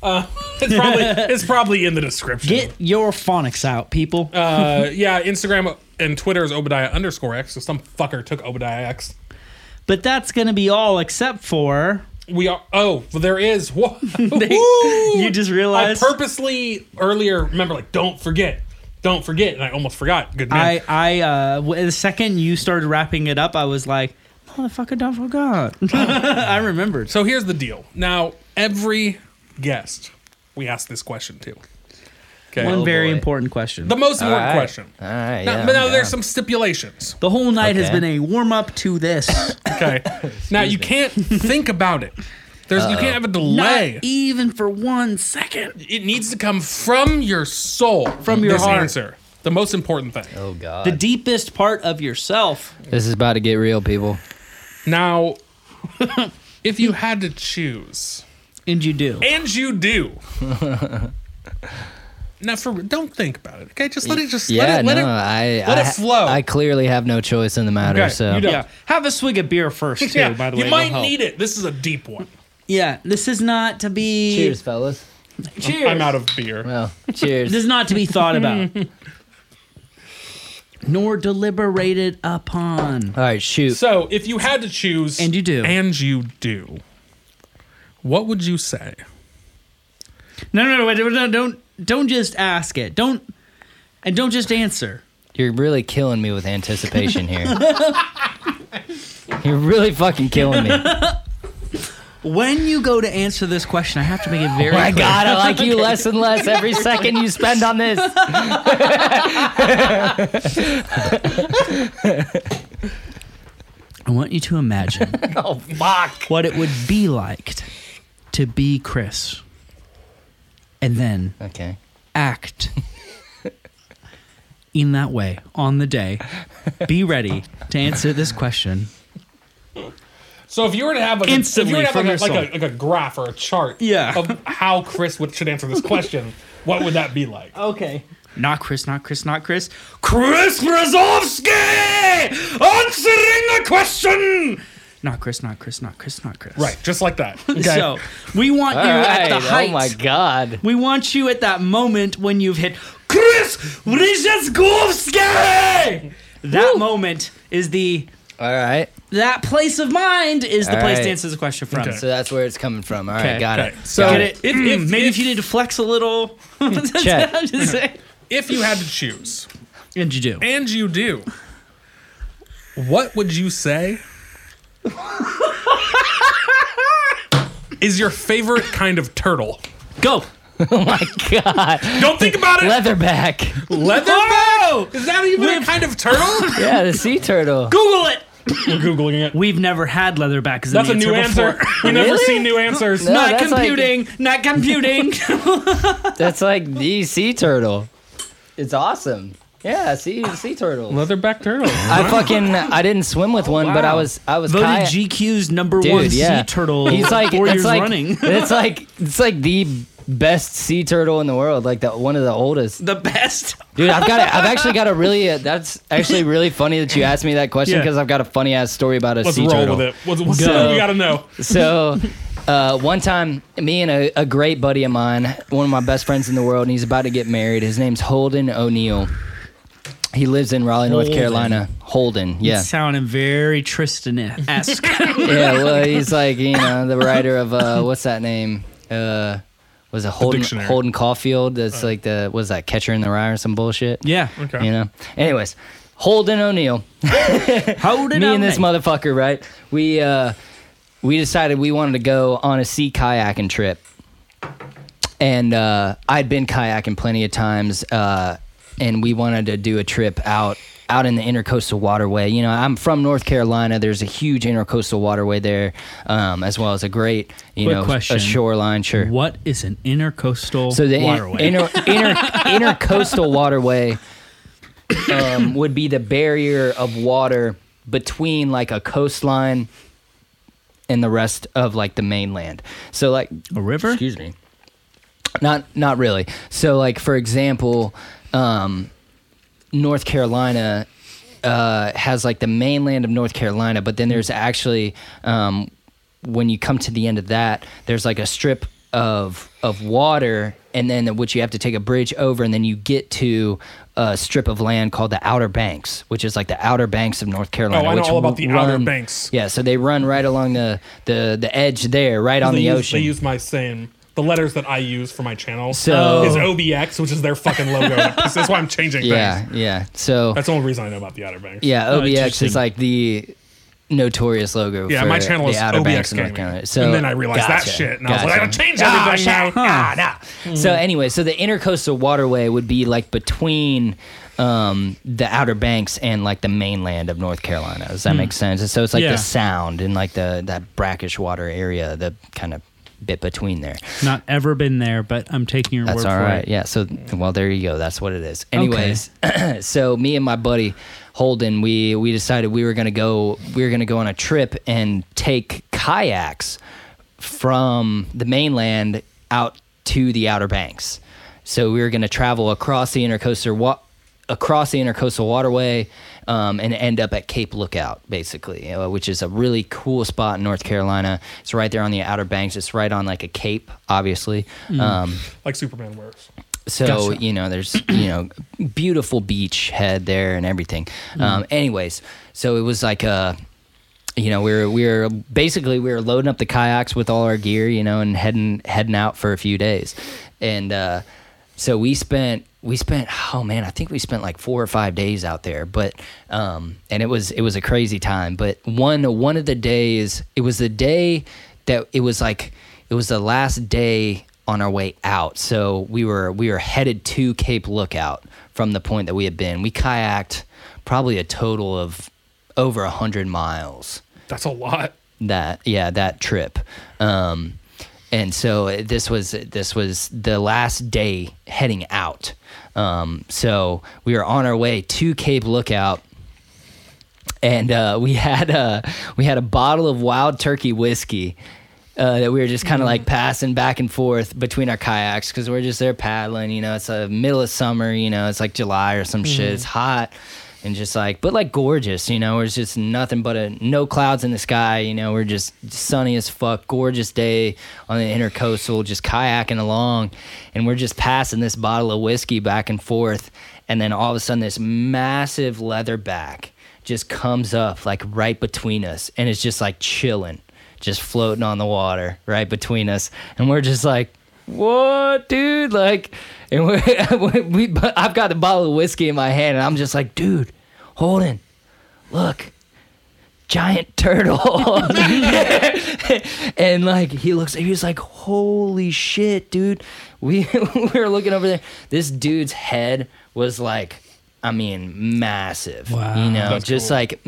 [SPEAKER 1] Uh, (laughs) it's
[SPEAKER 3] (laughs)
[SPEAKER 1] probably it's probably in the description.
[SPEAKER 2] Get your phonics out, people.
[SPEAKER 1] uh, yeah, Instagram and Twitter is Obadiah underscore X. So some fucker took Obadiah X.
[SPEAKER 2] but that's going to be all except for.
[SPEAKER 1] We are. Oh, well, there is.
[SPEAKER 2] (laughs)
[SPEAKER 1] Whoa,
[SPEAKER 2] you just realized?
[SPEAKER 1] I purposely earlier. Remember, like, don't forget, don't forget, and I almost forgot. Good man.
[SPEAKER 2] I, I, uh, w- the second you started wrapping it up, I was like, motherfucker, don't forgot. (laughs) I remembered.
[SPEAKER 1] so here's the deal. Now, every guest we ask this question to. Okay.
[SPEAKER 2] One
[SPEAKER 3] Oh,
[SPEAKER 2] very
[SPEAKER 3] boy.
[SPEAKER 2] important question.
[SPEAKER 1] the
[SPEAKER 2] The,
[SPEAKER 1] most important
[SPEAKER 3] All right.
[SPEAKER 1] question.
[SPEAKER 3] All right.
[SPEAKER 1] Now,
[SPEAKER 3] yeah,
[SPEAKER 1] but now
[SPEAKER 3] I'm
[SPEAKER 1] there's some
[SPEAKER 3] down.
[SPEAKER 1] stipulations.
[SPEAKER 2] whole night has
[SPEAKER 3] Okay.
[SPEAKER 2] been a warm up to this.
[SPEAKER 3] (laughs)
[SPEAKER 1] Okay. now you can't think about it. There's you can't have a delay.
[SPEAKER 2] (laughs) Not e- even for one second.
[SPEAKER 1] it needs to come from your soul, from
[SPEAKER 2] your
[SPEAKER 1] this
[SPEAKER 2] heart.
[SPEAKER 1] Answer the most important thing.
[SPEAKER 3] Oh God.
[SPEAKER 2] The deepest part of yourself.
[SPEAKER 3] this is about to get real, people.
[SPEAKER 1] Now, (laughs) if you had to choose,
[SPEAKER 2] And you do.
[SPEAKER 1] and you
[SPEAKER 2] (laughs)
[SPEAKER 1] do. Now, for don't think about it. Okay, just let it just
[SPEAKER 3] Yeah,
[SPEAKER 1] let it let (laughs)
[SPEAKER 3] no,
[SPEAKER 1] it
[SPEAKER 3] I
[SPEAKER 1] let
[SPEAKER 3] I,
[SPEAKER 1] it flow.
[SPEAKER 3] I clearly have no choice in the matter.
[SPEAKER 1] Okay,
[SPEAKER 3] so
[SPEAKER 1] you don't.
[SPEAKER 2] Yeah. Have a swig of beer first, too, by the way.
[SPEAKER 1] you
[SPEAKER 2] it'll
[SPEAKER 1] might
[SPEAKER 2] help.
[SPEAKER 1] need it. This is a deep one.
[SPEAKER 2] Yeah, this is not to be.
[SPEAKER 3] cheers, fellas.
[SPEAKER 2] Cheers.
[SPEAKER 1] I'm out of beer.
[SPEAKER 3] Well,
[SPEAKER 1] (laughs)
[SPEAKER 3] cheers.
[SPEAKER 2] This is not to be thought about. Nor deliberated upon.
[SPEAKER 3] All right, shoot.
[SPEAKER 1] So, if you had to choose,
[SPEAKER 2] And you do.
[SPEAKER 1] and you do, what would you say?
[SPEAKER 2] No, no, no, wait, no, don't, don't just ask it. Don't, and don't just answer.
[SPEAKER 3] You're really killing me with anticipation here. You're really fucking (laughs) killing me.
[SPEAKER 2] When you go to answer this question, I have to make it very
[SPEAKER 3] My
[SPEAKER 2] clear.
[SPEAKER 3] God, I like you less and less every second you spend on this.
[SPEAKER 2] I want you to (laughs) imagine
[SPEAKER 3] Oh fuck.
[SPEAKER 2] what it would be like t- to be Chris, and then
[SPEAKER 3] Okay.
[SPEAKER 2] act in that way on the day. Be ready to answer this question.
[SPEAKER 1] So if you were to have like a, if you
[SPEAKER 2] Instantly
[SPEAKER 1] were to have
[SPEAKER 2] from
[SPEAKER 1] like, a,
[SPEAKER 2] your
[SPEAKER 1] like, a, like a graph or a chart
[SPEAKER 2] Yeah.
[SPEAKER 1] of how Chris would, should answer this question, what would that be
[SPEAKER 2] (laughs)
[SPEAKER 1] like?
[SPEAKER 2] Okay. Not Chris, not Chris, not Chris.
[SPEAKER 1] Chris Brzezowski answering the question.
[SPEAKER 2] Not Chris, not Chris, not Chris, not Chris.
[SPEAKER 1] Right, just like that.
[SPEAKER 2] (laughs)
[SPEAKER 1] Okay.
[SPEAKER 2] So we want
[SPEAKER 3] All
[SPEAKER 2] you
[SPEAKER 3] right.
[SPEAKER 2] at the height.
[SPEAKER 3] Oh my God.
[SPEAKER 2] We want you at that moment when you've hit Chris Rizhetskovsky. That moment is the
[SPEAKER 3] All right.
[SPEAKER 2] that place of mind is the
[SPEAKER 3] All
[SPEAKER 2] place
[SPEAKER 3] right.
[SPEAKER 2] to answer the question from.
[SPEAKER 1] Okay.
[SPEAKER 3] So that's where it's coming from. All right,
[SPEAKER 2] Okay.
[SPEAKER 3] got
[SPEAKER 1] Okay.
[SPEAKER 3] it.
[SPEAKER 1] So
[SPEAKER 2] Get it?
[SPEAKER 1] If,
[SPEAKER 2] Mm,
[SPEAKER 1] if,
[SPEAKER 2] maybe
[SPEAKER 1] if,
[SPEAKER 2] if you need to flex a little. (laughs)
[SPEAKER 3] Check.
[SPEAKER 2] I'm just saying.
[SPEAKER 1] if you had to choose,
[SPEAKER 2] And you do.
[SPEAKER 1] and you do, what would you say is your favorite kind of turtle?
[SPEAKER 2] Go.
[SPEAKER 3] Oh (laughs) my God.
[SPEAKER 1] Don't think about it.
[SPEAKER 3] Leatherback.
[SPEAKER 1] Leatherback? Is that even a kind of (laughs) turtle?
[SPEAKER 3] Yeah, the sea turtle.
[SPEAKER 2] Google it.
[SPEAKER 1] You're googling it.
[SPEAKER 2] We've never had leatherback as an
[SPEAKER 1] That's a
[SPEAKER 2] answer
[SPEAKER 1] new
[SPEAKER 2] before. (laughs)
[SPEAKER 1] answer. We never
[SPEAKER 3] Really?
[SPEAKER 1] seen new answers.
[SPEAKER 3] No.
[SPEAKER 2] Not
[SPEAKER 3] that's like-
[SPEAKER 2] computing. Not (laughs) computing.
[SPEAKER 3] That's like the sea turtle. It's awesome. Yeah, sea sea turtle.
[SPEAKER 1] Leatherback turtle.
[SPEAKER 3] (laughs) I fucking I didn't swim with one, but I was I was
[SPEAKER 2] Voted
[SPEAKER 3] kayak-
[SPEAKER 2] GQ's number
[SPEAKER 3] Dude,
[SPEAKER 2] one
[SPEAKER 3] yeah.
[SPEAKER 2] sea turtle
[SPEAKER 3] He's like
[SPEAKER 2] four
[SPEAKER 3] it's
[SPEAKER 2] years
[SPEAKER 3] like,
[SPEAKER 2] running.
[SPEAKER 3] (laughs) it's like it's like the best sea turtle in the world, like the one of the oldest.
[SPEAKER 2] (laughs) the best.
[SPEAKER 3] Dude, I've got a, I've actually got a really uh, that's actually really funny that you asked me that question
[SPEAKER 1] Yeah.
[SPEAKER 3] because I've got a funny ass story about a
[SPEAKER 1] Let's
[SPEAKER 3] sea
[SPEAKER 1] roll
[SPEAKER 3] turtle.
[SPEAKER 1] with it. What's, what's
[SPEAKER 3] Go.
[SPEAKER 1] something we gotta know?
[SPEAKER 3] So, uh, one time, me and a, a great buddy of mine, one of my best friends in the world, and he's about to get married. His name's Holden O'Neill. He lives in Raleigh, North
[SPEAKER 2] Holden.
[SPEAKER 3] Carolina. Holden, yeah.
[SPEAKER 2] Sounding very (laughs) Tristan-esque.
[SPEAKER 3] Yeah, well, he's like, you know, the writer of, uh, what's that name? Uh, was it Holden,
[SPEAKER 1] dictionary.
[SPEAKER 3] Holden Caulfield? That's like the, what is that, Catcher in the Rye or some bullshit?
[SPEAKER 2] yeah.
[SPEAKER 1] Okay.
[SPEAKER 3] You know? Anyways, Holden O'Neill.
[SPEAKER 2] Hold it
[SPEAKER 3] me
[SPEAKER 2] on
[SPEAKER 3] and this
[SPEAKER 2] mate.
[SPEAKER 3] motherfucker, right? We uh, we decided we wanted to go on a sea kayaking trip, and uh, I'd been kayaking plenty of times, uh, and we wanted to do a trip out out in the intercoastal waterway. You know, I'm from North Carolina. There's a huge intercoastal waterway there, um, as well as a great you
[SPEAKER 2] Quick
[SPEAKER 3] know
[SPEAKER 2] question.
[SPEAKER 3] a shoreline. Sure.
[SPEAKER 2] What is an intercoastal
[SPEAKER 3] So the in-
[SPEAKER 2] waterway?
[SPEAKER 3] inner
[SPEAKER 2] (laughs)
[SPEAKER 3] inner intercoastal waterway um, would be the barrier of water between like a coastline and the rest of like the mainland. So like
[SPEAKER 2] a river?
[SPEAKER 3] excuse me. Not not really. So like for example, um, North Carolina uh, has like the mainland of North Carolina, but then there's actually um, when you come to the end of that, there's like a strip of of water, and then which you have to take a bridge over, and then you get to a strip of land called the Outer Banks, which is like the Outer Banks of North Carolina.
[SPEAKER 1] Oh, I know
[SPEAKER 3] which
[SPEAKER 1] all about
[SPEAKER 3] w-
[SPEAKER 1] the Outer
[SPEAKER 3] run-
[SPEAKER 1] Banks.
[SPEAKER 3] Yeah, so they run right along the the the edge there, right on
[SPEAKER 1] they
[SPEAKER 3] the
[SPEAKER 1] use,
[SPEAKER 3] ocean.
[SPEAKER 1] They use my same the letters that I use for my channel.
[SPEAKER 3] So-
[SPEAKER 1] is OBX, which is their fucking
[SPEAKER 3] (laughs)
[SPEAKER 1] logo. That's why I'm changing
[SPEAKER 3] yeah,
[SPEAKER 1] things.
[SPEAKER 3] yeah. So
[SPEAKER 1] That's the only reason I know about the Outer Banks.
[SPEAKER 3] yeah, OBX
[SPEAKER 2] interesting.
[SPEAKER 3] is like the notorious logo.
[SPEAKER 1] Yeah,
[SPEAKER 3] for
[SPEAKER 1] my channel
[SPEAKER 3] the
[SPEAKER 1] is
[SPEAKER 3] Outer Banks
[SPEAKER 1] OBX
[SPEAKER 3] and North
[SPEAKER 1] Gaming.
[SPEAKER 3] Carolina. So
[SPEAKER 1] and then I realized
[SPEAKER 3] gotcha,
[SPEAKER 1] that shit, and I was like, I
[SPEAKER 3] gotcha.
[SPEAKER 1] gotta change everything now.
[SPEAKER 3] Ah, nah. So anyway, so the intercoastal waterway would be like between um, the Outer Banks and like the mainland of North Carolina. Does that
[SPEAKER 1] Hmm.
[SPEAKER 3] make sense? And so it's like
[SPEAKER 2] Yeah.
[SPEAKER 3] the Sound and like the that brackish water area, the kind of bit between there.
[SPEAKER 2] Not ever been there, but I'm taking your
[SPEAKER 3] That's
[SPEAKER 2] word
[SPEAKER 3] all
[SPEAKER 2] for
[SPEAKER 3] right.
[SPEAKER 2] it.
[SPEAKER 3] Yeah. So, well, there you go. That's what it is. Anyways, (clears throat) so me and my buddy Holden, we we decided we were gonna go. We were gonna go on a trip and take kayaks from the mainland out to the Outer Banks. So we were gonna travel across the intercoastal wa- across the intercoastal waterway um, and end up at Cape Lookout, basically, uh, which is a really cool spot in North Carolina. It's right there on the Outer Banks. It's right on like a cape, obviously. Um,
[SPEAKER 1] Like Superman wears.
[SPEAKER 3] so you know, there's you know, beautiful beach head there and everything. Um, anyways, so it was like a, you know, we were we were basically we were loading up the kayaks with all our gear, you know, and heading heading out for a few days, and uh, so we spent we spent oh man, I think we spent like four or five days out there, but um, and it was it was a crazy time. But one one of the days, it was the day that it was like it was the last day on our way out. So we were we were headed to Cape Lookout from the point that we had been. We kayaked probably a total of over a hundred miles
[SPEAKER 1] That's a lot.
[SPEAKER 3] that yeah that trip um and so uh, this was this was the last day heading out um so we were on our way to cape lookout and uh, we had a we had a bottle of wild turkey whiskey uh, that we were just kind of like passing back and forth between our kayaks because we're just there paddling. You know, it's a middle of summer. You know, it's like July or some shit. It's hot and just like, but like gorgeous. You know, it's just nothing but a no clouds in the sky. You know, we're just sunny as fuck, gorgeous day on the intercoastal, just kayaking along, and we're just passing this bottle of whiskey back and forth. And then all of a sudden, this massive leather back just comes up like right between us and it's just like chilling just floating on the water right between us and we're just like what dude like and we, (laughs) we but i've got the bottle of whiskey in my hand and i'm just like dude holden look giant turtle (laughs) and like he looks he was like holy shit dude we, (laughs) we were looking over there this dude's head was like i mean massive you know just like